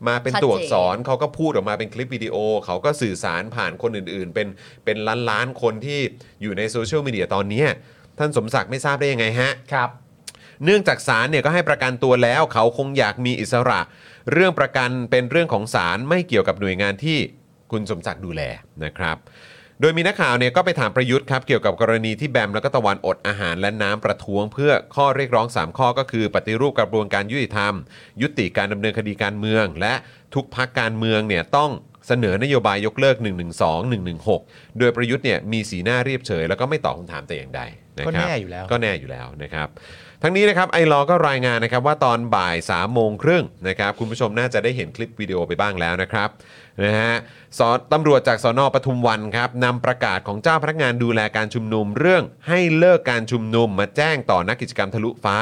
Speaker 2: มาเป็น
Speaker 4: ชัดเจน
Speaker 2: ตัวอักษรเขาก็พูดออกมาเป็นคลิปวิดีโอ เขาก็สื่อสารผ่านคนอื่นๆ เป็นเป็นล้านล้านๆคนที่อยู่ในโซเชียลมีเดียตอนเนี้ยท่านสมศักดิ์ไม่ทราบได้ยังไงฮะ
Speaker 3: ครับ
Speaker 2: เนื่องจากศาลเนี่ยก็ให้ประกันตัวแล้ว เขาคงอยากมีอิสระ เรื่องประกันเป็นเรื่องของศาลไม่เกี่ยวกับหน่วยงานที่คุณสมศักดิ์ดูแลนะครับ โดยมีนักข่าวเนี่ยก็ไปถามประยุทธ์ครับเกี่ยวกับกรณีที่แบมแล้วก็ตะวันอดอาหารและน้ำประท้วง เพื่อข้อเรียกร้อง 3 ข้อก็คือปฏิรูปกระบวนการยุติธรรม ยุติการดำเนินคดีการเมือง และทุกพักการเมืองเนี่ยต้องเสนอนโยบายยกเลิก 112 116 โดยประยุทธ์เนี่ยมีสีหน้าเรียบเฉย แล้วก็ไม่ตอบคำถามแต่อย่างใดะครับ
Speaker 3: ก็แน่อยู่แล้ว
Speaker 2: ก็แน่อยู่แล้วนะครับ ทั้งนี้นะครับไอรอก็รายงานนะครับว่าตอนบ่าย3ามโมงครึ่งนะครับคุณผู้ชมน่าจะได้เห็นคลิปวิดีโอไปบ้างแล้วนะครับนะฮะสอนตำรวจจากสอนอปทุมวันครับนำประกาศของเจ้าพนักงานดูแลการชุมนุม เรื่องให้เลิกการชุมนุมมาแจ้งต่อนักกิจกรรมทะลุฟ้า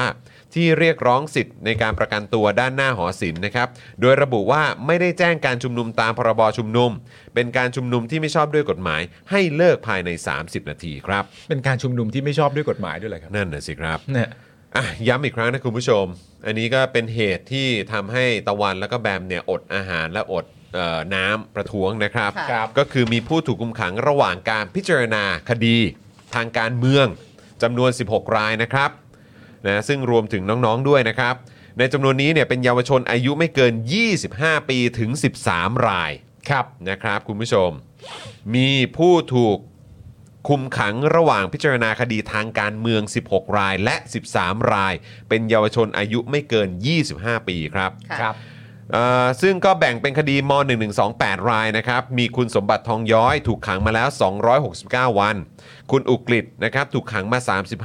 Speaker 2: ที่เรียกร้องสิทธิ์ในการประกันตัวด้านหน้าหอศิลป์นะครับ โดยระบุว่าไม่ได้แจ้งการชุมนุมตามพรบชุมนุม เป็นการชุมนุมที่ไม่ชอบด้วยกฎหมาย ให้เลิกภายใน 30 นาทีครับ
Speaker 3: เป็นการชุมนุมที่ไม่ชอบด้วยกฎหมายด้วยเหรอครับ
Speaker 2: นั่นนะสิครับ
Speaker 3: เนี่ย
Speaker 2: อ่ะย้ำอีกครั้งนะคุณผู้ชม อันนี้ก็เป็นเหตุที่ทำให้ตะวันแล้วก็แบมเนี่ยอดอาหารและอดเอ่อน้ำประท้วงนะครับ
Speaker 4: ค่ะ
Speaker 3: ครับ
Speaker 2: ก็คือมีผู้ถูกคุมขังระหว่างการพิจารณาคดีทางการเมืองจำนวน 16 รายนะครับนะซึ่งรวมถึงน้องๆด้วยนะครับ ในจำนวนนี้เนี่ยเป็นเยาวชนอายุไม่เกิน 25 ปีถึง 13 ราย
Speaker 3: ครับ
Speaker 2: นะครับคุณผู้ชม มีผู้ถูก คุมขังระหว่างพิจารณาคดีทางการเมือง 16 รายและ 13 ราย เป็นเยาวชนอายุไม่เกิน 25 ปีครับ
Speaker 4: ค่ะ
Speaker 3: ครับ
Speaker 2: เอ่อซึ่งก็แบ่งเป็นคดีม .1128 รายนะครับ มีคุณสมบัติทองย้อยถูกขังมาแล้ว 269 วัน คุณอุกฤษนะครับถูกขังม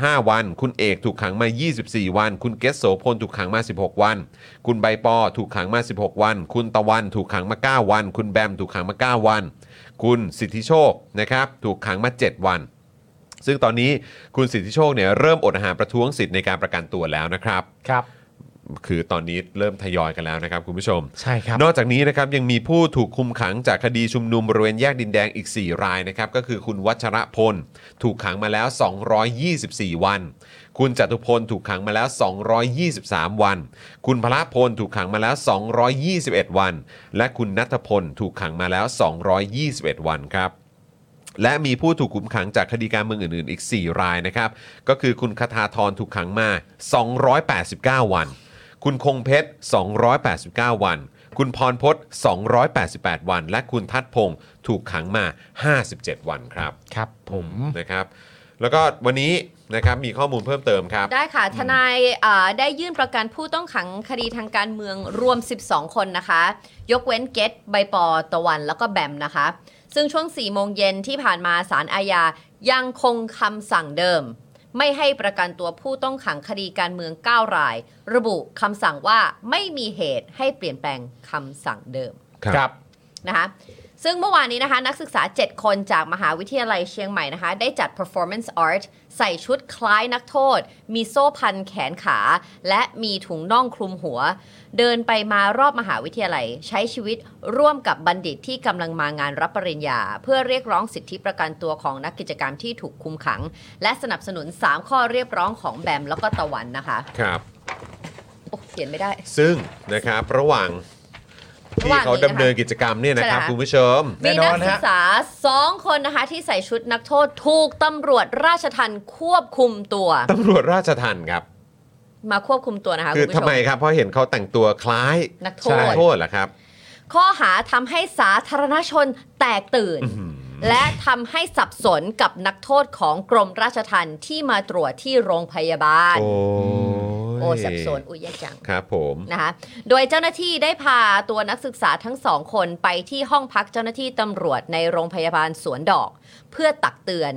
Speaker 2: า 35 วัน คุณเอกถูกขังมา 24 วัน คุณเกษโสพลถูกขังมา 16 วัน คุณใบปอถูกขังมา 16 วัน คุณตะวันถูกขังมา 9 วัน คุณแบมถูกขังมา 9 วัน คุณสิทธิโชคนะครับถูกขังมา 7 วัน ซึ่งตอนนี้คุณสิทธิโชคเนี่ยเริ่มอดอาหารประท้วงสิทธิ์ในการประกันตัวแล้วนะครับ
Speaker 3: ครับ
Speaker 2: คือตอนนี้เริ่มทยอยกันแล้วนะครับคุณผู้ชม
Speaker 3: ใช่ครับ
Speaker 2: นอกจากนี้นะครับยังมีผู้ถูกคุมขังจากคดีชุมนุมบริเวณแยกดินแดงอีก 4 รายนะครับก็คือคุณวัชระพล ถูกขังมาแล้ว 224 วัน คุณจตุพลถูกขังมาแล้ว 223 วัน คุณพละพลถูกขังมาแล้ว 221 วัน และคุณนัทพลถูกขังมาแล้ว 221 วันครับ และมีผู้ถูกคุมขังจากคดีการเมืองอื่นๆ อีก 4 รายนะครับ ก็คือคุณคทาทรถูกขังมา 289 วัน คุณคงเพชร 289 วัน คุณพรพศ288 วัน และคุณทัดพงศ์ถูกขังมา 57 วันครับ
Speaker 3: ครับผม
Speaker 2: นะครับ แล้วก็วันนี้นะครับมีข้อมูลเพิ่มเติมครับ
Speaker 4: ได้ค่ะ ทนายอ่าได้ยื่นประกันผู้ต้องขังคดีทางการเมืองรวม 12 คนนะคะ ยกเว้นเกตใบปอตะวันแล้วก็แบมนะคะ ซึ่งช่วง 4 โมงเย็นที่ผ่านมาสารอาญายังคงคำสั่งเดิม ไม่ให้ประกันตัวผู้ต้องขังคดีการเมือง 9 ราย ระบุคำสั่งว่าไม่มีเหตุให้เปลี่ยนแปลงคำสั่งเดิม
Speaker 2: ครับ
Speaker 3: ครับ
Speaker 4: นะคะซึ่งเมื่อวานนี้นะคะนักศึกษา 7 คนจากมหาวิทยาลัยเชียงใหม่นะคะ ได้จัด performance art ใส่ชุดคล้ายนักโทษ มีโซ่พันแขนขา และมีถุงน่องคลุมหัว เดินไปมารอบมหาวิทยาลัย ใช้ชีวิตร่วมกับบัณฑิตที่กำลังมางานรับปริญญา เพื่อเรียกร้องสิทธิประกันตัวของนักกิจกรรมที่ถูกคุมขัง และสนับสนุน 3 ข้อเรียกร้องของแบมแล้วก็ตะวันนะคะ
Speaker 2: ครับ
Speaker 4: โอ้เขียนไม่ได้
Speaker 2: ซึ่งนะครับระหว่างที่เขาดำเนินกิจกรรมเนี่ยนะครับ
Speaker 4: ใช่แล้ว
Speaker 2: คุณผู้ชม
Speaker 3: แน่
Speaker 4: มี
Speaker 3: น
Speaker 4: นั
Speaker 3: อก นฮะ
Speaker 4: ศึกษาสองคนนะคะที่ใส่ชุดนักโทษถูกตำรวจราชทันควบคุมตัว
Speaker 2: ตำรวจราชทันครับ
Speaker 4: มาควบคุมตัวนะคะ
Speaker 2: คือ
Speaker 4: คุณผู้
Speaker 2: ทำ
Speaker 4: ชม
Speaker 2: ไมครับ เพราะเห็นเขาแต่งตัวคล้าย
Speaker 4: นักโทษ
Speaker 2: นักโทษเหรอครับ
Speaker 4: ข้อหาทำให้สาธารณชนแตกตื่น และทำให้สับสนกับนักโทษของกรมราชทัณฑ์ที่มาตรวจที่โรงพยาบาล
Speaker 2: โอ้ย
Speaker 4: โอ้สับสนอุยแยจัง
Speaker 2: ครับผม
Speaker 4: นะคะโดยเจ้าหน้าที่ได้พาตัวนักศึกษาทั้งสองคนไปที่ห้องพักเจ้าหน้าที่ตำรวจในโรงพยาบาลสวนดอก เพื่อตักเตือน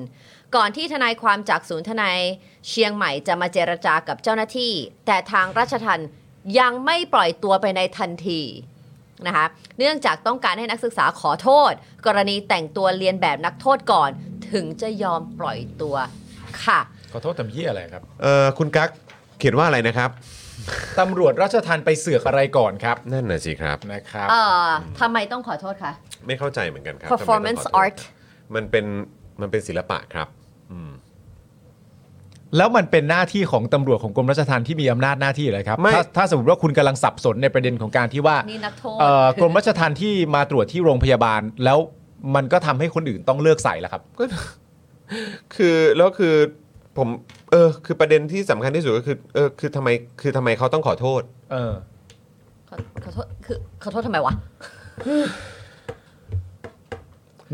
Speaker 4: ก่อนที่ทนายความจากศูนย์ทนายเชียงใหม่จะมาเจรจากับเจ้าหน้าที่ แต่ทางราชทันยังไม่ปล่อยตัวไปในทันทีนะคะเนื่องจากต้องการให้นักศึกษาขอโทษ กรณีแต่งตัวเรียนแบบนักโทษก่อน ถึงจะยอมปล่อยตัวค่ะ
Speaker 3: ขอโทษตำเยี่ยอะไรครับ
Speaker 2: เอ่อคุณกั๊กเขียนว่าอะไรนะครับ
Speaker 3: ตำรวจราชทันไปเสือกอะไรก่อนครับ
Speaker 2: นั่นน่ะสิครับ
Speaker 3: นะครับ
Speaker 4: เอ่อทำไมต้องขอโทษคะ
Speaker 2: ไม่เข้าใจเหมือนกันครับ
Speaker 4: performance
Speaker 2: ทำไมต้องขอโทษ
Speaker 4: art
Speaker 2: มันเป็นมันเป็นศิลปะครับ
Speaker 3: แล้วมันเป็นหน้าที่ของตำรวจของกรมราชทัณฑ์ที่มีอำนาจหน้าที่อะไรครับ
Speaker 2: ไม่
Speaker 3: ถ้าถ้าสมมติว่าคุณกำลังสับสนในประเด็นของการที่ว่า
Speaker 4: นี่นักโทษ
Speaker 3: เอ่อกรมราชทัณฑ์ที่มาตรวจที่โรงพยาบาล แล้วมันก็ทำให้คนอื่นต้องเลิกใส่ละครับ
Speaker 2: คือแล้วคือผมเออคือประเด็นที่สำคัญที่สุดก็คือเออคือทำไมคือทำไมเขาต้องขอโทษ
Speaker 3: เออ
Speaker 4: ขอขอโทษคือขอโทษทำไมวะ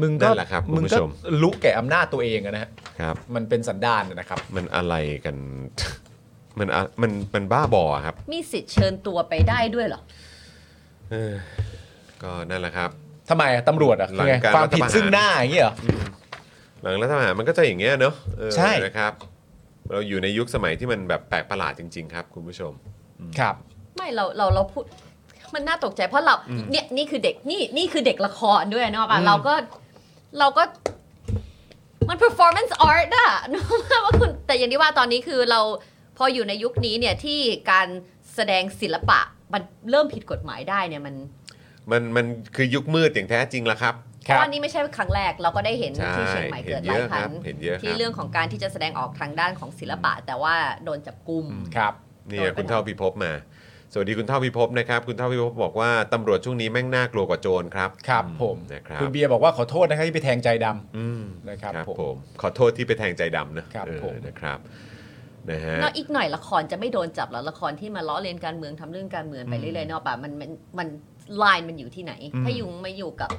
Speaker 3: มึงก็
Speaker 2: นั่นแหละครับคุณ
Speaker 3: มึง
Speaker 2: ผู้
Speaker 3: ก็
Speaker 2: ชม
Speaker 3: รู้แก่อำนาจตัวเองอะนะฮะ
Speaker 2: ครับ
Speaker 3: มันเป็นสันดานอะนะครับ
Speaker 2: มันอะไรกัน มันอะมันมันบ้าบอครับ
Speaker 4: มีสิทธิ์เชิญตัวไปได้ด้วยเหรอ
Speaker 2: ก็นั่นแหละครับ
Speaker 3: ทำไมอะตำรวจอะ
Speaker 2: หลัง
Speaker 3: ไง
Speaker 2: การ
Speaker 3: ความผิด
Speaker 2: รัฐประหาร
Speaker 3: ซึ่งหน้าอย่างเงี้ยเหรอ
Speaker 2: หลังรัฐประหารมันก็จะอย่างเงี้ยเนอะเออ
Speaker 3: ใช่
Speaker 2: นะครับ เราอยู่ในยุคสมัยที่มันแบบแปลกประหลาดจริง ๆ ครับคุณผู้ชม
Speaker 3: ครับ
Speaker 4: ไม่เราเราเราพูด มันน่าตกใจเพราะเราเนี่ยนี่คือเด็กนี่นี่คือเด็กละครด้วยเนาะป่ะเราก็เราก็ มัน performance art อะ นึกว่าคุณแต่อย่างที่ว่าตอนนี้คือเราพออยู่ในยุคนี้เนี่ยที่การแสดงศิลปะ มันเริ่มผิดกฎหมายได้เนี่ยมัน
Speaker 2: มันมันคือยุคมืดอย่างแท้จริงแล้วครับ
Speaker 3: ครับ
Speaker 4: ตอนนี้ไม่ใช่ครั้งแรกเราก็ได้เห็น
Speaker 2: ใช่
Speaker 4: ที่เชียงใหม่เกิด
Speaker 2: เห็น
Speaker 4: ห
Speaker 2: เย
Speaker 4: ลาย
Speaker 2: อะ
Speaker 4: พัน
Speaker 2: ครับเห็นเยอะครับ
Speaker 4: ที่เรื่องของการที่จะแสดงออกทางด้านของศิลปะ แต่ว่าโดนจับกุม
Speaker 3: ครับ
Speaker 2: เนี่ยคุณเท่าพิภพมา สวัสดีคุณเท่าพิภพนะครับ คุณเท่าพิภพบอกว่าตำรวจช่วงนี้แม่งน่ากลัวกว่าโจรครับ
Speaker 3: ครับ
Speaker 2: อื
Speaker 3: ผม
Speaker 2: นะครับ
Speaker 3: คุณเบียร์บอกว่าขอโทษนะครับที่ไปแทงใจดำ
Speaker 2: อืม
Speaker 3: นะครับ
Speaker 2: ครับ
Speaker 3: ผม
Speaker 2: ผม ขอโทษที่ไปแทงใจดำนะครับ เออ
Speaker 3: ผม
Speaker 2: นะครับนะฮะ
Speaker 4: เนาะอีกหน่อยละครจะไม่โดนจับแล้วละครที่มาล้อเลียนการเมืองทำเรื่องการเมืองไปเรื่อยๆเนาะป่ะมันมันมันลายมันอยู่ที่ไหน
Speaker 2: อืม
Speaker 4: ถ้ายุงมาอยู่กับ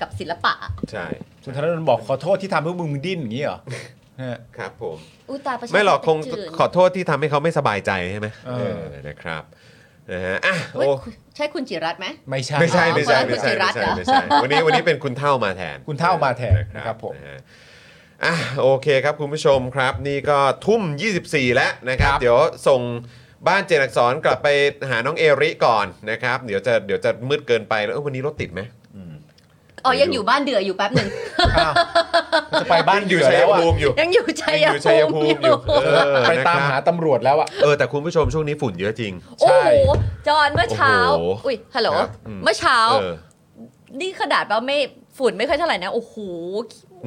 Speaker 4: กับศิลปะอะ
Speaker 2: ใช่
Speaker 3: คุณธนนท์บอกขอโทษที่ทำให้มึงดิ้นอย่างเงี้ยเหร อฮะ
Speaker 2: ครับผม
Speaker 4: อุ้ยตายประชา
Speaker 2: ไม่หรอกคง
Speaker 4: ธิปไตยจืด
Speaker 2: ขอโทษที่ทำให้เขาไม่สบายใจใช่ไหม
Speaker 3: เออ
Speaker 2: นะครับนะฮะอ่ะ
Speaker 4: เว้ย
Speaker 2: โอ้
Speaker 4: ใช่คุณจิรัตน์ไหม
Speaker 3: ไม่ใช่
Speaker 2: ไม่ใช่
Speaker 4: อ๋อ
Speaker 2: ไม่ใช่
Speaker 4: คนละ
Speaker 2: ไม่ใช่ไม่
Speaker 4: คุณจิรัตน์
Speaker 2: ใช่
Speaker 4: เหรอ
Speaker 2: ไม่ใช่ วันนี้วันนี้เป็นคุณเท่ามาแทน
Speaker 3: คุณเท่ามาแทนนะครับผม
Speaker 2: นะฮะอ่ะโอเคครับคุณผู้ชมครับ นี่ก็ทุ่ม 24 แล้วนะครับ
Speaker 3: ครับ
Speaker 2: เดี๋ยวส่งบ้านเจนอักสอนกลับไปหาน้องเอริก่อนนะครับ เดี๋ยวจะเดี๋ยวจะมืดเกินไปแล้วเอ้ยวันนี้รถติดไหม
Speaker 4: อ๋อ
Speaker 2: ไม่รู้
Speaker 4: ยังอยู่บ้านเดืออยู่แป๊บหนึ่ง
Speaker 3: อ้าว จะไปบ้าน
Speaker 2: ยัง
Speaker 3: เห
Speaker 2: อ
Speaker 3: ยื่
Speaker 2: ยู่
Speaker 3: อ
Speaker 2: ชัย
Speaker 3: แล้วอะ
Speaker 2: ภูมิอยู่
Speaker 4: ยังอยู่ชัย
Speaker 2: ยังอยู่ชัย
Speaker 4: ภู
Speaker 2: ภู
Speaker 4: มิ
Speaker 2: มิ
Speaker 4: อ
Speaker 2: อยู่ ยู่เออ
Speaker 3: ไปตา
Speaker 2: นะครั
Speaker 3: ม
Speaker 2: บ
Speaker 3: หาตำรวจแล้วอะ
Speaker 2: เออแต่คุณผู้ชมช่วงนี้ฝุ่นเยอะจริง
Speaker 4: โอ้
Speaker 3: ใช่
Speaker 4: โหจอนเมื่อเช้า
Speaker 2: โอ้โห
Speaker 4: อุ้ยฮัลโหล
Speaker 2: ครับอืม
Speaker 4: เมื่อเช้า
Speaker 2: เออ
Speaker 4: นี่ขนาดว่าไม่ฝุ่นไม่ค่อยเท่าไหร่นะ โอ้โห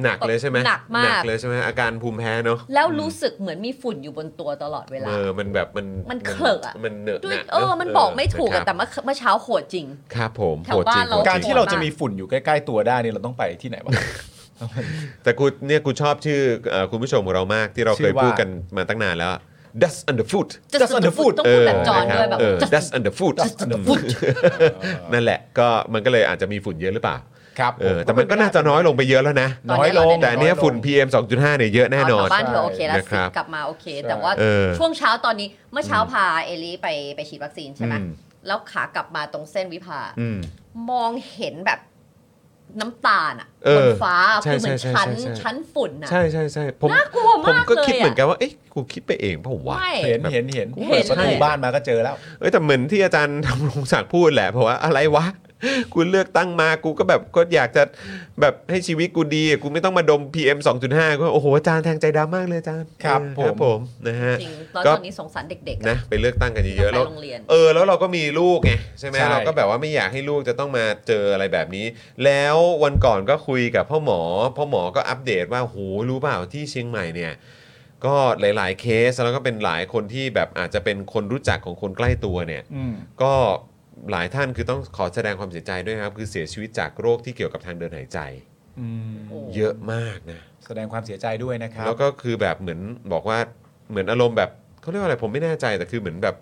Speaker 2: หนักเลยใช่ไหม
Speaker 4: หนักมาก
Speaker 2: เลยใช่ไหมอาการภูมิแพ้เนอะ
Speaker 4: แล้วรู้สึกเหมือนมีฝุ่นอยู่บนตัวตลอดเวลา
Speaker 2: เออมันแบบมัน
Speaker 4: มันเคลอะ
Speaker 2: มันเหนอะ
Speaker 4: ด้
Speaker 2: ห
Speaker 4: วย
Speaker 2: นะ
Speaker 4: เออ มันบอกไม่ถูกอะ
Speaker 2: นะค
Speaker 4: แต่
Speaker 2: รับ
Speaker 4: เมื่อเมื่อเช้าโหดจริง
Speaker 2: ครับผม
Speaker 4: แถว
Speaker 2: โหดจริง
Speaker 4: บ้านเรา
Speaker 2: โหดจ
Speaker 3: การ
Speaker 2: ง
Speaker 3: ที่เราจะมีฝุ่นอยู่ใกล้ ๆ ตัวได้เนี่ยเราต้องไปที่ไหนวะ
Speaker 2: แต่กูเนี่ยกูชอบชื่อเอ่อคุณผู้ชมของเรามากที่เรา
Speaker 3: ชื่
Speaker 2: เคย
Speaker 3: อว่า
Speaker 2: พูดกันมาตั้งนานแล้วอะ dust under foot
Speaker 3: Just on the foot
Speaker 4: ต้องพูดแบบจอนด้วยแบบ
Speaker 2: เออ dust under foot
Speaker 4: Just on the foot
Speaker 2: นั่นแหละก็มันก็เลยอาจจะมีฝุ่นเยอะหรือเปล่า
Speaker 3: ครับ
Speaker 2: เออแต่มันก็น่าจะน้อยลงไปเยอะแล้วนะ
Speaker 4: น้
Speaker 3: น้
Speaker 4: อ
Speaker 3: อย ย
Speaker 4: ล
Speaker 3: ล
Speaker 4: ง
Speaker 3: ง
Speaker 2: แต่เนี่ยฝุ่น PM 2.5เนี่ยเยอะแน่นอน
Speaker 4: แถวบ้านเธอโอเคแล้ว
Speaker 2: นะค
Speaker 4: สิ
Speaker 2: รับ
Speaker 4: กลับมาโอเค
Speaker 3: ใช่
Speaker 4: แต่ว่า
Speaker 2: เออ
Speaker 4: ช่วงเช้าตอนนี้เมื่อเช้าพาเอลิไปไปฉีดวัคซีนใช่ไหม
Speaker 2: อืม
Speaker 4: แล้วขากลับมาตรงเส้นวิภา
Speaker 2: อืม
Speaker 4: มองเห็นแบบน้ำตาลอะ
Speaker 2: เอบอน
Speaker 4: ฟ้า
Speaker 2: ใช่
Speaker 4: คือเหมือน
Speaker 2: ใช่
Speaker 4: ชั้น
Speaker 2: ใช่ใช่
Speaker 4: ชั้นฝุ่นอะ
Speaker 2: ใช่ใช่ใช่ผม
Speaker 4: น่ากลัว
Speaker 2: ผม
Speaker 4: มาก
Speaker 2: ก็
Speaker 4: เลย
Speaker 2: คิดเหมือนกั
Speaker 4: อะ
Speaker 2: นว่าเอ๊ะกูคิดไปเองเปล่าวะ
Speaker 4: ไม่
Speaker 3: เห็นเห็นเห็น
Speaker 4: เห็น
Speaker 3: เปิดประตูบ้านมาก็เจอแล้ว
Speaker 2: เอ้ยแต่เหมือนที่อาจารย์ธำรงศักดิ์พูดแหละเพราะว่าอะไรวะ กูเลือกตั้งมากูก็แบบก็อยากจะแบบให้ชีวิตกูดีกูไม่ต้องมาดม PM 2.5ก็โอ้โหอาจารย์แทงใจดำมากเลยอาจารย์
Speaker 3: ครับ
Speaker 2: เออ
Speaker 3: ผม
Speaker 2: ผมนะฮะ
Speaker 4: จริงตอน
Speaker 2: ก็
Speaker 4: ตอนนี้สงสารเด็กๆอะ
Speaker 2: นะไปเลือกตั้งกัน
Speaker 4: ที่
Speaker 2: เย
Speaker 4: ต้อ
Speaker 2: อะๆ
Speaker 4: งไป
Speaker 2: แล้ว
Speaker 4: โรงเรียน
Speaker 2: เออแล้วเราก็มีลูกไงใช่ไหม
Speaker 3: ใช่
Speaker 2: เราก็แบบว่าไม่อยากให้ลูกจะต้องมาเจออะไรแบบนี้ แล้ววันก่อนก็คุยกับพ่อหมอ พ่อหมอก็อัปเดตว่าโหรู้เปล่าที่เชียงใหม่เนี่ย ก็หลายๆเคสแล้วก็เป็นหลายคนที่แบบอาจจะเป็นคนรู้จักของคนใกล้ตัวเนี่ย
Speaker 3: อืม
Speaker 2: ก็หลายท่านคือต้องขอแสดงความเสียใจด้วยครับ คือเสียชีวิตจากโรคที่เกี่ยวกับทางเดินหายใจ
Speaker 3: อืม
Speaker 4: โอ้
Speaker 2: เยอะมากนะ
Speaker 3: แสดงความเสียใจด้วยนะครับ
Speaker 2: แล้วก็คือแบบเหมือนบอกว่าเหมือนอารมณ์แบบเขาเรียกว่าอะไรผมไม่แน่ใจแต่คือเหมือนแบบ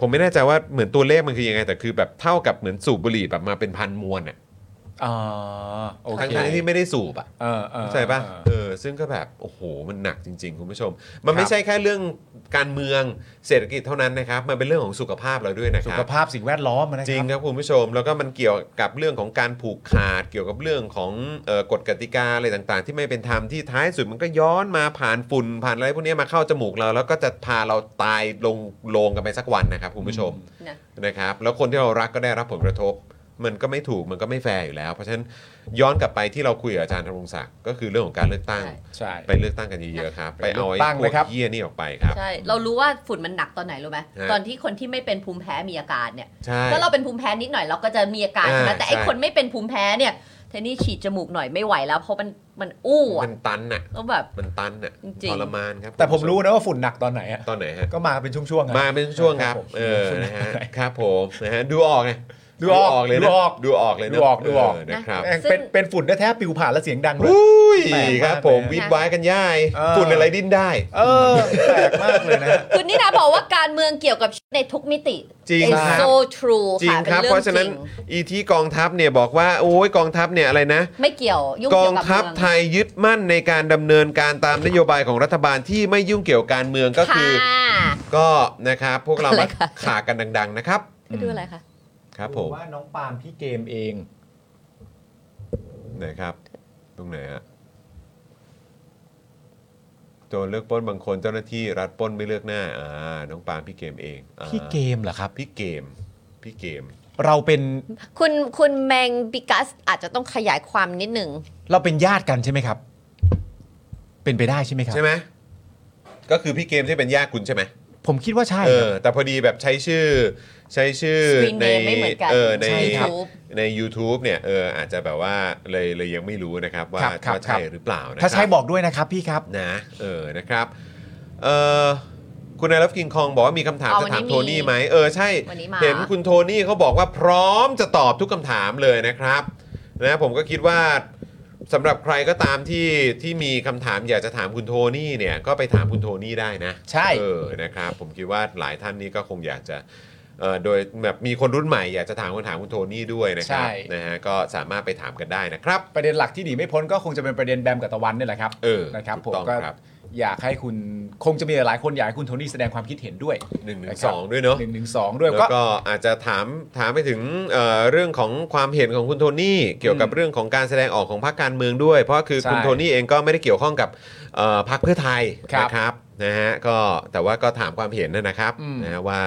Speaker 2: ผมไม่แน่ใจว่าเหมือนตัวเลขมันคือยังไง แต่คือแบบเท่ากับเหมือนสูบบุหรี่แบบมาเป็นพันมวนอ่ะ
Speaker 3: อ่าโอเค
Speaker 2: ทั้งๆที่ไม่ได้สูบอ่ะ
Speaker 3: เออเออ
Speaker 2: เข้าใจป่ะ
Speaker 3: เออ
Speaker 2: เออซึ่งก็แบบโอ้โหมันหนักจริง ๆ คุณผู้ชม มันไม่
Speaker 3: ครับ
Speaker 2: ใช่แค่เรื่องการเมืองเศรษฐกิจเท่านั้นนะครับ มันเป็นเรื่องของสุขภาพเราด้วยนะค
Speaker 3: สุ
Speaker 2: รับ
Speaker 3: ขภาพสิ่งแวดล้อมนะ
Speaker 2: จริง
Speaker 3: ค
Speaker 2: ครับ รับคุณผู้ชมแล้วก็มันเกี่ยวกับเรื่องของการผูกขาดเกี่ยวกับเรื่องของเออกฎกติกาอะไรต่างๆ ที่ไม่เป็นธรรมที่ท้ายสุดมันก็ย้อนมาผ่านฝุ่นผ่านอะไรพวกนี้มาเข้าจมูกเรา แล้วก็จะพาเราตายลงโลงกันไปสักวันนะครับคุณผู้ชม
Speaker 4: นะ
Speaker 2: นะครับ แล้วคนที่เรารักก็ได้รับผลกระทบ มันก็ไม่ถูกมันก็ไม่แฟร์อยู่แล้ว เพราะฉะนั้นย้อนกลับไปที่เราคุยกับอาจารย์ธรงศักดิ์ก็คือเรื่องของการเลือกตั้ง
Speaker 4: ใช่
Speaker 3: ใช่
Speaker 2: ไปเลือกตั้งกันเยอะๆครับไปเอาไอ้
Speaker 3: เลือกตั้ง
Speaker 2: พว
Speaker 3: นะ
Speaker 2: ก
Speaker 3: ครับ
Speaker 2: เยี่ยนี่ออกไปครับ
Speaker 4: ใช่ เรารู้ว่าฝุ่นมันหนักตอนไหนรู้ไหม
Speaker 2: ฮะ
Speaker 4: ตอนที่คนที่ไม่เป็นภูมิแพ้มีอาการเนี่ย
Speaker 2: ใช่
Speaker 4: ถ้าเราเป็นภูมิแพ้นิดหน่อยเราก็จะมีอาการ
Speaker 2: อ่า
Speaker 4: นะแต่ไอ
Speaker 2: ใช่
Speaker 4: คนไม่เป็นภูมิแพ้เนี่ยเทนี่ฉีดจมูกหน่อยไม่ไหวแล้วเพราะมันมันอู้อะ
Speaker 2: มันตันน่ะ
Speaker 4: แล้วแบบ
Speaker 2: มันตันน่ะ
Speaker 4: จริงๆ
Speaker 2: ทรมานครับ
Speaker 3: แต่ผมรู้นะว่าฝุ่นหนักตอนไหนอะ
Speaker 2: ตอนไหนฮะ
Speaker 3: ก็มาเป็นช่วงๆอะ
Speaker 2: มาเป็นช่วงครับ
Speaker 3: ครับผม
Speaker 2: เออ นะฮะ
Speaker 3: ใช่
Speaker 2: ครับผมนะฮะ ดูออกไง
Speaker 3: ดูออก
Speaker 2: เลยนะ
Speaker 3: ดูออก
Speaker 2: ดูออกเลยนะ
Speaker 3: ดูออกดูออก
Speaker 2: เนะครับ
Speaker 3: แม่งเป็นเป็นฝุ่นแท้ๆปิวผ่านแล้วเสียงดังด้วย
Speaker 2: อุ้ย
Speaker 3: แปลกมาก
Speaker 2: ครับผม
Speaker 3: เลยนะ
Speaker 2: วิดไว้กันย่าย
Speaker 3: เออ
Speaker 2: ฝุ่นอะไรดิ้นได้
Speaker 3: เออแปลกมากเลยนะฮะ
Speaker 4: คุณนิดาบอกว่าการเมืองเกี่ยวกับชีวิตในทุกมิติ
Speaker 2: จริง
Speaker 4: It's
Speaker 3: ครับ
Speaker 4: so true
Speaker 2: จริง
Speaker 4: ค่ะ
Speaker 2: ครับ
Speaker 4: เป็น
Speaker 2: เพราะ
Speaker 4: เรื่อง
Speaker 2: ฉะ
Speaker 4: จ
Speaker 2: นั้น
Speaker 4: ริง
Speaker 2: อีที่กองทัพเนี่ยบอกว่า โอ้ยกองทัพเนี่ยอะไรนะ
Speaker 4: ไม่เกี่ยวยุ่ง
Speaker 2: กอ
Speaker 4: เกี่
Speaker 2: ง
Speaker 4: ยวกับ
Speaker 2: ทัพ
Speaker 4: เมือง
Speaker 2: ไทยยึดมั่นในการดำเนินการตามนโยบายของรัฐบาลที่ไม่ยุ่งเกี่ยวกับการเมืองก็คือ
Speaker 4: ค่ะ
Speaker 2: ก็นะครับ พวกเรา
Speaker 4: อะไร
Speaker 2: มา
Speaker 4: คะ
Speaker 2: ขากันดัง ๆ นะครับ
Speaker 4: ไปดูอะไรคะ
Speaker 2: ครับผม
Speaker 3: ว่าน้องปาล์มพี่เกมเอง
Speaker 2: ไหนครับ ตรงไหนฮะโจรเลือกปล้นบางคนเจ้าหน้าที่รัฐปล้นไม่เลือกหน้าอ่าน้องปาล์มพี่เกมเองอ่า
Speaker 8: พี่เกมเหรอครับ
Speaker 2: พี่เกม พี่เกม
Speaker 3: เราเป็น
Speaker 4: คุณคุณแมงบิกัสอาจจะต้องขยายความนิดหนึ่ง
Speaker 3: เราเป็นญาติกันใช่ไหมครับ เป็นไปได้ใช่ไหมครับ
Speaker 2: ใช่ไหมก็คือพี่เกมที่เป็นญาติคุณใช่ไหม
Speaker 3: ผมคิดว่าใช่
Speaker 2: เอ
Speaker 3: ค
Speaker 2: อ
Speaker 3: รับ
Speaker 2: แต่พอดีแบบใช้ชื่อ ใช้ชื่อ
Speaker 4: สกรีน
Speaker 2: ใน
Speaker 4: เนมไม่เหมือนกัน
Speaker 2: เออใน
Speaker 3: ใช่ครับ
Speaker 4: ทูบ
Speaker 2: ใน YouTube เนี่ยเอออาจจะแบบว่าเลยเลยยังไม่รู้นะครับ ว่า
Speaker 3: ครับครับ
Speaker 2: ว่าใช่
Speaker 3: ครับ
Speaker 2: หรือเปล่านะครับ
Speaker 3: ถ้าใช่บอกด้วยนะครับพี่ครับ
Speaker 2: นะเออนะครับเออคุณนายรับกิงคองบอกว่ามีคำถาม
Speaker 4: อ๋อ
Speaker 2: จะถาม
Speaker 4: วันนี้มี
Speaker 2: โทนี่ไหมเออใช่
Speaker 4: วันนี้มา
Speaker 2: เห็นคุณโทนี่เขาบอกว่าพร้อมจะตอบทุกคำถามเลยนะครับนะผมก็คิดว่าสำหรับใครก็ตามที่ที่มีคำถามอยากจะถามคุณโทนี่เนี่ยก็ไปถามคุณโทนี่ได้นะ
Speaker 3: ใช่
Speaker 2: เออนะครับผมคิดว่าหลายท่านนี่ก็คงอยากจะเออโดยแบบมีคนรุ่นใหม่อยากจะถามคำถามคุณโทนี่ด้วยนะครับ
Speaker 3: ใช่
Speaker 2: นะฮะก็สามารถไปถามกันได้นะครับ
Speaker 3: ประเด็นหลักที่หนีไม่พ้นก็คงจะเป็นประเด็นแบมกับตะวันนี่แหละครับ
Speaker 2: เออ
Speaker 3: นะครับ
Speaker 2: ถู
Speaker 3: ผ
Speaker 2: ก
Speaker 3: ม
Speaker 2: ต้อง
Speaker 3: ก็
Speaker 2: ครับ
Speaker 3: อยากให้คุณคงจะมีหลายคนอยากให้คุณโทนี่แสดงความคิดเห็นด้วย
Speaker 2: หนึ่งหนึ่
Speaker 3: นะ
Speaker 2: ง
Speaker 3: ค
Speaker 2: ส
Speaker 3: รับ
Speaker 2: องด้วยเนาะ
Speaker 3: หนึ่งหนึ่งสองด้วย
Speaker 2: แล้ว
Speaker 3: ก็
Speaker 2: ก็อาจจะถามถามไปถึงเอ่อเรื่องของความเห็นของคุณโทนี่เกี่ยวกับ
Speaker 3: อืม
Speaker 2: เรื่องของการแสดงออกของพรรคการเมืองด้วย เพราะคือ
Speaker 3: ใช่
Speaker 2: คุณโทนี่เองก็ไม่ได้เกี่ยวข้องกับเอ่อพรรคเพื่อไทย
Speaker 3: ครับ
Speaker 2: นะครับ นะฮะก็แต่ว่าก็ถามความเห็นนะนะครับ
Speaker 3: อืม
Speaker 2: นะฮะว่า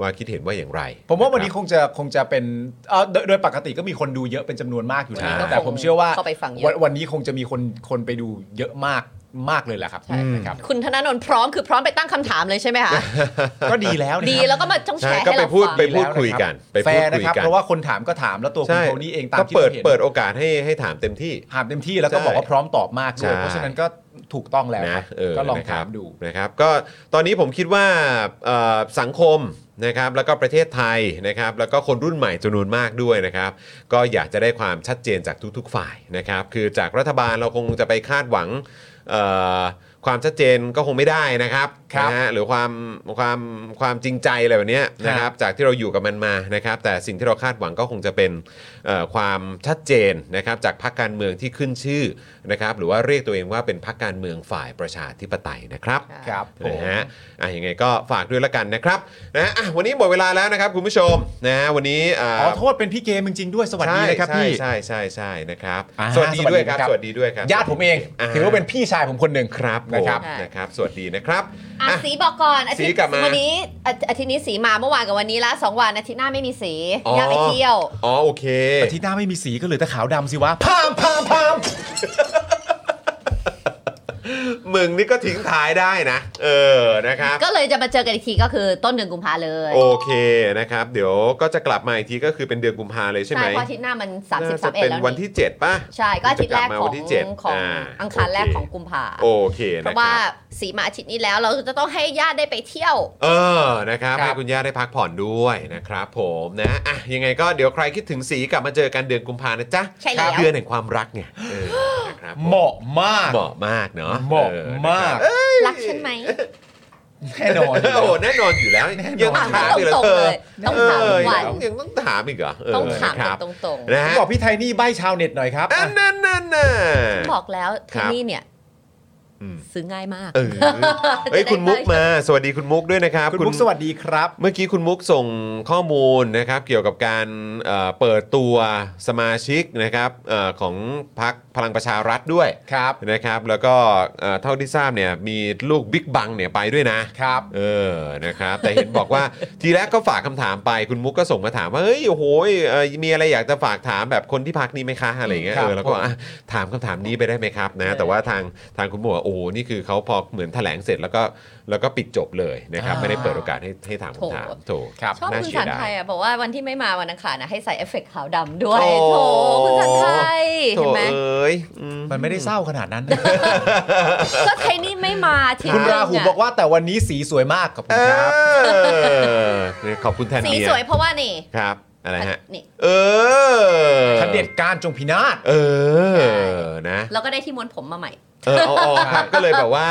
Speaker 2: ว่าคิดเห็นว่าอย่างไร
Speaker 3: ผมว่าวันนี้
Speaker 2: ะค
Speaker 3: ครับ งจะคงจะเป็นเอ่อโดยโดยปกติก็มีคนดูเยอะเป็นจำนวนมากอยู่
Speaker 2: ใช่
Speaker 3: แล้วแต่ผมเชื่อว่า
Speaker 4: เข้าไปฟังเยอะ
Speaker 3: วันวันนี้คงจะมีคนคนไปดูเยอะมากมากเลยแหละครับ
Speaker 4: ใช่
Speaker 3: นะครับ
Speaker 4: คุณธนาโนนพร้อมคือพร้อมไปตั้งคำถามเลยใช่ไหมคะ
Speaker 3: ก็ดีแล้วนะครับ
Speaker 4: ดีแล้วก็มาต้องแช
Speaker 2: ใช่
Speaker 4: ร์
Speaker 2: ก็
Speaker 4: ให้
Speaker 2: ไป
Speaker 4: เรา
Speaker 2: พูด
Speaker 4: ฟัง
Speaker 2: ไปพูดคุยกันไป
Speaker 3: แฟ
Speaker 2: พูด
Speaker 3: ร์นะ
Speaker 2: คุย
Speaker 3: ครับ
Speaker 2: กัน
Speaker 3: เพราะว่าคนถามก็ถามแล้วตัวคุณ
Speaker 2: ใช่
Speaker 3: โทนี่เองตาม
Speaker 2: ก็
Speaker 3: ที่
Speaker 2: เปิด
Speaker 3: ราห็น
Speaker 2: เปิดโอกาสให้ให้ถามเต็มที่
Speaker 3: ถามเต็มที่แล้วก็บอกว่าพร้อมตอบมากด้วย
Speaker 2: ใช่
Speaker 3: เพราะฉะนั้นก็ถูกต้องแล้วค
Speaker 2: นะ
Speaker 3: รับ
Speaker 2: เออ
Speaker 3: ก็ลอง
Speaker 2: นะครั
Speaker 3: ถา
Speaker 2: บ
Speaker 3: มดู
Speaker 2: นะครับก็ตอนนี้ผมคิดว่าเอ่อสังคมนะครับแล้วก็ประเทศไทยนะครับแล้วก็คนรุ่นใหม่จำนวนมากด้วยนะครับ ก็อยากจะได้ความชัดเจนจากทุกๆฝ่ายนะครับ คือจากรัฐบาลเราคงจะไปคาดหวังเอ่อความชัดเจนก็คงไม่ได้นะครับ
Speaker 3: ครับ
Speaker 2: นะฮะหรือความความความจริงใจอะไรแบบเนี้ยนะครับจากที่เราอยู่กับมันมานะครับ แต่สิ่งที่เราคาดหวังก็คงจะเป็นเอ่อความชัดเจนนะครับจากพรรคการเมืองที่ขึ้นชื่อนะครับ หรือว่าเรียกตัวเองว่าเป็นพรรคการเมืองฝ่ายประชาธิปไตยนะครับ
Speaker 3: ครับผม
Speaker 2: นะฮะ อ่ะยังไงก็ฝากด้วยละกันนะครับนะฮะอ่ะวันนี้หมดเวลาแล้วนะครับคุณผู้ชมนะฮะวันนี้อ่า
Speaker 3: ขอโทษเป็นพี่เกมจริงๆด้วยสวัสดีนะครับพี่
Speaker 2: ใช่ใช่ใช่ใช่นะครับ
Speaker 3: อ่า
Speaker 2: สวัสดีด้วยครับ
Speaker 3: ส
Speaker 2: ส
Speaker 3: วั
Speaker 2: วั
Speaker 3: ส
Speaker 2: ส
Speaker 3: ดี
Speaker 2: ดี
Speaker 3: ด้
Speaker 2: ด้ว
Speaker 3: ว
Speaker 2: ยครับ
Speaker 3: ญาติผมเองถือว่าเป็นพี่ชายผมคนหนึ่ง
Speaker 2: ครับผม
Speaker 3: นะครับ
Speaker 4: ใช่
Speaker 2: นะครับ สวัสดีนะครับ
Speaker 4: อ่ะ
Speaker 2: อ่ะ
Speaker 4: สีบอกก่อนอาทิต
Speaker 2: สี
Speaker 4: ย์
Speaker 2: กลับมา
Speaker 4: วันนี้อาทิตย์อาทิตย์นี้สีมาเมื่อวานกับวันนี้ละสองวันอาทิตย์หน้าไม่มีสี
Speaker 2: อ๋อ
Speaker 4: ย่าไปเที่ยว
Speaker 2: อ๋อโอเค
Speaker 3: อาทิตย์หน้าไม่มีสีก็เหลือแต่ขาวดำสิวะพามพามพาม
Speaker 2: มึงนี่ก็ทิ้งท้ายได้นะ เออนะครับ
Speaker 4: ก็เลยจะมาเจอกันอีกทีก็คือต้นเดือนกุมภาเลย
Speaker 2: โอเคนะครับ เดี๋ยวก็จะกลับมาอีกทีก็คือเป็นเดือนกุมภาเลยใช่ไหม
Speaker 4: เพราะอาทิตย์หน้ามัน 30
Speaker 2: น่าจะ
Speaker 4: 31
Speaker 2: เป็น
Speaker 4: แล้ว
Speaker 2: วันที่เจ็ดป่ะ
Speaker 4: ใช่ก็อาทิตย์แรก
Speaker 2: จะลับมา
Speaker 4: ขอ
Speaker 2: วั
Speaker 4: ง
Speaker 2: นที่เจ็ด
Speaker 4: ของ
Speaker 2: า
Speaker 4: อังคารแรกของกุมภา
Speaker 2: โอเคนะ
Speaker 4: เพราะ
Speaker 2: ค
Speaker 4: ว่า
Speaker 2: รับ
Speaker 4: สีมาอาทิตย์นี้แล้วเราจะต้องให้ญาติได้ไปเที่ยว
Speaker 2: เออ นะครับ
Speaker 3: ครับ
Speaker 2: ให้คุณย่าได้พักผ่อนด้วยนะครับผมนะ อ่ะ ยังไงก็เดี๋ยวใครคิดถึงสีกลับมาเจอกันเดือนกุมภานะจ๊ะ
Speaker 4: ใช่แล้ว
Speaker 2: เดือนแห่งความรัก ไงเออนะครับ
Speaker 3: เหมาะมาก
Speaker 2: เหมาะมากเนาะ
Speaker 3: เหมาะ
Speaker 2: เออ
Speaker 3: มาก
Speaker 4: รักฉันไหม
Speaker 3: แน่นอน
Speaker 2: เออโอ้แน่นอนอยู่แล้วยัง
Speaker 4: อ่ะ
Speaker 2: ถาม
Speaker 4: ต้อ
Speaker 2: อี
Speaker 4: ง
Speaker 2: กเหร
Speaker 4: ตร
Speaker 2: อง เธ
Speaker 4: เล
Speaker 2: อย
Speaker 4: ต้
Speaker 2: เออก
Speaker 4: องถามทุวัน
Speaker 2: ยังต้องถามอีกเหรอเ
Speaker 4: ต้องถาม
Speaker 2: นะค
Speaker 4: กั
Speaker 2: รั
Speaker 4: น
Speaker 2: บ
Speaker 4: ตรง
Speaker 2: นะ
Speaker 3: ผม
Speaker 2: ฮะ
Speaker 3: บอกพี่ไทยนี่ใบชาวเน็ตหน่อยครับ
Speaker 2: อันนั้นนั่นน่ะ
Speaker 4: ๆบอกแล้ว
Speaker 2: ครับ
Speaker 4: ที่นี่เนี่ย
Speaker 2: อืม
Speaker 4: ซื้อง่ายมาก
Speaker 2: เออเฮ้ยคุณมุกมา สวัสดีคุณมุกด้วยนะครับ
Speaker 3: คุณมุกสวัสดีครับ
Speaker 2: เมื่อกี้คุณมุกส่งข้อมูลนะครับเกี่ยวกับการเอ่อเปิดตัวสมาชิกนะครับเออของพักพลังประชารัฐด้วย
Speaker 3: ครับ
Speaker 2: นะครับ แล้วก็เอ่อเท่าที่ทราบเนี่ยมีลูกบิ๊กบังเนี่ยไปด้วยนะครับ เออนะครับแต่เห็นบอกว่า ทีแรกก็ฝากคำถามไปคุณมุกก็ส่งมาถามว่าเฮ้ยโอ้โหเอ่อมีอะไรอยากจะฝากถามแบบคนที่พักนี้ไหมคะอะไรอย่างเงี้ย
Speaker 3: ครับ
Speaker 2: เออแล้วก็อ่ะถามคำถามนี้ไปได้ไหมครับนะแต่ว่าทางทางคุณมุกบอกว่าโอ้โหนี่คือเขาพอเหมือนแถลงเสร็จแล้วก็แล้วก็ปิดจบเลยนะครับไม่ได้เปิดโอกาสให้ให้ถามคำถามโถ
Speaker 3: ครับ
Speaker 4: ชอบ
Speaker 2: น่า
Speaker 4: คุณ
Speaker 2: เสีย
Speaker 4: สัน
Speaker 2: ดาย
Speaker 4: ไทยอ่ะบอกว่าวันที่ไม่มาวันอังคารนะให้ใส่เอฟเฟกต์ขาวดำด้วย
Speaker 2: โอ้
Speaker 4: โถคุณสันไทยเห็นไหม
Speaker 2: โถ่เอ้ยอืม
Speaker 3: มันไม่ได้เศร้าขนาดนั้น
Speaker 4: ก็ไทยนี่ไม่มาที
Speaker 3: คุณราหู
Speaker 4: นึงะ
Speaker 3: บอกว่าแต่วันนี้สีสวยมากขอบคุ
Speaker 2: เอ
Speaker 3: ณครับ
Speaker 2: อขอบคุณแทน
Speaker 4: สี
Speaker 2: เมีย
Speaker 4: สวยเพราะว่านี่
Speaker 2: ครับอะไรฮะ
Speaker 4: นี่
Speaker 2: เออ
Speaker 3: คเด็ดการจงพินาศ
Speaker 2: เออนะ
Speaker 4: เราก็ได้ที่ม้วนผมมาใหม่
Speaker 2: เออเอาออกครับก็เลยแบบว่า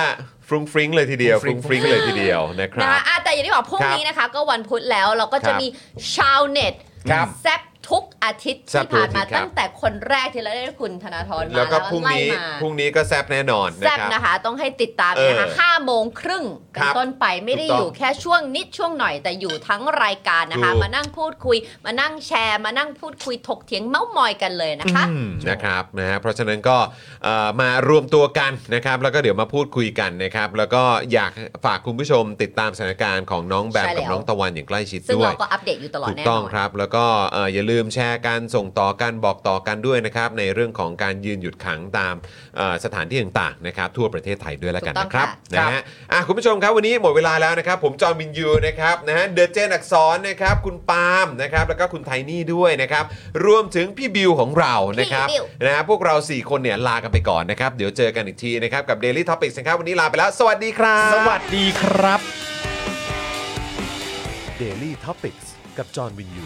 Speaker 2: ฟรุ้งฟริ้งเลยทีเดียว
Speaker 3: ฟ
Speaker 2: ฟ
Speaker 3: รุ้
Speaker 2: รุ้
Speaker 3: ง
Speaker 2: ง
Speaker 3: ฟ
Speaker 2: ฟ
Speaker 3: ริ้
Speaker 2: ริ้
Speaker 3: ง
Speaker 2: งเลยทีเดียวนะค
Speaker 4: นะ
Speaker 2: รับ
Speaker 4: คะอ่ะแต่อย่างที่บอกพรุ่งนี้นะคะ ก็วันพุธแล้วเราก็จะมีชาวเน็ต
Speaker 3: ครับ
Speaker 4: แซบทุกอาทิตย์
Speaker 2: แซ่บ
Speaker 4: ที่
Speaker 2: ทุก
Speaker 4: ผ่าน
Speaker 2: อาทิตย์ค
Speaker 4: มา
Speaker 2: รับ
Speaker 4: ตั้งแต่คนแรกที่เราได้คุณธนาธรมา
Speaker 2: แล้วก็พรุ่ง
Speaker 4: ไล่
Speaker 2: นี้
Speaker 4: มา
Speaker 2: พรุ่งนี้ก็แซบแน่นอนนะ
Speaker 4: แซบ
Speaker 2: ครับ
Speaker 4: นะคะ ต้องให้ติดตามนะคะ
Speaker 2: เออ
Speaker 4: ห้าโมงครึ่งเป็
Speaker 2: คน รับ
Speaker 4: ต้นไปไม่ได้
Speaker 2: ถูกต้อง
Speaker 4: อยู่แค่ช่วงนิดช่วงหน่อยแต่อยู่ทั้งรายการนะคะ
Speaker 2: ถูก
Speaker 4: มานั่งพูดคุย มานั่งแชร์ มานั่งพูดคุยถกเถียงเม้ามอยกันเลยนะคะ
Speaker 2: อืมนะครับนะฮะเพราะฉะนั้นก็เอ่อมารวมตัวกันนะครับแล้วก็เดี๋ยวมาพูดคุยกันนะครับแล้วก็อยากฝากคุณผู้ชมติดตามสถานการณ์ของน้องแบม
Speaker 4: ใช่แล้ว
Speaker 2: กับน้องตะวันอย่างใกล้ชิด
Speaker 4: ซึ่ง
Speaker 2: ด้ว
Speaker 4: เรา
Speaker 2: ย
Speaker 4: ก็อัปเดตอยู่ตลอด
Speaker 2: ถูก
Speaker 4: แน่น
Speaker 2: ต้อ
Speaker 4: อง น
Speaker 2: ครับแล้วก็เอ่ออย่าลืมแชร์กันส่งต่อกันบอกต่อกันด้วยนะครับในเรื่องของการยืนหยุดขังตามเอ่อสถานที่ต่างๆนะครับทั่วประเทศไทยด้วยแล้วกัน
Speaker 4: ถูกต้อง
Speaker 2: นะครับ
Speaker 4: ค่ะ
Speaker 2: นะฮะอ่ะคุณผู้ชมครับวันนี้หมดเวลาแล้วนะครับ ผมจอห์นวินยูนะครับนะฮะเดอะเจนอักษรนะครับคุณปาล์มนะครับแล้วก็คุณไทนี่ด้วยนะครับรวมถึงพี่บิวของเรานะครับ
Speaker 4: พี่บิว
Speaker 2: นะฮะพวกเรา 4 คนเนี่ยลากันไปก่อนนะครับเดี๋ยวเจอกันอีกทีนะครับกับ Daily Topics นะครับวันนี้ลาไปแล้ว สวัสดีครับ
Speaker 3: สวัสดีครับ
Speaker 7: Daily Topics กับจอห์นวินยู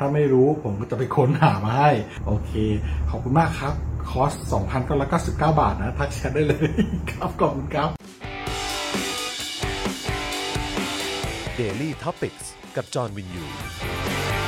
Speaker 9: ถ้าไม่รู้ผมก็จะไปค้นหามาให้ โอเค ขอบคุณมากครับ คอร์ส 2,999 บาทนะ ทักแชทได้เลย ครับขอบคุณครับ
Speaker 7: Daily Topics กับจอห์นวินยู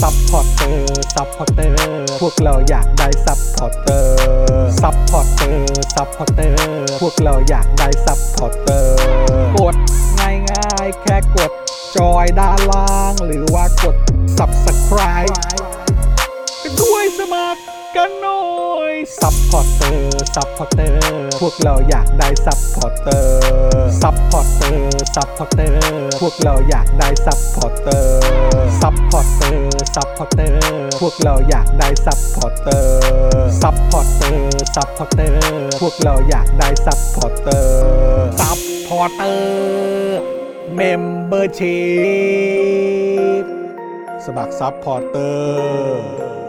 Speaker 1: ซัพพอร์เตอร์ ซัพพอร์เตอร์ พวกเราอยากได้ซัพพอร์เตอร์ ซัพพอร์เตอร์ ซัพพอร์เตอร์ พวกเราอยากได้ซัพพอร์เตอร์ กดง่ายง่ายๆแค่กดจอยด้านล่าง หรือว่ากด subscribe ไปด้วยสมัครกันหน่อย ซัพพอร์เตอร์ ซัพพอร์เตอร์ พวกเราอยากได้ซัพพอร์เตอร์ ซัพพอร์เตอร์ ซัพพอร์เตอร์ พวกเราอยากได้ซัพพอร์เตอร์ ซัพพอร์เตอร์ ซัพพอร์เตอร์ พวกเราอยากได้ซัพพอร์เตอร์ ซัพพอร์เตอร์ ซัพพอร์เตอร์ พวกเราอยากได้ซัพพอร์เตอร์ ซัพพอร์เตอร์ เมมเบอร์ชีพสมัครซัพพอร์เตอร์